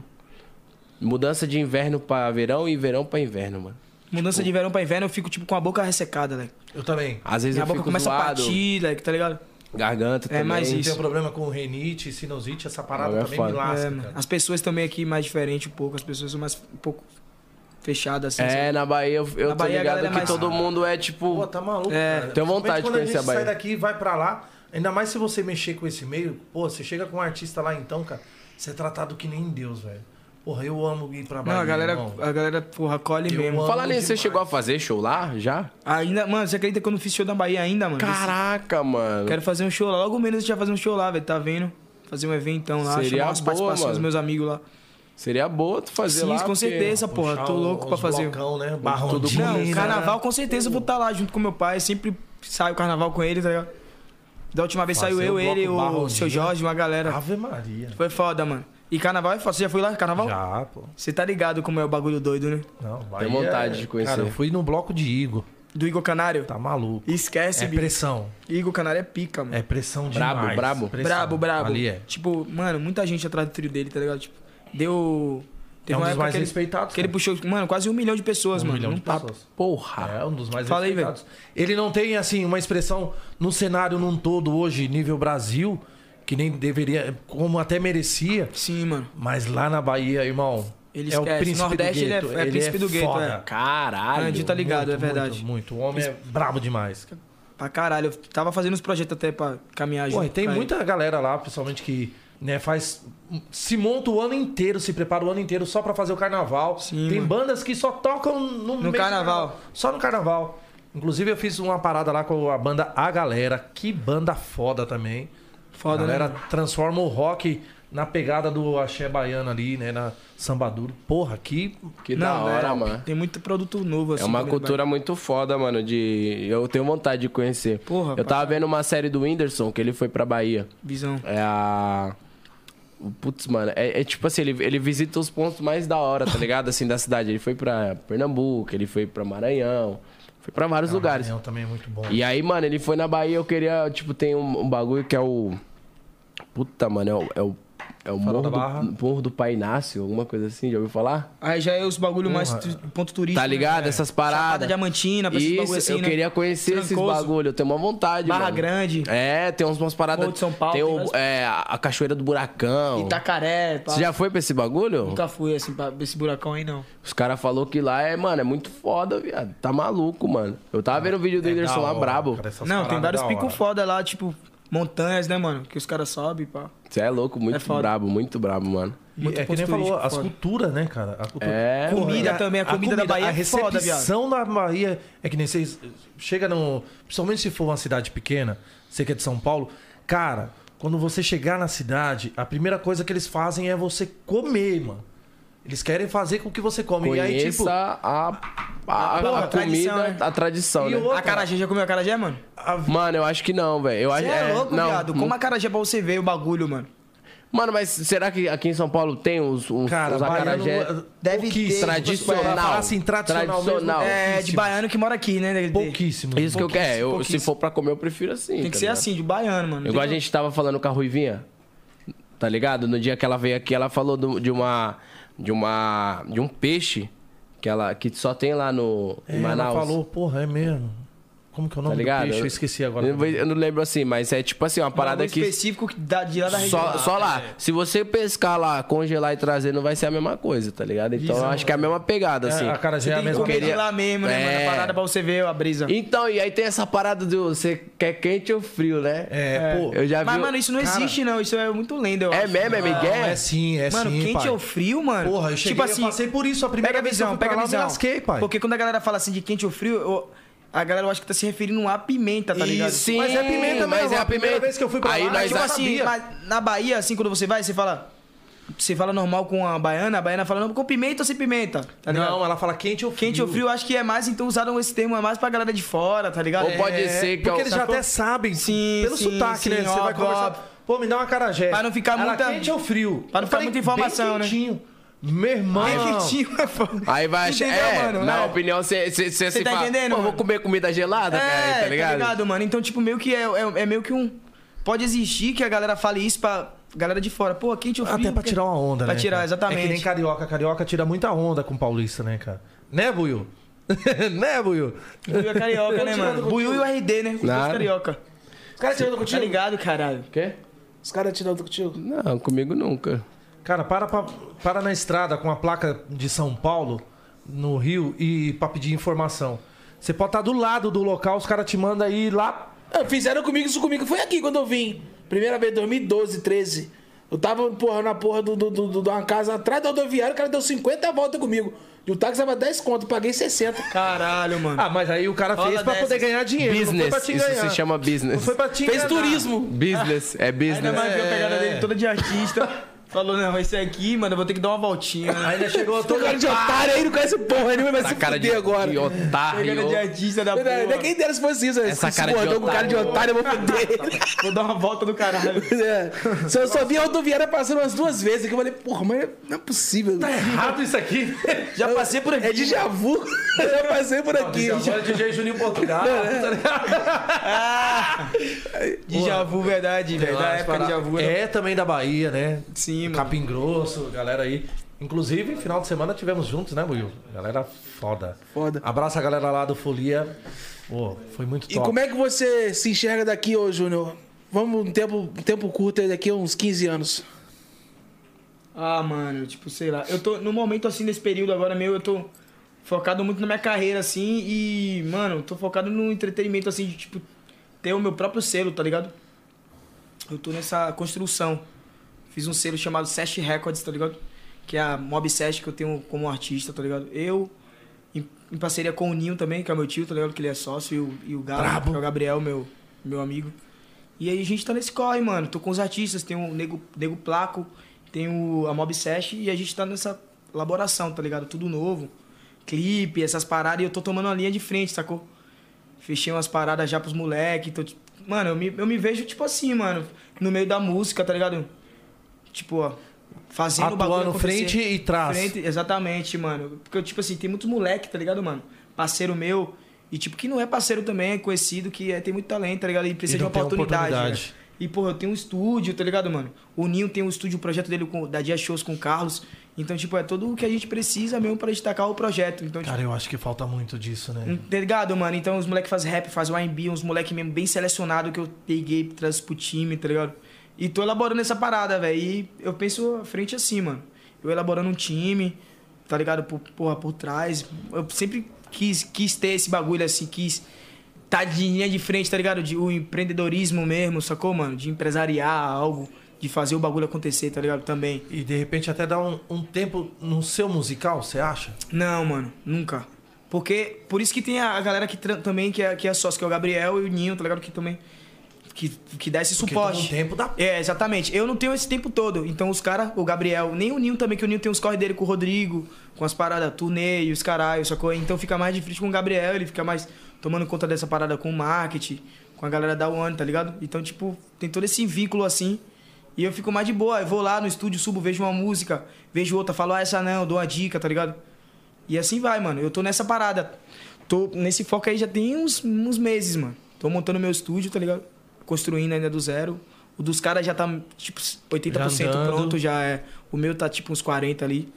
S4: Mudança de inverno pra verão e verão pra inverno, mano.
S3: Mudança de verão pra inverno, eu fico tipo com a boca ressecada, leque.
S1: Eu também.
S4: Às vezes
S3: Minha
S4: eu
S3: boca
S4: fico
S3: começa
S4: zoado.
S3: a partir, leque, tá ligado?
S4: Garganta
S3: É,
S4: também.
S3: mas
S1: Tem um
S3: isso.
S1: problema com renite, sinusite, essa parada
S4: Não, é
S1: também
S4: foda.
S1: me lasca,
S3: É, mano.
S1: cara.
S3: As pessoas também aqui mais diferente um pouco, as pessoas são mais um pouco fechadas assim.
S4: É, na Bahia eu, eu
S3: Na
S4: tô
S3: Bahia a
S4: ligado
S3: galera
S4: que
S3: é mais-
S4: todo mundo é tipo.
S1: Pô, tá maluco,
S4: É,
S1: cara.
S4: tenho vontade
S1: Principalmente
S4: de
S1: quando
S4: conhecer
S1: a
S4: a
S1: gente sai
S4: Bahia.
S1: daqui e vai pra lá, ainda mais se você mexer com esse meio, pô, você chega com um artista lá então, cara, você é tratado que nem Deus, velho. Porra, eu amo ir pra
S3: Não,
S1: Bahia,
S3: a galera,
S1: irmão.
S3: a galera porra, colhe
S1: Eu
S3: mesmo.
S1: amo
S4: Falar nisso, você chegou a fazer show lá já?
S3: Ainda, mano, você acredita que eu não fiz show na Bahia ainda, mano?
S4: Caraca, mano.
S3: Quero fazer um show lá. Logo menos a gente vai fazer um show lá, velho. Tá vendo? Fazer um eventão lá,
S4: Seria
S3: chamar as
S4: boa,
S3: participações dos
S4: mano.
S3: meus amigos lá.
S4: Seria boa tu fazer
S3: Sim,
S4: lá.
S3: com
S4: porque-
S3: certeza, porra. Tô louco pra fazer.
S1: blocão, né?
S3: Tudo
S1: Barrondina,
S3: Não,
S1: né?
S3: carnaval com certeza eu vou estar lá junto com meu pai. Sempre saio carnaval com ele, tá ligado? Da última vez
S1: Fazer
S3: saiu eu,
S1: o bloco
S3: ele, o
S1: Barrondina.
S3: seu Jorge, uma galera.
S1: Ave Maria.
S3: Foi foda, mano. E carnaval é foda. Você já foi lá no carnaval?
S1: Já, pô.
S3: Você tá ligado como é o bagulho doido, né?
S1: Não, é-
S4: Tenho vontade de conhecer.
S1: Cara, eu fui no bloco de Igor.
S3: Do Igor Canário?
S1: Tá maluco.
S3: Esquece,
S1: É
S3: bicho.
S1: pressão.
S3: Igor Canário é pica, mano.
S1: É pressão demais.
S4: Brabo, brabo.
S1: Pressão.
S3: Brabo, brabo.
S1: Ali é.
S3: Tipo, mano, muita gente atrás do trio dele, tá ligado? Tipo, deu.
S1: É um
S3: uma
S1: dos
S3: época
S1: mais
S3: que ele-
S1: respeitados,
S3: Que ele
S1: cara.
S3: puxou, mano, quase um milhão de pessoas,
S1: Um
S3: mano. tá
S1: milhão
S3: num
S1: de
S3: papo.
S1: pessoas.
S4: Porra.
S1: É um dos mais
S3: Fala aí,
S1: respeitados. Ele não tem, assim, uma expressão no cenário num todo hoje, nível Brasil, que nem deveria, como até merecia.
S3: Sim, mano.
S1: Mas lá na Bahia, irmão,
S3: Ele
S1: é o
S3: esquece.
S1: príncipe
S3: Nordeste,
S1: do
S3: ele é-
S1: gueto.
S3: é príncipe do gueto,
S1: foda.
S3: é.
S4: Caralho.
S3: Andy tá ligado,
S1: Muito,
S3: é verdade.
S1: Muito, muito. O homem é brabo demais. cara.
S3: Pra caralho. Eu tava fazendo uns projetos até pra caminhar
S1: Pô, e
S3: junto
S1: tem
S3: com ele.
S1: muita galera lá, principalmente que né, faz. Se monta o ano inteiro, se prepara o ano inteiro só pra fazer o carnaval. tem
S3: mano.
S1: bandas que só tocam no, meio do
S3: carnaval.
S1: Só no carnaval. Inclusive, eu fiz uma parada lá com a banda A Galera. Que banda foda também.
S3: Foda,
S1: a galera
S3: né, mano?
S1: transforma o rock na pegada do axé baiano ali, né? Na sambaduro. Porra, que.
S4: Que da
S3: né?
S4: hora, mano.
S3: Tem muito produto novo, assim.
S4: É uma
S3: também, mano.
S4: cultura muito foda, mano, de... Eu tenho vontade de conhecer.
S3: Porra,
S4: Eu
S3: pra
S4: tava vendo uma série do Whindersson, que ele foi pra Bahia.
S3: Visão.
S4: É a... o- Putz, mano, é, é tipo assim, ele, ele visita os pontos mais da hora,
S3: *laughs*
S4: tá ligado? Assim, da cidade. Ele foi pra Pernambuco, ele foi pra Maranhão, foi pra vários lugares.
S1: Maranhão também é muito bom.
S4: E aí, mano, ele foi na Bahia, eu queria, tipo, tem um, um bagulho que é o. Puta, mano, é o. É o, é o morro,
S1: da Barra.
S4: do, morro do Pai Inácio, alguma coisa assim, já ouviu falar?
S3: Aí já é os bagulho mais
S4: Porra.
S3: tu- ponto turístico.
S4: Tá ligado?
S3: né?
S4: Essas paradas.
S3: Chapada Diamantina, pra esses
S4: Isso,
S3: bagulho assim,
S4: eu
S3: né?
S4: queria conhecer esses
S3: Trancoso.
S4: bagulho, eu tenho uma vontade,
S3: Barra
S4: mano.
S3: Grande.
S4: É, tem umas, umas paradas.
S3: Morro de São Paulo,
S4: Tem
S3: tem
S4: o-
S3: vários-
S4: é, a- a Cachoeira do Buracão.
S3: Itacaré, pá.
S4: Você já foi pra esse bagulho?
S3: Nunca fui, assim, pra esse buracão aí, não.
S4: Os caras falaram que lá é, mano, é muito foda, viado. Tá maluco, mano. Eu tava vendo o vídeo
S3: É
S4: do Whindersson
S1: É da
S4: lá,
S1: hora,
S4: brabo.
S1: cara, essas
S3: Não, tem
S1: paradas
S3: vários
S1: da
S3: picos
S1: hora.
S3: foda lá, tipo, montanhas, né, mano? Que os caras sobem, pá.
S4: Você é louco, muito
S3: foda.
S4: brabo, muito brabo, mano.
S1: E
S3: Muito
S1: é que nem
S3: ponto
S1: falou,
S3: turístico,
S1: as
S3: foda.
S1: culturas, né, cara? A cultura.
S4: É,
S3: Comida
S1: mano.
S3: também, a comida da Bahia
S1: A
S3: é foda,
S1: recepção da Bahia é que nem vocês... Chega no... Principalmente se for uma cidade pequena, você que é de São Paulo. Cara, quando você chegar na cidade, a primeira coisa que eles fazem é você comer, mano. Eles querem fazer com que você come.
S4: Conheça
S1: e aí, tipo...
S4: a, a,
S3: Porra,
S4: a
S3: a
S4: comida,
S3: tradição, né?
S4: a tradição,
S1: E
S4: né?
S1: outra-
S3: Acarajé, já comeu acarajé, mano?
S4: Mano, eu acho que não, velho. Eu
S3: Você
S4: acho
S3: é, louco,
S4: não.
S3: viado. Como acarajé pra você ver o bagulho, mano?
S4: Mano, mas será que aqui em São Paulo tem uns, uns,
S1: Cara,
S4: uns
S1: baiano,
S4: acarajé
S1: deve ter.
S4: tradicional?
S1: Falar assim, tradicional mesmo,
S4: Tradicional.
S3: É, de baiano que mora aqui, né? de-
S1: Pouquíssimo.
S4: Isso que eu quero.
S1: um
S4: Eu, se
S3: pouquíssimo.
S4: for pra comer, eu prefiro assim.
S3: Tem que
S4: tá
S3: ser
S4: ligado?
S3: assim, de baiano, mano.
S4: Igual a
S3: Tem um
S4: gente tava falando com a Ruivinha. Tá ligado? No dia que ela veio aqui, ela falou do- de uma. De uma. De um peixe que, ela, que só tem lá no. em
S1: É, ela
S4: Manaus.
S1: falou, porra, é mesmo. Como que é o
S14: Tá
S1: nome
S14: ligado?
S1: do peixe? Eu esqueci agora.
S14: Eu, não vou- eu não lembro assim, mas é tipo assim, uma parada
S3: bagulho
S14: que.
S3: específico que dá, de lá da É. região.
S14: Só, só lá. Se você pescar lá, congelar e trazer, não vai ser a mesma coisa, tá ligado? Então
S3: Isso,
S14: eu acho que é a mesma pegada,
S3: É,
S14: assim.
S3: a cara já é a Você tem que mesma comer de lá mesmo, né,
S4: É.
S3: mano? A parada pra você ver a brisa.
S14: Então, e aí tem essa parada do você quer quente ou frio, né?
S1: É,
S14: pô. Eu já vi.
S3: Mas, mano, isso não existe, não. Isso é muito lenda, eu
S14: É
S3: acho.
S14: mesmo, é migué?
S3: Não,
S14: É sim, é
S3: Mano,
S14: sim,
S3: quente
S14: pai.
S3: ou frio, mano?
S14: Porra, eu cheguei,
S3: tipo
S14: eu
S3: assim,
S14: passei por isso a primeira
S3: pega a
S14: vez que eu
S3: visão,
S14: fui
S3: pega
S14: pra
S3: a
S14: lá, eu me
S3: visão.
S14: lasquei, pai.
S3: Porque quando a galera fala assim de quente ou frio, eu- a galera eu acho que tá se referindo à pimenta, tá ligado?
S14: Sim, Mas é pimenta
S1: mas mesmo, é a a primeira pimenta. vez que eu fui pra
S3: Aí
S1: lá,
S3: nós
S1: eu
S3: tipo
S1: já
S3: assim,
S1: sabia.
S3: mas na Bahia, assim, quando você vai, você fala. Você fala normal com a baiana, a baiana fala não, com pimenta ou sem pimenta? Tá ligado?
S1: Não, ela fala quente ou
S3: Quente ou frio, acho que é mais, então usaram esse termo é mais pra galera de fora, tá ligado?
S1: Ou pode É, ser que porque é o- eles já até
S3: sabem, sim,
S1: Pelo
S3: sim,
S1: sotaque, né?
S3: sim,
S1: Você
S3: ó,
S1: vai
S3: ó,
S1: conversar. Pô, me dá uma carajé.
S3: Pra não ficar
S1: Ela
S3: muita-
S1: quente ou frio?
S3: Pra
S1: Eu
S3: não ficar
S1: falei,
S3: muita informação,
S1: bem
S3: né?
S1: quentinho. Meu irmão.
S3: é,
S14: Aí vai achar.
S3: Entendeu,
S14: É,
S3: mano?
S14: na
S3: É.
S14: opinião, você se, se,
S3: Você tá
S14: fala,
S3: entendendo,
S14: "Pô, vou
S3: mano? É,
S14: comer comida
S4: É,
S14: gelada, cara, aí, tá ligado?
S3: mano? Então, tipo, meio que é, é, é meio que um. Pode existir que a galera fale isso pra galera de fora. Pô, quente ou frio?
S1: Até pra tirar uma onda,
S3: pra
S1: né?
S3: tirar,
S1: cara?
S3: exatamente.
S1: É que nem carioca. Carioca tira muita onda com paulista, né, cara? Né, Buiu? *laughs* né, Buiu?
S3: Buiu é carioca,
S1: Eu
S3: né,
S1: tirando
S3: mano?
S1: contigo.
S3: Buiu e o RD, né? Os dois
S14: Nada.
S3: carioca. Os caras tirando contigo? Tá ligado, caralho.
S14: Quê?
S2: Os caras tirando contigo?
S14: Não, comigo nunca.
S1: Cara, para, pra- para na estrada com a placa de São Paulo, no Rio, e pra pedir informação. Você pode estar do lado do local, os caras te mandam aí lá.
S2: Ah, Fizeram comigo isso comigo. Foi aqui quando eu vim. Primeira vez, 2012, 13. Eu tava, porra, na porra do- do- do- do- de uma casa atrás da rodoviária, o cara deu 50 voltas comigo. E o táxi tava 10 conto, eu paguei 60.
S3: Caralho, mano.
S1: Ah, mas aí o cara
S2: Rola
S1: fez pra poder
S2: dessas.
S1: ganhar dinheiro. não foi pra
S14: Business,
S1: te
S14: isso
S1: ganhar.
S14: se chama business.
S1: Não foi pra te
S2: Fez
S1: enganar.
S2: turismo.
S14: Business, é
S3: Ainda
S14: business.
S3: mais viu a pegada dele toda de artista. Falou, não, esse aqui, mano, eu vou ter que dar uma voltinha.
S1: Ainda chegou
S2: Tô cara de otário aí, não conhece porra nenhuma, vai se
S14: cara de-
S2: fuder agora.
S14: de otário.
S3: Pegada de artista da porra.
S2: né? Não, é quem dera se fosse isso,
S3: Essa
S2: esse
S3: cara de
S2: gordão com cara de
S3: otário.
S2: otário, eu vou
S4: *laughs*
S2: fuder.
S3: Vou dar uma volta do caralho.
S2: É. Só, só vi a rodoviária passando umas duas vezes aqui. Eu falei, porra, mas não é possível.
S1: *laughs*
S2: Tá
S1: errado isso aqui.
S2: Já passei por aqui. É de
S3: *laughs*
S2: javu. Já passei
S3: Tá
S2: por aqui.
S1: Agora é DJ Juninho *laughs* Portugal. tá
S3: Djavu, verdade, velho. Da época de Djavu.
S1: É, também da Bahia, né?
S3: Sim,
S1: Capim Grosso, galera aí. Inclusive, final de semana tivemos juntos, né, Will? Galera foda.
S2: Foda.
S1: Abraça a galera lá do Folia. Pô, foi muito
S2: E
S1: top.
S2: como é que você se enxerga daqui, ô Júnior? Vamos um tempo, um tempo curto aí, daqui a uns 15 anos.
S3: Ah, mano, tipo, sei lá. Eu tô, no momento, assim, nesse período agora meu, eu tô focado muito na minha carreira, assim, e, mano, tô focado no entretenimento, assim, de, tipo, ter o meu próprio selo, tá ligado? Eu tô nessa construção. Fiz um selo chamado Sesh Records, tá ligado? Que é a Mob Sesh que eu tenho como artista, tá ligado? Eu, em, em parceria com o Ninho também, que é meu tio, tá ligado? Que ele é sócio, e o, e o Gabo, que é o Gabriel, meu, meu amigo. E aí a gente tá nesse corre, mano. Tô com os artistas, tem o Nego, Nego Placo, tem o, a Mob Sesh e a gente tá nessa elaboração, tá ligado? Tudo novo. Clipe, essas paradas, e eu tô tomando uma linha de frente, sacou? Fechei umas paradas já pros moleques. Tô, tipo, mano, eu me, eu me vejo tipo assim, mano. No meio da música, tá ligado? Tipo, ó. Fazendo o bagulho
S1: Atuando frente
S3: acontecer.
S1: e trás.
S3: Frente, exatamente, mano. Porque, tipo assim, tem muitos moleque, tá ligado, mano? Parceiro meu. E, tipo, que não é parceiro também, é conhecido, que é, tem muito talento, tá ligado? E precisa
S1: E
S3: de
S1: não
S3: uma
S1: tem
S3: oportunidade.
S1: oportunidade.
S3: né? E, porra, eu tenho um estúdio, tá ligado, mano? O Ninho tem um estúdio, o projeto dele com, da Dia Shows com o Carlos. Então, tipo, é tudo o que a gente precisa mesmo pra destacar o projeto. Então, tipo,
S1: Cara, eu acho que falta muito disso, né?
S3: Tá ligado, mano? Então os moleques fazem rap, fazem R&B, uns moleques mesmo bem selecionado que eu peguei, traz pro time, tá ligado? E tô elaborando essa parada, velho. E eu penso à frente assim, mano. Eu elaborando um time, tá ligado? Por, porra, por trás. Eu sempre quis, quis ter esse bagulho assim, quis tá de linha de frente, tá ligado? De, o empreendedorismo mesmo, sacou, mano? De empresariar algo, de fazer o bagulho acontecer, tá ligado? Também.
S1: E de repente até dar um, um tempo no seu musical, você acha?
S3: Não, mano, nunca. Porque, por isso que tem a a galera que tra- também, que é, que é sócio, que é o Gabriel e o Ninho, tá ligado? Que também, que, que dá esse
S1: Porque
S3: suporte.
S1: toma um tempo da-
S3: É, exatamente. Eu não tenho esse tempo todo. Então os caras, o Gabriel, nem o Ninho também, que o Ninho tem os corre dele com o Rodrigo, com as paradas, turnê e os caralho, sacou? Então fica mais difícil com o Gabriel, ele fica mais tomando conta dessa parada com o marketing, com a galera da One, tá ligado? Então, tipo, tem todo esse vínculo assim. E eu fico mais de boa. Eu vou lá no estúdio, subo, vejo uma música, vejo outra, falo, ah, essa não, dou uma dica, tá ligado? E assim vai, mano. Eu tô nessa parada. Tô nesse foco aí já tem uns, uns meses, mano. Tô montando meu estúdio, tá ligado? Construindo ainda do zero. O dos caras já tá, tipo, 80%
S1: Já andando.
S3: pronto, já é. O meu tá, tipo, uns 40 ali.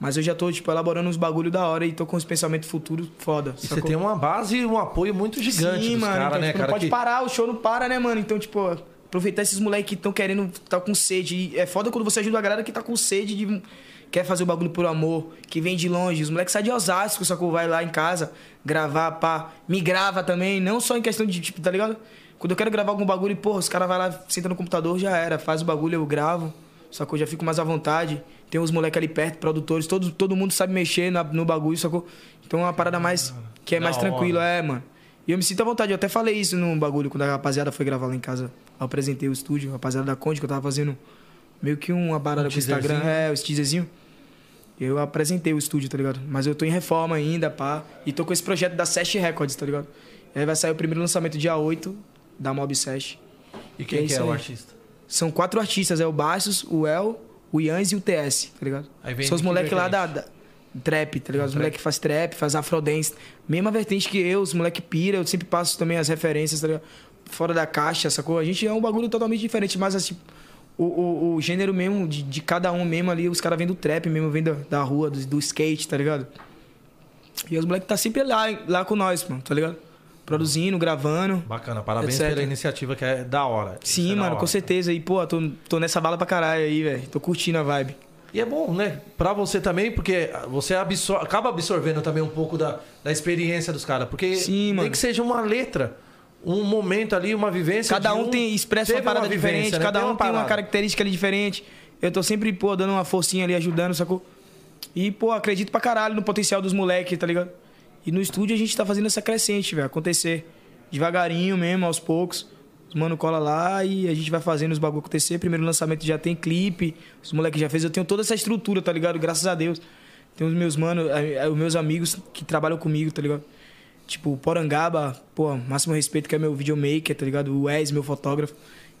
S3: Mas eu já tô, tipo, elaborando uns bagulho da hora e tô com uns pensamentos futuros foda.
S1: E você tem uma base e um apoio muito gigante
S3: Sim,
S1: dos
S3: mano.
S1: caras,
S3: então,
S1: né,
S3: tipo,
S1: cara?
S3: Não pode
S1: que-
S3: parar, o show não para, né, mano? Então, tipo, aproveitar esses moleques que estão querendo, tá com sede. E é foda quando você ajuda a galera que tá com sede de. Quer fazer o bagulho por amor, que vem de longe. Os moleques saem de Osasco, sacou? Vai lá em casa, gravar, pá. Me grava também, não só em questão de, tipo, tá ligado? Quando eu quero gravar algum bagulho, porra, os caras vai lá, senta no computador, já era. Faz o bagulho, eu gravo, sacou? Já fico mais à vontade. Tem uns moleques ali perto, produtores, todo, todo mundo sabe mexer na- no bagulho, sacou? Então é uma parada mais. que é
S1: Da
S3: mais
S1: hora.
S3: tranquila, é, mano. E eu me sinto à vontade. Eu até falei isso num bagulho quando a rapaziada foi gravar lá em casa. Eu apresentei o estúdio, a rapaziada da Conde, que eu tava fazendo meio que uma parada
S1: Um
S3: com o Instagram.
S1: teaserzinho.
S3: É, os teaserzinho. Eu apresentei o estúdio, tá ligado? Mas eu tô em reforma ainda, pá. E tô com esse projeto da Sesh Records, tá ligado? E aí vai sair o primeiro lançamento dia 8 da Mob Sesh.
S1: E quem que
S3: isso
S1: é o
S3: aí.
S1: artista?
S3: São quatro artistas, é o Bastos, o El, o Yans e o TS, tá ligado?
S1: Aí vem
S3: São os
S1: de que
S3: moleques lá da,
S1: vertente?
S3: da- trap, tá ligado? Os
S1: Trap.
S3: moleques que faz trap, faz afrodance. Mesma vertente que eu, os moleques pira, eu sempre passo também as referências, tá ligado? Fora da caixa, sacou? A gente é um bagulho totalmente diferente, mas assim, o, o, o gênero mesmo, de, de cada um mesmo ali, os caras vêm do trap mesmo, vêm da, da rua, do, do skate, tá ligado? E os moleques tá sempre lá, lá com nós, mano, tá ligado? Produzindo, gravando.
S1: Bacana, parabéns
S3: etc.
S1: pela iniciativa que é da hora. Isso
S3: Sim,
S1: é da
S3: mano,
S1: hora.
S3: com certeza. E, pô, tô, tô nessa bala pra caralho aí, velho. Tô curtindo a vibe.
S1: E é bom, né? Pra você também, porque você absor- acaba absorvendo também um pouco da, da experiência dos caras. Porque nem que seja uma letra, um momento ali, uma vivência.
S3: Cada
S1: de
S3: um tem expressa
S1: teve
S3: uma parada
S1: vivência,
S3: diferente,
S1: né?
S3: cada um tem uma
S1: parada.
S3: característica ali diferente. Eu tô sempre, pô, dando uma forcinha ali, ajudando, sacou? E, pô, acredito pra caralho no potencial dos moleques, tá ligado? E no estúdio a gente tá fazendo essa crescente, velho, acontecer. Devagarinho mesmo, aos poucos. Os mano cola lá e a gente vai fazendo os bagulho acontecer. Primeiro lançamento já tem clipe, os moleques já fez. Eu tenho toda essa estrutura, tá ligado? Graças a Deus. Tem os meus mano, eh, eh, os meus amigos que trabalham comigo, tá ligado? Tipo, o Porangaba, pô, máximo respeito que é meu videomaker, tá ligado? O Wes, meu fotógrafo.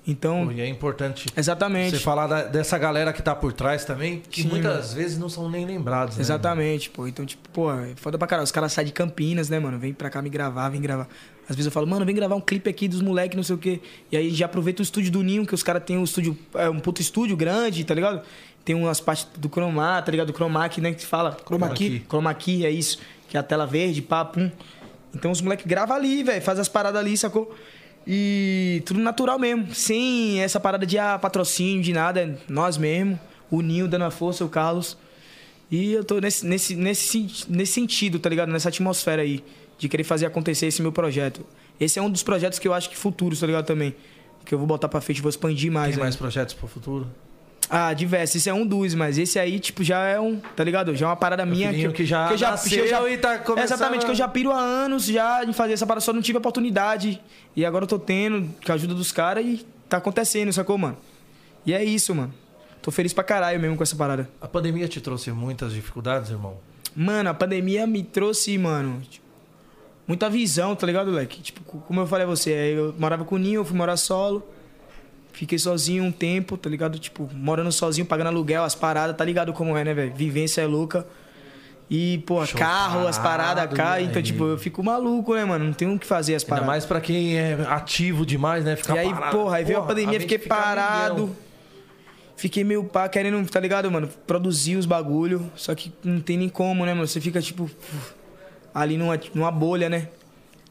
S3: Então,
S1: Pô, E é importante
S3: exatamente.
S1: você falar da- dessa galera que tá por trás também, que
S3: Sim,
S1: muitas
S3: mano.
S1: vezes não são nem lembrados. né?
S3: Exatamente, pô. Então, tipo, pô, é foda pra caralho. Os caras saem de Campinas, né, mano? Vem pra cá me gravar, vem gravar. Às vezes eu falo, mano, vem gravar um clipe aqui dos moleques, não sei o quê. E aí já aproveita o estúdio do Ninho, que os caras têm um estúdio, é, um puto estúdio grande, tá ligado? Tem umas partes do cromar, tá ligado? Do chroma key, né? Que se fala. Chroma
S1: key.
S3: Chroma key, é isso. Que é a tela verde, pá, pum. Então os moleques gravam ali, velho. Faz as paradas ali, sacou? E tudo natural mesmo. Sem essa parada de ah, patrocínio, de nada. É nós mesmo. O Ninho dando a força, o Carlos. E eu tô nesse, nesse, nesse, sen- nesse sentido, tá ligado? Nessa atmosfera aí, de querer fazer acontecer esse meu projeto. Esse é um dos projetos que eu acho que futuros, tá ligado? Também. Que eu vou botar pra frente, vou expandir mais. né?
S1: Tem
S3: ainda.
S1: mais projetos pro futuro?
S3: Ah, diversos. Esse é um dos, mas esse aí, tipo, já é um, tá ligado? Já é uma parada minha
S1: filhinho que já
S3: eu É,
S1: nasceu e tá começando
S3: Exatamente, que eu já piro há anos já em fazer essa parada, só não tive oportunidade. E agora eu tô tendo, com a ajuda dos caras, e tá acontecendo, sacou, mano? E é isso, mano. Tô feliz pra caralho mesmo com essa parada.
S1: A pandemia te trouxe muitas dificuldades, irmão?
S3: Mano, a pandemia me trouxe, mano, tipo, muita visão, tá ligado, Leque? Tipo, co- como eu falei a você, aí eu morava com o Ninho, eu fui morar solo. Fiquei sozinho um tempo, tá ligado? Tipo, morando sozinho, pagando aluguel, as paradas, tá ligado como é, né, velho? Vivência é louca. E, pô, carro, as paradas,
S1: parado,
S3: carro.
S1: né?
S3: Então, tipo, eu fico maluco, né, mano? Não tenho o que fazer as
S1: Ainda
S3: paradas.
S1: mais pra quem é ativo demais, né? Ficar
S3: E aí,
S1: parado.
S3: porra, aí veio a pandemia,
S1: mente
S3: fiquei
S1: fica
S3: parado.
S1: milhão.
S3: Fiquei meio pá, querendo, tá ligado, mano? Produzir os bagulho. Só que não tem nem como, né, mano? Você fica, tipo, uf, ali numa, numa bolha, né?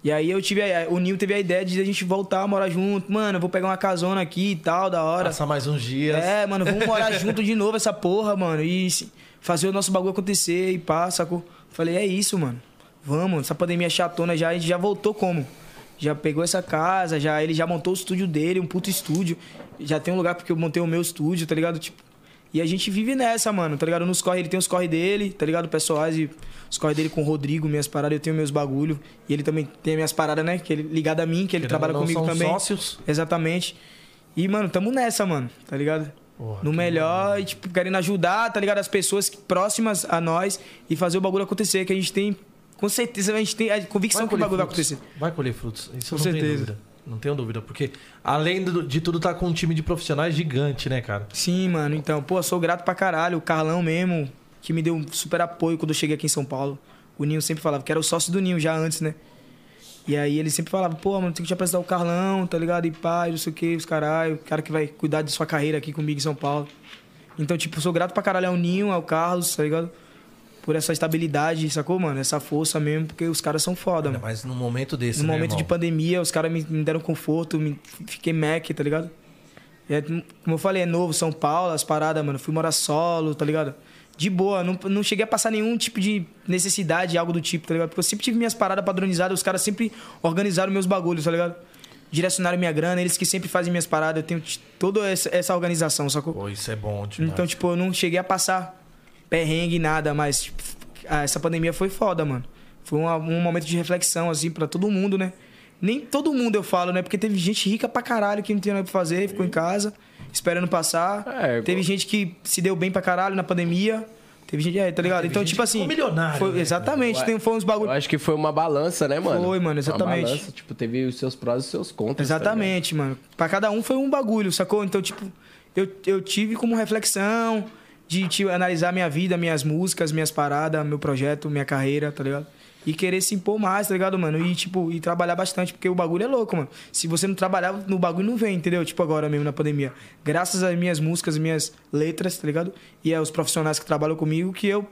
S3: E aí eu tive a, O Nil teve a ideia de a gente voltar a morar junto. Mano, eu vou pegar uma casona aqui e tal, da hora.
S1: Passar mais uns dias.
S3: É, mano,
S1: *laughs*
S3: vamos morar junto de novo essa porra, mano. E se- fazer o nosso bagulho acontecer e pá, sacou? Falei, é isso, mano. Vamos, essa pandemia chatona já, a gente já voltou como? Já pegou essa casa, já ele já montou o estúdio dele, um puto estúdio. Já tem um lugar porque eu montei o meu estúdio, tá ligado? Tipo, e a gente vive nessa, mano, tá ligado? Nos corre, ele tem os corre dele, tá ligado? Pessoais e os corre dele com o Rodrigo, minhas paradas, eu tenho meus bagulho. E ele também tem minhas paradas, né? Que ele ligado a mim, que ele
S1: Querendo
S3: trabalha
S1: ou não,
S3: comigo
S1: são
S3: também.
S1: sócios.
S3: Exatamente. E, mano, tamo nessa, mano, tá ligado? no melhor e, tipo, querendo ajudar, tá ligado? As pessoas que- próximas a nós e fazer o bagulho acontecer, que a gente tem, com certeza, a gente tem a convicção
S1: Vai
S3: que o
S1: colher
S3: bagulho vai
S1: frutos.
S3: acontecer.
S1: Vai colher frutos. Isso
S3: Com
S1: eu não tenho
S3: certeza.
S1: dúvida. Não tenho dúvida, porque além do- de tudo, tá com um time de profissionais gigante, né, cara?
S3: Sim, mano, então, pô, sou grato pra caralho. O Carlão mesmo, que me deu um super apoio quando eu cheguei aqui em São Paulo. O Ninho sempre falava que era o sócio do Ninho já antes, né? E aí ele sempre falava, pô, mano, tem que te apresentar o Carlão, tá ligado? E pai, não sei o que, os caralho, o cara que vai cuidar de sua carreira aqui comigo em São Paulo. Então, tipo, sou grato pra caralho ao Ninho, ao Carlos, tá ligado? por essa estabilidade, sacou, mano? Essa força mesmo, porque os caras são foda, mano.
S1: Mas num momento desse,
S3: No
S1: né,
S3: momento de
S1: irmão?
S3: pandemia, os caras me, me deram conforto, me, fiquei Mac, tá ligado? É, como eu falei, é novo, São Paulo, as paradas, mano. Fui morar solo, tá ligado? De boa, não, não cheguei a passar nenhum tipo de necessidade, algo do tipo, tá ligado? Porque eu sempre tive minhas paradas padronizadas, os caras sempre organizaram meus bagulhos, tá ligado? Direcionaram minha grana, eles que sempre fazem minhas paradas, eu tenho t- toda essa, essa organização, sacou?
S1: Pô, isso é bom, demais.
S3: Então, tipo, eu não cheguei a passar perrengue, nada, mas tipo, ah, essa pandemia foi foda, mano. Foi um, um momento de reflexão, assim, pra todo mundo, né? Nem todo mundo eu falo, né? Porque teve gente rica pra caralho que não tinha nada pra fazer, ficou em casa, esperando passar. teve gente que se deu bem pra caralho na pandemia. Teve gente, é, tá ligado? Então, tipo assim. foi- Exatamente.
S4: Ué,
S3: Tem, foi uns bagulho.
S4: Eu acho que foi uma balança, né, mano?
S3: Foi, mano, exatamente.
S4: Uma balança, tipo, teve os seus prós e os seus contras. tá ligado?
S3: Exatamente, mano. Pra cada um foi um bagulho, sacou? Então, tipo, eu, eu tive como reflexão de tipo, analisar minha vida, minhas músicas, minhas paradas, meu projeto, minha carreira, tá ligado? E querer se impor mais, tá ligado, mano? E, tipo, e trabalhar bastante, porque o bagulho é louco, mano. Se você não trabalhar, no bagulho não vem, entendeu? Tipo, agora mesmo na pandemia. Graças às minhas músicas, minhas letras, tá ligado? E aos profissionais que trabalham comigo, que eu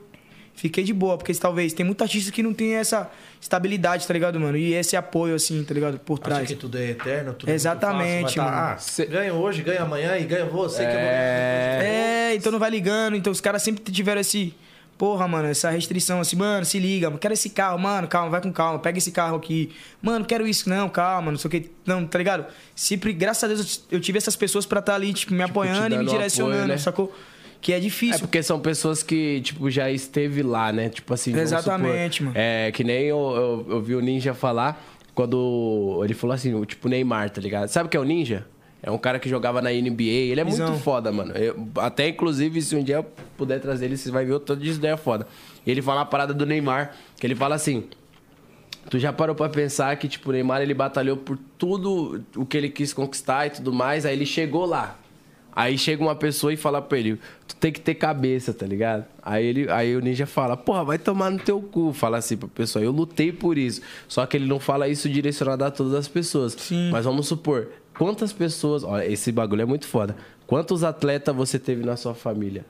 S3: Fiquei de boa, porque talvez tem muito artista que não tem essa estabilidade, tá ligado, mano? E esse apoio, assim, tá ligado? Por
S1: Acha
S3: trás.
S1: que tudo é eterno, tudo é muito
S3: Exatamente,
S1: fácil, vai tá,
S3: mano.
S1: ah, ganha hoje, ganha amanhã e ganha você que
S3: É, então não vai ligando. Então os caras sempre tiveram esse. Porra, mano, essa restrição assim, mano, se liga, mano, quero esse carro, mano, calma, vai com calma, pega esse carro aqui, mano, quero isso, não, calma, não sei o que, não, tá ligado? Sempre, graças a Deus, eu tive essas pessoas pra estar ali, tipo, me apoiando e me
S4: dando
S3: direcionando,
S4: apoio, né?
S3: sacou? Que é difícil.
S4: É porque são pessoas que, tipo, já esteve lá, né? Tipo assim, vamos
S3: Exatamente,
S4: supor,
S3: mano.
S4: É, que nem eu, eu, eu vi o Ninja falar quando ele falou assim, o tipo Neymar, tá ligado? Sabe o que é o Ninja? É um cara que jogava na NBA, ele é
S3: Visão.
S4: muito foda, mano. Eu- até, inclusive, se um dia eu puder trazer ele, vocês vão ver o tanto de ideia foda. E ele fala a parada do Neymar, que ele fala assim... Tu já parou pra pensar que, tipo, o Neymar, ele batalhou por tudo o que ele quis conquistar e tudo mais, aí ele chegou lá. Aí chega uma pessoa e fala pra ele, tu tem que ter cabeça, tá ligado? Aí, ele, aí o ninja fala, porra, vai tomar no teu cu. Fala assim pra pessoa, eu lutei por isso. Só que ele não fala isso direcionado a todas as pessoas. Mas vamos supor, quantas pessoas... Ó, esse bagulho é muito foda. Quantos atletas você teve na sua família?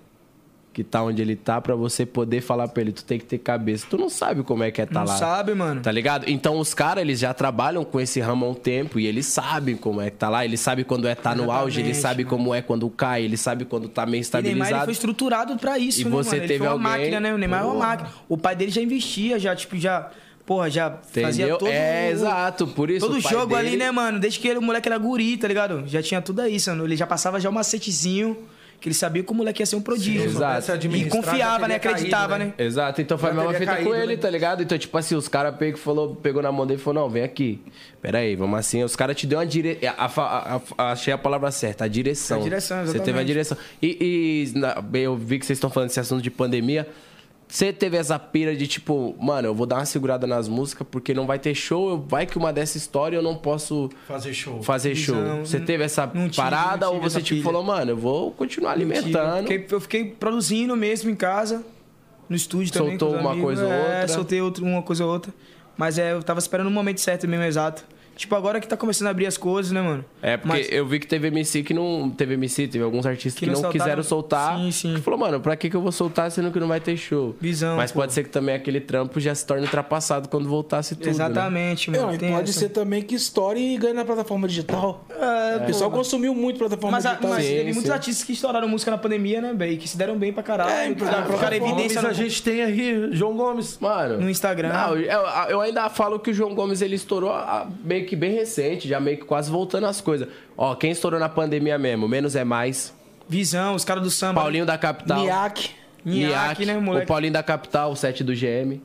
S4: Que tá onde ele tá pra você poder falar pra ele, tu tem que ter cabeça. Tu não sabe como é que é tá
S3: Não
S4: lá.
S3: sabe, mano.
S4: Tá ligado? Então os caras, eles já trabalham com esse ramo há um tempo e eles sabem como é que tá lá, eles sabem quando é tá no auge, eles
S3: Exatamente,
S4: sabem como é quando cai, eles sabem quando tá meio
S3: E Neymar ele
S4: estabilizado.
S3: foi estruturado pra isso,
S4: E
S3: né,
S4: você
S3: mano? Ele
S4: teve
S3: foi uma
S4: alguém-
S3: máquina, né? O Neymar é uma
S4: Porra.
S3: máquina. O pai dele já investia, já, tipo, já. Porra, já fazia
S4: Entendeu?
S3: todo
S4: É,
S3: o-
S4: exato, por isso
S3: Todo
S4: o pai
S3: jogo ali,
S4: dele-
S3: né, mano? Desde que ele, o moleque era guri, tá ligado? Já tinha tudo isso, mano. Ele já passava já o macetezinho, que ele sabia que o moleque ia ser um prodígio. mano. E confiava, né? Acreditava, né?
S4: Exato, então foi a
S3: Já
S4: mesma
S3: teria
S4: fita
S3: caído,
S4: com ele,
S3: né?
S4: tá ligado? Então, tipo assim, os caras pegou, falou- pegou na mão dele e falou: Não, vem aqui. Pera aí, vamos assim. Os caras te deu uma direção. achei a palavra certa, a direção.
S3: A direção,
S4: Você teve a
S3: exatamente.
S4: direção. E, e, na- bem, eu vi que vocês estão falando desse assunto de pandemia. Você teve essa pira de tipo, mano, eu vou dar uma segurada nas músicas porque não vai ter show, eu- vai que uma dessa história eu não posso
S1: Fazer show.
S4: fazer show.
S1: Não,
S4: você teve essa
S3: né? não tive,
S4: parada
S3: não
S4: ou
S3: tive
S4: você
S3: essa
S4: tipo
S3: pilha.
S4: falou, mano, eu vou continuar
S3: Eu
S4: alimentando?
S3: fiquei, Tipo, eu fiquei produzindo mesmo em casa, no estúdio também.
S4: Soltou
S3: com os
S4: uma
S3: amigos.
S4: coisa ou
S3: É,
S4: outra.
S3: soltei outro- uma coisa ou outra. Mas é, eu tava esperando o momento certo mesmo, exato. Tipo, agora que tá começando a abrir as coisas, né, mano?
S4: É, porque
S3: Mas-
S4: eu vi que teve MC que não. Teve MC, teve alguns artistas
S3: Que
S4: que,
S3: não
S4: não
S3: soltaram-
S4: quiseram soltar. Sim, sim. Que falou, mano, pra que, que eu vou soltar sendo que não vai ter show?
S3: Visão.
S4: Mas
S3: pô.
S4: pode ser que também aquele trampo já se torne ultrapassado quando voltasse tudo. né?
S2: Não, e Ah, pode ser também que estoure e ganhe na plataforma digital.
S3: É,
S2: o pessoal
S3: pô,
S2: consumiu muito plataforma
S3: Mas, a-
S2: digital.
S3: mas teve muitos artistas que estouraram música na pandemia, né, bem? Que se deram bem pra caralho.
S2: É, então,
S3: cara,
S4: Cara,
S3: evidência no-
S1: tem aí, João Gomes.
S4: Mano.
S3: No Instagram.
S4: Não, eu, eu ainda falo que o João Gomes ele estourou a- meio que bem recente, já meio que quase voltando às coisas. Ó, quem estourou na pandemia mesmo? Menos é mais.
S3: Visão, os caras do samba.
S4: Paulinho da Capital.
S2: Niak.
S3: Niak, né, moleque?
S4: O Paulinho da Capital, o 7 do GM.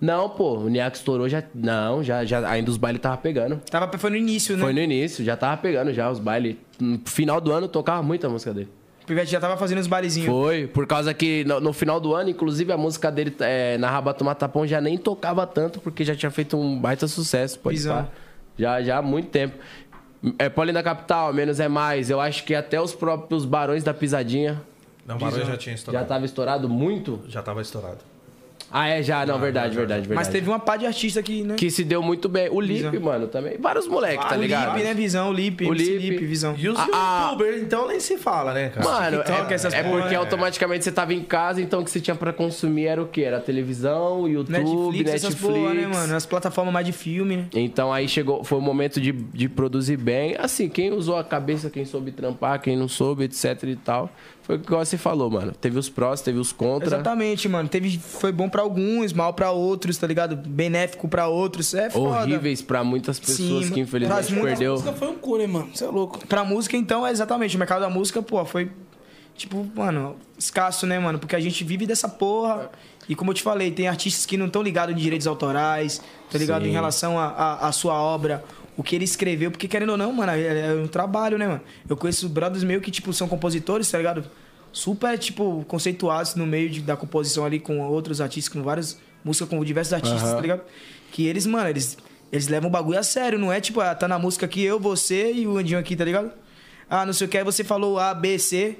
S4: Não, pô, o Niak estourou já. Não, já, já ainda os bailes tava pegando.
S3: Tava, foi no início, né?
S4: Foi no início, já tava pegando já os bailes. No final do ano eu tocava muita música dele.
S3: O Pivete já tava fazendo os barizinhos.
S4: Foi, por causa que no, no final do ano, inclusive, a música dele é, na Rabato Matapão já nem tocava tanto, porque já tinha feito um baita sucesso, pode
S3: Visão.
S4: pá. Já, já há muito tempo. É Paulinho da Capital, menos é mais. Eu acho que até os próprios Barões da Pisadinha.
S1: Não, o Barões já tinha estourado.
S4: Já tava estourado muito?
S1: Já tava estourado.
S4: Ah, é já, não, verdade, verdade, verdade.
S3: Mas teve uma pá de artista que, né?
S4: Que se deu muito bem. O Lipe, mano, também. Vários moleques, tá ligado?
S3: O Lipe, né? Visão, o Lipe,
S4: O
S3: o Lipe,
S4: Lipe.
S3: Visão.
S4: E os Ah, ah.
S1: youtuber, então nem se fala, né, cara?
S4: Mano,
S3: TikTok,
S4: é,
S3: essas
S4: é
S3: porra,
S4: porque
S3: né?
S4: automaticamente você tava em casa, então o que você tinha pra consumir era o quê? Era televisão, YouTube, Netflix.
S3: Netflix, essas porra, né, mano? As plataformas mais de filme, né?
S4: Então aí chegou, foi o momento de, de produzir bem. Assim, quem usou a cabeça, quem soube trampar, quem não soube, etc e tal. Foi o que você falou, mano. Teve os prós, teve os contras.
S3: Exatamente, mano. Teve, foi bom pra alguns, mal pra outros, tá ligado? Benéfico pra outros. É foda.
S4: Horríveis pra muitas pessoas que
S3: pra
S4: infelizmente
S3: muitas-
S4: perdeu.
S3: foi um cu, né, mano? Você é louco. Pra música, então, é exatamente. O mercado da música, pô, foi, tipo, mano, escasso, né, mano? Porque a gente vive dessa porra. E como eu te falei, tem artistas que não estão ligados em direitos autorais, tá ligado?
S4: Sim.
S3: Em relação à a, a sua obra, o que ele escreveu. Porque, querendo ou não, mano, é, é um trabalho, né, mano? Eu conheço brothers meio que, tipo, são compositores, tá ligado? Super, tipo, conceituados no meio de- da composição ali com outros artistas, com várias músicas, com diversos artistas,
S4: Aham.
S3: tá ligado? Que eles, mano, eles, eles levam o bagulho a sério, não é tipo, ah, tá na música aqui eu, você e o Andinho aqui, tá ligado? Ah, não sei o que, aí você falou A, B, C.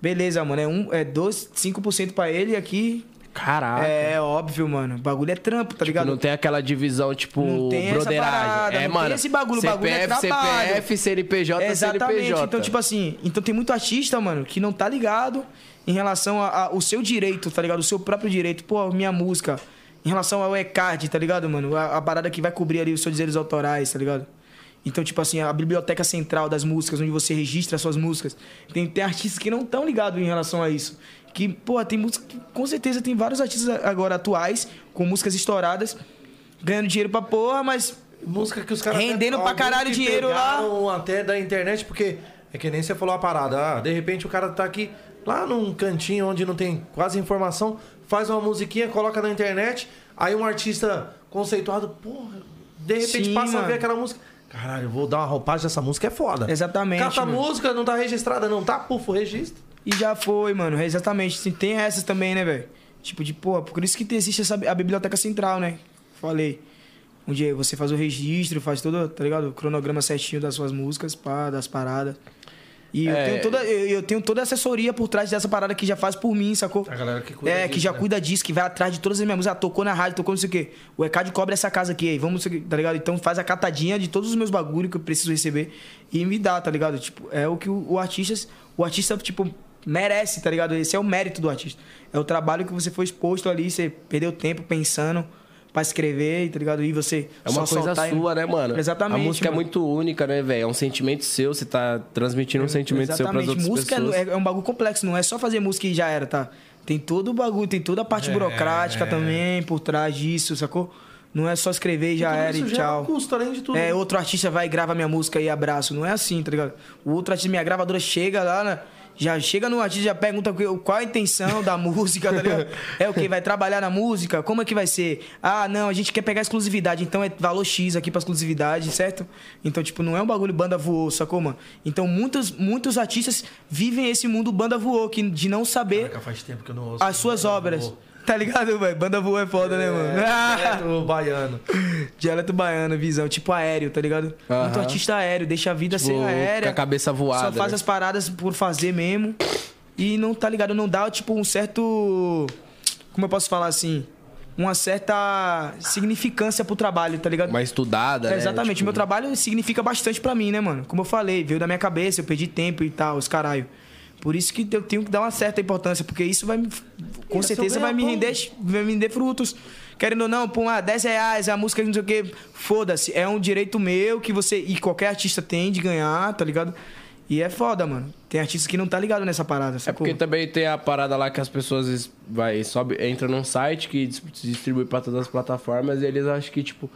S3: Beleza, mano, é, um, é dois, 5% pra ele e aqui.
S4: Caraca.
S3: É óbvio, mano. O bagulho é trampo, tá ligado?
S4: Ah, Tipo, Não tem aquela divisão, tipo,
S3: Não tem essa
S4: broderagem.
S3: parada,
S4: é,
S3: não
S4: mano.
S3: tem esse bagulho, o bagulho é
S4: CPF,
S3: trabalho.
S4: CPF, CNPJ,
S3: Exatamente.
S4: CNPJ.
S3: Então, tipo assim, então tem muito artista, mano, que não tá ligado em relação ao a, o seu direito, tá ligado? O seu próprio direito. Pô, minha música. Em relação ao e-card, tá ligado, mano? A, a parada que vai cobrir ali os seus direitos autorais, tá ligado? Então, tipo assim, a biblioteca central das músicas, onde você registra as suas músicas. Tem, tem artistas que não estão ligados em relação a isso. Que, pô, tem música. que, Com certeza tem vários artistas agora atuais, com músicas estouradas, ganhando dinheiro pra porra, mas.
S1: Música que os caras
S3: Rendendo
S1: até-
S3: pra
S1: alguns
S3: caralho
S1: que
S3: dinheiro lá.
S1: pegaram até da internet, porque é que nem você falou a parada. Ah, de repente o cara tá aqui lá num cantinho onde não tem quase informação, faz uma musiquinha, coloca na internet, aí um artista conceituado, porra, de repente
S3: Sim,
S1: passa a ver
S3: mano.
S1: aquela música. Caralho, eu vou dar uma roupagem dessa música, é foda.
S3: Exatamente.
S1: Cata a
S3: mano.
S1: música, não tá registrada, não tá? Pufo, registra.
S3: E já foi, mano. Exatamente. Sim, Tem essas também, né, velho? Tipo de, porra, por isso que existe essa, a biblioteca central, né? Falei. Onde você faz o registro, faz todo, tá ligado? O cronograma certinho das suas músicas, pá, das paradas. E eu,
S4: É.
S3: tenho toda, eu, eu tenho toda a assessoria por trás dessa parada que já faz por mim, sacou? A
S1: galera que
S3: É, que
S1: disso,
S3: já
S1: né?
S3: cuida disso, que vai atrás de todas as minhas músicas. Ah, tocou na rádio, tocou não sei o quê. O ECAD cobre essa casa aqui, aí, vamos, não sei o quê, tá ligado? Então faz a catadinha de todos os meus bagulhos que eu preciso receber e me dá, tá ligado? Tipo, é o que o, o artista, o artista, tipo, merece, tá ligado? Esse é o mérito do artista. É o trabalho que você foi exposto ali, você perdeu tempo pensando pra escrever, tá ligado? E você
S4: É uma
S3: só
S4: coisa
S3: soltar e-
S4: sua, né, mano?
S3: Exatamente.
S4: A música
S3: mano.
S4: é muito única, né, velho? É um sentimento seu, você tá transmitindo um sentimento seu pras outras
S3: música é-
S4: pessoas.
S3: É, um bagulho complexo, não é só fazer música e já era, tá? Tem todo o bagulho, tem toda a parte burocrática também por trás disso, sacou? Não é só escrever e já
S1: Tudo
S3: era
S1: isso
S3: e
S1: gera um
S3: tchau.
S1: custo, além de tudo.
S3: É, outro artista vai e grava minha música e abraço. Não é assim, tá ligado? O outro artista, minha gravadora chega lá, né? Já chega no artista, já pergunta que- qual a intenção da *laughs* música, tá ligado? É o que? Vai trabalhar na música? Como é que vai ser? Ah, não, a gente quer pegar exclusividade, então é valor X aqui pra exclusividade, certo? Então, tipo, não é um bagulho banda voou, sacou, mano? Então, muitos, muitos artistas vivem esse mundo banda voou, que, de não saber
S1: Caraca, faz tempo que eu não ouço.
S3: as suas obras. Tá ligado, velho? Banda voa é foda, né, mano? *laughs*
S1: dialeto É baiano.
S3: Dialeto baiano, visão. Tipo aéreo, tá ligado?
S4: Aham.
S3: Muito artista aéreo, deixa a vida
S4: Tipo,
S3: ser aérea.
S4: com a cabeça voada,
S3: Só faz
S4: né?
S3: as paradas por fazer mesmo. E não, tá ligado? Não dá, tipo, um certo. Como eu posso falar assim? Uma certa significância pro trabalho, tá ligado?
S4: Uma estudada,
S3: É,
S4: né?
S3: Exatamente. Meu trabalho significa bastante pra mim, né, mano? Como eu falei, veio da minha cabeça, eu perdi tempo e tal, os caralho. Por isso que eu tenho que dar uma certa importância, porque isso vai me. Com
S4: Isso,
S3: certeza
S4: ganha
S3: vai me,
S4: pão.
S3: render, vai me render frutos. Querendo ou não, pô, ah, 10 reais, a música, não sei o quê. Foda-se. É um direito meu que você. E qualquer artista tem de ganhar, tá ligado? E é foda, mano. Tem artista que não tá ligado nessa parada.
S4: É porque também tem a parada lá que as pessoas es- vai, sobe, entra num site que dis- distribui pra todas as plataformas e eles acham que, tipo.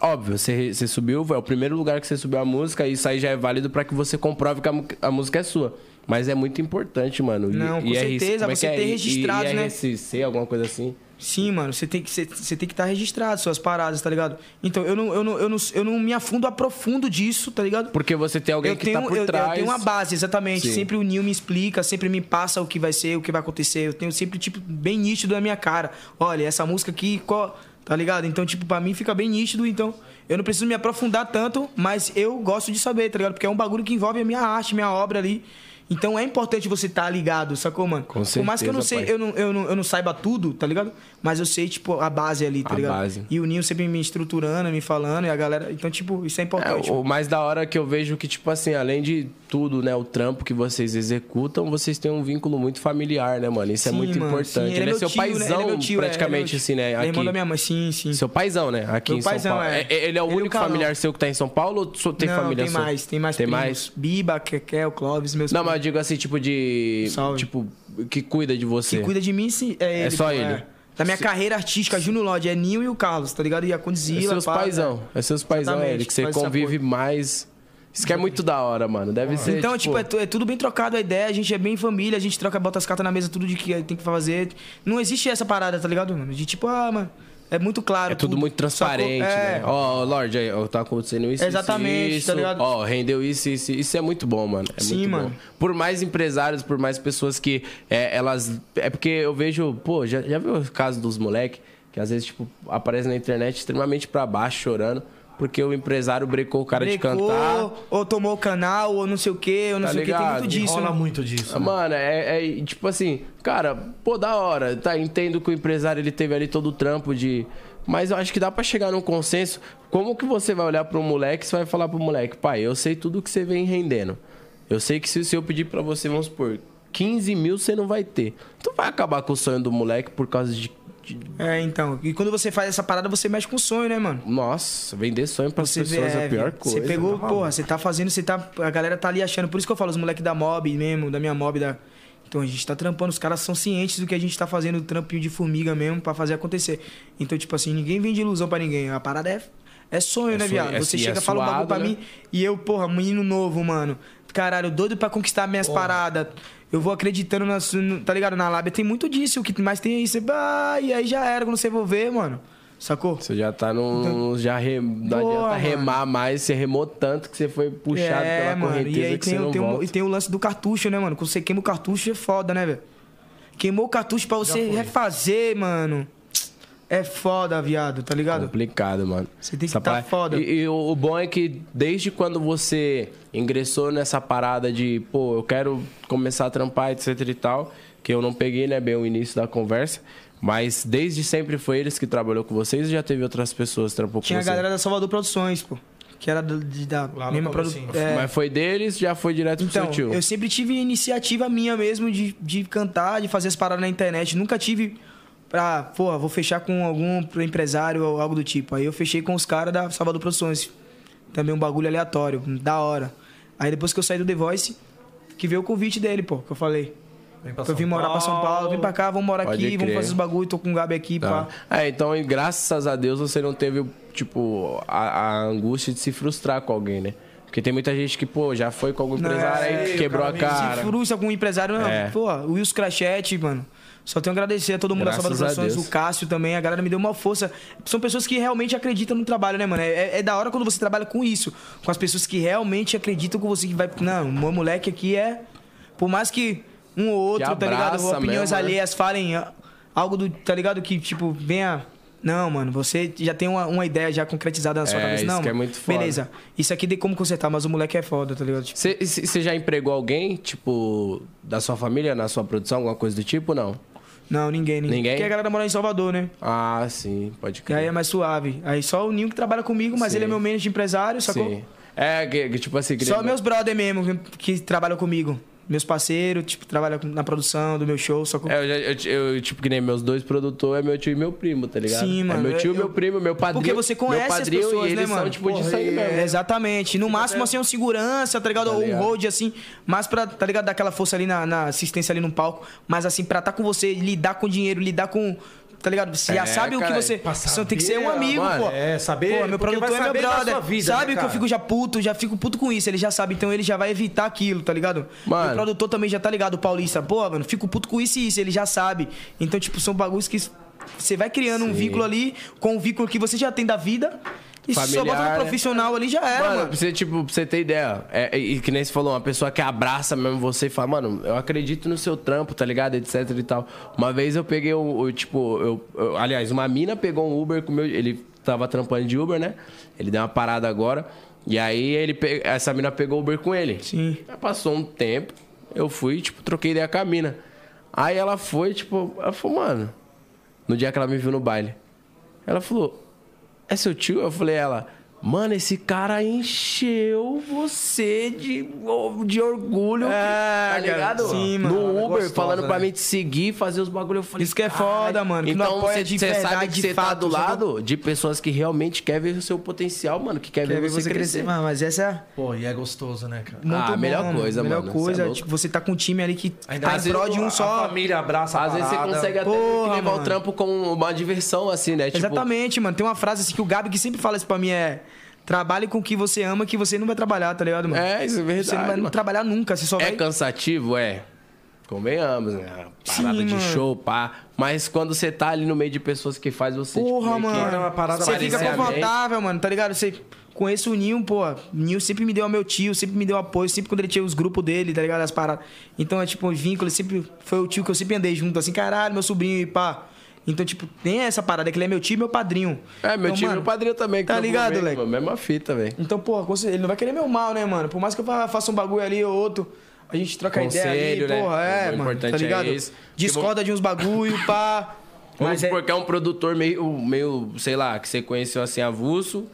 S4: Óbvio, você, você subiu, é o primeiro lugar que você subiu a música e isso aí já é válido pra que você comprove que a, mu- a música é sua. Mas é muito importante, mano. I-
S3: Não, com
S4: IRC
S3: certeza,
S4: como é que
S3: você
S4: é?
S3: ter
S4: I-
S3: registrado, né?
S4: IRCC, alguma coisa assim.
S3: Sim, mano, você tem que você, você tem que estar registrado suas paradas, tá ligado? Então, eu não, eu não, eu não, eu não me afundo aprofundo disso, tá ligado?
S4: Porque você tem alguém
S3: eu
S4: que
S3: tenho,
S4: tá por
S3: eu- eu
S4: trás.
S3: tenho uma base, exatamente.
S4: Sim.
S3: Sempre o Nil me explica, sempre me passa o que vai ser, o que vai acontecer. Eu tenho sempre, tipo, bem nítido na minha cara. Olha, essa música aqui, qual. Tá ligado? Então, tipo, pra mim fica bem nítido, então. Eu não preciso me aprofundar tanto, mas eu gosto de saber, tá ligado? Porque é um bagulho que envolve a minha arte, minha obra ali. Então é importante você estar tá ligado, sacou, mano? Com Por mais que eu não, sei,
S4: certeza,
S3: eu, não, eu, não, eu não saiba tudo, tá ligado? Mas eu sei, tipo, a base ali, tá
S4: A
S3: ligado?
S4: base.
S3: E o Ninho sempre me estruturando, me falando, e a galera. Então, tipo, isso é
S4: É,
S3: importante.
S4: o mais da hora é que eu vejo que, tipo assim, além de tudo, né, o trampo que vocês executam, vocês têm um vínculo muito familiar, né, mano? Isso é
S3: Sim,
S4: muito
S3: mano,
S4: importante.
S3: sim,
S4: ele, é
S3: meu
S4: seu
S3: tio, né? Ele é
S4: paizão,
S3: meu tio, é, ele é
S4: praticamente,
S3: meu
S4: assim, né?
S3: tio. Ele é irmão
S4: aqui.
S3: da minha mãe, sim, sim.
S4: Seu paizão, né? Aqui
S3: Meu
S4: em São
S3: paizão,
S4: Paulo.
S3: é.
S4: É, é- Ele é o
S3: Ele e o
S4: único
S3: Carlão.
S4: familiar seu que tá em São Paulo ou só tem
S3: Não,
S4: família
S3: tem
S4: sua?
S3: mais, tem mais
S4: Tem
S3: primos.
S4: mais?
S3: Biba, Kekel, Clóvis, meus
S4: Não, mas eu digo assim, tipo de...
S3: Salve.
S4: Tipo, que cuida de você.
S3: Quem cuida de mim sim, é
S4: É
S3: ele.
S4: só
S3: pô,
S4: ele?
S3: Da minha
S4: Se-
S3: carreira artística, Juno Lodge, é Ninho e o Carlos, tá ligado? E a Condzilla.
S4: É seus
S3: pá,
S4: paizão.
S3: né?
S4: É seus paizão,
S3: Exatamente,
S4: ele, que você
S3: faz esse
S4: convive mais. Isso que é muito da hora, mano. Deve ser.
S3: Então, tipo, é, tu- é tudo bem trocado a ideia, a gente é bem família, a gente troca, bota as cartas na mesa, tudo de que tem que fazer. Não existe essa parada, tá ligado, mano? De tipo, ah, mano, é muito claro.
S4: É tudo muito transparente,
S3: Sacou? É.
S4: né? Ó, Lorde, aí, ó, tá acontecendo isso,
S3: Exatamente,
S4: isso,
S3: tá ligado?
S4: Ó, rendeu isso, isso, isso é muito bom, mano. É
S3: Sim,
S4: muito bom.
S3: mano.
S4: Por mais empresários, por mais pessoas que é, elas... É porque eu vejo... Pô, já, já viu o caso dos moleque que às vezes, tipo, aparece na internet extremamente pra baixo, chorando, porque o empresário brecou o cara de
S3: Brecou,
S4: cantar.
S3: Ou tomou o canal, ou não sei o quê, ou não
S4: Tá
S3: sei o quê. Tem
S4: ligado?
S3: muito disso.
S4: Rola
S3: né?
S1: muito disso.
S4: Ah, Mano, é, é, tipo assim, cara, pô, da hora. Tá, entendo que o empresário ele teve ali todo o trampo de. Mas eu acho que dá pra chegar num consenso. Como que você vai olhar pro moleque e você vai falar pro moleque, pai, eu sei tudo que você vem rendendo. Eu sei que se, se eu pedir pra você, vamos supor, 15 mil você não vai ter. Tu vai acabar com o sonho do moleque por causa de.
S3: É, então. E quando você faz essa parada, você mexe com o sonho, né, mano?
S4: Nossa, vender sonho pras
S3: Você vê,
S4: pessoas é a pior
S3: velho.
S4: coisa.
S3: Você pegou,
S4: tá maluco?
S3: porra, você tá fazendo, você tá. A galera tá ali achando. Por isso que eu falo, os moleques da mob mesmo, da minha mob, da. Então a gente tá trampando, os caras são cientes do que a gente tá fazendo, o trampinho de formiga mesmo, pra fazer acontecer. Então, tipo assim, ninguém vende ilusão pra ninguém. A parada é, é sonho, né,
S4: sonho,
S3: viado?
S4: é
S3: você
S4: su- é
S3: chega, fala um bagulho
S4: suado,
S3: pra
S4: né?
S3: mim e eu, porra, menino novo, mano. Caralho, doido pra conquistar minhas paradas. Eu vou acreditando na. su- no- Tá ligado? Na lábia tem muito disso. O que mais tem é isso. Ah, e aí já era, quando você envolver, mano. Sacou?
S4: Você já tá num. já re- não
S3: Boa,
S4: adianta
S3: Então, mano.
S4: remar mais, você remou tanto que você foi puxado pela correnteza
S3: É, E aí
S4: que
S3: tem, um-
S4: você não
S3: tem o-
S4: volta.
S3: e tem o lance do cartucho, né, mano? Quando você queima o cartucho é foda, né, velho? Queimou o cartucho pra você refazer, mano. É foda, viado, tá ligado?
S4: Complicado, mano.
S3: Você tem que
S4: Essa
S3: tá
S4: parada-
S3: foda.
S4: E, e o, o bom é que desde quando você ingressou nessa parada de, pô, eu quero começar a trampar, etc e tal, que eu não peguei, né, bem o início da conversa, mas desde sempre foi eles que trabalhou com vocês ou já teve outras pessoas que trampou
S3: Tinha a
S4: com você?
S3: galera da Salvador Produções, pô. Que era do- de- da
S4: no
S3: mesma
S4: comecinho.
S3: produção. É,
S4: Mas foi deles, já foi direto
S3: Então,
S4: pro seu tio.
S3: eu sempre tive iniciativa minha mesmo de, de cantar, de fazer as paradas na internet. Nunca tive pra, porra, vou fechar com algum empresário ou algo do tipo. Aí eu fechei com os caras da Salvador Produções. Também um bagulho aleatório, da hora. Aí depois que eu saí do The Voice, que veio o convite dele, pô, que eu falei.
S1: Vem
S3: pra eu vim morar pra São Paulo, vim pra cá, vamos morar
S4: Pode
S3: aqui, vamos
S4: crer.
S3: fazer os bagulho, tô com o Gabi aqui,
S4: Tá.
S3: pá.
S4: É, então, e graças a Deus, você não teve, tipo, a, a angústia de se frustrar com alguém, né? Porque tem muita gente que, pô, já foi com algum empresário
S3: é,
S4: aí, quebrou a cara.
S3: Se frustra com o empresário, não.
S4: É.
S3: Pô, o Wilson Crachete, mano. Só tenho a agradecer a todo mundo
S4: Graças
S3: da Salvador
S4: a
S3: Produções,
S4: Deus.
S3: o Cássio também, a galera me deu uma força. São pessoas que realmente acreditam no trabalho, né, mano? É, é da hora quando você trabalha com isso, com as pessoas que realmente acreditam com você, que vai. Não, o meu moleque aqui é. Por mais que um ou outro,
S4: Que
S3: tá ligado?
S4: abraça
S3: Opiniões
S4: mesmo, né?
S3: alheias falem ah, algo do. tá ligado? Que, tipo, venha. Não, mano, você já tem uma, uma ideia já concretizada na sua
S4: É,
S3: cabeça.
S4: isso
S3: Não,
S4: que é
S3: mano,
S4: muito foda.
S3: Beleza, isso aqui tem como consertar, mas o moleque é foda, tá ligado? Tipo,
S4: Você- Você já empregou alguém, tipo, da sua família, na sua produção, alguma coisa do tipo, não?
S3: Não, ninguém, ninguém.
S4: Ninguém?
S3: Porque a galera mora em Salvador, né?
S4: Ah, sim, pode
S3: E
S4: crer.
S3: aí é mais suave. Aí só o Ninho que trabalha comigo, mas
S4: Sim.
S3: ele é meu manager empresário, sacou?
S4: Sim. É, que, que, tipo assim... que
S3: Só
S4: nem-
S3: meus brother mesmo que, que trabalham comigo. Meus parceiros, tipo, trabalham com- na produção do meu show, sacou?
S4: É, eu, já- eu- eu, tipo, que nem meus dois produtores, é meu tio e meu primo, tá ligado?
S3: Sim, mano,
S4: É meu tio,
S3: eu-
S4: meu primo, meu padrinho.
S3: Porque você
S4: meu
S3: conhece as
S4: padrinho,
S3: pessoas,
S4: e eles
S3: né, mano?
S4: São, tipo, de
S3: Porra,
S4: sair
S3: é,
S4: mesmo.
S3: Exatamente. No máximo, assim, um segurança, tá ligado? Ou um
S4: ligado.
S3: hold, assim. Mas pra, tá ligado? Dar aquela força ali na, na assistência ali no palco. Mas, assim, pra estar com você, lidar com dinheiro, lidar com... Tá ligado? Você já
S1: É,
S3: sabe o que
S1: cara,
S3: você...
S1: pra
S3: Você tem que ser
S1: saber,
S3: um amigo,
S1: mano,
S3: pô.
S1: é, saber-
S3: Pô, meu
S1: porque vai
S3: produtor é meu
S1: saber da
S3: brother.
S1: sua vida,
S3: sabe
S1: né,
S3: que eu
S1: cara?
S3: fico já puto, já fico puto com isso. Ele já sabe, então ele já vai evitar aquilo, tá ligado?
S4: Mano.
S3: Meu produtor também já tá ligado, o paulista. Pô, mano, fico puto com isso e isso. Ele já sabe. Então, tipo, são bagulhos que... Você vai criando um
S4: Sim.
S3: vínculo ali com o vínculo que você já tem da vida e se só bota
S4: Familiar,
S3: no
S4: né?
S3: profissional ali já era, mano.
S4: Pra você, tipo, pra você ter ideia. É, e e que nem você falou, uma pessoa que abraça mesmo você e fala, mano, eu acredito no seu trampo, tá ligado? Etc e tal. Uma vez eu peguei o. o, tipo, eu, eu- aliás, uma mina pegou um Uber com o meu. Ele tava trampando de Uber, né? Ele deu uma parada agora. E aí ele pe- essa mina pegou o Uber com ele.
S3: Sim.
S4: passou um tempo. Eu fui, tipo, troquei ideia com a mina. Aí ela foi, tipo, ela falou, mano. No dia que ela me viu no baile. Ela falou, é seu tio? Eu falei, ela, mano, esse cara encheu você de, de orgulho. tá ligado?
S3: É, Sim, mano.
S4: no
S3: Ela é
S4: Uber,
S3: gostosa,
S4: falando pra
S3: né?
S4: mim te seguir, fazer os bagulho. Eu falei,
S3: Isso que é foda, mano. Que não
S4: então
S3: apoia
S4: você
S3: de
S4: você sabe
S3: verdade,
S4: que
S3: de
S4: você tá
S3: fato,
S4: do
S3: você tá-
S4: lado de pessoas que realmente quer ver o seu potencial, mano, que quer,
S3: Quer
S4: ver você, crescer.
S3: Mano, mas essa é a
S1: Pô, e é gostoso, né, cara?
S3: muito
S4: ah, a
S3: bom,
S4: Ah, melhor
S3: mano.
S4: coisa,
S3: melhor
S4: mano. Cê é
S3: coisa,
S4: louco.
S3: tipo, você tá com um time ali que
S4: Ainda
S3: tá
S4: às
S3: em prol
S4: vezes
S3: de um
S4: a
S3: só.
S1: família abraça
S4: Às vezes você consegue até
S3: Porra,
S4: levar o
S3: mano.
S4: trampo com uma diversão, assim, né? Tipo,
S3: Exatamente, mano. Tem uma frase assim que o Gabi que sempre fala isso pra mim é. Trabalhe com o que você ama, que você não vai trabalhar, tá ligado, mano?
S4: É, isso
S3: Você
S4: é
S3: não
S4: verdade,
S3: vai
S4: mano.
S3: trabalhar nunca, você só
S4: É
S3: vai.
S4: cansativo, é. Convenhamos, né? Uma Parada
S3: Sim,
S4: de
S3: mano.
S4: show, pá. Mas quando você tá ali no meio de pessoas que faz você.
S3: Porra,
S4: tipo, meio que-
S1: é
S3: mano. você fica
S4: Aparentemente.
S3: confortável, mano, tá ligado? Você conhece o Ninho, pô. O Ninho sempre me deu meu tio, sempre me deu apoio, sempre quando ele tinha os grupos dele, tá ligado? As paradas. Então é tipo um vínculo, ele sempre foi o tio que eu sempre andei junto, assim, caralho, meu sobrinho e pá. Então, tipo, tem essa parada, que ele é meu tio e meu padrinho.
S4: É, meu
S3: Então,
S4: time
S3: mano,
S4: meu padrinho também. que
S3: Tá
S4: eu vou
S3: ligado,
S4: ver,
S3: moleque?
S4: mano, Mesma fita, velho.
S3: Então, pô, com certeza, ele não vai querer meu mal, né, mano? Por mais que eu fa- faça um bagulho ali ou outro, a gente troca ideia
S4: Conselho,
S3: ali,
S4: né?
S3: porra, é,
S4: O
S3: mano,
S4: importante
S3: tá
S4: é
S3: ligado?
S4: isso.
S3: Discorda de uns bagulho, pá.
S4: *coughs* Mas é... porque é um produtor meio, meio, sei lá, que você conheceu assim avulso,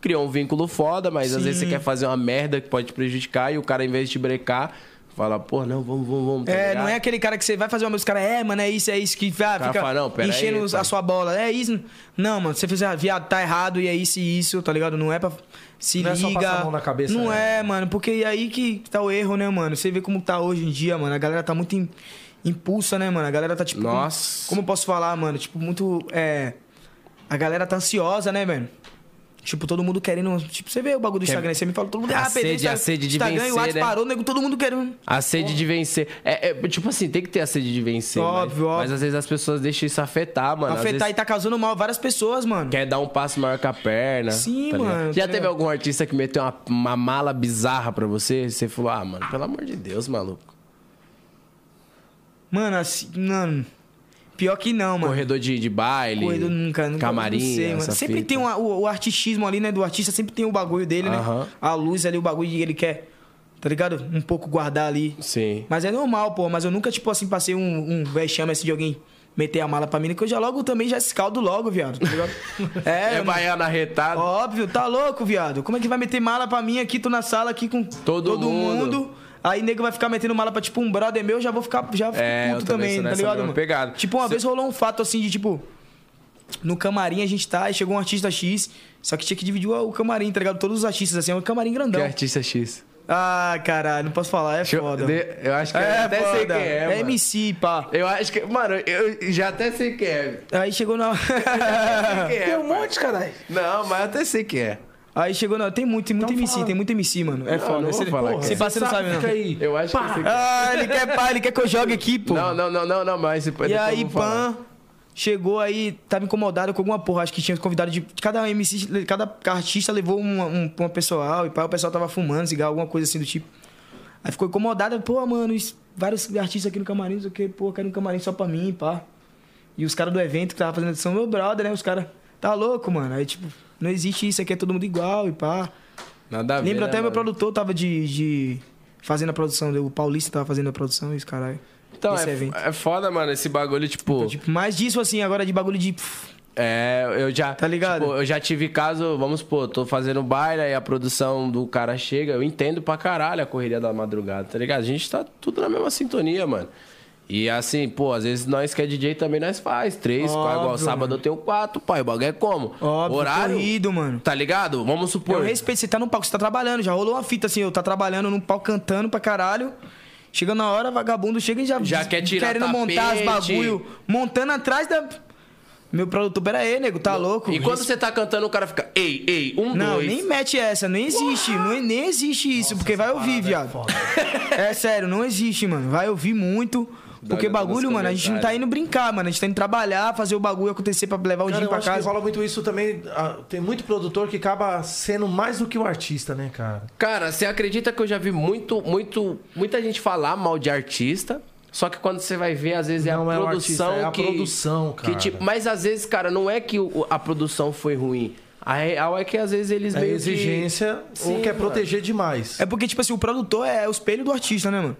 S4: criou um vínculo foda, mas às
S3: Sim.
S4: vezes você quer fazer uma merda que pode te prejudicar e o cara, em vez de te brecar, fala, pô, não, vamos, vamos, vamos. tá
S3: É,
S4: ligado?
S3: não é aquele cara que você vai fazer uma música, cara, é, mano, é isso, é isso, que ah,
S4: cara
S3: fica
S4: fala, "Não, pera aí,
S3: enchendo
S4: pai."
S3: a sua bola. É isso. Não, mano, você fez, ah, viado, tá errado, e é isso e isso, tá ligado? Não é pra. Se
S1: Não é
S3: liga.
S1: só passar a mão na cabeça,
S3: Não
S1: né?
S3: é, mano, porque aí que tá o erro, né, mano? Você vê como tá hoje em dia, mano. A galera tá muito im- impulsa, né, mano? A galera tá tipo.
S4: Nossa.
S3: Como, como eu posso falar, mano? Tipo, muito. É. A galera tá ansiosa, né, velho? Tipo, todo mundo querendo. Tipo, você vê o bagulho do
S4: Quer-
S3: Instagram, aí você me fala, todo mundo.
S4: A
S3: ah, perdeu o
S4: sede- a
S3: Insta-
S4: sede de
S3: Instagram, e o
S4: vencer,
S3: WhatsApp
S4: né?
S3: parou, nego, todo mundo querendo.
S4: A sede de vencer. É, é, tipo assim, tem que ter a sede de vencer.
S3: Óbvio,
S4: mas,
S3: óbvio.
S4: Mas às vezes as pessoas deixam isso afetar, mano. Às
S3: afetar
S4: vezes
S3: e tá causando mal a várias pessoas, mano.
S4: Quer dar um passo maior com a perna.
S3: Sim,
S4: ligado?
S3: mano,
S4: Já
S3: tá
S4: teve
S3: ligado?
S4: algum artista que meteu uma, uma mala bizarra pra você? E você falou, ah, mano, pelo amor de Deus, maluco.
S3: Mano, assim, mano. Pior que não, mano.
S4: Corredor de, de baile.
S3: Corredor nunca, nunca.
S4: Camarim.
S3: não sei, mano.
S4: essa
S3: Sempre
S4: fita.
S3: tem um uma- o, o artistismo ali, né? Do artista sempre tem o bagulho dele, né?
S4: Aham.
S3: A luz ali, o bagulho que ele quer, tá ligado? Um pouco guardar ali.
S4: Sim.
S3: Mas é normal, pô. Mas eu nunca, tipo assim, passei um, um vexame assim de alguém meter a mala pra mim, né, que eu já logo também já escaldo logo, viado. Tá
S4: *laughs*
S3: ligado?
S4: É,
S3: eu não-
S4: baiana arretada.
S3: Óbvio, tá louco, viado. Como é que vai meter mala pra mim aqui? Tô na sala aqui com todo,
S4: mundo.
S3: Aí nego vai ficar metendo mala pra tipo um brother meu, já vou ficar já fico
S4: É, eu
S3: puto
S4: também
S3: também,
S4: sou
S3: tá
S4: nessa
S3: ligado?
S4: mesma
S3: Mano?
S4: pegada.
S3: Tipo, uma
S4: Cê-
S3: vez rolou um fato assim de tipo. No camarim a gente tá, e chegou um artista X, só que tinha que dividir o o camarim, tá ligado? Todos os artistas, assim, é um camarim grandão.
S4: Que artista X.
S3: Ah, caralho, não posso falar, é foda.
S4: de- eu acho que eu
S3: é
S4: até sei
S3: foda.
S4: quem é, mano.
S3: MC, pá.
S4: Eu acho que. Mano, eu já até sei quem é.
S3: Aí chegou
S4: *laughs*
S3: na. É,
S4: Tem um
S3: monte, caralho.
S4: Não, mas eu até sei quem é.
S3: Aí chegou na. Tem muito, tem muito MC, tem muito MC, mano. É
S4: Então Não,
S3: foda.
S4: não vou
S3: Você-
S4: falar
S3: porra,
S4: quem é.
S3: Se pá, você não sabe, não.
S4: Fica aí. Eu acho que eu sei quem é.
S3: Ah, ele quer pá, ele quer que eu jogue aqui, pô.
S4: Não, não, não, não, não, mas. depois
S3: E
S4: eu
S3: aí,
S4: vou falar.
S3: Pan chegou aí, tava incomodado com alguma porra. Acho que tinha convidado de. Cada MC, cada artista levou uma, um, uma pessoal e pá, o pessoal tava fumando, cigarro, alguma coisa assim do tipo. Aí ficou incomodado, pô, mano, isso- vários artistas aqui no camarim, não sei o que, pô, quero um camarim só pra mim, pá. E os caras do evento que tava fazendo edição, meu brother, né? Os caras, tá louco, mano. Aí, tipo, não existe isso, aqui é todo mundo igual e pá.
S4: Nada a ver.
S3: Lembro
S4: né,
S3: até meu
S4: mano?
S3: produtor tava de, de. fazendo a produção, o Paulista tava fazendo a produção e os caralho.
S4: Então,
S3: desse evento.
S4: é, é foda, mano, esse bagulho, tipo.
S3: Tipo, mais disso assim, agora de bagulho de. pff,
S4: É, eu já. Tá ligado? eu já tive caso, vamos supor, tô fazendo baile aí a produção do cara chega, eu entendo pra caralho a correria da madrugada, tá ligado? A gente tá tudo na mesma sintonia, mano. E assim, pô, às vezes nós que é DJ também nós faz. Três, quatro, igual
S3: Óbvio,
S4: sábado eu tenho quatro, pai. O bagulho é como?
S3: Óbvio,
S4: Horário.
S3: corrido, mano.
S4: Tá ligado? Vamos supor.
S3: Eu respeito, você tá no palco, você tá trabalhando, já rolou uma fita assim, eu tá trabalhando num palco cantando pra caralho. Chegando na hora, vagabundo chega e já,
S4: Já quer tirar
S3: querendo
S4: tapete.
S3: montar as bagulho, montando atrás da. Meu produtor, pera aí, nego, tá louco?
S4: E quando você tá cantando, o cara fica, ei, ei, um,
S3: Não,
S4: dois.
S3: nem mete essa, não existe, não, é, nem existe isso, porque vai ouvir, viado. É, sério, não existe, mano. Vai ouvir muito.
S1: olhada
S3: Porque
S1: nos
S3: bagulho, mano, a gente não tá
S1: comentários.
S3: indo brincar, mano. A gente tá indo trabalhar, fazer o bagulho acontecer pra levar
S1: Cara,
S3: o dinheiro
S1: eu
S3: pra
S1: acho que
S3: casa.
S1: rola muito isso também. ah, Tem muito produtor que acaba sendo mais do que o artista, né, cara?
S4: Cara, você acredita que eu já vi muito, muito, muita gente falar mal de artista? Só que quando você vai ver, às vezes é
S1: Não
S4: a
S1: é o artista,
S4: produção
S1: é a
S4: que
S1: produção,
S4: que,
S1: cara.
S4: tipo, mas às vezes, cara, não é que o- a produção foi ruim. A real é que às vezes eles
S1: É
S4: meio
S1: exigência
S4: que...
S1: ou quer proteger demais.
S3: É porque, tipo assim, o produtor é o espelho do artista, né, mano?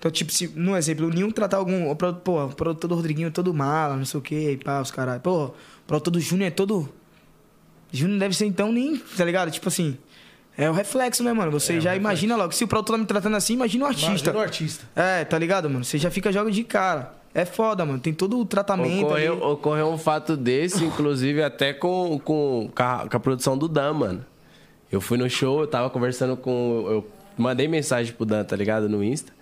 S3: Então, tipo, se, no exemplo, o Ninho tratar algum. o pro- Pô, o produtor do Rodriguinho é todo mala, não sei o quê, e pá, os caras. Pô, o produtor do Júnior é todo. Júnior não deve ser então nem, tá ligado? Tipo assim. É o reflexo, né, mano? Você já imagina logo. Se o produtor tá me tratando assim, imagina o artista.
S1: Imagina o artista.
S3: É, tá ligado, mano? Você já fica jogo de cara. É foda, mano. Tem todo o tratamento.
S4: Ocorreu,
S3: ali.
S4: ocorreu um fato desse, inclusive até com, com, com, a, com a produção do Dan, mano. Eu fui no show, eu tava conversando com. Eu mandei mensagem pro Dan, tá ligado? No Insta.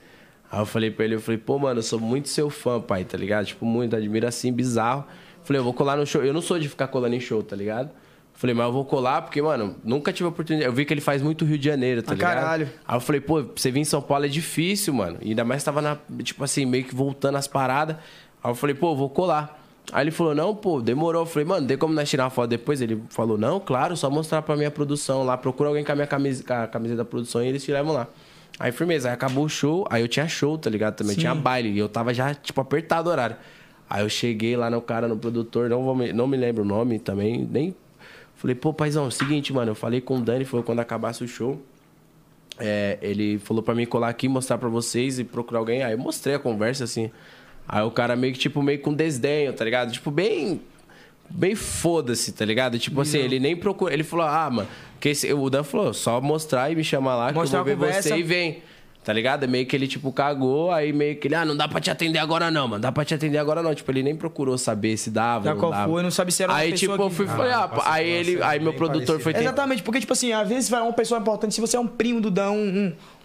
S4: Aí eu falei pra ele, eu falei, pô, mano, eu sou muito seu fã, pai, tá ligado? Tipo, muito, admiro assim, bizarro. Falei, eu vou colar no show. Eu não sou de ficar colando em show, tá ligado? Falei, mas eu vou colar porque, mano, nunca tive a oportunidade. Eu vi que ele faz muito Rio de Janeiro, tá
S3: Ah,
S4: ligado?
S3: caralho.
S4: Aí eu falei, pô, você vir em São Paulo é difícil, mano. E ainda mais tava, na, tipo assim, meio que voltando as paradas. Aí eu falei, pô, eu vou colar. Aí ele falou, não, pô, demorou. Eu falei, mano, tem como nós tirar uma foto depois? Ele falou, não, claro, só mostrar pra minha produção lá. Procura alguém com a minha camisa, com a camiseta da produção e eles te levam lá. Aí firmeza, aí acabou o show, aí eu tinha show, tá ligado? Também
S15: Sim.
S4: tinha baile. E eu tava já, tipo, apertado o horário. Aí eu cheguei lá no cara, no produtor, não, vou me- não me lembro o nome também, nem. Falei, pô, paizão, é seguinte, mano, eu falei com o Dani, foi quando acabasse o show. É, ele falou pra mim colar aqui, mostrar pra vocês e procurar alguém. Aí eu mostrei a conversa, assim. Aí o cara meio que, tipo, meio com desdenho, tá ligado? Tipo, bem. Bem foda-se, tá ligado? Tipo assim, ele nem procurou. Ele falou, ah, mano, que esse- o Dan falou, só mostrar e me chamar lá,
S3: Mostrar a
S4: que eu vou ver
S3: conversa.
S4: você e vem. Tá ligado? Meio que ele, tipo, cagou, aí meio que ele, ah, não dá pra te atender agora não, mano, dá pra te atender agora não. Tipo, ele nem procurou saber se dava.
S3: Já
S4: não
S3: qual
S4: dava.
S3: foi, não sabe se era uma
S4: Aí,
S3: pessoa
S4: tipo, eu
S3: que-
S4: fui, falei, ah, pá, aí ele, aí meu produtor foi
S3: né?
S4: tentar.
S3: Exatamente, porque, tipo assim, às vezes vai uma pessoa importante, se você é um primo do Dan, um,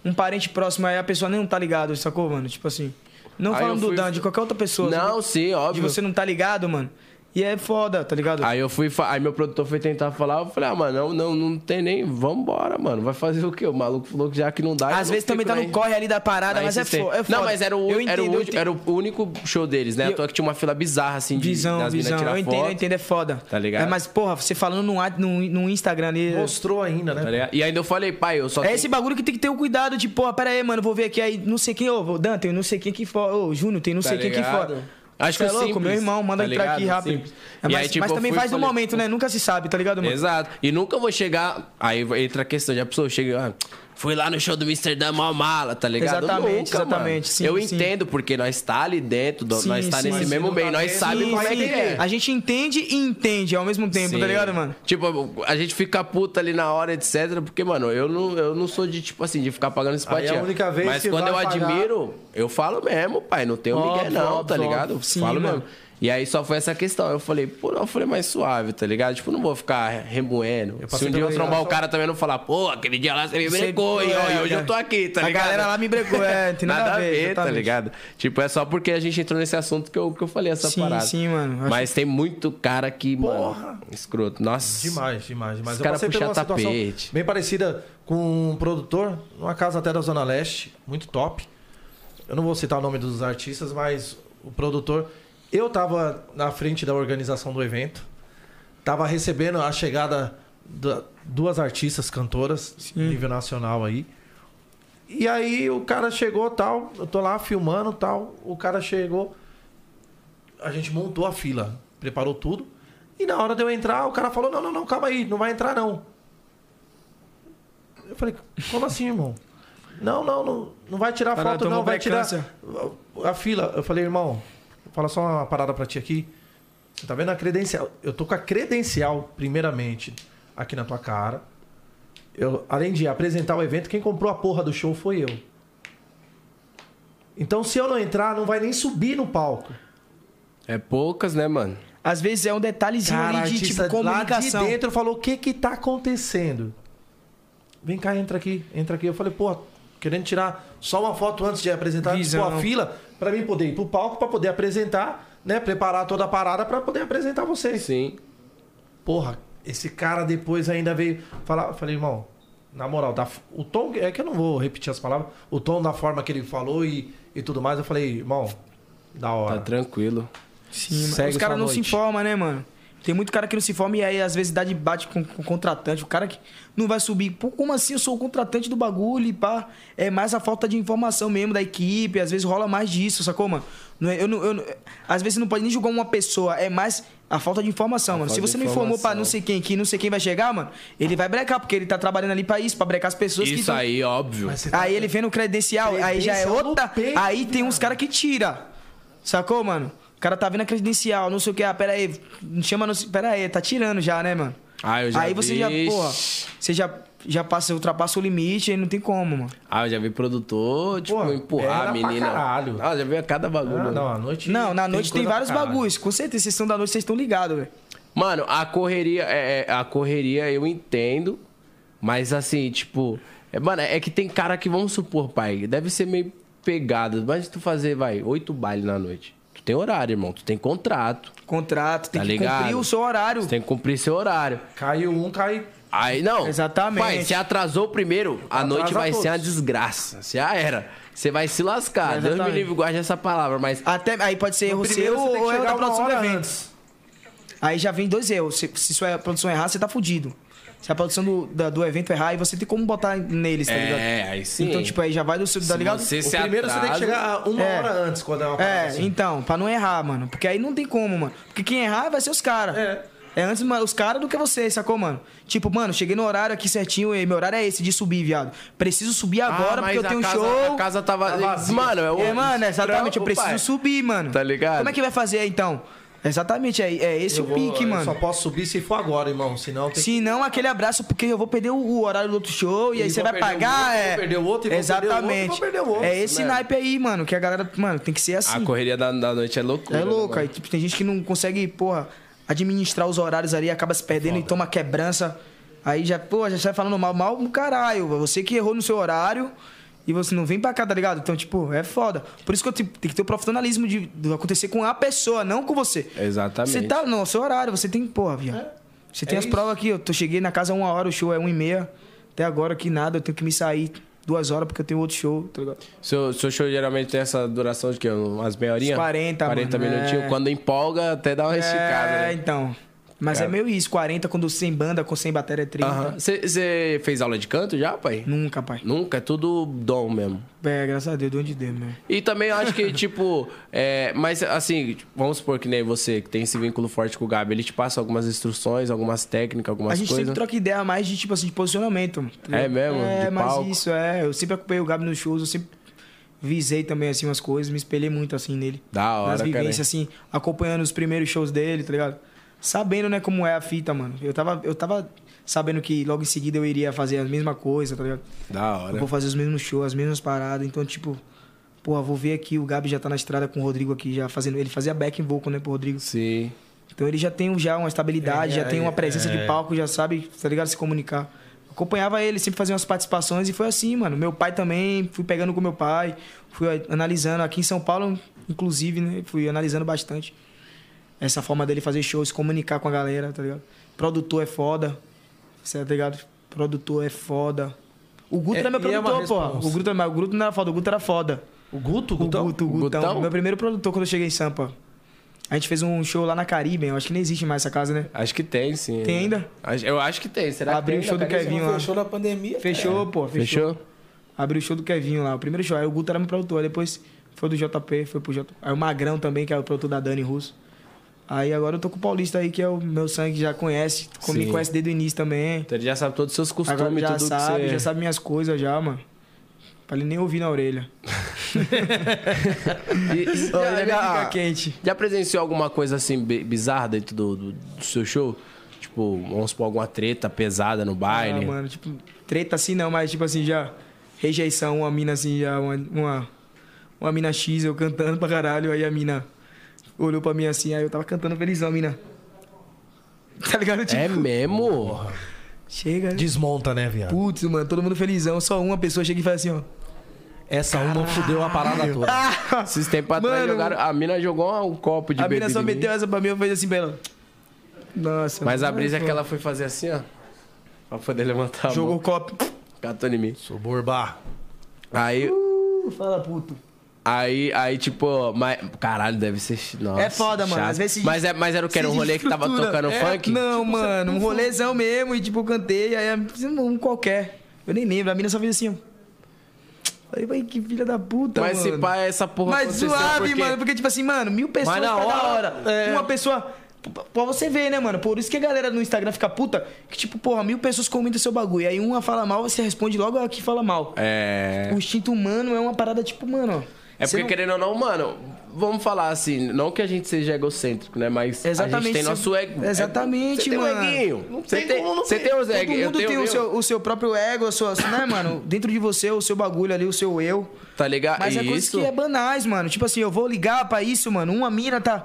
S3: um, um parente próximo, aí a pessoa nem tá ligado, sacou, mano? Tipo assim. Não
S4: Aí eu
S3: falando
S4: fui-
S3: do Dan, de qualquer outra pessoa.
S4: Não,
S3: sabe?
S4: sim, óbvio.
S3: De você não tá ligado, mano. E é foda, tá ligado?
S4: Aí eu fui, fa- aí meu produtor foi tentar falar, eu falei, ah, mano, não, não, não tem nem, vambora, mano, vai fazer o quê? O maluco falou que já que não dá. eu
S3: Às
S4: não
S3: vezes
S4: fico
S3: também tá
S4: na
S3: no corre ali da parada,
S4: na
S3: mas é, fo
S4: insistência.
S3: é foda.
S4: Não, mas era
S3: Eu
S4: o, era, o,
S3: entendo, eu
S4: último- era o único show deles, né?
S3: E
S4: Eu... Só que tinha uma fila bizarra, assim, de
S3: Visão,
S4: das minas
S3: visão.
S4: tirar
S3: Eu entendo,
S4: foto.
S3: eu entendo, é foda.
S4: Tá ligado?
S3: É, mas, porra, você falando no, ad- no, no Instagram ali.
S1: Mostrou ainda, né,
S4: Tá ligado? E ainda eu falei, pai, eu só
S3: É
S4: tenho-
S3: esse bagulho que tem que ter o cuidado de, porra, pera aí, mano, vou ver aqui, aí não sei quem, ô, ô, Dan, tem não sei quem que fora, ô, Júnior, tem não
S4: Tá
S3: sei quem que
S4: ligado?
S3: fora.
S4: Acho que
S3: Cê é
S4: o
S3: louco,
S4: simples,
S3: meu irmão, manda
S4: tá
S3: entrar aqui
S4: ligado?
S3: rápido.
S4: Simples.
S3: É,
S4: E
S3: mas
S4: aí, tipo,
S3: mas
S4: eu
S3: também
S4: fui e
S3: faz no
S4: falei-
S3: momento, né? Nunca se sabe, tá ligado, mano?
S4: Exato. E nunca vou chegar. Aí entra a questão, já a pessoa chega. Ah, fui lá no show do Mr. Dan mal mala, tá ligado?
S3: Exatamente,
S4: Nunca, mano.
S3: exatamente, sim,
S4: Eu
S3: sim.
S4: entendo, porque nós tá ali dentro, do-
S3: Sim,
S4: nós tá
S3: sim.
S4: nesse
S3: Mas
S4: mesmo
S3: não tá
S4: meio, nós
S3: vendo,
S4: sabe
S3: sim,
S4: como é
S3: sim.
S4: que é.
S3: A gente entende e entende ao mesmo tempo, tá
S4: Sim.
S3: ligado, mano?
S4: Tipo, a gente fica puta ali na hora, etc. Porque, mano, eu não, eu não sou de, tipo assim, de ficar pagando simpatia.
S1: Aí é a única vez
S4: Mas
S1: que
S4: quando
S1: vai
S4: eu
S1: pagar-
S4: admiro, eu falo mesmo, pai. Não tenho
S1: Óbvio,
S4: migué, não,
S1: óbvio,
S4: tá
S1: óbvio.
S4: ligado?
S1: Sim,
S4: falo
S1: mano.
S4: mesmo. E aí só foi essa questão. Eu falei, pô, não, eu falei mais suave, tá ligado? Tipo, não vou ficar remoendo. Se
S1: passei
S4: um dia eu
S1: pela
S4: trombar o
S1: ligação.
S4: cara também não falar, pô, aquele dia lá você me
S1: Você-
S4: brecou, e ó,
S1: é,
S4: e hoje
S1: é.
S4: eu tô aqui, tá
S1: A
S4: ligado?
S1: galera lá me brecou, é, não tem nada a ver,
S4: tá
S1: exatamente.
S4: ligado? Tipo, é só porque a gente entrou nesse assunto que eu, que eu falei essa
S1: Sim,
S4: parada.
S1: sim, mano. Acho-
S4: Mas tem muito cara que, mano, escroto. Nossa.
S1: Demais, demais, demais.
S4: Os caras puxar tapete.
S1: bem parecida com um produtor, numa casa até da Zona Leste, muito top. Eu não vou citar o nome dos artistas, mas o produtor. Eu tava na frente da organização do evento, tava recebendo a chegada de duas artistas cantoras, nível nacional aí. E aí o cara chegou tal, eu tô lá filmando tal, o cara chegou, a gente montou a fila, preparou tudo. E na hora de eu entrar, o cara falou: não, não, não, calma aí, não vai entrar não. Eu falei: como assim, irmão? Não, não, não, não vai tirar
S3: Cara,
S1: foto,
S3: tomou
S1: não, vai tirar
S3: vacância.
S1: a fila. Eu falei: irmão, fala só uma parada pra ti aqui. Você tá vendo a credencial? Eu tô com a credencial, primeiramente, aqui na tua cara. Eu, além de apresentar o evento, quem comprou a porra do show foi eu. Então, se eu não entrar, não vai nem subir no palco.
S4: É poucas, né, mano?
S3: Às vezes é um detalhezinho
S1: Cara,
S3: ali de
S1: artista
S3: tipo comunicação.
S1: Lá de dentro falou: o que que tá acontecendo? Vem cá, entra aqui, entra aqui. Eu falei: pô, querendo tirar só uma foto antes de apresentar
S3: Visão.
S1: tipo, a fila, pra mim poder ir pro palco, pra poder apresentar, né? Preparar toda a parada pra poder apresentar vocês.
S4: Sim.
S1: Porra, esse cara depois ainda veio falar. Eu falei, irmão, na moral, da f- o tom. É que eu não vou repetir as palavras, o tom da forma que ele falou e, e tudo mais. Eu falei, irmão, da hora.
S4: Tá tranquilo.
S3: Sim, mano. Os caras não se informam, né, mano? Tem muito cara que não se forma e aí às vezes dá de bate com, com o contratante. O cara que não vai subir. Pô, como assim eu sou o contratante do bagulho e pá? É mais a falta de informação mesmo da equipe. Às vezes rola mais disso, sacou, mano? Não é- eu não, eu não- às vezes você não pode nem julgar uma pessoa. É mais a falta de informação, mano. Se
S4: falta de
S3: você não informou pra
S4: informação.
S3: não sei quem que não sei quem vai chegar, mano, ele vai brecar, porque ele tá trabalhando ali pra isso, pra brecar as pessoas que
S4: Isso
S3: tão-
S4: aí, óbvio.
S3: Aí ele vem no credencial, aí já é
S4: tá Credencial no
S3: outra.
S4: peito,
S3: Aí tem uns cara que tira. Sacou, mano? O cara tá vendo a credencial, não sei o que. Ah, pera aí. Não chama, não. sei- Pera aí, tá tirando já, né, mano?
S4: Ah, eu já
S3: aí você
S4: vi.
S3: já, porra, você já, já passa, ultrapassa o limite, aí não tem como, mano.
S4: Ah, eu já vi produtor, tipo, empurrar
S3: era
S4: a
S3: pra
S4: menina.
S3: caralho.
S4: Ah, já vi a cada bagulho.
S3: Ah, não, à
S4: noite.
S3: Não, na noite tem, vários bagulhos. Com certeza, vocês estão da noite, vocês estão ligados, velho.
S4: Mano, a correria, é, é- a correria eu entendo, mas assim, tipo, é, mano, é que tem cara que, vamos supor, pai, deve ser meio pegado, mas se tu fazer, vai, oito bailes na noite. Tu tem horário, irmão, tu tem contrato.
S3: Contrato, tem
S4: tá
S3: que
S4: ligado?
S3: cumprir o seu horário.
S4: Tu tem que cumprir seu horário.
S1: Caiu um, cai.
S4: Aí, não.
S3: Exatamente.
S4: Pai, se atrasou o primeiro, a
S3: Atrasa
S4: noite vai
S3: todos.
S4: ser uma desgraça. Você já era. Você vai se lascar. Deus me
S3: Exatamente.
S4: livre, guarde essa palavra, mas.
S3: Até aí pode ser erro
S4: primeiro
S3: seu
S4: você tem que
S3: ou erro
S4: chegar
S3: da
S4: uma
S3: produção do
S4: hora
S3: evento. Aí já vem dois erros. Se, se sua produção errar, você tá fudido. Se a produção do, da- do evento errar, aí você tem como botar neles, tá
S4: É,
S3: ligado?
S4: aí sim.
S3: Então, tipo, aí já vai do seu, tá
S4: Se
S3: ligado?
S4: você O se primeiro você tem que atrasa- chegar uma hora
S1: antes quando é uma parada
S3: É,
S1: assim.
S3: então, pra não errar, mano. Porque aí não tem como, mano. Porque quem errar vai ser os caras. É. É antes mano, os caras do que você, sacou, mano? Tipo, mano, cheguei no horário aqui certinho, e meu horário é esse de subir, viado. Preciso subir agora
S4: Ah, mas
S3: porque eu
S4: a
S3: tenho um
S4: casa-
S3: show.
S4: a casa tava-
S3: Tá vazia.
S4: Mano, é o-
S3: é, mano, exatamente, eu
S4: Trampo,
S3: preciso
S4: pai.
S3: subir, mano. Tá ligado? Como é que vai fazer então? Exatamente, é, é esse
S1: Eu
S3: o
S1: vou-
S3: pique,
S1: eu
S3: mano.
S1: Só posso subir se for agora, irmão. Senão tem
S3: Se não, aquele abraço, porque eu vou perder o, o horário do outro show e,
S1: E
S3: aí você
S1: vou
S3: vai
S1: perder
S3: pagar.
S1: um, vou
S3: é...
S1: perder o outro, e vou perder o outro, e
S3: Exatamente.
S1: vou perder o outro,
S3: É esse
S1: né?
S3: naipe aí, mano, que a galera, mano, tem que ser assim.
S4: A correria da, da noite é loucura.
S3: É louco,
S4: né,
S3: aí
S4: mano?
S3: tipo, tem gente que não consegue, porra, administrar os horários ali, acaba se perdendo e toma quebrança. Aí já, pô, já sai falando mal, mal pro caralho. Você que errou no seu horário e você não vem pra cá, tá ligado? Então, tipo, é foda. Por isso que eu te- tem que ter o profissionalismo de, de acontecer com a pessoa, não com você.
S4: Exatamente.
S3: Você tá no seu horário, você tem, porra, viado. Você tem
S4: é
S3: as
S4: isso.
S3: provas aqui, eu tô, cheguei na casa uma hora, o show é uma e meia. Até agora que nada, eu tenho que me sair duas horas porque eu tenho outro show, tá ligado?
S4: Seu, seu show geralmente tem essa duração de quê? Umas meia horinha?
S3: Uns 40, mano,
S4: 40 minutinhos.
S3: é.
S4: Quando empolga, até dá uma esticada,
S3: É,
S4: né?
S3: então. Mas
S4: Cara.
S3: é meio isso, 40 quando sem banda, com sem bateria é 30.
S4: Você fez aula de canto já, pai?
S3: Nunca, pai.
S4: Nunca, é tudo dom mesmo.
S3: É, graças a Deus, de onde deu, meu.
S4: E também eu
S3: *laughs*
S4: acho que, tipo, é, mas assim, tipo, vamos supor que nem você, que tem esse vínculo forte com o Gabi, ele te passa algumas instruções, algumas técnicas,
S3: a
S4: algumas
S3: gente
S4: coisas.
S3: sempre troca ideia mais de, tipo assim, de posicionamento. mano, tá
S4: É
S3: ligado?
S4: mesmo?
S3: É,
S4: De
S3: mas
S4: palco?
S3: isso, é. Eu sempre acompanhei o Gabi nos shows, eu sempre visei também, assim, umas coisas, me espelhei muito, assim, nele.
S4: Da hora,
S3: Nas
S4: cara.
S3: vivências, assim, acompanhando os primeiros shows dele, tá ligado? Sabendo, né, como é a fita, mano. Eu tava, eu tava sabendo que logo em seguida eu iria fazer a mesma coisa, tá ligado?
S4: Da hora.
S3: Eu vou fazer os mesmos shows, as mesmas paradas. Então, tipo, porra, vou ver aqui, o Gabi já tá na estrada com o Rodrigo aqui, já fazendo. Ele fazia back vocal, né, pro Rodrigo.
S4: Sim.
S3: Então ele já tem um- já uma estabilidade,
S4: É,
S3: já tem uma presença
S4: é.
S3: de palco, já sabe, tá ligado? Se comunicar. Acompanhava ele, sempre fazia umas participações e foi assim, mano. Meu pai também, fui pegando com meu pai, fui analisando. Aqui em São Paulo, inclusive, né? Fui analisando bastante essa forma dele fazer shows, comunicar com a galera, tá ligado? Produtor é foda, cê tá ligado? Produtor é foda. O Guto
S1: É,
S3: era meu
S1: e é uma
S3: produtor, pô.
S1: responsa.
S3: O Guto, era- mas o Guto não era foda, o Guto era foda. O Guto? O Gutão? Guto, o Gutão.
S1: Gutão?
S3: Meu primeiro produtor quando eu cheguei em Sampa. A gente fez um show lá na Caribe, eu acho que nem existe mais essa casa, né?
S4: Acho que tem, sim.
S3: Tem ainda?
S4: Acho- Eu acho que tem. Será
S3: Abriu o
S4: que tem
S3: show do
S4: ainda, cara?
S3: Kevinho lá.
S4: Fechou.
S3: na pandemia. Fechou,
S4: cara.
S3: pô. Fechou?
S4: Fechou?
S3: Abriu o show do Kevinho lá. O primeiro show. Aí o Guto era meu produtor. Aí Depois foi do JP, foi pro JP. Aí o Magrão também, que é o produtor da Dani Russo. Aí agora eu tô com o Paulista aí, que é o meu sangue, já conhece. com- Me
S4: Sim.
S3: conhece desde o início também.
S4: Então ele já sabe todos os seus
S3: Agora
S4: costumes,
S3: já
S4: tudo
S3: sabe,
S4: que você...
S3: já sabe minhas coisas já, mano. Pra ele nem ouvir na orelha.
S4: *laughs* E-
S3: Ó, ele fica quente.
S4: já presenciou alguma coisa assim bi- bizarra dentro do, do- do seu show? Tipo, vamos supor, alguma treta pesada no
S3: Ah,
S4: baile?
S3: mano, tipo, treta assim não, mas tipo assim, já. Rejeição, uma mina assim, já. Uma, uma, uma mina X, eu cantando pra caralho, aí a mina olhou pra mim assim, aí eu tava cantando felizão, a mina. Tá ligado? Tipo,
S4: é mesmo?
S3: Chega.
S1: Desmonta, né, viado?
S3: Putz, mano, todo mundo felizão, só uma pessoa chega e faz assim, ó.
S1: Essa uma fudeu a parada toda.
S14: *laughs*
S4: Esses tempos atrás
S3: Mano.
S4: jogaram. A mina jogou um copo de
S3: a mina
S4: bebida
S3: só
S4: em mim.
S3: meteu essa pra mim, eu fiz assim pra ela. Nossa.
S4: Mas a
S3: mano,
S4: brisa é que
S3: pô.
S4: ela foi fazer assim, ó. Pra poder levantar a mão.
S3: Jogou o copo.
S4: Catou em mim. Sou
S1: borbar.
S4: Aí,
S3: Uh, Fala, puto.
S14: Aí, aí, tipo, mas, caralho, deve ser. Nossa,
S3: É foda, mano.
S14: chato.
S3: Às vezes se-
S14: mas, é, mas era o que era um
S3: se
S14: rolê que tava
S3: desestrutura.
S14: tocando
S3: É,
S14: funk?
S3: Não,
S14: Tipo,
S3: mano, um rolezão mesmo. E tipo, eu cantei, aí é um qualquer. Eu nem lembro, a mina só fez assim, ó. Falei, vai, que filha da puta,
S14: Mas
S3: mano.
S14: se pá, essa porra
S3: Mas
S14: aconteceu
S3: suave,
S14: porque-
S3: mano, porque tipo assim, mano, mil pessoas
S14: Mas na
S3: cada
S14: hora, é.
S3: hora. Uma pessoa... Pra- Pra você ver, né, mano? Por isso que a galera no Instagram fica puta, que tipo, porra, mil pessoas comentam seu bagulho. Aí uma fala mal, você responde logo a que fala mal.
S14: É.
S3: O instinto humano é uma parada tipo, mano...
S14: É
S3: você
S14: porque,
S3: não-
S14: querendo ou não, mano, vamos falar assim, não que a gente seja egocêntrico, né? Mas a
S3: Exatamente,
S14: gente tem
S3: você-
S14: nosso ego.
S3: Exatamente,
S14: você tem um
S3: mano.
S14: eguinho. Você tem, você tem os
S3: Todo
S14: egos. eu
S3: mundo
S14: tenho um.
S3: tem
S14: o
S3: o
S14: meu.
S3: seu, o seu próprio ego, a sua, né, mano? Dentro de você, o seu bagulho ali, o seu eu.
S14: Tá ligado?
S3: Mas é coisa
S14: Isso.
S3: que é banais, mano. Tipo assim, eu vou ligar pra isso, mano. Uma mina tá.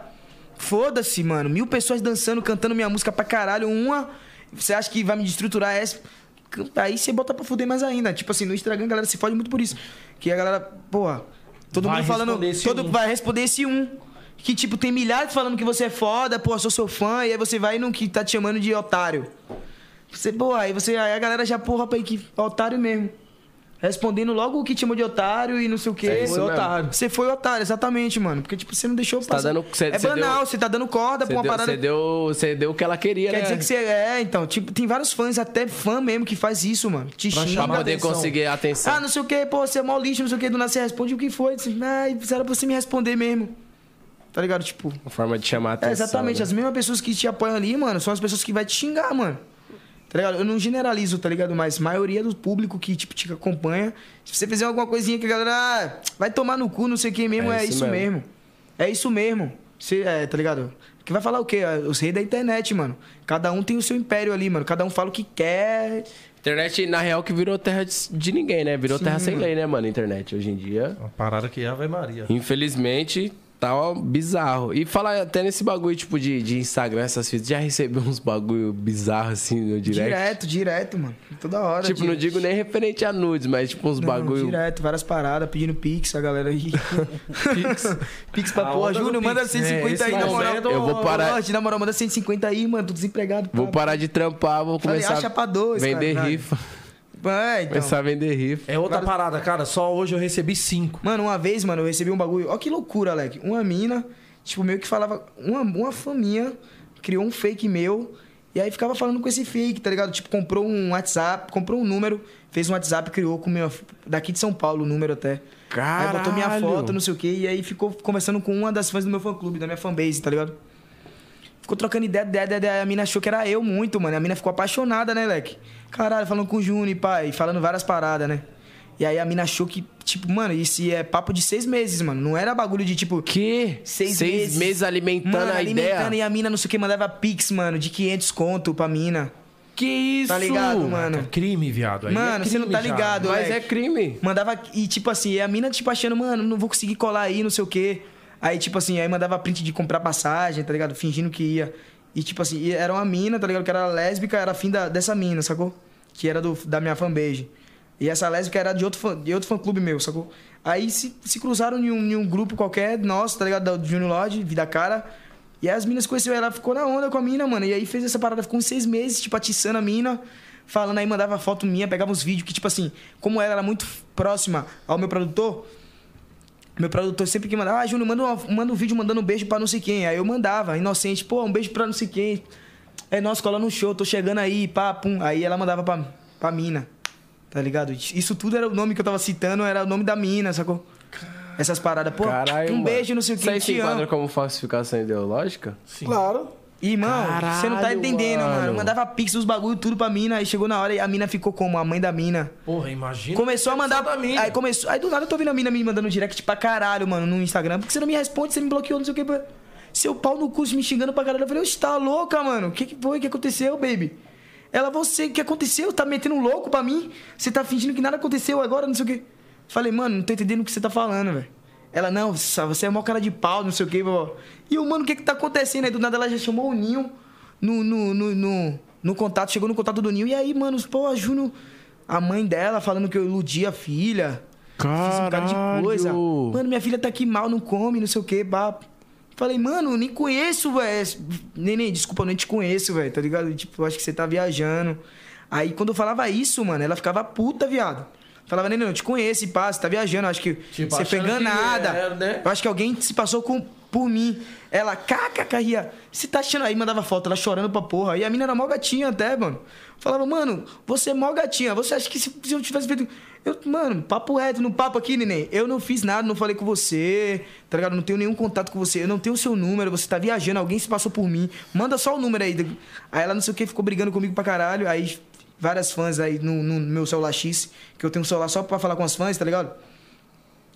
S3: Foda-se, mano. Mil pessoas dançando, cantando minha música pra caralho. Uma. Você acha que vai me destruturar essa? Aí você bota pra fuder mais ainda. Tipo assim, no Instagram a galera se fode muito por isso. Que a galera, porra, todo
S1: Vai
S3: mundo falando.
S1: responder esse
S3: Todo
S1: um.
S3: vai responder esse um. Que, tipo, tem milhares falando que você é foda, pô, sou seu fã, e aí você vai no que tá te chamando de otário. Você, porra, aí você. Aí a galera já, porra, pra que otário mesmo. Respondendo logo o que te chamou de otário e não sei o quê.
S14: É isso
S3: Foi
S14: mesmo.
S3: otário. Você foi otário, exatamente, mano. Porque, tipo, você não deixou
S14: tá dando- você-
S3: é
S14: você
S3: banal,
S14: deu-
S3: você tá dando corda
S14: Você
S3: pra uma
S14: deu,
S3: parada.
S14: você, deu, você deu o que ela queria,
S3: Quer
S14: né?
S3: dizer que você. É, então, tipo, tem vários fãs, até fã mesmo, que faz isso, mano. Te
S14: Pra
S3: xinga.
S14: poder conseguir a atenção.
S3: Ah, não sei o quê, pô, você é mó lixo, não sei o quê. Do nada você responde o que foi. Você, ah, era pra você me responder mesmo. Tá ligado? Tipo.
S14: Uma forma de chamar a atenção.
S3: É, exatamente.
S14: né?
S3: As mesmas pessoas que te apoiam ali, mano, são as pessoas que vai te xingar, mano. Tá ligado? Eu não generalizo, tá ligado? Mas maioria do público que, tipo, te acompanha, se você fizer alguma coisinha que a galera "Ah, vai tomar no cu, não sei quem mesmo,
S14: É
S3: é,
S14: isso
S3: isso
S14: mesmo.
S3: mesmo. É isso mesmo. Você, é, tá ligado? Que vai falar o quê? É, Os reis da internet, mano. Cada um tem o seu império ali, mano. Cada um fala o que quer.
S14: Internet, na real, que virou terra de, de ninguém, né? Virou
S3: Sim,
S14: terra sem
S3: mano.
S14: lei, né, mano? Internet hoje em dia.
S1: Uma parada que é Ave Maria.
S14: Infelizmente, tá bizarro. E falar até nesse bagulho, tipo, de, de Instagram, essas fitas. Já recebeu uns bagulho bizarro, assim, no direct?
S3: Direto, direto, mano. Toda hora.
S14: tipo, não digo nem referente a nudes, mas tipo uns
S3: Não,
S14: bagulho...
S3: Direto, várias paradas, pedindo pix, a
S14: *laughs*
S3: galera aí. pix. pix pra
S14: A
S3: porra,
S14: onda do
S3: Júnior, manda
S14: pix.
S3: 150
S14: É,
S3: aí,
S14: esse
S3: na moral.
S14: momento- Eu vou parar-
S3: Lorde, na moral, manda 150 aí, mano, tô desempregado.
S14: Vou parar de trampar, vou
S3: Falei,
S14: começar
S3: acha pra dois,
S14: vender
S3: caralho.
S14: rifa.
S3: Vai, então.
S14: Começar a vender rifa.
S1: É outra parada, cara. Só hoje eu recebi cinco.
S3: Mano, uma vez, mano, eu recebi um bagulho. Ó que loucura, Alec. Uma mina, tipo, meio que falava. Uma, uma fã minha criou um fake meu. E aí ficava falando com esse fake, tá ligado? Tipo, comprou um WhatsApp, comprou um número, fez um WhatsApp, criou com o meu. Daqui de São Paulo o número até. Aí botou minha
S14: Caralho.
S3: foto, não sei o quê. E aí ficou conversando com uma das fãs do meu fã clube, da minha fanbase, tá ligado? Ficou trocando ideia, ideia, ideia, ideia. A mina achou que era eu muito, mano. A mina ficou apaixonada, né, Leque? Caralho, falando com o Juni, pai, falando várias paradas, né? E aí a mina achou que, tipo, mano, isso é papo de seis meses, mano. Não era bagulho de, tipo...
S14: Que?
S3: Seis,
S14: Seis
S3: meses.
S14: meses alimentando
S3: Mano,
S14: a ideia?
S3: e a mina, não sei o que, mandava pix, mano, de 500 conto pra mina.
S14: Que isso?
S3: Tá ligado, mano?
S1: É crime, viado. Aí
S3: Mano,
S1: é
S3: você não tá
S1: crime já.
S3: ligado,
S14: Mas
S3: Leque.
S14: é crime.
S3: Mandava. E tipo assim, e a mina, tipo, achando, mano, não vou conseguir colar aí, não sei o quê. Aí, tipo assim, aí mandava print de comprar passagem, tá ligado? Fingindo que ia. E tipo assim, e era uma mina, tá ligado? Que era lésbica, era fim da, dessa mina, sacou? Que era do, da minha fanbase. E essa lésbica era de outro fã, de outro fã clube meu, sacou? Aí se, se cruzaram em um, em um grupo qualquer, nosso, tá ligado? Da- Do Junior Lodge, Vida Cara. E aí as minas conheceu ela, ficou na onda com a mina, mano. E aí fez essa parada, ficou uns seis meses, tipo, atiçando a mina, falando aí, mandava foto minha, pegava uns vídeos que, tipo assim, como ela era muito f- próxima ao meu produtor, meu produtor sempre que mandava, ah, Júnior, manda, uma- manda um vídeo mandando um beijo pra não sei quem. Aí eu mandava, inocente, pô, um beijo pra não sei quem. É, nossa, cola no show, tô chegando aí, pá, pum. Aí ela mandava pra, pra mina, tá ligado? Isso tudo era o nome que eu tava citando, era o nome da mina, sacou? Essas paradas, pô,
S14: Caralho,
S3: um
S14: mano.
S3: beijo, não sei o
S14: Isso
S3: quem,
S14: aí se
S3: te amo.
S14: enquadra como falsificação ideológica? Sim.
S3: Claro. Irmão,
S14: Caralho,
S3: você não tá entendendo, mano.
S14: mano.
S3: Eu mandava pix os bagulho tudo pra mina, aí chegou na hora e a mina ficou como? A mãe da mina.
S1: Porra, imagina.
S3: Começou a mandar. Aí começou. Aí do nada eu tô vendo a mina me mandando direct pra caralho, mano, no Instagram. Porque você não me responde, você me bloqueou, não sei o que. Seu pau no curso me xingando pra caralho. Eu falei, oxe, tá louca, mano? O que, que foi? O que aconteceu, baby? Ela, você, o que aconteceu? Tá metendo um louco pra mim? Você tá fingindo que nada aconteceu agora, não sei o que. Falei, mano, não tô entendendo o que você tá falando, velho. Ela, não, sa- você é mó cara de pau, não sei o que, vó. E eu, mano, o que que tá acontecendo? Aí do nada ela já chamou o Ninho no, no, no, no, no contato, chegou no contato do Ninho. E aí, mano, pô, a Júnior, a mãe dela falando que eu iludi a filha. Fiz um cara de coisa.
S14: Caralho.
S3: Mano, minha filha tá aqui mal, não come, não sei o que, papo. Falei, mano, nem conheço, velho. Neném, desculpa, não te conheço, velho, tá ligado? Tipo, eu acho que você tá viajando. Aí quando eu falava isso, mano, ela ficava puta, viado. Falava, Nenê, eu te conheço, pá, você tá viajando, eu acho que
S1: Tipo,
S3: você foi
S1: achando que
S3: enganada.
S1: era, né?
S3: Eu acho que alguém se passou com, por mim. Ela, kkk, ria. Você tá achando? Aí mandava foto, ela chorando pra porra. E a mina era mó gatinha até, mano. Falava, mano, você é mó gatinha. Você acha que se, se eu tivesse feito. Eu, mano, papo reto, no papo aqui, neném. Eu não fiz nada, não falei com você, tá ligado? Não tenho nenhum contato com você. Eu não tenho o seu número, você tá viajando, alguém se passou por mim. Manda só o número aí. Aí ela não sei o que, ficou brigando comigo pra caralho. Aí várias fãs aí no, no meu celular X, que eu tenho um celular só pra falar com as fãs, tá ligado?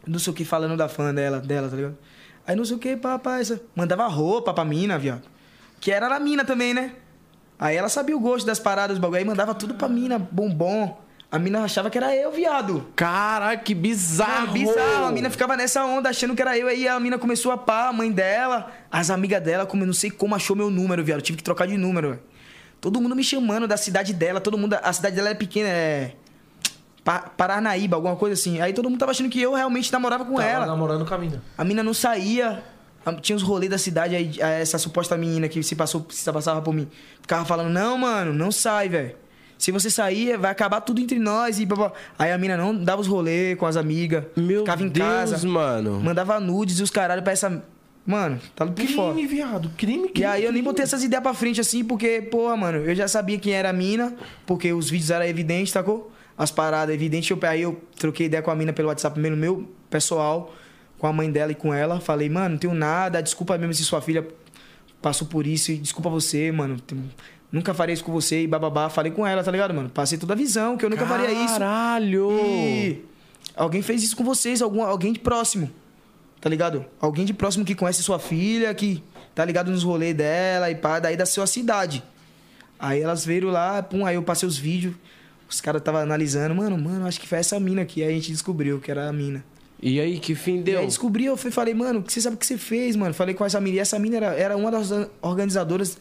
S3: não sei o que falando da fã dela, dela, tá ligado? Aí não sei o que, papai, essa- mandava roupa pra mina, viado. Que era da mina também, né? Aí ela sabia o gosto das paradas, os bagulho, aí mandava tudo pra mina, bombom. A mina achava que era eu, viado.
S14: Caralho, que bizarro!
S3: bizarro, a mina ficava nessa onda achando que era eu, aí a mina começou a pá, a mãe dela, as amigas dela, como eu não sei como achou meu número, viado. Tive que trocar de número, velho. Todo mundo me chamando da cidade dela, todo mundo. A cidade dela era pequena, é. Pa- Paranaíba, alguma coisa assim. Aí todo mundo tava achando que eu realmente namorava com
S1: Tava
S3: é ela.
S1: tá namorando com a mina.
S3: A mina não saía. A- Tinha os rolês da cidade, aí a- essa suposta menina que se passou, se passava por mim. Ficava falando, não, mano, não sai, velho. Se você sair, vai acabar tudo entre nós e papá. Aí a mina não dava os rolês com as amigas. Meu ficava em
S14: Deus,
S3: casa.
S14: mano.
S3: Mandava nudes e os caralho pra essa. Mano, tá por
S1: Crime,
S3: fora.
S1: viado. Crime, crime.
S3: E aí eu nem botei essas ideias pra frente assim, porque, porra, mano, eu já sabia quem era a mina, porque os vídeos eram evidentes, tacou? As paradas evidentes. Eu, aí eu troquei ideia com a mina pelo WhatsApp mesmo, meu pessoal, com a mãe dela e com ela. Falei, mano, não tenho nada, desculpa mesmo se sua filha passou por isso, e desculpa você, mano. tem- Nunca faria isso com você e bababá. Falei com ela, tá ligado, mano? Passei toda a visão que eu nunca faria isso.
S14: Caralho!
S3: E alguém fez isso com vocês, algum, alguém de próximo tá ligado? Alguém de próximo que conhece sua filha, que tá ligado nos rolês dela e pá, daí da sua cidade. Aí elas viram lá, pum, aí eu passei os vídeos, os caras tava analisando, mano, mano, acho que foi essa mina aqui. Aí a gente descobriu que era a mina.
S14: E aí, que fim
S3: E
S14: deu?
S3: aí descobri, eu fui- falei, mano, você sabe o que você fez, mano? Falei com essa mina. E essa mina era, era uma das organizadoras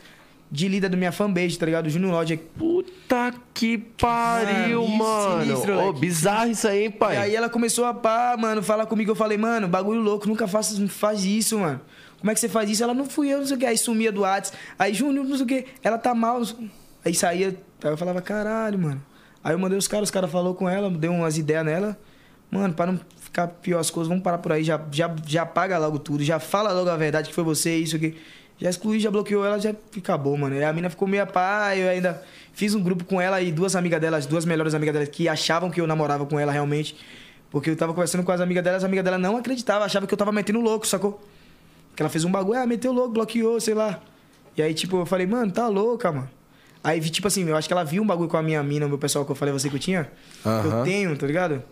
S3: de líder da minha fanbase, tá ligado? Junior Lodge.
S14: Puta que pariu, mano. Ô, bizarro isso aí, hein, pai?
S3: E aí ela começou a pá, mano, falar comigo. Eu falei, mano, bagulho louco, nunca faça, não faz isso, mano. Como é que você faz isso? Ela não fui eu, não sei o que. Aí sumia do Whats. Aí, Júnior, não sei o que. Ela tá mal. não sei- Aí saía. Aí eu falava, caralho, mano. Aí eu mandei os caras, os caras falaram com ela, deu umas ideias nela. Mano, pra não ficar pior as coisas, vamos parar por aí. Já, já, já apaga logo tudo, já fala logo a verdade que foi você, isso aqui. Já excluí, já bloqueou ela, já acabou, mano. Aí a mina ficou meio a pá, eu ainda fiz um grupo com ela e duas amigas dela, as duas melhores amigas dela, que achavam que eu namorava com ela realmente. Porque eu tava conversando com as amigas dela, as amigas dela não acreditavam, achavam que eu tava metendo louco, sacou? Que ela fez um bagulho, ah, meteu louco, bloqueou, sei lá. E aí, tipo, eu falei, mano, tá louca, mano. Aí, vi, tipo assim, eu acho que ela viu um bagulho com a minha mina, o meu pessoal que eu falei, você que eu tinha. Que eu
S14: Aham.
S3: tenho, tá ligado?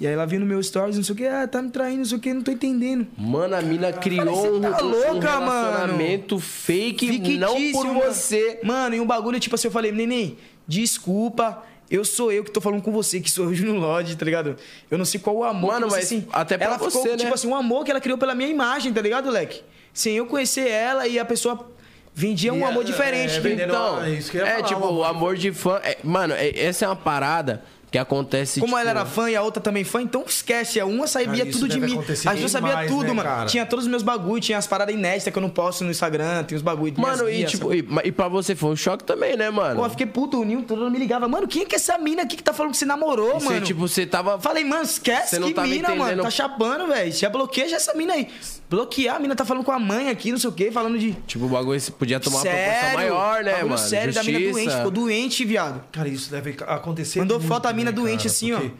S3: E aí ela viu no meu stories, não sei o que, ah, tá me traindo, não sei o que, não tô entendendo.
S14: Mano, a mina criou
S3: Falei,
S14: um,
S3: "Cê tá
S14: um
S3: louca, mano?"
S14: relacionamento fake,
S3: Fictício,
S14: não por
S3: mano.
S14: você.
S3: Mano, e um bagulho, tipo assim, eu falei, neném, desculpa, eu sou eu que tô falando com você, que sou eu Júnior Lodge, tá ligado? Eu não sei qual o amor.
S14: Mano,
S3: que
S14: mas
S3: você, assim,
S14: até pra
S3: ela ficou,
S14: você, né?
S3: tipo assim, um amor que ela criou pela minha imagem, tá ligado, Leque? Sem eu conhecer ela e a pessoa vendia um
S14: E
S3: amor
S14: é-
S3: diferente.
S14: é, então, é, tipo, o amor de fã. é, mano, é- essa é uma parada que acontece.
S3: Como
S14: tipo,
S3: ela era fã e a outra também fã, então esquece. A uma sabia
S14: Cara, isso
S3: tudo de
S14: deve
S3: mim.
S14: acontecer
S3: A Ju sabia
S14: demais,
S3: tudo,
S14: né,
S3: mano.
S14: cara?
S3: Tinha todos os meus bagulhos, tinha as paradas inéditas que eu não posto no Instagram, tem os bagulhos.
S14: Mano, e tipo, e, e pra você foi um choque também, né, mano?
S3: Pô, eu fiquei puto, o Ninho todo mundo me ligava. Mano, quem é que é essa mina aqui que tá falando que você namorou,
S14: E você,
S3: mano?
S14: tipo, você tava.
S3: Falei, mano, esquece
S14: Você não
S3: que
S14: tava
S3: mina, mano.
S14: entendendo-
S3: Tá chapando, velho. Já bloqueia já essa mina aí. Bloquear, a mina tá falando com a mãe aqui, não sei o quê, falando de.
S14: Tipo, o bagulho você podia tomar uma proporção
S3: Sério?
S14: maior, né,
S3: Bagulho
S14: mano?
S3: sério, da mina
S14: Justiça.
S3: doente, ficou doente, viado.
S1: Cara, isso deve acontecer.
S3: Mandou
S1: muito,
S3: foto a mina
S1: né,
S3: doente
S1: cara?
S3: assim,
S1: Porque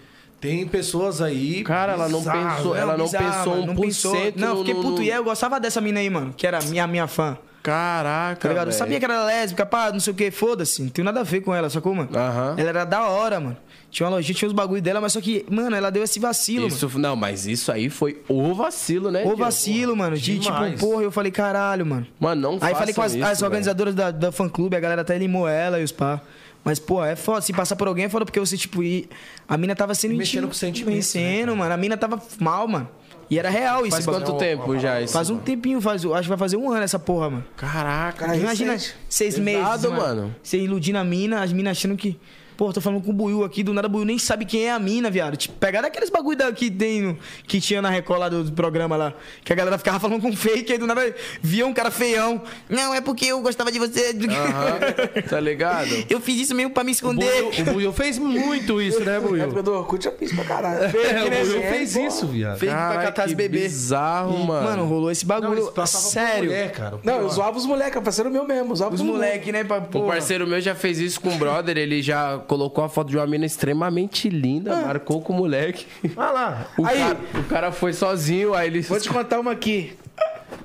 S1: Tem pessoas aí. né?
S14: Cara, ela não pensou- ela não pensou
S3: mano,
S14: um
S3: não
S14: por
S3: pensou.
S14: cento
S3: Não,
S14: no-
S3: fiquei
S14: no-
S3: puto.
S14: no-
S3: E aí eu gostava dessa mina aí, mano, que era minha, minha fã.
S14: Caraca,
S3: Tá ligado? Eu
S14: velho.
S3: sabia que era lésbica, pá, não sei o que, foda-se. Não tem nada a ver com ela, sacou, mano? Ela era da hora, mano. Tinha uma lojinha, tinha os bagulho dela, mas só que, mano, ela deu esse vacilo, mano.
S14: Isso, não, mas isso aí foi o vacilo, né?
S3: O vacilo, mano. De, tipo,
S14: Demais.
S3: porra, eu falei, caralho, mano.
S14: Mano, não
S3: Aí falei com as,
S14: façam
S3: as
S14: isso,
S3: organizadoras da, da fã clube, a galera até limou ela e os pá. Mas, pô, é foda. Se passar por alguém é foda, porque você, tipo, e a mina tava sendo
S1: Mexendo com sentimentos, né,
S3: Mexendo, mano. A mina tava mal, mano. E era real isso,
S14: Faz
S3: bagulho.
S14: quanto tempo já isso,
S3: Faz um tempinho, faz, acho que vai fazer um ano essa porra, mano.
S14: Caraca,
S3: Imagina
S14: recente.
S3: seis
S14: Pesado,
S3: meses. Mano.
S14: mano.
S3: Você iludindo a mina, as minas achando que. Pô, tô falando com o Buiu aqui, do nada o Buiu nem sabe quem é a mina, viado. Tipo, pegaram aqueles bagulho da, que tem, no- que tinha na Record lá do, do programa lá, que a galera ficava falando com fake, aí do nada via um cara feião. Não, é porque eu gostava de você.
S14: *laughs* Tá ligado?
S3: *laughs* Eu fiz isso mesmo pra me esconder.
S1: O Buiu fez muito isso, né, Buiu?
S2: Eu do Orkut eu fiz pra caralho.
S1: *laughs* É, o Buiu
S2: É,
S1: fez
S2: pô.
S1: isso, viado.
S3: Fake pra catar as bebês.
S14: Bizarro,
S3: E,
S14: mano.
S3: Mano, rolou esse bagulho.
S1: é
S14: eles passavam por
S3: Sério.
S14: mulher, cara, o
S2: Não,
S14: pior.
S2: eu zoava os moleques, parceiro meu mesmo. Zoava os,
S3: Os moleque, né, pra
S14: Um
S3: porra.
S14: parceiro meu já fez isso com um brother, ele já colocou a foto de uma mina extremamente linda,
S3: Ah.
S14: marcou com o moleque.
S1: Olha lá.
S14: O, cara, o cara foi sozinho, aí ele.
S2: Vou te contar uma aqui.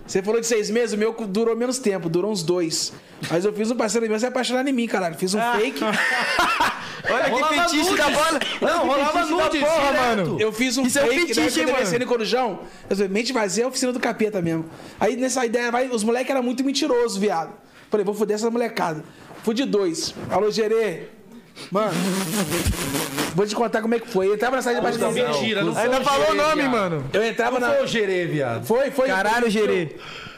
S2: Você falou de seis meses, o meu durou menos tempo, durou uns dois. Mas eu fiz um parceiro meu se apaixonar em mim, caralho. Fiz um fake.
S3: Olha que fetiche da bola. Olha que fetiche da porra, mano.
S2: Eu fiz um
S3: Isso é um
S2: fake,
S3: fetiche,
S2: na época
S3: hein,
S2: da
S3: mano?
S2: MSN Corujão. Eu falei, mente vazia é a oficina do capeta mesmo. Aí nessa ideia, vai, os moleques eram muito mentirosos, viado. Falei, vou foder essa molecada. Fui de dois. Alô, Gerê. Mano, vou te contar como é que foi. Eu entrava na saída de baixo da
S1: Mentira, não foi
S2: Ainda
S1: o
S2: falou o
S1: Gerê,
S2: nome,
S1: viado.
S2: mano. Eu entrava
S1: Não
S2: na.
S1: foi o Gerê, viado.
S2: Foi, foi.
S1: Caralho, Gerê.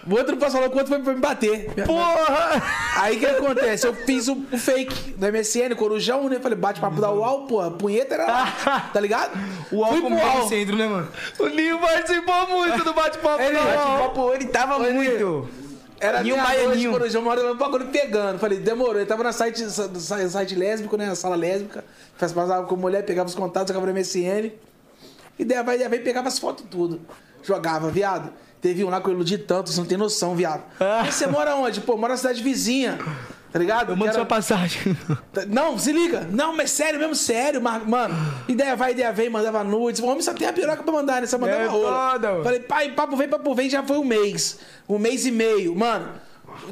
S2: O outro não posso falar o outro foi pra me bater.
S3: Porra!
S2: Aí o que acontece? Eu fiz o o fake do MSN, corujão, né? Falei, bate papo da UAU, porra. Punheta era
S3: *laughs*
S2: lá, tá ligado? O
S3: UOL como centro, né, mano?
S2: O Ninho participou muito do bate-papo ele,
S3: da UOL.
S2: Bate-papo,
S3: ele tava muito.
S2: Era
S3: Ninho
S2: Ninho Baianinho.
S3: Baianinho.
S2: Corujão, uma hora eu um bagulho pegando. Falei, demorou. Ele tava na site, sa- sa- site lésbico, né? Na sala lésbica. Faz- Passava com mulher, pegava os contatos, jogava no MSN. E daí vai, daí vai, pegava as fotos tudo. Jogava, viado. Teve um lá que eu iludi tanto, você não tem noção,
S3: *laughs*
S2: viado. E Você mora onde? Pô, mora na cidade vizinha. Tá ligado? Eu
S3: mando sua passagem.
S2: Não, se liga. Não, mas sério mesmo, sério. Mar... Mano, ideia vai, ideia vem, mandava nudes. O homem só tem a piroca pra mandar, né? Só mandava
S3: É
S2: rola.
S3: foda, mano.
S2: Falei, pai, papo vem, papo vem, já foi um mês. Um mês e meio. Mano,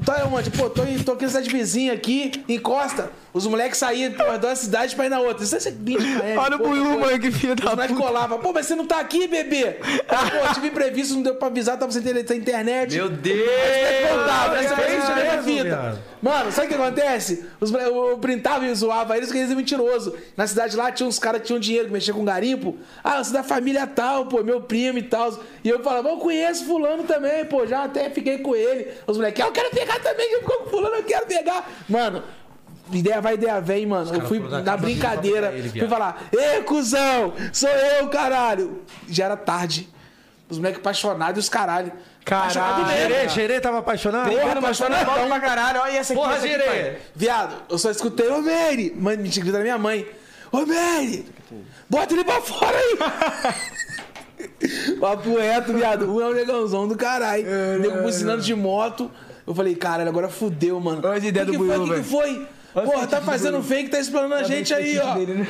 S2: tô onde? Pô, tô, em- tô aqui na cidade vizinha aqui, encosta. Os moleques saíam porra, de uma cidade pra ir na outra. Isso é 20 km.
S3: Olha o
S2: pouca
S3: Buiú,
S2: coisa.
S3: mano, que filho da
S2: Os moleques
S3: puta.
S2: colavam. Pô, mas você não tá aqui,
S3: *laughs*
S2: bebê? Pô, tive imprevisto, não deu pra avisar, tava sem tele- sem internet. Meu
S14: Deus!
S2: Mas você
S1: É isso
S2: voltava, essa
S1: mesmo,
S2: fita.
S1: viado.
S2: Mano, sabe o que acontece? Os, bra- eu printava e zoava eles, que eles eram mentirosos. Na cidade lá tinha uns caras que tinham dinheiro, que mexiam com garimpo. Ah, eu sou da família tal, pô, meu primo e tal. E eu falava, eu conheço fulano também, pô, já até fiquei com ele. Os moleques, ah, eu quero pegar também, que ficou com fulano, eu quero pegar. Mano, ideia vai, ideia vem, mano. Eu fui
S1: foram dar
S2: na
S1: capa de
S2: brincadeira,
S1: pra ele,
S2: fui
S1: viado.
S2: falar, ê, cuzão, sou eu, caralho. Já era tarde. Os moleques apaixonados e os caralho.
S1: Caralho.
S2: Apaixonado mesmo.
S1: Gerê, Gerê tava apaixonado?
S2: Porra, apaixonado
S3: pra caralho. Olha essa aqui.
S2: Porra,
S3: essa aqui,
S2: Gerê!
S3: pai.
S2: Viado, eu só escutei, ô Mary! Mãe, me tinha gritado minha mãe. Ô Mary! Bota ele pra fora aí! *laughs* Papo reto, viado. Um é um negãozão do caralho. Nego buzinando de moto. Eu falei, caralho, agora fudeu, mano. Olha as
S3: ideias
S2: que
S3: do
S2: foi?
S3: Buiú,
S2: que, que
S3: velho.
S2: foi?
S3: Olha os
S2: Porra, tá
S3: fetiches do
S2: fazendo
S3: Buiú.
S2: fake, tá explanando a
S3: Tá
S2: gente
S3: vendo
S2: aí,
S3: esse
S2: ó.
S3: dele, né?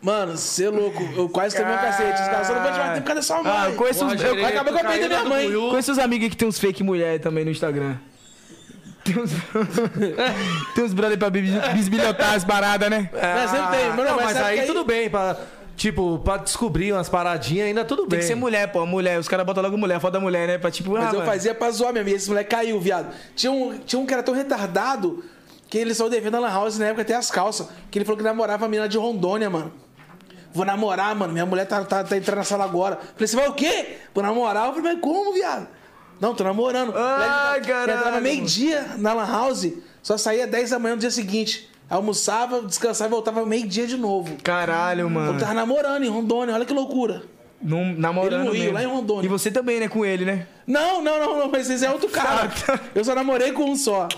S2: Mano, cê é louco. Eu quase tomei um cacete. Os caras só não pode bater por causa da sua mãe.
S3: Ah, eu conheço
S2: Porra,
S3: uns-
S2: Gerê,
S3: eu-
S2: Acabou que eu perdi minha mãe.
S3: Conheço uns amigos que tem uns fake mulher também no Instagram. Tem uns, *laughs* tem uns brother pra bis- bisbilhotar as paradas, né?
S1: Ah, não, mas aí tudo bem. Pra, tipo, pra descobrir umas paradinhas ainda tudo
S3: Tem
S1: bem.
S3: que ser mulher, pô. Mulher. Os caras botam logo mulher, foda mulher, né? Pra tipo.
S2: Mas
S3: ah,
S2: eu
S3: mano.
S2: fazia pra zoar mesmo. E esse moleque caiu, viado. Tinha um, tinha um que era tão retardado que ele saiu devendo a Lan House na época até as calças. Que ele falou que namorava a menina de Rondônia, mano. Vou namorar, mano. Minha mulher tá, tá, tá entrando na sala agora. Falei, você vai o quê? Vou namorar? Eu falei, mas como, viado? Não, tô namorando.
S3: Ah,
S2: Moleque,
S3: caralho.
S2: Entrava meio-dia na Lan House, só saía 10 da manhã no dia seguinte. Almoçava, descansava e voltava meio-dia de novo.
S3: Caralho, mano.
S2: Eu tava namorando em Rondônia, olha que loucura.
S3: Num, namorando
S2: tá- Ele no Rio,
S3: mesmo.
S2: lá em Rondônia.
S3: E você também, né? Com
S2: *laughs*
S3: ele, né?
S2: Não, não, não, não, mas esse é outro cara.
S3: Ah, tá.
S2: Eu só namorei com um só.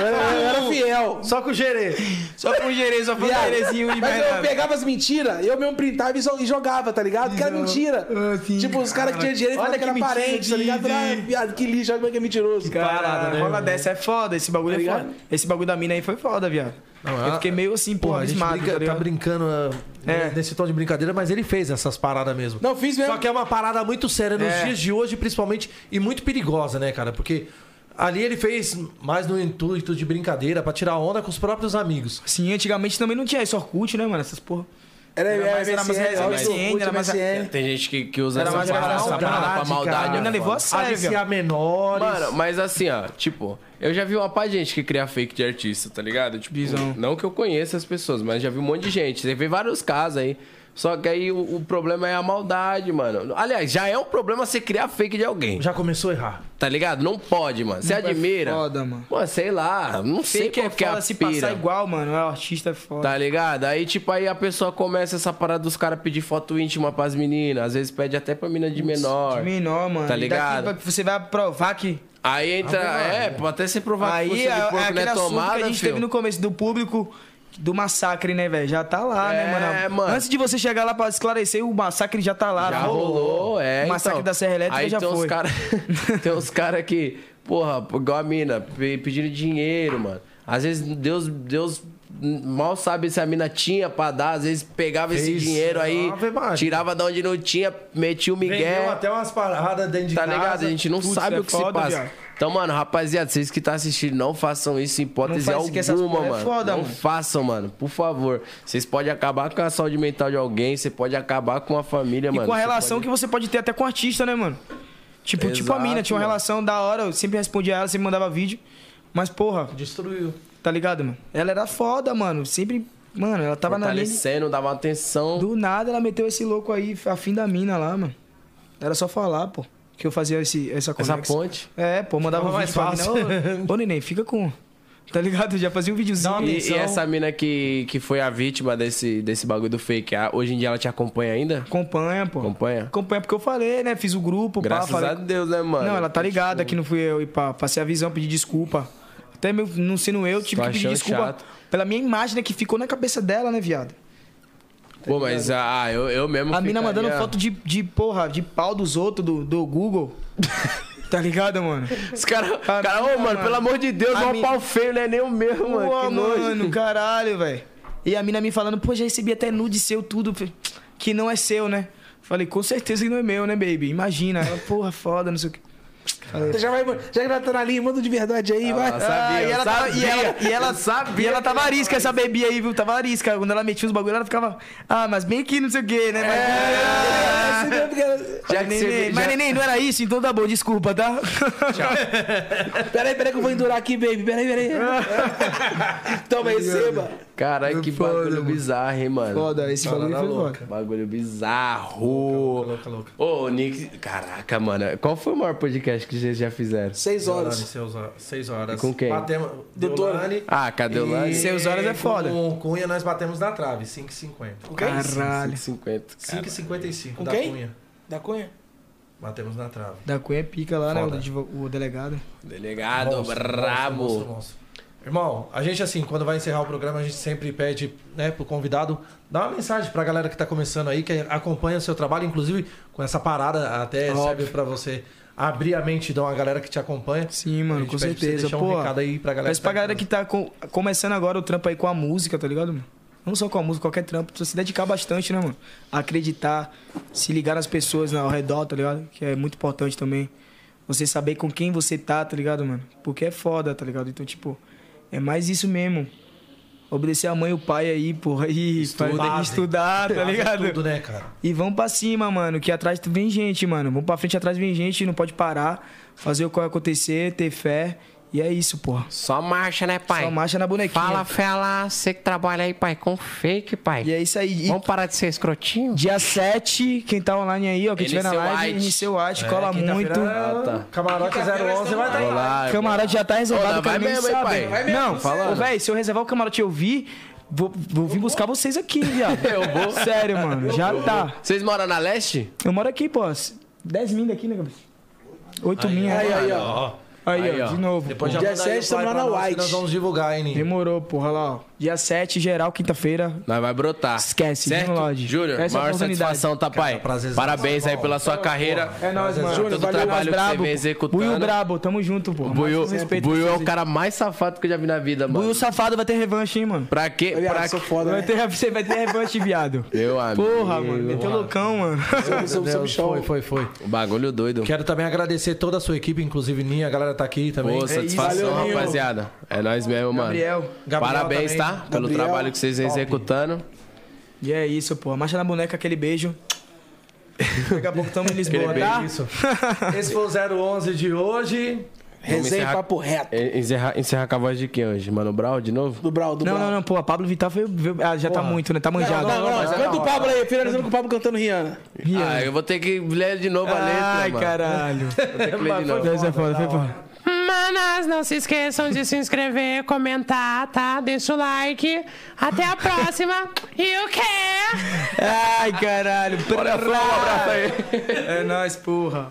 S2: Eu era, eu era fiel.
S1: Só com o Gerê.
S3: Só com o Gerê, só foi um
S2: Viado.
S3: Gerezinho e mais
S2: Mas eu
S3: nada.
S2: pegava as mentiras, eu mesmo printava e, so- e jogava, tá ligado? Que era mentira. tipo, os caras que tinham dinheiro e
S3: Ah, Olha
S2: falavam que era
S3: que mentira,
S2: parente, tá ligado? Ah,
S3: Didi.
S2: viado, que lixo, olha como é que é mentiroso.
S3: Cara, rola dessa é foda, esse
S2: né,
S3: bagulho
S2: Tá
S3: é
S2: ligado?
S3: foda. Esse bagulho da mina aí foi foda, viado. eu
S1: ela-
S3: fiquei meio assim,
S1: Porra,
S3: porra,
S1: a gente
S3: abismado,
S1: brinca-
S3: tá
S1: tá
S3: ligado?
S1: brincando ah, nesse tom de brincadeira, mas ele fez essas paradas mesmo.
S2: Não, fiz mesmo.
S1: Só que é uma parada muito séria nos
S3: É.
S1: dias de hoje, principalmente, e muito perigosa, né, cara? Porque ali ele fez mais no intuito de brincadeira, pra tirar onda com os próprios amigos.
S3: Sim, antigamente também não tinha esse Orkut, né, mano? Essas porra.
S2: Era,
S3: Era mais- era mais- era mais- era mais-
S14: Tem gente que, que usa
S3: Era
S14: essa
S3: mais
S14: parada, essa
S3: maldade,
S14: parada pra
S3: cara.
S14: maldade.
S3: Ainda
S14: é
S3: levou
S14: foda.
S3: a sério, Aliciar viado.
S1: menores.
S14: Mano, mas assim, ó, tipo, eu já vi uma pá de gente que cria fake de artista, tá ligado? Tipo, não que eu conheça as pessoas, mas já vi um monte de gente. Você vê vários casos aí.
S4: Só que aí o, o problema é a maldade, mano. Aliás, já é um problema você criar fake de alguém.
S1: Já começou a errar.
S4: Tá ligado? Não pode, mano. Você
S3: Não, é
S4: admira.
S3: foda, mano.
S4: Pô, sei lá. Não sei o que é que é a
S3: se
S4: pira.
S3: passar igual, mano. É o artista é foda.
S4: Tá ligado? Aí, tipo, aí a pessoa começa essa parada dos caras pedir foto íntima pras meninas. Às vezes pede até pra menina de menor.
S3: De menor, mano.
S4: Tá
S3: E daqui
S4: ligado?
S3: vai- você vai provar que.
S4: Aí entra.
S3: Ah,
S4: é,
S3: mano.
S4: pode até se provar
S3: Aí
S4: que
S3: é,
S4: força de corpo
S3: aquele
S4: não é
S3: assunto
S4: tomada,
S3: que a gente
S4: filho.
S3: teve no começo do público do massacre, né, velho? Já tá lá, né, mano?
S4: É, mano.
S3: Antes de você chegar lá pra esclarecer, o massacre já tá lá.
S4: Já
S3: né?
S4: rolou, é.
S3: O massacre
S4: então.
S3: da Serra Elétrica
S4: aí
S3: já
S4: tem
S3: foi.
S4: Uns cara, *laughs* tem uns caras que, porra, igual a mina, pe- pedindo dinheiro, mano. Às vezes Deus, Deus mal sabe se a mina tinha pra dar, às vezes pegava esse
S1: Fez
S4: dinheiro aí,
S1: Ave Maria.
S4: tirava de onde não tinha, metia o
S1: Vendeu
S4: Miguel.
S1: até umas paradas dentro de
S4: Tá
S1: casa.
S4: ligado? A gente não
S1: Putz,
S4: sabe
S1: é
S4: o que se
S1: foda,
S4: passa.
S1: viado.
S4: Então, mano, rapaziada, vocês que tá assistindo, não façam isso em
S3: Não
S4: hipótese
S3: faz isso que essas
S4: alguma,
S3: porra é
S4: mano.
S3: foda,
S4: não
S3: mano.
S4: façam, mano. Por favor. Vocês podem acabar com a saúde mental de alguém, você pode acabar com a família,
S3: E
S4: mano.
S3: com a
S4: Você
S3: relação
S4: pode-
S3: que você pode ter até com o artista, né, mano? Tipo, tipo a
S4: Exato,
S3: mina, tinha uma
S4: mano.
S3: relação da hora, eu sempre respondia ela, sempre mandava vídeo. Mas, porra. Destruiu. Tá ligado, mano? Ela era foda, mano. Sempre. Mano, ela tava na linha.
S4: Fortalecendo, dava atenção.
S3: Do nada ela meteu esse louco aí, afim da mina lá, mano. Era só falar, pô. Que eu fazia esse, essa
S4: Essa
S3: conex.
S4: ponte.
S3: É, pô, mandava um
S4: Ficava
S3: vídeo pra
S4: mais
S3: mina. Ô, ô, neném, fica com. Tá ligado? Já fazia um videozinho.
S4: E, e essa mina que, que foi a vítima desse, desse bagulho do fake, a- hoje em dia ela te acompanha ainda?
S3: Acompanha, pô.
S4: Acompanha?
S3: Acompanha porque eu falei, né? Fiz o grupo, pá,
S4: Graças
S3: falei-
S4: a Deus, né, mano?
S3: Não, ela tá ligada que não fui eu e pá. Passei a visão, pedi desculpa. Até meu, não sendo eu, tive
S4: Tô
S3: que pedir
S4: achando
S3: desculpa
S4: chato.
S3: pela minha imagem, né? Que ficou na cabeça dela, né, viado?
S4: Pô, mas ah, eu, eu mesmo
S3: A mina mandando
S4: ficaria-
S3: foto de, de, porra, de pau dos outros, do, do Google. *laughs* tá ligado, mano?
S4: Os caras, cara, ô, mano, pelo amor de Deus,
S3: é
S4: ó, pau feio, não é nem o meu, mano.
S3: Pô,
S4: que nojo.
S3: mano, caralho, velho. E a mina me falando, pô, já recebi até nude seu, tudo f- que não é seu, né? Falei, com certeza que não é meu, né, baby? Imagina. Ela, porra, foda, não sei o que. É.
S2: Já, vai, já que ela tá na linha, manda um de verdade aí, vai. *laughs*
S3: Ah, e ela tava- e ela- E ela
S4: sabia.
S3: E ela tava arisca, essa bebê aí, viu? Tava arisca. Quando ela metia os bagulho, ela ficava. Ah, mas bem né? que não sei o quê, né? Mas, Mas,
S4: Já que você
S3: neném,
S4: vê-
S3: mas,
S4: já-
S3: neném, não era isso, então tá bom, desculpa, tá? *laughs*
S2: Peraí, peraí que eu vou endurar aqui, baby. Peraí, peraí. Toma, receba.
S4: Caralho, que bagulho bizarro, hein, mano.
S2: Foda, esse bagulho
S3: tá
S4: Parada
S2: foi
S4: louca. Bagulho bizarro. Louca, louca, louca. Ô, Nick. Caraca, mano. Qual foi o maior podcast que vocês já fizeram?
S2: Seis
S1: Deolane, seus ho- Seis horas.
S4: E com quem?
S1: Batemos,
S4: Doutor.
S1: Deolane.
S4: Ah, com a Deolane.
S1: E
S4: Seis horas é foda.
S1: Com o Cunha nós batemos na trave, 5,50.
S4: Com quem? Caralho.
S1: 5,50. 5,55
S3: Com
S1: da
S3: quem?
S1: Cunha.
S2: Da Cunha?
S1: Batemos na trave.
S3: Da Cunha pica lá,
S1: Foda.
S3: né? O, advo- o delegado. Ah,
S4: Delegado,
S1: Monstro,
S4: brabo.
S1: monstro, monstro, monstro. Irmão, a gente assim, quando vai encerrar o programa, a gente sempre pede, né, pro convidado, dá uma mensagem pra galera que tá começando aí, que acompanha o seu trabalho, inclusive com essa parada até serve pra você abrir a mente de uma galera que te acompanha.
S3: Sim, mano, com certeza.
S1: Deixa
S3: Pô,
S1: um recado aí pra galera.
S3: Mas
S1: que
S3: pra
S1: tá
S3: galera que tá com- começando agora o trampo aí com a música, tá ligado? mano? Não só com a música, qualquer trampo. Precisa se dedicar bastante, né, mano? Acreditar, se ligar nas pessoas né, ao redor, tá ligado? Que é muito importante também. Você saber com quem você tá, tá ligado, mano? Porque é foda, tá ligado? Então, tipo, é mais isso mesmo. Obedecer a mãe e o pai *laughs* aí, porra. E fazer- estudar, tá
S1: Base é
S3: ligado?
S1: Tudo, né, cara?
S3: E vamos pra cima, mano. Que atrás vem gente, mano. Vamos pra frente, atrás vem gente. Não pode parar. Fazer o que vai acontecer, ter fé. E é isso, porra.
S4: Só marcha, né, pai?
S3: Só Então, marcha na bonequinha.
S5: Fala, fela, você que trabalha aí, pai, com fake, pai.
S3: E é isso aí.
S5: Vamos parar de ser escrotinho?
S3: Dia 7, quem tá online aí, ó, quem tiver na
S5: NC
S3: live,
S5: White.
S3: iniciou White,
S5: É,
S3: cola
S5: quinta-feira
S3: muito.
S1: Ah, tá. Camarote 011 vai estar lá.
S3: Camarote já tá
S1: Ô,
S3: reservado,
S1: não, vai
S3: cara, nem
S1: mesmo, hein,
S3: sabe.
S1: pai? Vai mesmo,
S3: Não,
S1: tô falando.
S3: ô, véi, se eu reservar o camarote e eu vir, vou, vou vir buscar vocês aqui, viado.
S4: Eu vou.
S3: Sério, mano, já tá.
S4: Vocês moram na leste?
S3: Eu moro aqui, pô. 10 mil daqui, né, cabeça? 8 mil.
S4: Aí, aí, ó.
S3: Aí,
S4: Aí,
S3: ó,
S4: ó.
S3: de novo.
S4: Depois
S3: pô.
S4: já manda aí o flyer pra nós, que nós
S1: vamos divulgar, hein,
S3: Demorou, porra, lá, ó. Dia 7, geral, quinta-feira.
S4: Nós vai brotar.
S3: Esquece,
S4: certo?
S3: Júnior Lodge.
S4: Júnior,
S3: Essa é a
S4: maior
S3: oportunidade.
S4: satisfação, tá, pai? Parabéns aí pela sua carreira.
S3: É nóis, mano.
S4: Todo o trabalho que você vem executando.
S3: Buiu brabo, tamo junto, pô.
S4: Buiu,
S3: Máximo respeito
S4: Buiu
S3: pra
S4: é
S3: vocês
S4: o cara mais safado que eu já vi na vida, mano.
S3: Buiu safado vai ter revanche, hein, mano.
S4: Pra quê?
S3: Viado,
S4: Pra
S3: sou
S4: quê?
S3: vai
S2: né?
S3: ter, você vai ter revanche, *laughs* viado.
S4: Meu amigo.
S3: Porra, mano, meteu loucão, mano.
S1: Deus, foi, foi, foi.
S4: O bagulho doido.
S1: Quero também agradecer toda a sua equipe, inclusive Ninha, a galera tá aqui também.
S4: Pô, satisfação, rapaziada. É nós mesmo, mano.
S1: Gabriel. Gabriel
S4: Parabéns,
S1: também.
S4: tá? Pelo
S1: Gabriel,
S4: trabalho que vocês vêm
S1: top.
S4: executando.
S3: E é isso, pô. Marcha na boneca, aquele beijo. Daqui a pouco tamo em Lisboa,
S1: Aquele
S3: tá?
S1: beijo. Esse foi o 011 de hoje.
S2: Resenha e papo reto.
S4: É, Encerrar encerrar com a voz de quem hoje? Mano Brau de novo?
S2: Do Brau, do
S3: Não, não, não, pô, a Pablo Vittar foi, veio- ah, já tá muito, né? Tá manjado.
S2: Não, não, não, Canta o Pablo aí, finalizando com o Pablo cantando Rihanna.
S4: Ah, eu vou ter que ler de novo a letra.
S3: Ai,
S4: mano.
S3: caralho.
S4: Vou ter que ler de novo.
S3: Deus é foda, foi foda.
S5: Manas, não se esqueçam de se inscrever, comentar, tá? Deixa o like. Até a próxima. E o quê?
S3: Ai, caralho. Olha
S16: só, um abraço aí.
S3: É nóis, porra.